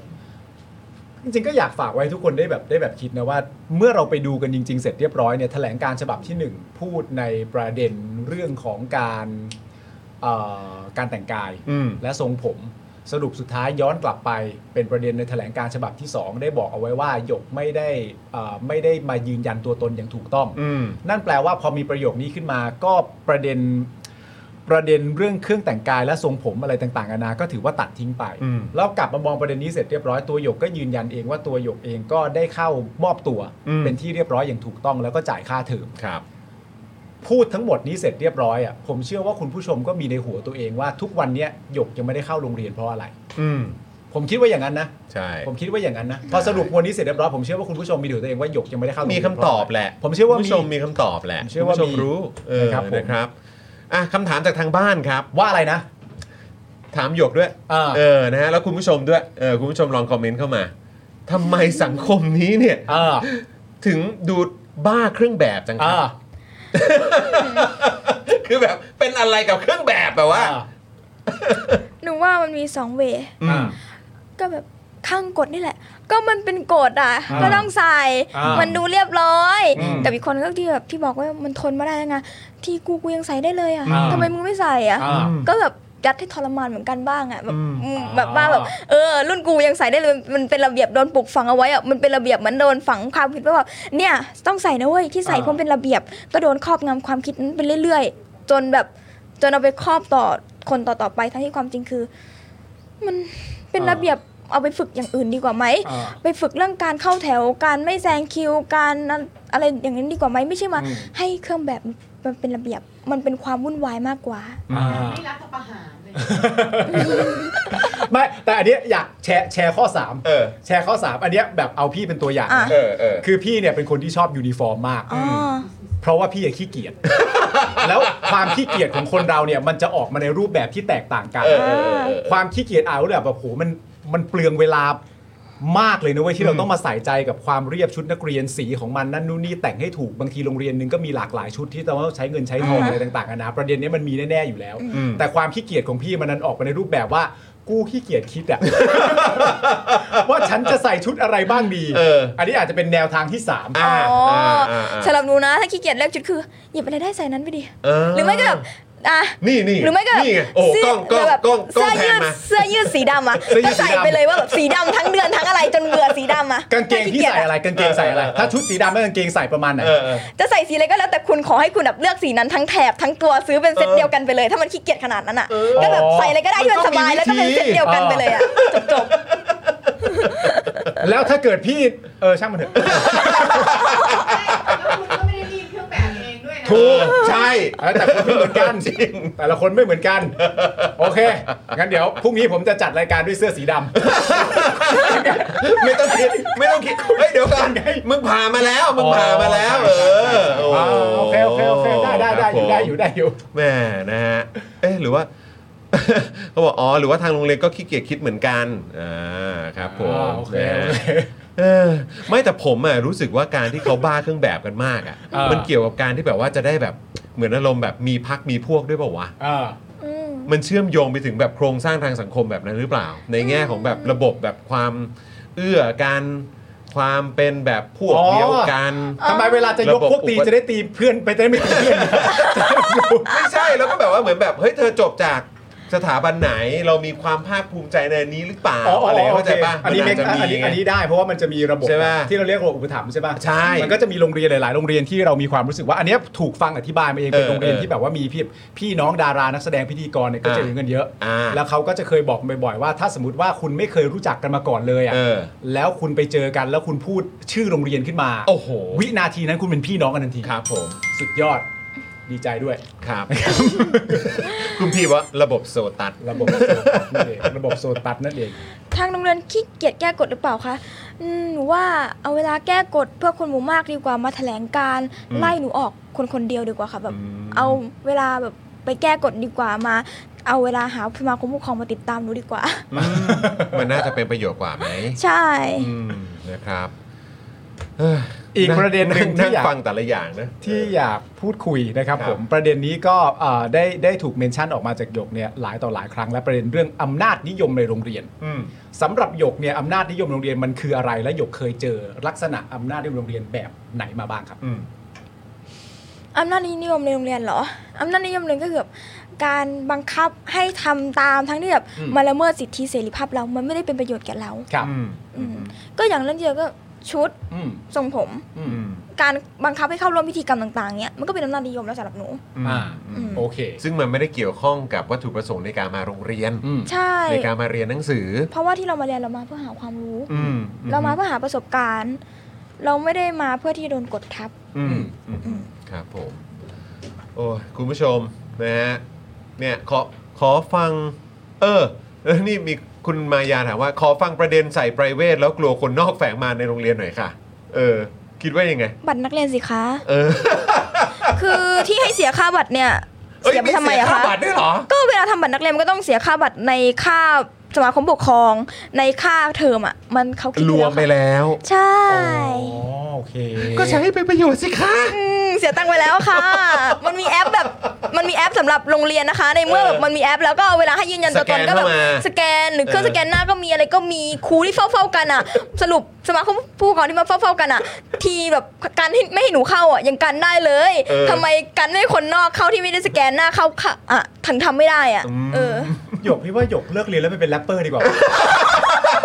Speaker 2: จริง ๆ ก็อยากฝากไว้ให้ทุกคนได้แบบได้แบบคิดนะว่า เมื่อเราไปดูกันจริง ๆ เสร็จเรียบร้อยเนี่ยแถลงการฉบับที่หนึ่งพูดในประเด็นเรื่องของการเอ่อการแต่งกาย
Speaker 1: อืม
Speaker 2: และทรงผมสรุปสุดท้ายย้อนกลับไปเป็นประเด็นในแถลงการฉบับที่ 2 ได้บอกเอาไว้ว่าหยกไม่ได้เอ่อไม่ได้มายืนยันตัวตนอย่างถูกต้อง
Speaker 1: อืม
Speaker 2: นั่นแปลว่าพอมีประโยคนี้ขึ้นมาก็ประเด็นประเด็นเรื่องเครื่องแต่งกายและทรงผมอะไรต่างๆนานาก็ถือว่าตัดทิ้งไป
Speaker 1: อืม
Speaker 2: แล้วกลับมามองประเด็นนี้เสร็จเรียบร้อยตัวหยกก็ยืนยันเองว่าตัวหยกเองก็ได้เข้ามอบตัวเป็นที่เรียบร้อยอย่างถูกต้องแล้วก็จ่ายค่าเทอม
Speaker 1: ครับ
Speaker 2: พูดทั้งหมดนี้เสร็จเรียบร้อยอ่ะผมเชื่อว่าคุณผู้ชมก็มีในหัวตัวเองว่าทุกวันเนี้ยหยกยังไม่ได้เข้าโรงเรียนเพราะอะไร
Speaker 1: อืม
Speaker 2: ผมคิดว่าอย่างนั้นนะ
Speaker 1: ใช่
Speaker 2: ผมคิดว่าอย่างนั้นนะพอสรุปวันนี้เสร็จเรียบร้อยผมเชื่อว่าคุณผู้ชมมีในหัวตัวเองว่าหยกยังไม่ได้เข้าโรงเรี
Speaker 1: มี
Speaker 2: ยน
Speaker 1: คำตอบแหละ
Speaker 2: ผมเชื่อว่า
Speaker 1: คุณ
Speaker 2: มี
Speaker 1: ผู้ชมมีคำตอบแหละ
Speaker 2: ผมเชื่อว่า
Speaker 1: คุณผู้ช
Speaker 2: มี
Speaker 1: มรู้เออ
Speaker 2: นะครับผม
Speaker 1: นะครับอ่ะคำถามจากทางบ้านครับ
Speaker 2: ว่าอะไรนะ
Speaker 1: ถามหยกด้วย
Speaker 2: อ่า
Speaker 1: เออ นะฮะ แล้วคุณผู้ชมด้วย เออ คุณผู้ชมลองคอมเมนต์เข้ามา ทำไมสังคมนี้เนี่ย
Speaker 2: เออ
Speaker 1: ถึงดูบ้าเครื่องแบบจังค
Speaker 2: เอ
Speaker 1: รับ
Speaker 2: อ
Speaker 1: คือแบบ เป็นอะไรกับเครื่องแบบแบบว่า
Speaker 4: หนูว่ามันมีสองเว
Speaker 1: อืม
Speaker 4: ก็แบบข้างกฎนี่แหละ ก็มันเป็นกฎอ่ะ
Speaker 2: อ่า
Speaker 4: ก็ต้องใส่
Speaker 2: อ่ามั
Speaker 4: มันดูเรียบร้อย
Speaker 2: อืม
Speaker 4: กับอีกคนก็ที่แบบที่บอกว่ามันทนมาได้ยังไงที่กูกูยังใส่ได้เลยอ่ะ
Speaker 2: อ่า
Speaker 4: ทำไมมึงไม่ใส่อ่ะ
Speaker 2: อ่า
Speaker 4: ก็แบบยัดให้ทรมานเหมือนกันบ้างอะแบบ
Speaker 1: อืม
Speaker 4: อืม
Speaker 2: อ่า
Speaker 4: แบบว่าแบบเออ รุ่นกูยังใส่ได้เลยมันเป็นระเบียบโดนปลูกฝังเอาไว้อะมันเป็นระเบียบเหมือนโดนฝังความคิดว่าแบบเนี่ยต้องใส่นะเว้ยที่ใส่เพราะมันเป็นระเบียบ ก็โดนครอบงำความคิดนั้นไปเรื่อย ๆ จนแบบจนเอาไปครอบต่อคนต่อๆไปทั้งที่ความจริงคือ มันเป็นระเบียบเอาไปฝึกอย่างอื่นดีกว่าไหม
Speaker 2: เออ
Speaker 4: ไปฝึกเรื่องการเข้าแถวการไม่แซงคิวการอะไรอย่างนั้นดีกว่าไหมไม่ใช่มา
Speaker 2: อืม
Speaker 4: ให้เครื่องแบบมันเป็นระเบียบมันเป็นความวุ่นวายมากกว่า
Speaker 2: อ่า
Speaker 5: ไม่รัฐประหารเลย
Speaker 2: ไม่แต่อันเนี้ยอยากแชร์แชร์ข้อสาม
Speaker 1: เออ
Speaker 2: แชร์ข้อสามอันเนี้ยแบบเอาพี่เป็นตัวอย่างนะ
Speaker 4: อ่ะ
Speaker 1: เออ เออ
Speaker 2: คือพี่เนี่ยเป็นคนที่ชอบยูนิฟอร์มมาก
Speaker 4: อ๋ออ
Speaker 2: เพราะว่าพี่อะขี้เกียจ แล้วความขี้เกียจของคนเราเนี่ยมันจะออกมาในรูปแบบที่แตกต่างกัน
Speaker 1: เออเออเออเออ
Speaker 2: ความขี้เกียจเอาแบบแบบโหมันมันเปลืองเวลามากเลยนะเว้ยที่เราต้องมาใส่ใจกับความเรียบชุดนักเรียนสีของมันนั่นนู่นนี่แต่งให้ถูกบางทีโรงเรียนหนึงก็มีหลากหลายชุดที่ต้องใช้เงินใช้ทองอะไรต่างๆนานะประเด็นเนี้ยมันมีแน่ๆอยู่แล้ว
Speaker 1: อืม
Speaker 2: แต่ความขี้เกียจของพี่มันนั้นออกมาในรูปแบบว่ากูขี้เกียจคิด อะ ว่าฉันจะใส่ชุดอะไรบ้างดี
Speaker 1: เออ
Speaker 2: อันนี้อาจจะเป็นแนวทางที่สาม
Speaker 1: อ่า
Speaker 4: อ๋ออา
Speaker 1: อ่าอ่า
Speaker 4: สำหรับหนูนะ ถ้าขี้เกียจเลือกชุดคือหยิบอะไรได้ใส่นั้นไปดิ หรือไม่ก็แบบ อ่ะ
Speaker 1: นี่นี่
Speaker 4: หรือไม่ก็
Speaker 1: นี่ไงโอ้
Speaker 4: เสื้
Speaker 1: กล้องกล้อง
Speaker 4: แบบ
Speaker 1: กล้องกล้อง
Speaker 4: เสื้อ
Speaker 1: แพ
Speaker 4: ยื
Speaker 1: น
Speaker 4: ด
Speaker 1: มา
Speaker 4: เสื้อยืดสีดำอ่ะ
Speaker 2: เสื้อยื
Speaker 4: ก็
Speaker 2: ดสีดำ
Speaker 4: ใส่ไปเลยว่าแบบสีดำทั้งเดือนทั้งอะไรจนเบื่อสีดำอ่ะ
Speaker 2: กางเกงที่ใส่อะไรกางเกงใส่อะไร ถ้าชุดสีดำแล้วกางเกงใส่ประมาณไหน
Speaker 1: เออเออ
Speaker 4: จะใส่สีอะไรก็แล้วแต่คุณขอให้คุณแบบเลือกสีนั้นทั้งแถบทั้งตัวซื้อเป็นเซตเดียวกันไปเลย ถ้ามันขี้เกียจขนาดนั้นอ่ะก็แบบใส่อะไรก็ได้ที่มันสบายแล้วก็เป็นเซตเดียวกันไปเลยอ่ะจบ
Speaker 2: แล้วถ้าเกิดพี่เออช่างมันเถอะ
Speaker 5: แล้วคุณก็ไม่ได้รีบเครื่องแบบเองด้วยนะ
Speaker 2: ถูกใช่แต่ละคนไม่เหมือนกันจริงแต่ละคนไม่เหมือนกัน โอเคงั้นเดี๋ยวพรุ่งนี้ผมจะจัดรายการด้วยเสื้อสีด
Speaker 1: ไม่ต้องคิดไม่ต้องคิดเฮ้ยเดี๋ยวก่อนมึงผ่ามาแล้ว
Speaker 2: ำ
Speaker 1: มึงผ่ามาแล้ว เออ
Speaker 2: โอเคโอเคโอเคได้ได้ได้อยู่ได้อยู่ได้อยู่
Speaker 1: แหม่นะฮะเอ๊ะหรือว่า เขาบอกอ๋อหรือว่าทางโรงเรียนก็ขี้เกียจคิดเหมือนกันอ่าครับผม
Speaker 2: อ่าโอเค
Speaker 1: นะฮะ
Speaker 2: โอเค
Speaker 1: เออไม่แต่ผมอ่ะรู้สึกว่าการที่เขาบ้าเครื่องแบบกันมากอ่ะ
Speaker 2: อ่ามั
Speaker 1: มันเกี่ยวกับการที่แบบว่าจะได้แบบเหมือนอารมณ์แบบมีพักมีพวกด้วยเปล่าวะ
Speaker 2: เออ
Speaker 4: ๆอืม
Speaker 1: มันเชื่อมโยงไปถึงแบบโครงสร้างทางสังคมแบบนั้นหรือเปล่า ในแง่ของแบบระบบแบบความเอื้อการความเป็นแบบพวก
Speaker 2: อ๋อ
Speaker 1: เดียวกัน
Speaker 2: ทำไมเวลาจะยกพวกตีจะได้ตีเพื่อนไปจะได้ไม่ตีเพื่อน
Speaker 1: ไม่ใช่แล้วก็แบบว่าเหมือนแบบเฮ้ยเธอจบจากสถาบันไหนเรามีความภาคภูมิใจในอันนี้หรือเปล่าอะไรเข้าใจป่ะ
Speaker 2: อันนี้
Speaker 1: มั
Speaker 2: เม
Speaker 1: นาก จจะมี
Speaker 2: อันนี้
Speaker 1: ไง
Speaker 2: อันนี้ได้เพราะว่ามันจะมีระบบ
Speaker 1: ใช่ปะ
Speaker 2: ที่เราเรียกระบบอุปถัมภ์ใช่ป่ะ
Speaker 1: ใช่
Speaker 2: มันก็จะมีโรงเรียนหลาย ๆ โรงเรียนที่เรามีความรู้สึกว่าอันเนี้ยถูกฟังอธิบายมาเองเป็น
Speaker 1: เออ
Speaker 2: โรงเรียน
Speaker 1: เออ
Speaker 2: ที่แบบว่ามีพี่พี่น้องดารานักแสดงพิธีกรเนี่ยก็จะมีเงินเยอะ
Speaker 1: อ่า
Speaker 2: แล้วเขาก็จะเคยบอกบ่อย ๆ ว่า ถ้าสมมติว่าคุณไม่เคยรู้จักกันมาก่อนเลยอ่ะ
Speaker 1: เออ
Speaker 2: แล้วคุณไปเจอกันแล้วคุณพูดชื่อโรงเรียนขึ้นมา
Speaker 1: โอ้โห
Speaker 2: วินาทีนั้นคุณเป็นพี่น้องกันทันที
Speaker 1: ครับผม
Speaker 2: สุดยอดดีใจด้วย
Speaker 1: ครับ คุณพี่ว่าระบบโซตัส
Speaker 2: ระบบโซตัสนั่นเองระบบโซตัสนั่นเอง
Speaker 4: ทางโรงเรียนขี้เกียจแก้กฎหรือเปล่าคะอืมหนูว่าเอาเวลาแก้กฎเพื่อคนหมู่มากดีกว่ามาแถลงการ
Speaker 1: อืม
Speaker 4: ไล่หนูออกคนคนเดียวดีกว่าค่ะแบบ
Speaker 1: อืม
Speaker 4: เอาเวลาแบบไปแก้กฎดีกว่ามา เอาเวลาหาสมาคมผู้ปกครองมาติดตามหนูดีกว่า
Speaker 1: มันน่าจะเป็นประโยชน์กว่าไหม
Speaker 4: ใช่
Speaker 1: อืมนะครับเอ้ย
Speaker 2: อีกประเด็นหนึ่งที่
Speaker 1: นั่ง
Speaker 2: อยาก
Speaker 1: ฟังแต่ละอย่างนะ
Speaker 2: ที่อยากพูดคุยนะครับ
Speaker 1: ครับ
Speaker 2: ผมประเด็นนี้ก็เอ่อได้ได้ถูกเมนชั่นออกมาจากหยกเนี่ยหลายต่อหลายครั้งและประเด็นเรื่องอำนาจนิยมในโรงเรียน
Speaker 1: อืม
Speaker 2: สำหรับหยกเนี่ยอำนาจนิยมโรงเรียนมันคืออะไร และหยกเคยเจอลักษณะอำนาจนิยมโรงเรียนแบบไหนมาบ้างครับ
Speaker 1: อืม
Speaker 4: อำนาจนิยมในโรงเรียนเหรอ อำนาจนิยมเลยก็คือแบบการบังคับให้ทำตามทั้งที่แบบ
Speaker 2: อืม
Speaker 4: มาละเมิดสิทธิเสรีภาพเรา มันไม่ได้เป็นประโยชน์แก่เรา
Speaker 2: ครับ
Speaker 1: อืม
Speaker 4: อืมก็อย่างเรื่องเดียวก็ชุด
Speaker 2: อืม
Speaker 4: ทรงผม
Speaker 2: อื
Speaker 1: อื
Speaker 2: ม
Speaker 1: ม
Speaker 4: การบังคับให้เข้าร่วมพิธีกรรมต่างๆเนี่ยมันก็เป็นอำนาจนิยมแล้วสำหรับหนู
Speaker 1: อืม
Speaker 2: อ่า
Speaker 1: อืม
Speaker 2: โอเค
Speaker 1: ซึ่งมันไม่ได้เกี่ยวข้องกับวัตถุประสงค์ในการมาโรงเรียน
Speaker 2: อืม
Speaker 4: ใช่
Speaker 1: ในการมาเรียนหนังสือ
Speaker 4: เพราะว่าที่เรามาเรียนเรามาเพื่อหาความรู้
Speaker 1: อืม
Speaker 4: เรามาเพื่อหาประสบการณ์ เราไม่ได้มาเพื่อที่จะโดนกดทับ
Speaker 1: อืมอืมอืมครับผม โอ้ยคุณผู้ชมนะฮะเนี่ยขอขอฟัง เออแล้วนี่มีคุณมายาถามว่า ขอฟังประเด็นใส่ไพรเวทแล้วกลัวคนนอกแฝงมาในโรงเรียนหน่อยค่ะ เออ คิดว่ายังไง
Speaker 4: บัตรนักเรียนสิคะ
Speaker 1: เออ
Speaker 4: คือที่ให้เสียค่าบัตรเนี่ยเสียไปทำไมอะ
Speaker 1: เสีย
Speaker 4: คะ
Speaker 1: ค่าบัตรด้วยเหรอ
Speaker 4: ก็เวลาทำบัตรนักเรียนมันก็ต้องเสียค่าบัตรในค่าสมาคมปกครอง ในค่าเทอมอะมันเขาคิด
Speaker 1: รวมไป
Speaker 4: แล้วค่ะ
Speaker 1: แล้ว
Speaker 4: ใช่
Speaker 2: อ๋อโอเค
Speaker 1: ก็ใช้ให้เป็นประโยชน์สิคะ
Speaker 4: มเสียตังค์ไปแล้วค่ะ มันมีแอปแบบมันมีแอปสำหรับโรงเรียนนะคะ ในเมื่อแบบมันมีแอป แล้วก็เวลาให้ยืนยันตัวตนก็แบบ
Speaker 1: สแกนเข้ามา
Speaker 4: สแกนหรือเครื่อง
Speaker 1: เออ
Speaker 4: สแกนหน้าก็มีอะไรก็มีครูที่เฝ้าเฝ้าๆกันอะสรุปสมาคมผู้ปกครองที่มาเฝ้าเฝ้าๆกันอะทีแบบการที่ไม่ให้หนูเข้าอะยังกันได้เลยทำไมกันไม่ให้คนนอกเข้าที่ไม่ได้สแกนหน้าเข้าค่ะอะถึงทำไม่ได้อะเออ
Speaker 2: หยกพี่ว่าหยกเลิกเรียนแล้วไปเป็นแรปเปอร์ดีกว่า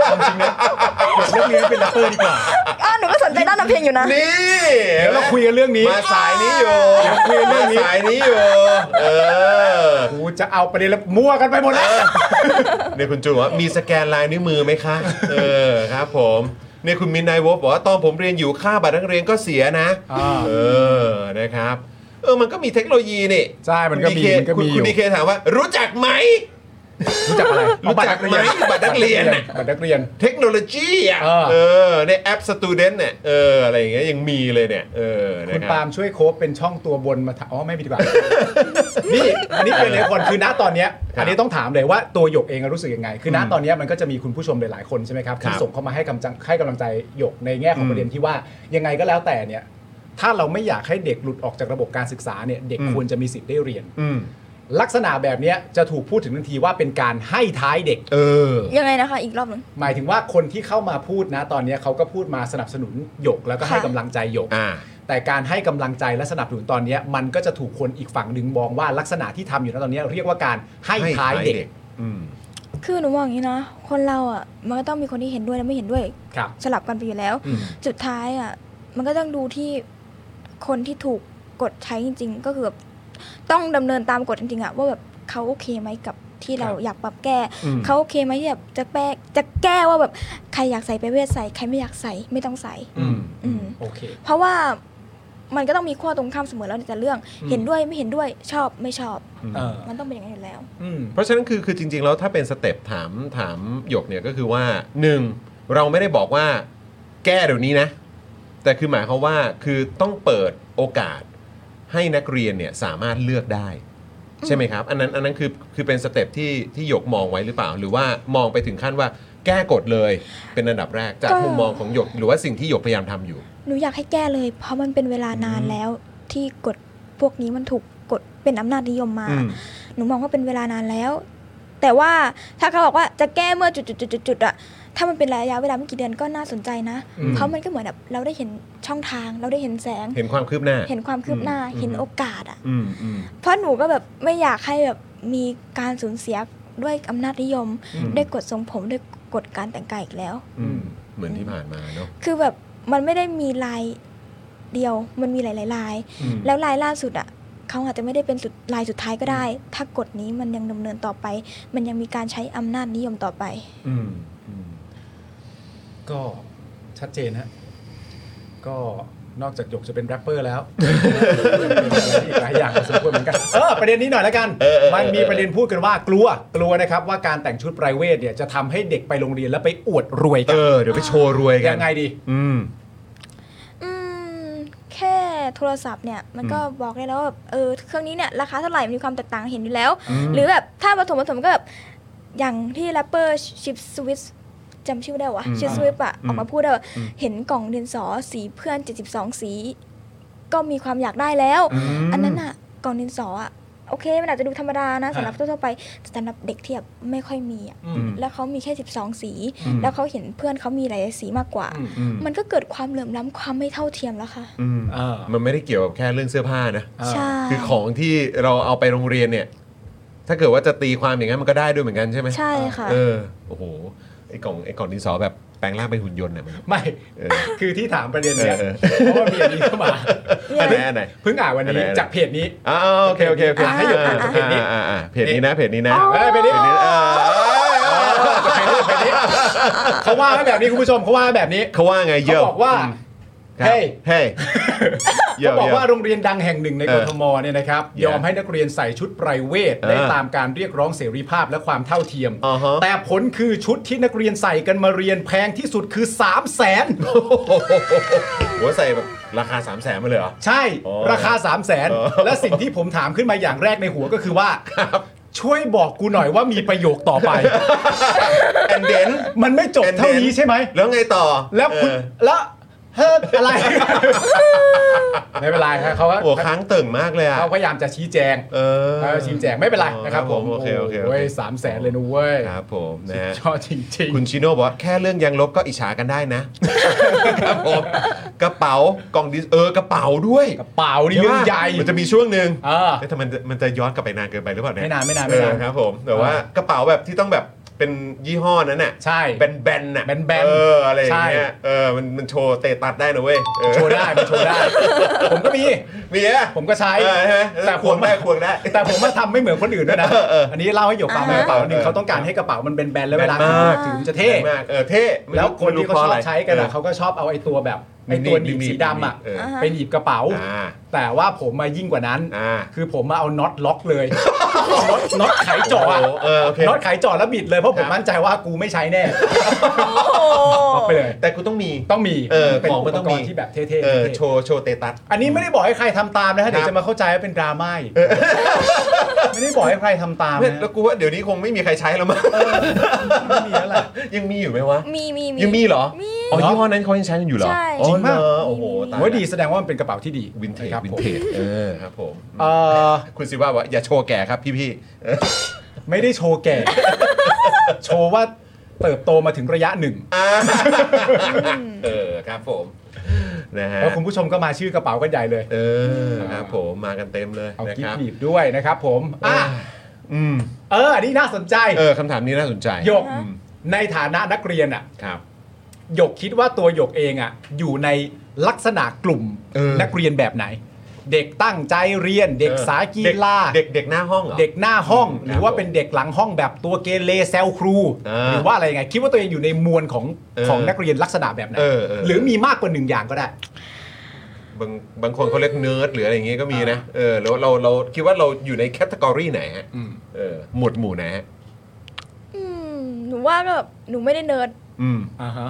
Speaker 2: เอาจริงนะหยกเลิกเรียนแล้วเป็นแรปเปอร์ดีกว่า
Speaker 4: อ้าวหนูก็สนใจด้านทำเพลงอยู่นะ
Speaker 1: นี่
Speaker 2: เดี๋ยวเราคุยกันเรื่องนี้
Speaker 1: มาสายนี้อยู่
Speaker 2: ยังคุยเรื่องนี้
Speaker 1: มาสายนี้อยู่ เออ
Speaker 2: กูจะเอาประเด็นแล้วมั่วกันไปหมดแล้ว
Speaker 1: เนี่ยคุณจูนบอกว่ามีสแกนลายนิ้วมือไหมคะ เออครับผมเนี่ยคุณมินนายวอฟบอกว่าตอนผมเรียนอยู่ค่าบัตรนักเรียนก็เสียนะ
Speaker 2: อ่า
Speaker 1: เออนะครับ เออมันก็มีเทคโนโลยีนี่
Speaker 2: ใช่มันก็มี
Speaker 1: คุณ DK
Speaker 2: มันก็มีอยู่
Speaker 1: คุณดีเคถามว่า รู้จักไหม
Speaker 2: รู้จักอะไร
Speaker 1: รู้จักไหมบัตรนักเรียนน่ะ
Speaker 2: บัตรนักเรียน
Speaker 1: เทคโนโลยีอ่ะ
Speaker 2: เออ
Speaker 1: เออในแอป Student เนี่ยเอออะไรอย่างเงี้ยยังมีเลยเนี่ยเออนะ
Speaker 2: คุณ
Speaker 1: ค
Speaker 2: ปา
Speaker 1: รับ
Speaker 2: ล์มช่วยโคบเป็นช่องตัวบนมาถอ๋อไม่มีดีกว่า นี่อันนี้เป็นเลยคนคือณตอนเนี้ย
Speaker 1: ครับ
Speaker 2: อันนี้ต้องถามเลยว่าตัวหยกเองรู้สึกยังไง คือณ
Speaker 1: อืม
Speaker 2: ตอนเนี้ยมันก็จะมีคุณผู้ชมหลายๆคนใช่ไหมครับ
Speaker 1: ครับ
Speaker 2: ที่ส่งเข้ามาให้กำลังให้กำลังใจหยกในแง่ของ
Speaker 1: อืม
Speaker 2: ประเด็นที่ว่ายังไงก็แล้วแต่เนี่ย ถ้าเราไม่อยากให้เด็กหลุดออกจากระบบการศึกษาเนี่ยเด็ก
Speaker 1: อืม
Speaker 2: ควรจะมีสิทธิ์ได้เรียน
Speaker 1: อืม
Speaker 2: ลักษณะแบบเนี้ยจะถูกพูดถึงทันทีว่าเป็นการให้ท้ายเด็ก
Speaker 1: เออ
Speaker 4: ยังไงนะคะ อีกรอบหนึ่ง
Speaker 2: หมายถึงว่าคนที่เข้ามาพูดนะ ตอนเนี้ยเขาก็พูดมาสนับสนุนหยกแล้วก็ให้
Speaker 4: ค่ะ
Speaker 2: กำลังใจหยก
Speaker 1: อ่า
Speaker 2: แต่ แต่การให้กำลังใจและสนับสนุนตอนเนี้ยมันก็จะถูกคนอีกฝั่งหนึ่งมองว่าลักษณะที่ทำอยู่ณตอนเนี้ยเรียกว่าการให้
Speaker 1: ให้
Speaker 2: ท้ายเด็กอืม
Speaker 4: คือหนูมองอย่างนี้นะ คนเราอ่ะมันก็ต้องมีคนที่เห็นด้วยและไม่เห็นด้วย
Speaker 2: ครับ
Speaker 4: สลับกันไปอยู่แล้ว
Speaker 2: อืม
Speaker 4: สุดท้ายอ่ะมันก็ต้องดูที่คนที่ถูกกดใช้จริง ๆ ก็คือแบบต้องดำเนินตามกฎจริงๆอ่ะว่าแบบเขาโอเคไหมกับที่เราอยากปรับแก้
Speaker 2: อืม
Speaker 4: เขาโอเคไหมที่แบบจะแปกจะแก้ว่าแบบใครอยากใส่ไปเวทใส่ใครไม่อยากใส่ไม่ต้องใส่
Speaker 2: อืม
Speaker 4: อืม
Speaker 2: โอเค
Speaker 4: เพราะว่ามันก็ต้องมีข้อตรงข้ามเสมอแล้วในแต่เรื่อง
Speaker 2: อืม
Speaker 4: เห็นด้วยไม่เห็นด้วยชอบไม่ชอบ
Speaker 2: เออ
Speaker 4: มันต้องเป็นอย่างนั้นอยู่แล้ว
Speaker 2: อืม
Speaker 1: เพราะฉะนั้นคือคือจริง ๆ แล้วถ้าเป็นสเต็ปถามถามหยกเนี่ยก็คือว่าหนึ่งเราไม่ได้บอกว่าแก้เดี๋ยวนี้นะ แต่คือหมายความว่าคือต้องเปิดโอกาสให้นักเรียนเนี่ยสามารถเลือกได้ ใช่ไหมครับ อันนั้นอันนั้นคือคือเป็นสเต็ปที่ที่หยกมองไว้หรือเปล่า หรือว่ามองไปถึงขั้นว่าแก้กฎเลยเป็นอันดับแรกจาก
Speaker 4: ก็
Speaker 1: มุมมองของหยก หรือว่าสิ่งที่หยกพยายามทำอยู่
Speaker 4: หนูอยากให้แก้เลย เพราะมันเป็นเวลานานแล้วที่กฎพวกนี้มันถูกกฎเป็นอำนาจนิยมมา
Speaker 1: อืม
Speaker 4: หนูมองว่าเป็นเวลานานแล้ว แต่ว่าถ้าเขาบอกว่าจะแก้เมื่อจุดจุดจุดจุดจุดๆๆๆๆอะถ้ามันเป็นระยะเวลาไม่กี่เดือนก็น่าสนใจนะ
Speaker 2: อืม
Speaker 4: เพราะมันก็เหมือนแบบเราได้เห็นช่องทางเราได้เห็นแสง
Speaker 1: เห็นความคืบหน้า
Speaker 4: เห็นความคืบหน้า
Speaker 1: อืม
Speaker 4: เห็นโอกาสอะ
Speaker 1: อืมอืม
Speaker 4: เพราะหนูก็แบบไม่อยากให้แบบมีการสูญเสียด้วยอำนาจนิยม
Speaker 1: อืม
Speaker 4: ด้วยกฎทรงผมด้วยกฎการแต่งกายอีกแล้ว
Speaker 1: อืมเหมือนที่ผ่านมาเนาะ
Speaker 4: คือแบบมันไม่ได้มีลายเดียวมันมีหลายๆลาย
Speaker 1: อืม
Speaker 4: แล้วลายล่าสุดอ่ะเขาอาจจะไม่ได้เป็นสุดลายสุดท้ายก็ได้ ถ้ากฎนี้มันยังดำเนินต่อไป มันยังมีการใช้อำนาจนิยมต่อไป
Speaker 1: อืมอืม
Speaker 2: ก็ชัดเจนฮะก็นอกจากหยกจะเป็นแรปเปอร์แล้ว อีกหลายอย่างพอสมควรเหมือนกันเออประเด็นนี้หน่อยละกัน
Speaker 1: เออเออ
Speaker 2: มันมีประเด็นพูดกันว่ากลัวกลัวนะครับว่าการแต่งชุดไพรเวทเนี่ยจะทำให้เด็กไปโรงเรียนแล้วไปอวดรวย
Speaker 1: เอ
Speaker 2: กัน
Speaker 1: อ เดี๋ยวไปโชว์รวยกัน
Speaker 2: ยังไงดี
Speaker 1: อืม
Speaker 4: อืมแค่โทรศัพท์เนี่ยมันก็บอกได้แล้วว่าแบบเออเครื่องนี้เนี่ยราคาเท่าไหร่มันมีความแตกต่างเห็นอยู่แล้ว หรือแบบถ้าผสมผสมก็แบบอย่างที่แรปเปอร์ชิปสวิสจำชื่อไม่ได้วะ
Speaker 1: อืม
Speaker 4: ชิปสวิสอะ
Speaker 1: อืม
Speaker 4: ออกมาพูดว่า
Speaker 1: อืม
Speaker 4: เห็นกล่องดินสอสีเพื่อน 72 สี ก็มีความอยากได้แล้ว อันนั้นอะกล่องดินสออะโอเค มันอาจจะดูธรรมดานะ
Speaker 2: อ่า
Speaker 4: สำหรับทั่วๆไปแต่สำหรับเด็กที่แบบไม่ค่อยมีอะ
Speaker 2: อืม
Speaker 4: แล้วเขามีแค่ 12 สี
Speaker 1: อืม
Speaker 4: แล้วเขาเห็นเพื่อนเขามีหลายๆสีมากกว่า
Speaker 2: อืม
Speaker 1: อืม
Speaker 4: มันก็เกิดความเหลื่อมล้ำความไม่เท่าเทียมแล้วค่ะ
Speaker 1: อืม
Speaker 2: เออ
Speaker 1: มันไม่ได้เกี่ยวกับแค่เรื่องเสื้อผ้านะ
Speaker 2: เออ
Speaker 4: ใช่
Speaker 1: คือของที่เราเอาไปโรงเรียนเนี่ย ถ้าเกิดว่าจะตีความอย่างนั้นมันก็ได้ด้วยเหมือนกันใช่ไหม
Speaker 4: ใช่ค่ะ
Speaker 1: เออ โอ้โห ไอ้กล่องไอ้กล่องดินสอแบบแปลงร่างเป็นหุ่นยนต์เนี่ยมัน
Speaker 2: ไม่
Speaker 1: เออ
Speaker 2: คือที่ถามประเด็นเนี่ย
Speaker 1: เออ
Speaker 2: เพราะว่ามีอันนี้เข้ามา
Speaker 1: อันไหนอันไหน
Speaker 2: เพิ่งอ่านวัน
Speaker 1: อะไร
Speaker 2: นี้
Speaker 1: อะไร
Speaker 2: จากเพจนี้
Speaker 1: อ้าวโอเคโอเคโอเค
Speaker 2: อ่าให้หยกอ่านจากเพจนี้
Speaker 1: อ่าอ่าอ่าเพจนี้นะเพจนี้นะ
Speaker 2: เอ้ยเพจนี้
Speaker 1: เออเออเออ
Speaker 2: เขาว่าไว้แบบนี้คุณผู้ชมเขาว่าไว้แบบนี้
Speaker 1: เขาว่าไงเย
Speaker 2: เขา
Speaker 1: อะ
Speaker 2: บอกว่า
Speaker 1: ครับ
Speaker 2: เฮ้ย
Speaker 1: เฮ้ย เย
Speaker 2: เขา
Speaker 1: อะ
Speaker 2: บอก
Speaker 1: เยอะ
Speaker 2: ว่าโรงเรียนดังแห่งหนึ่งใน
Speaker 1: เอก อ
Speaker 2: ทมเนี่ยนะครับ
Speaker 1: เยอะ
Speaker 2: ยอมให้นักเรียนใส่ชุดไพรเวทได้
Speaker 1: เออ
Speaker 2: ตามการเรียกร้องเสรีภาพและความเท่าเทียม
Speaker 1: อ่าฮะ
Speaker 2: แต่ผลคือชุดที่นักเรียนใส่กันมาเรียนแพงที่สุดคือ 3 0 0แส น
Speaker 1: หัวใส่แบบราคา3ามแสนมาเลยเหรอ
Speaker 2: ใช่
Speaker 1: อ๋อ
Speaker 2: ราคา 3 0 0แสน
Speaker 1: อ๋อ
Speaker 2: และสิ่งที่ผมถามขึ้นมาอย่างแรกในหัวก็คือว่า ช่วยบอกกูหน่อยว่ามีประโยคต่อไป
Speaker 1: แอนเดน
Speaker 2: มันไม่จบเท่านี้ใช่ไหม
Speaker 1: แล้วไงต่อ
Speaker 2: แล้วคุณ
Speaker 1: เออ
Speaker 2: แล้วเฮ้ออะไร ไม่เป็นไรครับเขาก็
Speaker 1: โอ้ค้างเติ่งมากเลยอ่ะ
Speaker 2: เขาพยายามจะชี้แจง
Speaker 1: เออ
Speaker 2: เออชี้แจงไม่เป็นไรนะครับผม
Speaker 1: โอเคโอเคโอเค
Speaker 2: เว้ยสามแสนเลยนะเว้ย
Speaker 1: ครับผมนะฮะ
Speaker 2: ชอบจริงๆ
Speaker 1: คุณชิโน่บอกว่าแค่เรื่องยางลบก็อิจฉากันได้ นะ ครับผมกระเป๋ากล่องดิสเออกระเป๋าด้วย
Speaker 2: กระเป๋านี่เรื่องใหญ่
Speaker 1: มันจะมีช่วงหนึ่ง
Speaker 2: เออ
Speaker 1: แต่มันจะมันจะย้อนกลับไปนานเกินไปหรือเปล่าเนี่ย
Speaker 2: ไม่นานไม่นาน
Speaker 1: เออน
Speaker 2: ไม่าน
Speaker 1: ครับผมแต่ว่ากระเป๋าแบบที่ต้องแบบเป็นยี่ห้อนั้นน่ะ
Speaker 2: ใช่
Speaker 1: แบนๆน่ะ
Speaker 2: แบนๆ
Speaker 1: เอออะไรอย่างเงี้
Speaker 2: ใช่
Speaker 1: ยเออมันมันโชว์เตะตัดได้นะเว้ยเออ
Speaker 2: โชว์ได้มันโชว์ได้ ผมก็มี
Speaker 1: มีอะ
Speaker 2: ผมก็ใช้
Speaker 1: เออใช่ไหม
Speaker 2: แต่ผ
Speaker 1: คว
Speaker 2: ม
Speaker 1: งได้ควงได้
Speaker 2: แต่ผมมาทำไม่เหมือนคนอื่นด้วยนะ อันนี้เล่าให้หยกฟัง
Speaker 4: อ่าฮะ
Speaker 2: กระเป๋าหนึ่งเขาต้องการให้กระเป๋ามันเป็นแบนๆแล้วเวลา
Speaker 1: แบนมาก
Speaker 2: ถือมันจะเท่
Speaker 1: มากเออเท่ไม่รู้
Speaker 2: แล้วคนที่เขาชอบ
Speaker 1: ไม่รู้พระะไร
Speaker 2: ใช้กันอะ
Speaker 1: ออ
Speaker 2: เขาก็ชอบเอาไอ้ตัวแบบไอ้ตัวหนีบสีดำอะ
Speaker 1: เออ
Speaker 2: ไปหนีบกระเป๋า
Speaker 1: อ่า
Speaker 2: แต่ว่าผมมายิ่งกว่านั้น
Speaker 1: อ่า
Speaker 2: คือผมมาเอาน็อตล็อก เลย น็อตน็อตไขจ่ออะ
Speaker 1: โโหเออโอเค
Speaker 2: น็อตขายจอดแล้วบิดเลยเพราะ
Speaker 1: ค
Speaker 2: ผ
Speaker 1: รับ
Speaker 2: มมั่นใจว่ากูไม่ใช้แน่
Speaker 4: โอ้
Speaker 2: ออกไปเลย
Speaker 1: แต่กูต้องมี
Speaker 2: ต้องมี
Speaker 1: เออ
Speaker 2: เป็น
Speaker 1: ของมั
Speaker 2: อุ
Speaker 1: น
Speaker 2: ป
Speaker 1: ต้อง
Speaker 2: ก
Speaker 1: มี
Speaker 2: รณ์ที่แบบเท่
Speaker 1: เออ
Speaker 2: ๆ
Speaker 1: โชว์โชว์เตตัส
Speaker 2: อันนี้ไม่ได้บอกให้ใครทำตามนะฮะเดี๋ย
Speaker 1: ครับ
Speaker 2: วจะมาเข้าใจว่าเป็นดราม่าอีกไม่ได้บอกให้ใครทำตาม
Speaker 1: เฮ้ย
Speaker 2: นะ
Speaker 1: แล้วกูว่าเดี๋ยวนี้คงไม่มีใครใช้แล้วมั้ง
Speaker 2: ไม่มีแล้วแหละ
Speaker 1: ยังมีอยู่ไหมวะ
Speaker 4: มีมีมี
Speaker 1: ยังมีเหรอ
Speaker 4: มี
Speaker 1: อ๋อยี่ห้อนั้นเขายังใช้กันอยู่เหรอ
Speaker 4: ใช่
Speaker 1: อ๋อ
Speaker 2: จริงมาก
Speaker 1: เหอโอ้โหตาย
Speaker 2: โอ้ยดีแสดงว่ามันเป็นกระเป๋าที่ดี
Speaker 1: วินเทจ
Speaker 2: ะครับ
Speaker 1: วิน
Speaker 2: ผม
Speaker 1: เทจเออครับผม
Speaker 2: เอ่อ
Speaker 1: คุณสิว่าว่าอย่าโชว์แก่ครับพี่พี่ๆเออ
Speaker 2: ไม่ได้โชว์แก่ โชว์ว่าเติบโตมาถึงระยะหนึ่ง
Speaker 1: เออครับผม นะฮะ
Speaker 2: แล้วคุณผู้ชมก็มาชื่อกระเป๋ากันใหญ่เลย
Speaker 1: เออครับผมมากันเต็มเลย
Speaker 2: เอา
Speaker 1: นะ
Speaker 2: กิ
Speaker 1: ค
Speaker 2: ฟ
Speaker 1: รับ
Speaker 2: ต์บีบด้วยนะครับผมอ่ะ
Speaker 1: อืม
Speaker 2: เอออันนี่น่าสนใจ
Speaker 1: เออคำถามนี้น่าสนใจ
Speaker 2: หยกในฐานะนักเรียนอ่ะ
Speaker 1: ครับ
Speaker 2: หยกคิดว่าตัวหยกเองอ่ะอยู่ในลักษณะกลุ่ม
Speaker 1: เออ
Speaker 2: นักเรียนแบบไหน เด็กตั้งใจเรียน เด็กสายกีฬา
Speaker 1: เด็กเด็กหน้าห้องเหรอ
Speaker 2: เด็กหน้าห้อง
Speaker 1: ครับ
Speaker 2: หรือว่าเป็นเด็กหลังห้องแบบตัวเกเรแซวครู
Speaker 1: อ่า
Speaker 2: หรือว่าอะไรยังไง คิดว่าตัวเองอยู่ในมวลของ
Speaker 1: เออ
Speaker 2: ของนักเรียนลักษณะแบบไหน
Speaker 1: เออเออ
Speaker 2: หรือมีมากกว่าหนึ่งอย่างก็ได้
Speaker 1: บางบางคนเขาเรียกเนิร์ดหรืออะไรอย่างงี้ก็มีนะเออแล้วเราเราคิดว่าเราอยู่ในแคตตากรีไหนฮะ
Speaker 2: อืม
Speaker 1: เออหมวดหมู่ไหนฮะ
Speaker 4: อืมหนูว่าแบบหนูไม่ได้เนิร์ด
Speaker 1: อืม
Speaker 2: อ่าฮะ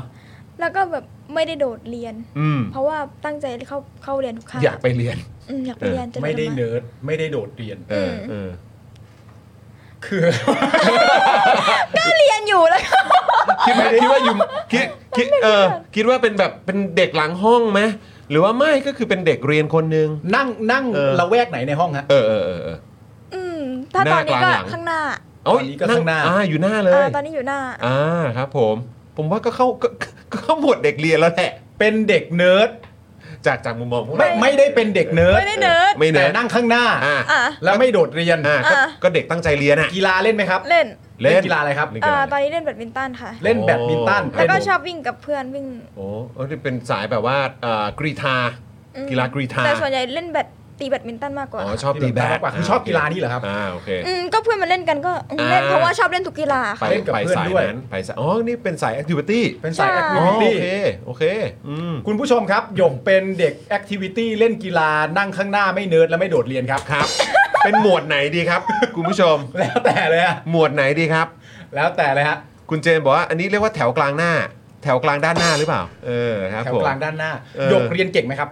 Speaker 4: แล้วก็แบบไม่ได้โดดเรียน
Speaker 1: อืม
Speaker 4: เพราะว่าตั้งใจเข้าเข้าเรียนทุกครั้ง
Speaker 1: อยากไปเรียน
Speaker 4: อืมอยากไปเรียนจะ
Speaker 2: ไม่ได้
Speaker 4: ทำอะ
Speaker 2: เนิร์ดไม่ได้โดดเรียน
Speaker 1: เออเออ
Speaker 2: คือ
Speaker 4: เรียนอยู่แล้วก็
Speaker 1: คิดว่าคิดว่าอยู่คิดคิดเออคิดว่าเป็นแบบเป็นเด็กหลังห้องไหมหรือว่าไม่ก็คือเป็นเด็กเรียนคนหนึ่ง
Speaker 2: นั่งนั่ง
Speaker 1: เออ
Speaker 2: ละแวกไหนในห้องฮะ
Speaker 1: เออเออเออเออ
Speaker 4: อืมถ้าตอนนี้
Speaker 1: ห
Speaker 4: ก็
Speaker 1: น้ากลางหลัง
Speaker 4: ข้างหน้า
Speaker 1: เอ้ย
Speaker 2: ตอนนี้ก็ข้างหน้า
Speaker 1: อ่าอยู่หน้าเล
Speaker 4: อ่าย ตอนนี้อยู่หน้า
Speaker 1: อ่าครับ ผม ผมว่าก็เข้าก็ก็ก็เข้าหมวดเด็กเรียนแล้วแหละ
Speaker 2: เป็นเด็กเนิร์ด
Speaker 1: จากจากมุมมองพวก
Speaker 2: ไม่
Speaker 1: เรา
Speaker 2: ไม่ได้เป็นเด็กเนิร์ด
Speaker 4: ไม่ได้เนิร์ด
Speaker 1: ไม่
Speaker 2: แต่
Speaker 1: เนิร์ด
Speaker 2: นั่งข้างหน้า
Speaker 1: อ่า
Speaker 4: อ่ะ
Speaker 2: แล้วไม่โดดเรียน
Speaker 1: อ่าก็
Speaker 4: อ่ะ
Speaker 1: ก็เด็กตั้งใจเรียนอ่ะ
Speaker 2: กีฬาเล่นไหมครับ
Speaker 4: เล่น
Speaker 2: เล่นกีฬาอะไรครับ
Speaker 1: เล่นกี
Speaker 4: อ่า
Speaker 1: ฬา
Speaker 4: ตอนนี้เล่นแบดมินตันค่ะ
Speaker 2: เล่นแบดมินตัน
Speaker 4: แล้วก็
Speaker 2: เป็น
Speaker 4: ชอบวิ่งกับเพื่อนวิ่ง
Speaker 1: โอ้โอ้นี่เป็นสายแบบว่าเอ่อกรีธา
Speaker 4: อืม
Speaker 1: กีฬากรีธา
Speaker 4: แต่ส่วนใหญ่เล่นแบดตีแบดมินตันมากกว่า
Speaker 1: อ๋อชอบตีแบด
Speaker 2: มากกว่าคือชอบกีฬานี่เหรอครับ
Speaker 1: อ่าโอเค
Speaker 4: อืมก็เพื่อนมาเล่นกันก็อืม
Speaker 1: อ่า
Speaker 4: เล่นเพราะว่าชอบเล่นทุกกีฬา
Speaker 1: ไป
Speaker 4: ค่ะ
Speaker 2: เล่นกับ
Speaker 1: ไป
Speaker 2: เพื่อน
Speaker 1: สาย
Speaker 2: ด้วย
Speaker 1: นั้นไปสายอ๋อนี่เป็นสายแอคทิวิตี้
Speaker 2: เป็นสาย
Speaker 4: ใช่
Speaker 2: แอคทิ
Speaker 1: อ๋อ
Speaker 2: วิ
Speaker 1: โอ
Speaker 2: ตี้
Speaker 1: เค โอเค อืม
Speaker 2: คุณผู้ชมครับหยงเป็นเด็กแอคทิวิตี้เล่นกีฬานั่งข้างหน้าไม่เนิร์ดและไม่โดดเรียนครับ
Speaker 1: ครับ เป็นหมวดไหนดีครับ คุณผู้ชม
Speaker 2: แล้วแต่เลยฮะ
Speaker 1: หมวดไหนดีครับ
Speaker 2: แล้วแต่เลยฮะ
Speaker 1: คุณเจนบอกว่าอันนี้เรียกว่าแถวกลางหน้า แถวกลางด้านหน้าหรือเปล่า เออครับ
Speaker 2: แถว
Speaker 1: ผม
Speaker 2: กลางด้านหน้า
Speaker 1: เออ
Speaker 2: หยกเรียนเก่งไหมครับ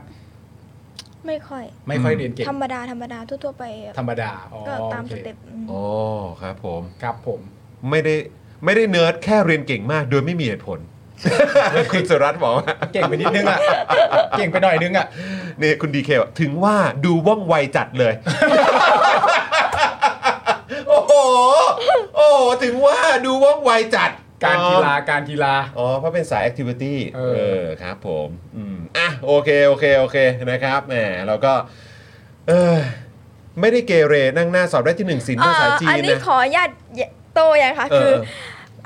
Speaker 4: ไม่ค่อย
Speaker 2: ไม่ค่อยเรียนเก่ง
Speaker 4: ธรรมดาธรรมดาทั่วๆไป
Speaker 2: ธรรมดาอ๋อ
Speaker 4: ก็ตาม
Speaker 2: โอ
Speaker 4: ส
Speaker 2: เค
Speaker 4: เต็ปอืม
Speaker 1: อ๋อครับผม
Speaker 2: ครับผม
Speaker 1: ไม่ได้ไม่ได้เนิร์ดแค่เรียนเก่งมาก โดยไม่มีเหตุผล คุณสุรัตน์บอกว่า
Speaker 2: เก่งไปนิดนึงอ่ะเก่งไปหน่อยนึงอ่ะ
Speaker 1: นี่คุณดีเคบอกถึงว่าดูว่องไวจัดเลย โอ้โห โอ้โห ถึงว่าดูว่องไวจัด
Speaker 2: การกีฬาการกีฬา
Speaker 1: อ๋อ เพราะเป็นสายแอคทิวิตี้
Speaker 2: เออ
Speaker 1: เออ ครับผม อืม อ่ะ โอเค โอเค โอเค นะครับ แหม เราก็ เออ ไม่ได้เกเรนั่งหน้าสอบได้ที่หนึ่งสินภาษาจี
Speaker 4: อั
Speaker 1: น
Speaker 4: นี้
Speaker 1: นะ
Speaker 4: ขออนุญาตโตอย่างค่ะ
Speaker 1: เออ
Speaker 4: คือ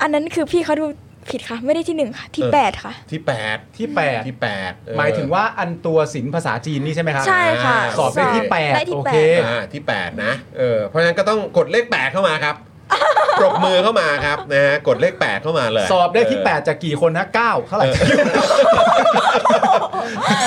Speaker 4: อันนั้นคือพี่เขาดูผิดค่ะ ไม่ได้ที่หนึ่งค่ะ ที่
Speaker 1: เออ
Speaker 4: แปดค่ะ
Speaker 1: ที่แปด
Speaker 2: ที่แปด
Speaker 1: ที่แปดเออ
Speaker 2: หมายถึงว่าอันตัวศิลป์ภาษาจีนนี่ใช่ไหมครับ
Speaker 4: ใช่ค่ะ
Speaker 2: สอบได้ที่
Speaker 1: สอบ
Speaker 2: แปด
Speaker 4: ได้ที่
Speaker 2: โอ
Speaker 4: แป
Speaker 2: เค
Speaker 4: ด
Speaker 1: อ่าที่ 8 นะเออเพราะฉะนั้นก็ต้องกดเลข 8 เข้ามา ครับ ปรบมือเข้ามาครับนะฮะกดเลข 8 เข้ามาเลย
Speaker 2: สอบได้ที่
Speaker 1: เ
Speaker 2: 8 จากกี่คนนะ9เท่าไหร่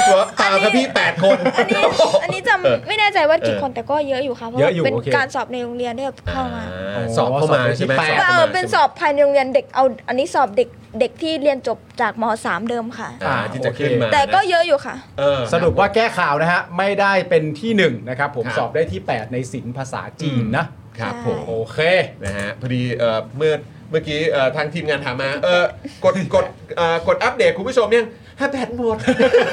Speaker 1: ตัวตามกับพี่ 8 คน
Speaker 4: อันนี้อันนี้จำไม่แน่ใจว่ากี่คนแต่ก็เยอะอยู่ค่ะเพราะ
Speaker 2: เย
Speaker 4: ว่า
Speaker 2: อะอยู่
Speaker 4: เป็น
Speaker 2: โอเค
Speaker 4: การสอบในโรงเรียนที่แบบเข้ามา
Speaker 1: อ่สอบเข้ามาใช่ไหม
Speaker 2: สอบได้ที่
Speaker 1: ข้า
Speaker 4: เอ
Speaker 1: มา
Speaker 4: อเป็นสอบภายในโรงเรียนเด็กเอา อันนี้สอบเด็กเด็กที่เรียนจบจากมสามเดิมค่ะ
Speaker 1: อ่าที่จะขึ้นมา
Speaker 4: แต่ก็เยอะอยู่ค่ะ
Speaker 1: เออ
Speaker 2: สรุปว่าแก้ข่าวนะฮะ ไม่ได้เป็นที่ 1 นะครับ ผม
Speaker 1: ครับ
Speaker 2: สอบได้ที่ 8 ในศิลป์ภาษาจีนนะ
Speaker 1: ครับ
Speaker 4: ใช่
Speaker 1: ผม
Speaker 2: โอเค
Speaker 1: นะฮะพอดีเอ่อเมื่อเมื่อกี้เอ่อทางทีมงานถามมาเออกดกดเอ่อกดอัปเดตคุณผู้ชมยังฮะแบตหมด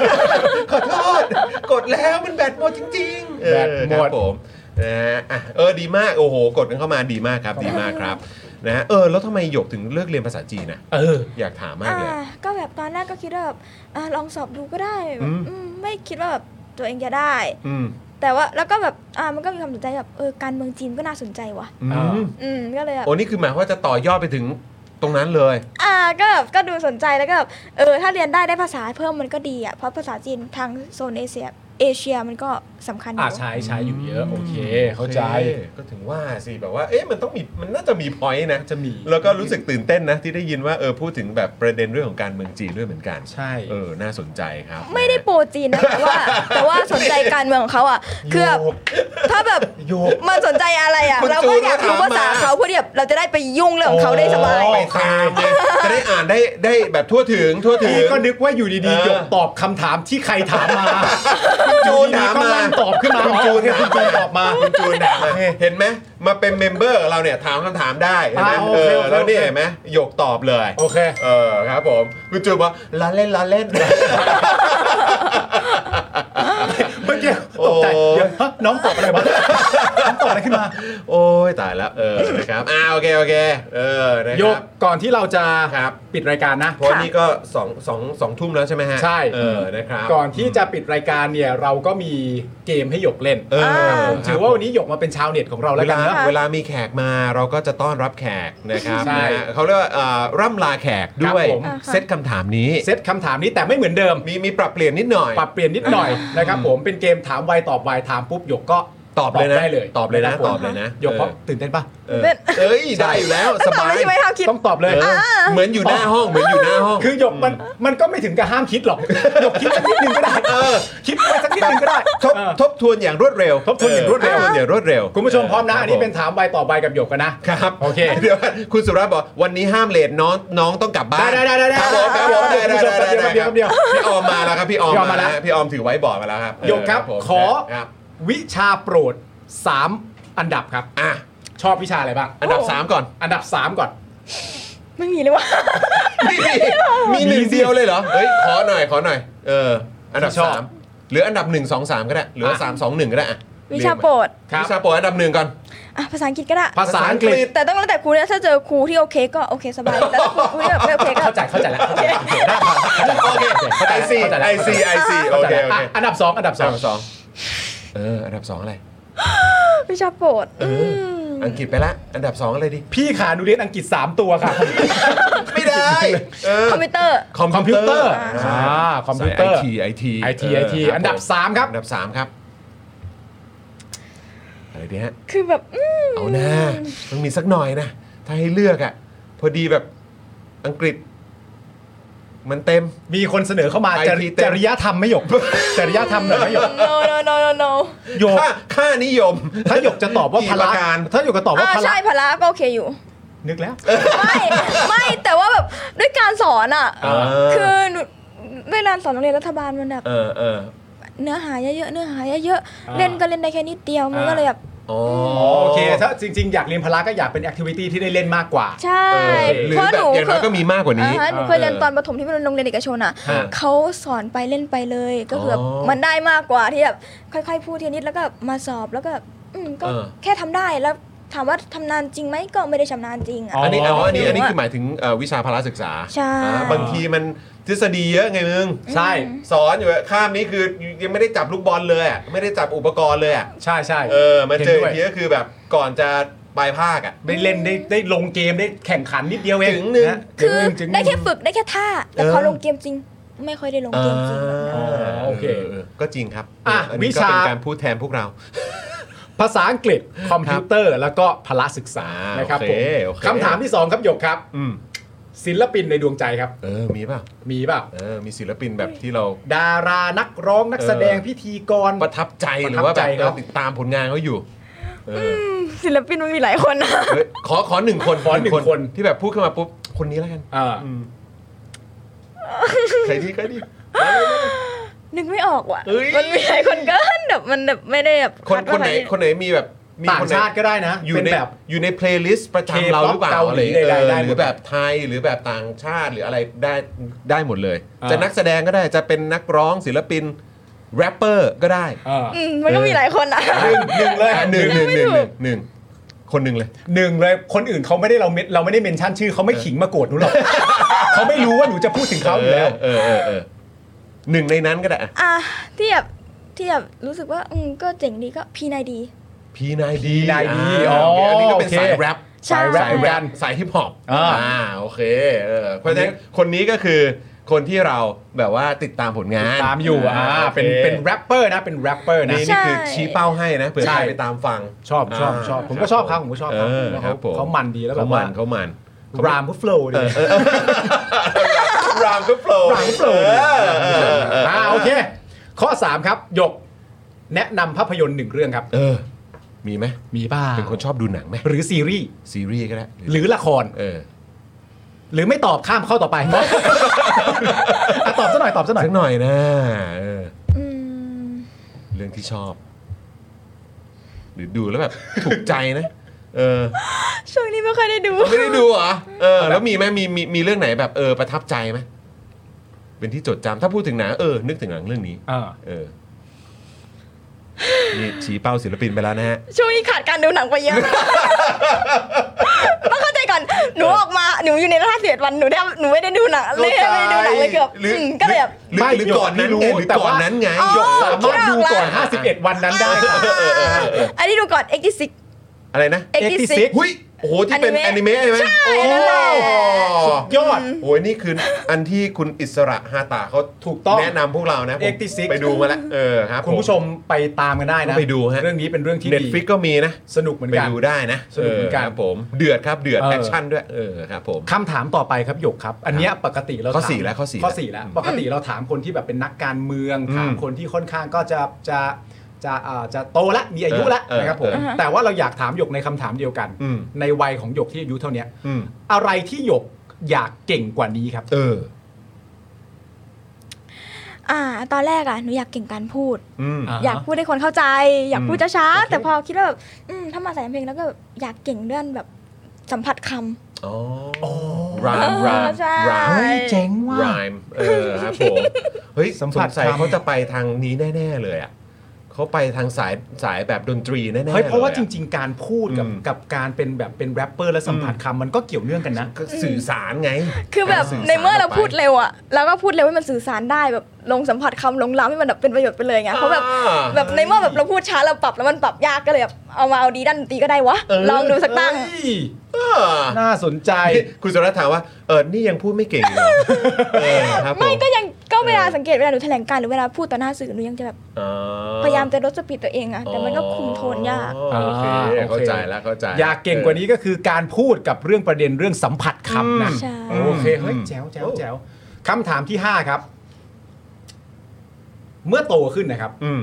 Speaker 1: ขอโทษ กดแล้วมันแบตหมดจริงๆเออ
Speaker 2: แบตหม
Speaker 1: ครั
Speaker 2: ด
Speaker 1: บผมนะฮะอ่ะเออดีมากโอ้โห กดกันเข้ามาดีมากครับดีมากครับนะฮะเออแล้วทำไมหยกถึงเลือกเรียนภาษาจีนนะ
Speaker 2: เออ
Speaker 1: อยากถามมากเลย
Speaker 4: อ่าก็แบบตอนแรกก็คิดว่าแบบอ่าลองสอบดูก็ได้แบ
Speaker 1: อื
Speaker 4: บ
Speaker 1: ม
Speaker 4: อืมไม่คิดว่าแบบตัวเองจะได้
Speaker 1: อืม
Speaker 4: แต่ว่าแล้วก็แบบอ่ามันก็มีความสนใจแบบเออการเมืองจีนก็น่าสนใจว่ะ
Speaker 1: อื
Speaker 2: อ่า
Speaker 1: ม
Speaker 4: อืมก็เลยแบบ
Speaker 1: โอ้นี่คือหมายความว่าจะต่อยอดไปถึงตรงนั้นเลย
Speaker 4: อ่าก็แบบก็ดูสนใจแล้วก็แบบเออถ้าเรียนได้ได้ภาษาเพิ่มมันก็ดีอ่ะเพราะภาษาจีนทางโซนเอเชียเอเชียมันก็สำคัญอ
Speaker 2: อ่า
Speaker 4: ยู่
Speaker 2: ใช้ใช้อยู่เยอะ โอเค เข้าใจ
Speaker 1: โอเคก็ถึงว่าสิแบบว่าเอ๊ะมันต้องมีมันน่าจะมีพอยต์นะ
Speaker 2: จะมี
Speaker 1: แล้วก็รู้สึกตื่นเต้นนะ ที่ได้ยินว่าเออพูดถึงแบบประเด็นเรื่องของการเมืองจีนด้วยเหมือนกัน
Speaker 2: ใช่
Speaker 1: เออน่าสนใจครับ
Speaker 4: ไม่ได้โปรจีนนะแต่ว่า แต่ว่าสนใจการเมืองของเขาอ่ะคือแบบถ้าแบบ
Speaker 2: โยก
Speaker 4: มันสนใจอะไรอ่ะ
Speaker 1: คุณ
Speaker 4: เรา
Speaker 1: จู
Speaker 4: ก็
Speaker 1: น
Speaker 4: อยากรู้ภาษาเขาเพื่อที่แบบเราจะได้ไปยุ่งเรื่องของเขาได้สบาย
Speaker 2: โอ้
Speaker 1: ไปตามไงจะได้อ่านได้ได้แบบทั่วถึงทั่วถึง
Speaker 2: พี่ก็นึกว่าอยู่ดี
Speaker 1: เออ
Speaker 2: ๆหยกตอบคำถามที่ใครถามมา
Speaker 1: จูนถามมา
Speaker 2: อยู่ดีๆก็ลั่นตอบขึ้นมา
Speaker 1: คุณจูน
Speaker 2: อ๋อคุณจูนตอบมา
Speaker 1: คุณจูนถามมาเห็นไหมมาเป็นเมมเบอร์เราเนี่ยถามคำถามได้เห็นไหม
Speaker 2: อ่าโอ
Speaker 1: เอ
Speaker 2: เค
Speaker 1: อ
Speaker 2: โอเค
Speaker 1: แล้วเนี่ยเห็นไหมหยกตอบเลย
Speaker 2: โอเค
Speaker 1: เออครับผมคุณจูนบอกล้อเล่นล้อเล่น
Speaker 2: เมื่อกี้ตกใจ
Speaker 1: โอ้
Speaker 2: เดี๋ยวฮะน้องตอบอะไรวะน้องตอบอะไร ขึ้นมา
Speaker 1: โอ้ยตายแล้วเออนะครับอ่าโอเคโอเคเออนะ
Speaker 2: โย
Speaker 1: ค
Speaker 2: ก
Speaker 1: รับ
Speaker 2: ก่อนที่เราจะ
Speaker 1: ครับ
Speaker 2: ปิดรายการนะ
Speaker 1: เพราะนี่ก็สองสองสองทุ่มแล้วใช่ไหมฮะ
Speaker 2: ใช่
Speaker 1: เออนะครับ
Speaker 2: ก่อนที่จะปิดรายการเนี่ยเราก็มีเกมให้หยกเล่น
Speaker 1: เออครับ
Speaker 2: ถือว่าวันนี้หยกมาเป็นชาวเน็ตของเรา
Speaker 1: เว
Speaker 2: แล้วกั
Speaker 1: ลาน
Speaker 2: นะ
Speaker 1: เวลามีแขกมาเราก็จะต้อนรับแขกนะครับ
Speaker 2: ใช่
Speaker 1: นะฮะเขาเรียกว่าเอ่อร่ำลาแขกด้วย
Speaker 2: ครับผม
Speaker 1: เซตคำถามนี้
Speaker 2: เซตคำถามนี้แต่ไม่เหมือนเดิม
Speaker 1: มีมีปรับเปลี่ยนนิดหน่อย
Speaker 2: ปรับเปลี่ยนนิดหน่อยนะครับผมเป็นเกมถามไวตอบไวถามปุ๊บหยกก็
Speaker 1: ตอบเลยนะ
Speaker 2: ได้เลย
Speaker 1: ตอบเลยนะ
Speaker 2: ครัผม
Speaker 1: ตอบเลยนะ
Speaker 2: หยกเพราะ
Speaker 1: เออ
Speaker 2: ตื่นเต้นปะ
Speaker 1: เออเอ้ยได้อยู่แล้ว
Speaker 4: ต้
Speaker 1: ส
Speaker 4: องตอ
Speaker 1: า
Speaker 4: บบเลย ยใช่ไหมห้ามคิด
Speaker 2: ต้องตอบเลย
Speaker 1: เออเหมือนอยู่หน้าห้องเหมือนอยู่หน้าห้อง
Speaker 2: คือหยกมันมันก็ไม่ถึงกับห้ามคิดหรอก หยกคิดสักนิดนึงก็ได้
Speaker 1: เออ
Speaker 2: คิดไปสักนิดนึงก็ได้
Speaker 1: ทบ
Speaker 2: เออ
Speaker 1: ทบทวนอย่างรวดเร็ว
Speaker 2: ทบทวนอย่างรวดเร็ว
Speaker 1: ทบทนอย่างรวดเร็ว
Speaker 2: คุณผู้ชมพร้อมนะอันนี้
Speaker 1: ผ
Speaker 2: เป็นถามไวตอบไวกับหยกกันนะ
Speaker 1: ครับ
Speaker 2: โอเค
Speaker 1: เดี๋ยวคุณสุรัตน์บอกวันนี้ห้ามเลทน้องน้องต้องกลับบ้า
Speaker 2: ได้
Speaker 1: น
Speaker 2: ได้ได้ได้ได้
Speaker 1: ครับผมครับผม
Speaker 2: คุณผู้ชมแป๊บเดีย
Speaker 1: ได้
Speaker 2: วแป๊บเดียวแป๊บ
Speaker 1: ได้
Speaker 2: เดียว
Speaker 1: พี่ออมมาแล้วครับพี่ออม
Speaker 2: พี่ออมมาแล้ว
Speaker 1: ฮะพี่ออมถือไว้บอร์ดมาแล้วครับ
Speaker 2: หยกครับ
Speaker 1: เผม
Speaker 2: ขอ
Speaker 1: ครับ
Speaker 2: วิชาโปรด 3 อันดับครับ
Speaker 1: อ่ะ
Speaker 2: ชอบวิชาอะไรบ้าง
Speaker 1: อันดับ 3 ก่อน
Speaker 2: อันดับ 3 ก่อน
Speaker 4: ไม่มีเลยว่ะ
Speaker 1: มีหนึ่งเดียวเลยเหรอเฮ้ยขอหน่อยขอหน่อย เออ อันดับ
Speaker 2: ชอบ
Speaker 1: สามหรืออันดับ1 2 3 ก็ได้หรือว่า
Speaker 2: อ่ะ
Speaker 1: สามสองหนึ่งก็ได้อ่ะ
Speaker 4: วิชาโปรด
Speaker 2: ครับ
Speaker 1: วิชาโปรดอันดับหนึ่งก่อน
Speaker 4: อ่ะภาษาอังกฤษก็ได้
Speaker 2: ภาษาอังกฤษ
Speaker 4: แต่ต้องแล้วแต่ครูนะถ้าเจอครูที่โอเคก็โอเคสบาย แต่ถ้าครูที่แบบไม่โอเคก็
Speaker 2: เข้าใจเข้าใจแล้วเข้าใจแล้ว
Speaker 1: โอเคไอซีไอซีไอซีโอ
Speaker 2: เข้าใจ
Speaker 1: เค
Speaker 2: แล้ว
Speaker 1: โอเค
Speaker 2: อ่ะอันดับ 2 อันดับ
Speaker 1: สอง
Speaker 2: 2
Speaker 1: สองเออ อันดับสองอะไร
Speaker 4: วิชาโปรด
Speaker 1: เออออังกฤษไปละ อันดับสองอะไรดี
Speaker 2: พี่ขาหนูเรียนอังกฤษ 3 ตัวค่ะ
Speaker 1: ไม่ได้ เออ
Speaker 4: คอมพิวเตอร์
Speaker 2: คอมพิวเตอร์
Speaker 1: อ่า
Speaker 2: อ่าคอมพิวเตอ
Speaker 1: ไอ
Speaker 2: ร์
Speaker 1: ทีไอที
Speaker 2: IT อันดับสามครับ
Speaker 1: อันดับสามครับ อะไรดีฮะ
Speaker 4: คือแบบอืม
Speaker 1: เอานะต้องมีสักหน่อยนะ ถ้าให้เลือกอ่ะ พอดีแบบอังกฤษ มันเต็ม
Speaker 2: มีคนเสนอเข้ามาจริ
Speaker 1: IT เต็ม
Speaker 2: จริยธรรมไม่หยก จริยธรรมหน่อยไม่หยก
Speaker 4: โนโนโนโนโน
Speaker 2: หยก
Speaker 1: ค่าค่านิยม
Speaker 2: ถ้าหยกจะตอบว่าพ
Speaker 1: กี่
Speaker 2: ละ
Speaker 1: ประการ
Speaker 2: ถ้าหยกจะตอบว่า
Speaker 4: อ่า
Speaker 2: พละ
Speaker 4: ใช่พละก็โอเคอยู่
Speaker 2: นึกแล้ว
Speaker 4: ไม่ไม่แต่ว่าแบบด้วยการสอนอ่ะ
Speaker 1: เอ
Speaker 4: คือ
Speaker 1: อ
Speaker 4: หนูด้วยการสอนโรงเรียนรัฐบาลมันแบบ
Speaker 1: เออเออ
Speaker 4: เนื้อหาเยอะๆเนื้อหาเยอะ
Speaker 2: อ่า
Speaker 4: ๆเล่นก็เล่นได้แค่นิดเดียวมันก็เลยแบบ
Speaker 1: อ๋อ
Speaker 2: อ๋อโอเคถ้าจริง ๆ อยากเรียนพละก็อยากเป็นแอคทิวิตี้ที่ได้เล่นมากกว่า
Speaker 4: ใช่
Speaker 1: หรือ
Speaker 4: เพราะ
Speaker 1: แบบ
Speaker 4: หนู
Speaker 1: อย่าง
Speaker 4: เค
Speaker 1: น้อย ยก็มีมากกว่านี้
Speaker 4: อ่าฮะหนูเคยเรียนตอนประถมที่เป็นโรงเรียนเอกชนอ่ะ
Speaker 1: ฮะ
Speaker 4: เขาสอนไปเล่นไปเลยก็คือแบบ
Speaker 1: อ๋อ
Speaker 4: มันได้มากกว่าที่แบบค่อย ๆ พูดทีละนิดแล้วก็มาสอบแล้วก็อืมก็
Speaker 1: เออ
Speaker 4: แค่ทำได้แล้วถามว่าทำนานจริงไหมก็ไม่ได้ชำนาญจริงอ่ะ
Speaker 2: อ๋
Speaker 1: อันนี้อ๋ออันนี้อันนี้
Speaker 4: หนูอะ
Speaker 1: คือหมายถึงเอ่อวิชาพละศึกษา
Speaker 4: ใช่
Speaker 1: อ่าบางทีมันทฤษฎีเยอะไงมึง
Speaker 2: ใช่
Speaker 1: สอนอยู่อะข้ามนี้คือยังไม่ได้จับลูกบอลเลยอะไม่ได้จับอุปกรณ์เลยอะ
Speaker 2: ใช่ใช่
Speaker 1: เออมาเจอ
Speaker 2: ห็น
Speaker 1: อีกที
Speaker 2: ด้วย
Speaker 1: ก็คือแบบก่อนจะปลายภาคอะ
Speaker 2: ได้เล่นได้ได้ลงเกมได้แข่งขันนิดเดียวเอง
Speaker 1: จึงหนึ่ง
Speaker 2: ะ
Speaker 4: คือ
Speaker 2: จึงห
Speaker 4: ได้
Speaker 2: นึ่ง
Speaker 4: แค่ฝึกได้แค่ท่า แต่พอ
Speaker 1: เออ
Speaker 4: ลงเกมจริง ไม่ค่อยได้ลงเกมจริง
Speaker 1: อ่า
Speaker 2: โอเค
Speaker 1: ก็จริงครับ
Speaker 2: อ่ะ
Speaker 1: นนี้ก็
Speaker 2: วิชา
Speaker 1: เป็นการพูดแทนพวกเรา
Speaker 2: ภาษาอังกฤษคอมพิวเตอร์แล้วก็พละศึกษา
Speaker 1: อ่าน
Speaker 2: นะครับ
Speaker 1: โอเค
Speaker 2: ผม
Speaker 1: โอเค
Speaker 2: คำถามที่ 2 ครับหยกครับ
Speaker 1: อืม
Speaker 2: ศิลปินในดวงใจครับ
Speaker 1: เออมีเปล่ะ
Speaker 2: มีเปล่า
Speaker 1: เออมีศิลปินแบบที่เรา
Speaker 2: ดารานักร้องนักแสดงพิธีกร
Speaker 1: ประทับใจ
Speaker 2: ประทั
Speaker 1: หรื
Speaker 2: บ
Speaker 1: อว่าแบบ
Speaker 2: ใจครับ
Speaker 1: เราติดตามผลงานเขาอยู่เอออ
Speaker 4: ศิลปินมันมีหลายคนนะ
Speaker 1: เฮ้ยขอขอหนึ่งคน
Speaker 2: ขอหนึ่งคน
Speaker 1: ที่แบบพูดขึ้นมาปุ๊บคนนี้แล้วกัน
Speaker 2: อ่า
Speaker 1: ใครดีใครดี
Speaker 4: นึกไม่ออกว่ะ
Speaker 1: เอ้ย
Speaker 4: มันมีหลายคนเกินแบบมันแบบไม่ได้แบบ
Speaker 1: คน
Speaker 4: ด
Speaker 1: ค
Speaker 4: ว่า
Speaker 1: นไหน
Speaker 4: ใร
Speaker 1: คนไหนมีแบบมี
Speaker 2: ต่าง
Speaker 1: คนไหน
Speaker 2: ชาติก็ได้นะ
Speaker 1: อยู่
Speaker 2: เป็น
Speaker 1: ใน
Speaker 2: แบบ
Speaker 1: อยู่ในเพลย์ลิสต์ประจำเราห
Speaker 2: K-pop
Speaker 1: รือเปล่า
Speaker 2: เกาหลี
Speaker 1: อะไรอย่างเงี้ยเอ
Speaker 2: ใดๆได้
Speaker 1: อ
Speaker 2: หมด
Speaker 1: หรือแบบไทยหรือแบบต่างชาติหรืออะไรได้ได้หมดเลย
Speaker 2: อ่า
Speaker 1: จะนักแสดงก็ได้จะเป็นนักร้องศิลปินแรปเปอร์ก็ได้
Speaker 2: อ่า
Speaker 4: อืมมันก็มีหลายคนนะ
Speaker 2: หนึ่งหนึ่งเลย
Speaker 1: อ่ะหนึ่งหนึ่งหนึ่งหนึ่งหนึ่งคนหนึ่งเลย
Speaker 2: หนึ่งเลยคนอื่นเขาไม่ได้เราเมเราไม่ได้เมนชั่นชื่อเขาไม่ขิงมาโกรธหนูหรอกเขาไม่รู้ว่าหนูจะพูดถึงเขาอยู่แล้ว
Speaker 1: เออเออเออหนึ่งในนั้นก็ได้อ่ะ
Speaker 4: อ่ะที่แบบที่แบบรู้สึกว่าอืมก็เจ๋งดีก็พีนายดี
Speaker 1: พีนายดี
Speaker 2: นายดี
Speaker 1: า
Speaker 2: อ๋อ
Speaker 1: โเคอันนี้ก็เป็น
Speaker 2: โอเค
Speaker 1: สายแรป
Speaker 4: ใช่
Speaker 1: สายแรปเหมือนกันสายฮิปฮอป
Speaker 2: อ่า
Speaker 1: โอเคเออเพราะฉะนั้นคนนี้ก็คือคนที่เราแบบว่าติดตามผลงาน
Speaker 2: ตามอยู่อ่า
Speaker 1: โค
Speaker 2: เป็นเป็นแรปเปอร์นะเป็นแรปเปอร์นะ
Speaker 1: นี่
Speaker 4: ใช่
Speaker 1: นี่คือชี้เป้าให้นะเผื่อ
Speaker 2: ใช่
Speaker 1: ใครไปตามฟัง
Speaker 2: ชอบชอบชอบ
Speaker 1: อ่า
Speaker 2: ผมก็ชอบเขาผมก็ชอบเขา
Speaker 1: เออ
Speaker 2: ผมว่า
Speaker 1: ครั
Speaker 2: เขา
Speaker 1: บผม
Speaker 2: เขามันดีแล้วแบ
Speaker 1: เขา
Speaker 2: บ
Speaker 1: มั
Speaker 2: ว่าน
Speaker 1: เขามัน
Speaker 2: รามก็โฟล์ดี
Speaker 1: รามก็โปร
Speaker 2: รามก็โปร
Speaker 1: เออเออเออ
Speaker 2: อ่าโอเค ข้อ 3 ครับหยก แนะนำภาพยนตร์หนึ่งเรื่องครับ
Speaker 1: เออ มีไหม
Speaker 2: มีบ้า
Speaker 1: เป็นคนชอบดูหนังไหม
Speaker 2: หรือซีรีส์
Speaker 1: ซีรีส์ก็ได้
Speaker 2: หรือละคร
Speaker 1: เออ
Speaker 2: หรือไม่ตอบข้ามเข้าต่อไป อ่ะตอบซะหน่อยตอบซะหน่อย
Speaker 1: สักหน่อยนะเออ
Speaker 4: อืม
Speaker 1: เรื่องที่ชอบ หรือดูแล้วแบบ ถูกใจนะ เออ
Speaker 4: ช่วงนี้ไม่ค่อยได้ดู
Speaker 1: ไม่ได้ดูเหรอเออ แล้วมีไหมมีมีมีเรื่องไหนแบบเออประทับใจไหมเป็นที่จดจำถ้าพูดถึงหนังเออนึกถึงหนังเรื่องนี้
Speaker 2: อ่า
Speaker 1: เออ นี่ชี้เป้าศิลปินไปแล้วนะฮะ
Speaker 4: ช่วงนี้ขาดการดูหนังไปเยอะ ต้องเข้าใจก่อน หนูออกมา หนูอยู่ในราชเสียดวัน หนูได้หนูไม่ได้ดูหนังเลยไม่ได้ดูหนังเลยเกือบ
Speaker 1: หรือ
Speaker 4: อืมก็เลยแบบ
Speaker 1: หรือหรือก่อนนั้น
Speaker 2: ไม่รู้
Speaker 1: เอ้ยหรือ
Speaker 2: แต่
Speaker 1: ก่อน
Speaker 2: ว่า
Speaker 1: นั้นไง
Speaker 4: อ๋อ
Speaker 2: หยกสามารถดูก่อน
Speaker 1: อ๋อ
Speaker 2: 51 วันนั้นได้ครับ
Speaker 4: อันนี้ดูก่อน X6
Speaker 1: อะไรนะ
Speaker 4: X6
Speaker 2: 86
Speaker 1: หุยโอ้โห ที่เป็นแอนิเมะใช่ไหมโอ้
Speaker 4: อันนั้นแหละ
Speaker 1: สุดย
Speaker 2: ย
Speaker 1: อด
Speaker 2: อด
Speaker 1: โอ้ยนี่คืออันที่คุณอิสระฮาตาเขา
Speaker 2: ถูกต้อง
Speaker 1: แนะนำพวกเรานะผม
Speaker 2: 86
Speaker 1: ไปดูมาแล้วเออครับ
Speaker 2: คุณผู้ชมไปตามกันได้นะ
Speaker 1: ไปดูฮะ
Speaker 2: เรื่องนี้เป็นเรื่องที่
Speaker 1: เน็ต
Speaker 2: ดี
Speaker 1: ฟิกก็มีนะ
Speaker 2: สนุกเหมือน
Speaker 1: ไป
Speaker 2: กัน
Speaker 1: ดูได้นะ
Speaker 2: สนุกเหมือนกัน
Speaker 1: ครับผมเดือดครับเดือด
Speaker 2: เออ
Speaker 1: แอคชั่นด้วยเออครับผม
Speaker 2: คำถามต่อไปครับหยกครับ อันเนี้ยปกติเรา
Speaker 1: ข้อ
Speaker 2: ถาม
Speaker 1: สี่แล้วข้อสี่
Speaker 2: ข้อสี่แล้วปกติเราถามคนที่แบบเป็นนักการเมือง
Speaker 1: อืม
Speaker 2: ถามคนที่ค่อนข้างก็จะจะจะเอ่อจะโตละมีอายุละ
Speaker 1: เออ
Speaker 2: นะครับผม
Speaker 1: เออ
Speaker 2: แต่ว่าเราอยากถามหยกในคำถามเดียวกัน
Speaker 1: อืม
Speaker 2: ในวัยของหยกที่อายุเท่าเนี้ย
Speaker 1: อืม
Speaker 2: อะไรที่หยกอยากเก่งกว่านี้ครับ
Speaker 1: เออ
Speaker 4: อ่า ตอนแรกอ่ะ หนูอยากเก่งการพูด
Speaker 1: อืม
Speaker 2: อ่ะ ฮ
Speaker 4: อยากพูดให้คนเข้าใจ อยากพูดช้า
Speaker 1: โอเค
Speaker 4: ๆแต่พอคิดว่าแบบอืมถ้ามาใส่เพลงแล้วก็แบบอยากเก่งเรื่องแบบสัมผัสคำ
Speaker 1: อ๋อ
Speaker 2: อ๋อ
Speaker 1: รามราม
Speaker 4: ใช่
Speaker 1: ราม
Speaker 4: เฮ้ยเจ๋ง
Speaker 1: รายม์เออครับ ผมเฮ้ย
Speaker 2: สัมผัส
Speaker 1: สงสัย
Speaker 2: คำ
Speaker 1: เขาจะไปทางนี้แน่ ๆ เลยอ่ะเขาไปทางสายสายแบบดนตรีแน่ๆ
Speaker 2: เฮ้ยเพราะว่าจ
Speaker 1: ลอ
Speaker 2: ริง ๆ การพูดกับ
Speaker 1: อืม
Speaker 2: กับการเป็นแบบเป็นแรปเปอร์และสัมผัสคำมันก็เกี่ยวเนื่องกันนะ
Speaker 1: ก็สื่อสารไง
Speaker 4: คือแบบ
Speaker 1: กาสื่ส
Speaker 4: ในเมื่อเราพูด
Speaker 1: กไป
Speaker 4: เร็วอ่ะเราก็พูดเร็วให้มันสื่อสารได้แบบลงสัมผัสคำลงล้ำให้มันแบบเป็นประโยชน์ไปเลยไงเพราะแบบ
Speaker 1: อ่
Speaker 4: แบบในเมื่อแบบเราพูดช้าเราปรับแล้วมันปรับยากก็เลยแบบเอามาเอาดีด้านดนตรีก็ได้วะ
Speaker 2: เ
Speaker 4: ลองดูสักตั้ง
Speaker 2: เอ้ย
Speaker 1: เออ
Speaker 2: น่าสนใจ
Speaker 1: คุณสุรัตน์ถามว่าเออนี่ยังพูดไม่เก่งอยู่เหรอ เออครับผ
Speaker 4: ไม่
Speaker 1: ม
Speaker 4: ก็ยังก็เวลาสังเกตเวลาหนูแถลงการณ์หรือเวลาพูดต่อหน้าสื่อหนูยังจะแบบ
Speaker 1: อ๋อ
Speaker 4: พยายามจะลดสปีดตัวเองอะแต่มันก็คุมโทนยาก
Speaker 1: อ๋อโอเค
Speaker 2: อ่าโอเค
Speaker 1: เข้าใจแล้วเข้าใจ
Speaker 2: อยากเก่งกว่านี้ก็คือการพูดกับเรื่องประเด็นเรื่องสัมผัสคำนะ
Speaker 4: ใช่
Speaker 2: โอเคเฮ้ยแจ๋วแจ๋วแจ๋วคำถามที่ 5 ครับ เมื่อโตขึ้นนะครับ
Speaker 1: อืม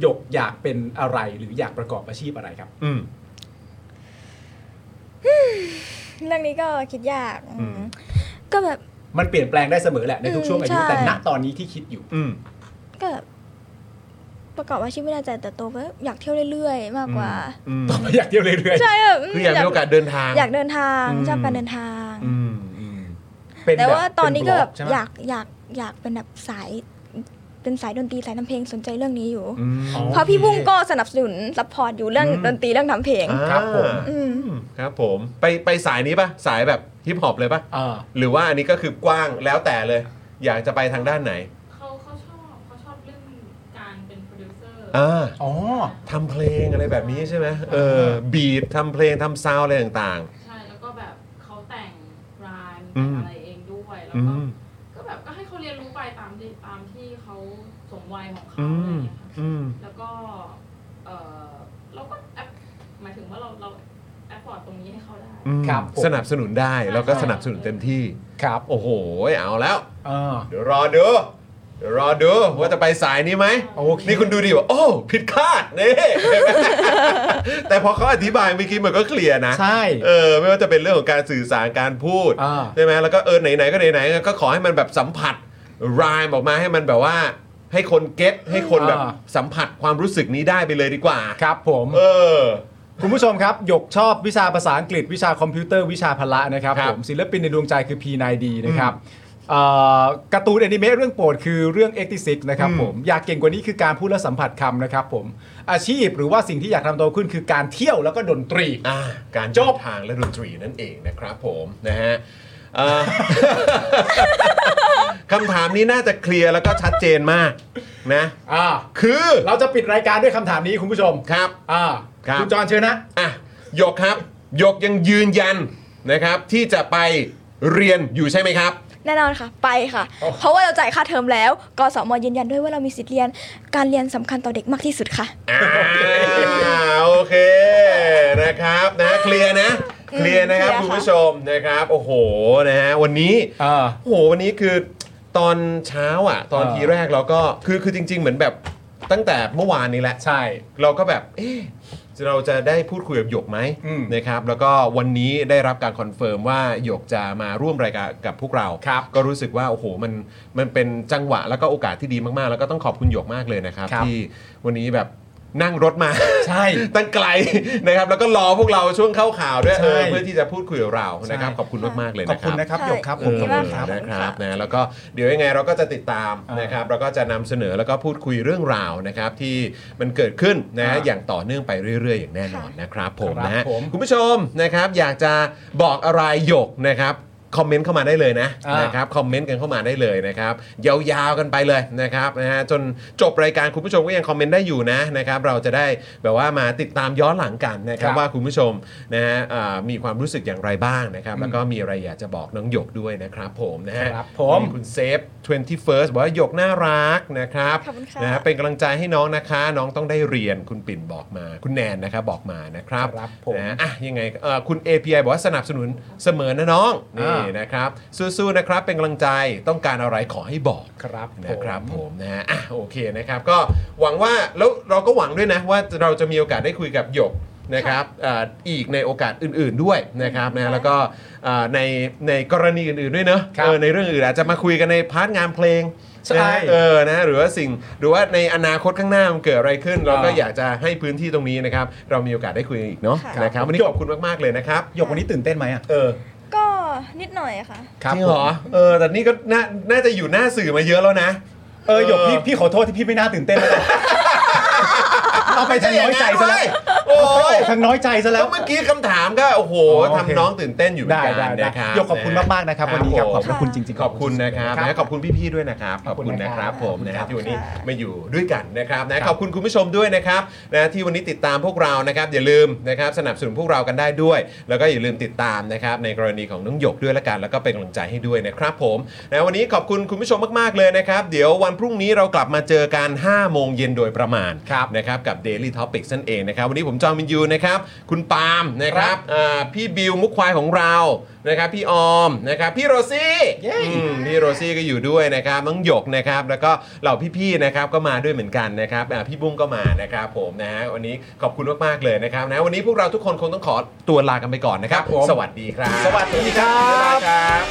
Speaker 2: หยกอยากเป็นอะไรหรืออยากประกอบอาชีพอะไรครับ
Speaker 1: อืม
Speaker 4: เรื่องนี้ก็คิดยาก
Speaker 1: อืม
Speaker 4: ก็แบบ
Speaker 2: มันเปลี่ยนแปลงได้เสมอแหละในทุกช่วงอายุ
Speaker 4: ใช่
Speaker 2: แต่ณตอนนี้ที่คิดอยู่
Speaker 1: อืม
Speaker 4: ก็แบบประกอบอาชีพไม่แน่ใจแต่โตก็อยากเที่ยวเรื่อยๆ มากกว่า
Speaker 1: อืม
Speaker 2: อยากเที่ยวเรื่อย
Speaker 4: ใช่แบบ
Speaker 1: คืออยากมีโอกาสเดินทาง
Speaker 4: อยากเดินทาง
Speaker 1: อืม
Speaker 4: ชอบการเดินทาง
Speaker 1: อืมอืม
Speaker 2: ๆเป็น
Speaker 4: แต่
Speaker 2: บบ
Speaker 4: ว่าตอนนี้ก็แบบ
Speaker 2: เป็บล็ใช่ไหม
Speaker 4: อยากอยากอยากเป็นแบบสายเป็นสายดนตรีสายทำเพลงสนใจเรื่องนี้อยู่
Speaker 1: อืม
Speaker 4: เพราะพี่บุ้งก็สนับสนุนซัพพอร์ตอยู่เรื่อง
Speaker 1: อืม
Speaker 4: ดนตรีเรื่องทำเพลง
Speaker 2: ครับผม
Speaker 4: อืม
Speaker 1: อืมครับผมไปไปสายนี้ปะสายแบบฮิปฮอปเลยปะ
Speaker 2: อ่า
Speaker 1: หรือว่าอันนี้ก็คือกว้างแล้วแต่เลย อยากจะไปทางด้านไหน
Speaker 6: เขาเขาชอบเขาชอบเรื่องการเป็นโปรดิวเซอร์
Speaker 1: อ่า
Speaker 2: อ๋อ
Speaker 1: ทำเพลงอะไรแบบนี้ใช่ไหมเออบีททำเพลงทำซาวด์อะไรต่าง
Speaker 6: ใช่แล้วก็แบบเขาแต่งราย
Speaker 1: อืม
Speaker 6: อะไรเองด้วย
Speaker 1: ๆ
Speaker 6: แล้ว
Speaker 1: อื
Speaker 6: ก็
Speaker 1: ม
Speaker 6: ก็แบบก็ให้เขาเรียนรู้ไปตามที่ตามที่เขาสมวัยของเขา
Speaker 1: อื
Speaker 6: อะไรอ
Speaker 1: ม
Speaker 6: ย่างเงี้ยค่ะ
Speaker 1: อืม
Speaker 6: แล้วก็เออเราก็แอปหมายถึงว่าเราเราแอปพอร์ตตรงนี้ให้เขาได้
Speaker 1: อืม
Speaker 2: ครับผม
Speaker 1: สนับสนุนได้แล้วก็สนับสนุนเต็มที่
Speaker 2: ครับ
Speaker 1: โอ้โห เอาแล้ว
Speaker 2: อ่า
Speaker 1: เดี๋ยวรอดูเดี๋ยวรอดูว่าจะไปสายนี้ไหม
Speaker 2: โอเค
Speaker 1: นี่คุณดูดีว่าโอ้ผิดคาดนี่ แต่พอเขาอธิบายเมื่อกี้มันก็เคลียร์นะ
Speaker 2: ใช่
Speaker 1: เออไม่ว่าจะเป็นเรื่องของการสื่อสารการพูด
Speaker 2: อ่า
Speaker 1: ใช่ไหมแล้วก็เออไหนๆก็ไหนๆก็ขอให้มันแบบสัมผัสรายออกมาให้มันแบบว่า ให้คนเก็ตให้คนแบบสัมผัสความรู้สึกนี้ได้ไปเลยดีกว่า
Speaker 2: ครับผม
Speaker 1: เออ
Speaker 2: คุณผู้ชมครับ หยกชอบวิชาภาษาอังกฤษ วิชาคอมพิวเตอร์วิชาพละนะครับ
Speaker 1: ครับ
Speaker 2: ผมศิลปินในดวงใจคือ P9D นะครับเอ่อการ์ตูนแอนิเมะเรื่องโปรดคือเรื่อง 86 นะครับ
Speaker 1: อืม
Speaker 2: ผม อยากเก่งกว่านี้คือการพูดและสัมผัสคำนะครับผม อาชีพหรือว่าสิ่งที่อยากทำโตขึ้นคือการเที่ยวแล้วก็ดนตรี
Speaker 1: อ่าการ
Speaker 2: จ
Speaker 1: จ
Speaker 2: บ
Speaker 1: บทางและดนตรีนั่นเองนะครับผมนะฮะเอ่ อ คำถามนี้น่าจะเคลียร์แล้วก็ชัดเจนมากนะ
Speaker 2: อ่า
Speaker 1: คือ
Speaker 2: เราจะปิดรายการด้วยคำถามนี้คุณผู้ชม
Speaker 1: ครับ
Speaker 2: อ่า
Speaker 1: ครับ
Speaker 2: คุณจรเชิญนะ
Speaker 1: อ่ะหยกครับหยกยังยืนยันนะครับ ที่จะไปเรียนอยู่ใช่ไหมครับ
Speaker 4: แน่นอนค่ะ ไปค่ะ เพราะว่าเราจ่ายค่าเทอมแล้วกสมยืนยันด้วยว่าเรามีสิทธิ์เรียน การเรียนสำคัญต่อเด็กมากที่สุดค่ะ
Speaker 1: อ่าโอเคนะครับนะเคลียร์นะเคลียร์นะครับ
Speaker 4: เคลียร์ค่ะ
Speaker 1: คุณผู้ชมนะครับโอ้โหนะฮะวันนี้ โอ้โหวันนี้คือตอนเช้าอ่ะ ตอน
Speaker 2: เออ
Speaker 1: ทีแรกเราก็คือคือจริง ๆ เหมือนแบบตั้งแต่เมื่อวานนี้แหละ
Speaker 2: ใช่
Speaker 1: เราก็แบบเอ๊ะเราจะได้พูดคุยกับหยกไหม
Speaker 2: อืม
Speaker 1: นะครับแล้วก็วันนี้ได้รับการคอนเฟิร์มว่าหยกจะมาร่วมรายการกับพวกเรา
Speaker 2: ครับ
Speaker 1: ก็รู้สึกว่าโอ้โหมันมันเป็นจังหวะแล้วก็โอกาสที่ดีมากๆ แล้วก็ต้องขอบคุณหยกมากเลยนะครับ
Speaker 2: ครับ
Speaker 1: ที่วันนี้แบบ นั่งรถมา
Speaker 2: ใช่
Speaker 1: ตั้งไกล นะครับ แล้วก็รอพวกเราช่วงเข้าข่าวด้วย
Speaker 2: ใช่
Speaker 1: เออเพื่อที่จะพูดคุยกับเรานะครับ
Speaker 2: ใช่
Speaker 1: ขอบคุณมากๆเลย
Speaker 2: ข
Speaker 1: นะ
Speaker 2: อบ
Speaker 1: ค
Speaker 2: คุณ
Speaker 1: รับ
Speaker 2: นะครับ
Speaker 4: ใช่
Speaker 2: หยกครับ
Speaker 1: เอ
Speaker 2: ขอบ
Speaker 1: อ
Speaker 2: คุณมากครับ
Speaker 4: ขอบ
Speaker 1: นะ
Speaker 4: คุณ
Speaker 1: ค
Speaker 4: ค่ะ
Speaker 1: รับนะแล้วก็เดี๋ยวยังไงเราก็จะติดตาม
Speaker 2: อ่าน
Speaker 1: นะครับเราก็จะนำเสนอแล้วก็พูดคุยเรื่องราวนะครับที่มันเกิดขึ้นนะ
Speaker 2: อ่า
Speaker 1: อย่างต่อเนื่องไปเรื่อย ๆ อย่างแน่นอนนะครับผม
Speaker 2: ครับ
Speaker 1: นะฮะ
Speaker 2: ผม
Speaker 1: คุณผู้ชมนะครับอยากจะบอกอะไรหยกนะครับคอมเมนต์เข้ามาได้เลยนะ
Speaker 2: อ่าน
Speaker 1: นะครับคอมเมนต์กันเข้ามาได้เลยนะครับยาวๆกันไปเลยนะครับนะฮะจนจบรายการคุณผู้ชมก็ยังคอมเมนต์ได้อยู่นะนะครับเราจะได้แบบว่ามาติดตามย้อนหลังกันนะครับ
Speaker 2: ครับ
Speaker 1: ว่าคุณผู้ชมนะฮะอ่ามีความรู้สึกอย่างไรบ้างนะครับแล้วก็ ก็มีอะไรอยากจะบอกน้องหยกด้วยนะครับผมนะฮะ
Speaker 2: ครับผม
Speaker 1: นี่คุณเซฟ 21st บอกว่าหยกน่ารักนะครับ
Speaker 4: ขอบคุณค่ะ
Speaker 1: นะฮะเป็นกำลังใจให้น้องนะคะ น้องต้องได้เรียนคุณปิ่นบอกมา คุณแนนนะครับบอกมานะครับ
Speaker 2: ครับผม
Speaker 1: นะฮะอ่ะยังไงเอ่อคุณ API บอกว่าสนับสนุนเสมอนะน้องนี่
Speaker 2: อ่าน
Speaker 1: นะครับสู้ๆนะครับเป็นกำลังใจต้องการอะไรขอให้บอก
Speaker 2: ครับผม
Speaker 1: นะครับผมนะฮะอ่ะโอเคนะครับ ก็หวังว่าแล้วเราก็หวังด้วยนะว่าเราจะมีโอกาสได้คุยกับหยกนะครับอ่าอีกในโอกาสอื่นๆด้วยนะครับนะแล้วก็อ่าในในกรณีอื่นๆด้วยเนอะ
Speaker 2: ครับ
Speaker 1: เออในเรื่องอื่นอาจจะมาคุยกันในพาร์ทงานเพลง
Speaker 2: ใช่
Speaker 1: นะฮะเออนะหรือว่าสิ่งหรือว่าในอนาคตข้างหน้ามันเกิดอะไรขึ้น เราก็
Speaker 2: อ่า
Speaker 1: อยากจะให้พื้นที่ตรงนี้นะครับ เรามีโอกาสได้คุยกันอีกเนาะ
Speaker 4: ค่ะ
Speaker 1: นะครับวันนี้
Speaker 2: หยก
Speaker 1: ขอบคุณมากๆเลยนะครับ
Speaker 2: หยกวันนี้ตื่นเต้นไหมอ่ะ
Speaker 1: เออ
Speaker 4: ก็นิดหน่อยค่ะ
Speaker 1: จริงเหรอเออแต่นี่ก็น่าน่าจะอยู่หน้าสื่อมาเยอะแล้วนะ
Speaker 2: เออหยกพี่พี่ขอโทษที่พี่ไม่น่าตื่นเต้นแล้วกันเอาไปทางน้อยใจซะแล้ว
Speaker 1: โอ้ย
Speaker 2: ทางน้อยใจซะ
Speaker 1: แล้
Speaker 2: แล้ว ว
Speaker 1: เมื่อกี้คำถามก็ โอ้โห
Speaker 2: อ๋อโอเค
Speaker 1: ทำน้องตื่นเต้นอยู่เหมือน
Speaker 2: ได้
Speaker 1: กัน
Speaker 2: ได้ได้
Speaker 1: นะครับ
Speaker 2: หยกขอบคุณมากๆนะครับวันนี้ครับ
Speaker 1: ผม
Speaker 2: ขอบพระคุณจริงๆ
Speaker 1: ขอบคุณนะครับนะขอบคุณพี่ๆด้วยนะครับ ขอบคุณนะครับผมนะ
Speaker 2: ขอบคุณครับ
Speaker 1: ที่วันนี้มาอยู่ด้วยกันนะครับนะขอบคุณคุณผู้ชมด้วยนะครับนะที่วันนี้ติดตามพวกเรานะครับอย่าลืมนะครับสนับสนุนพวกเรากันได้ด้วย แล้วก็อย่าลืมติดตามนะครับในกรณีของน้องหยกด้วยละกันแล้วก็เป็นกำลังใจให้ด้วยนะครับผมนะวันนี้ขอบคุณคุณผู้ชมมากๆเลยนะครับเดี๋ยววันพรุ่งนี้เรากลับมาเจอกัน5โมงเย็นโดยประมาณ
Speaker 2: ครับ
Speaker 1: นะครับกับ Daily Topics นั่นเองนะครับ วันนี้ผมจอมินยูนะครับ คุณปาล์มนะครับอ่าพี่บิวมุกควายของเรานะครับ พี่ออมนะครับพี่โรซี่อืมพี่โรซี่ก็อยู่ด้วยนะครับน้องหยกนะครับ แล้วก็เหล่าพี่ๆนะครับก็มาด้วยเหมือนกันนะครับอ่าพี่บุ้งก็มานะครับผมนะฮะวันนี้ขอบคุณมากๆเลยนะครับนะวันนี้พวกเราทุกคนคงต้องขอตัวลากันไปก่อนนะครับ
Speaker 2: ครับผม
Speaker 1: สวัสดีครับ
Speaker 2: สวัสดีครับ
Speaker 1: ครับ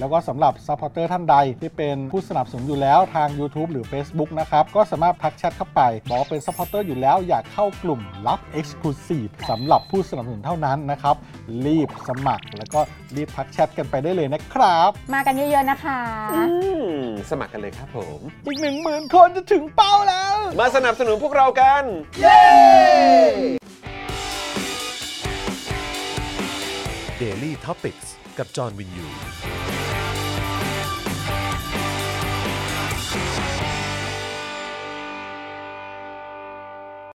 Speaker 7: แล้วก็สำหรับ Supporter ท่านใดที่เป็นผู้สนับสนุนอยู่แล้วทาง YouTube หรือ Facebook นะครับ ก็สามารถทักแชทเข้าไป บอกเป็น Supporter อยู่แล้วอยากเข้ากลุ่มลับ Exclusive สำหรับผู้สนับสนุนเท่านั้นนะครับ รีบสมัครแล้วก็รีบทักแชทกันไปได้เลยนะครับ
Speaker 5: มากันเยอะๆนะคะ
Speaker 1: อืมสมัครกันเลยครับผม
Speaker 7: อีก 1 0,000 คนจะถึงเป้าแล้ว
Speaker 1: มาสนับสนุนพวกเรากัน
Speaker 8: Daily t o p i c กกับจอห์นวินยู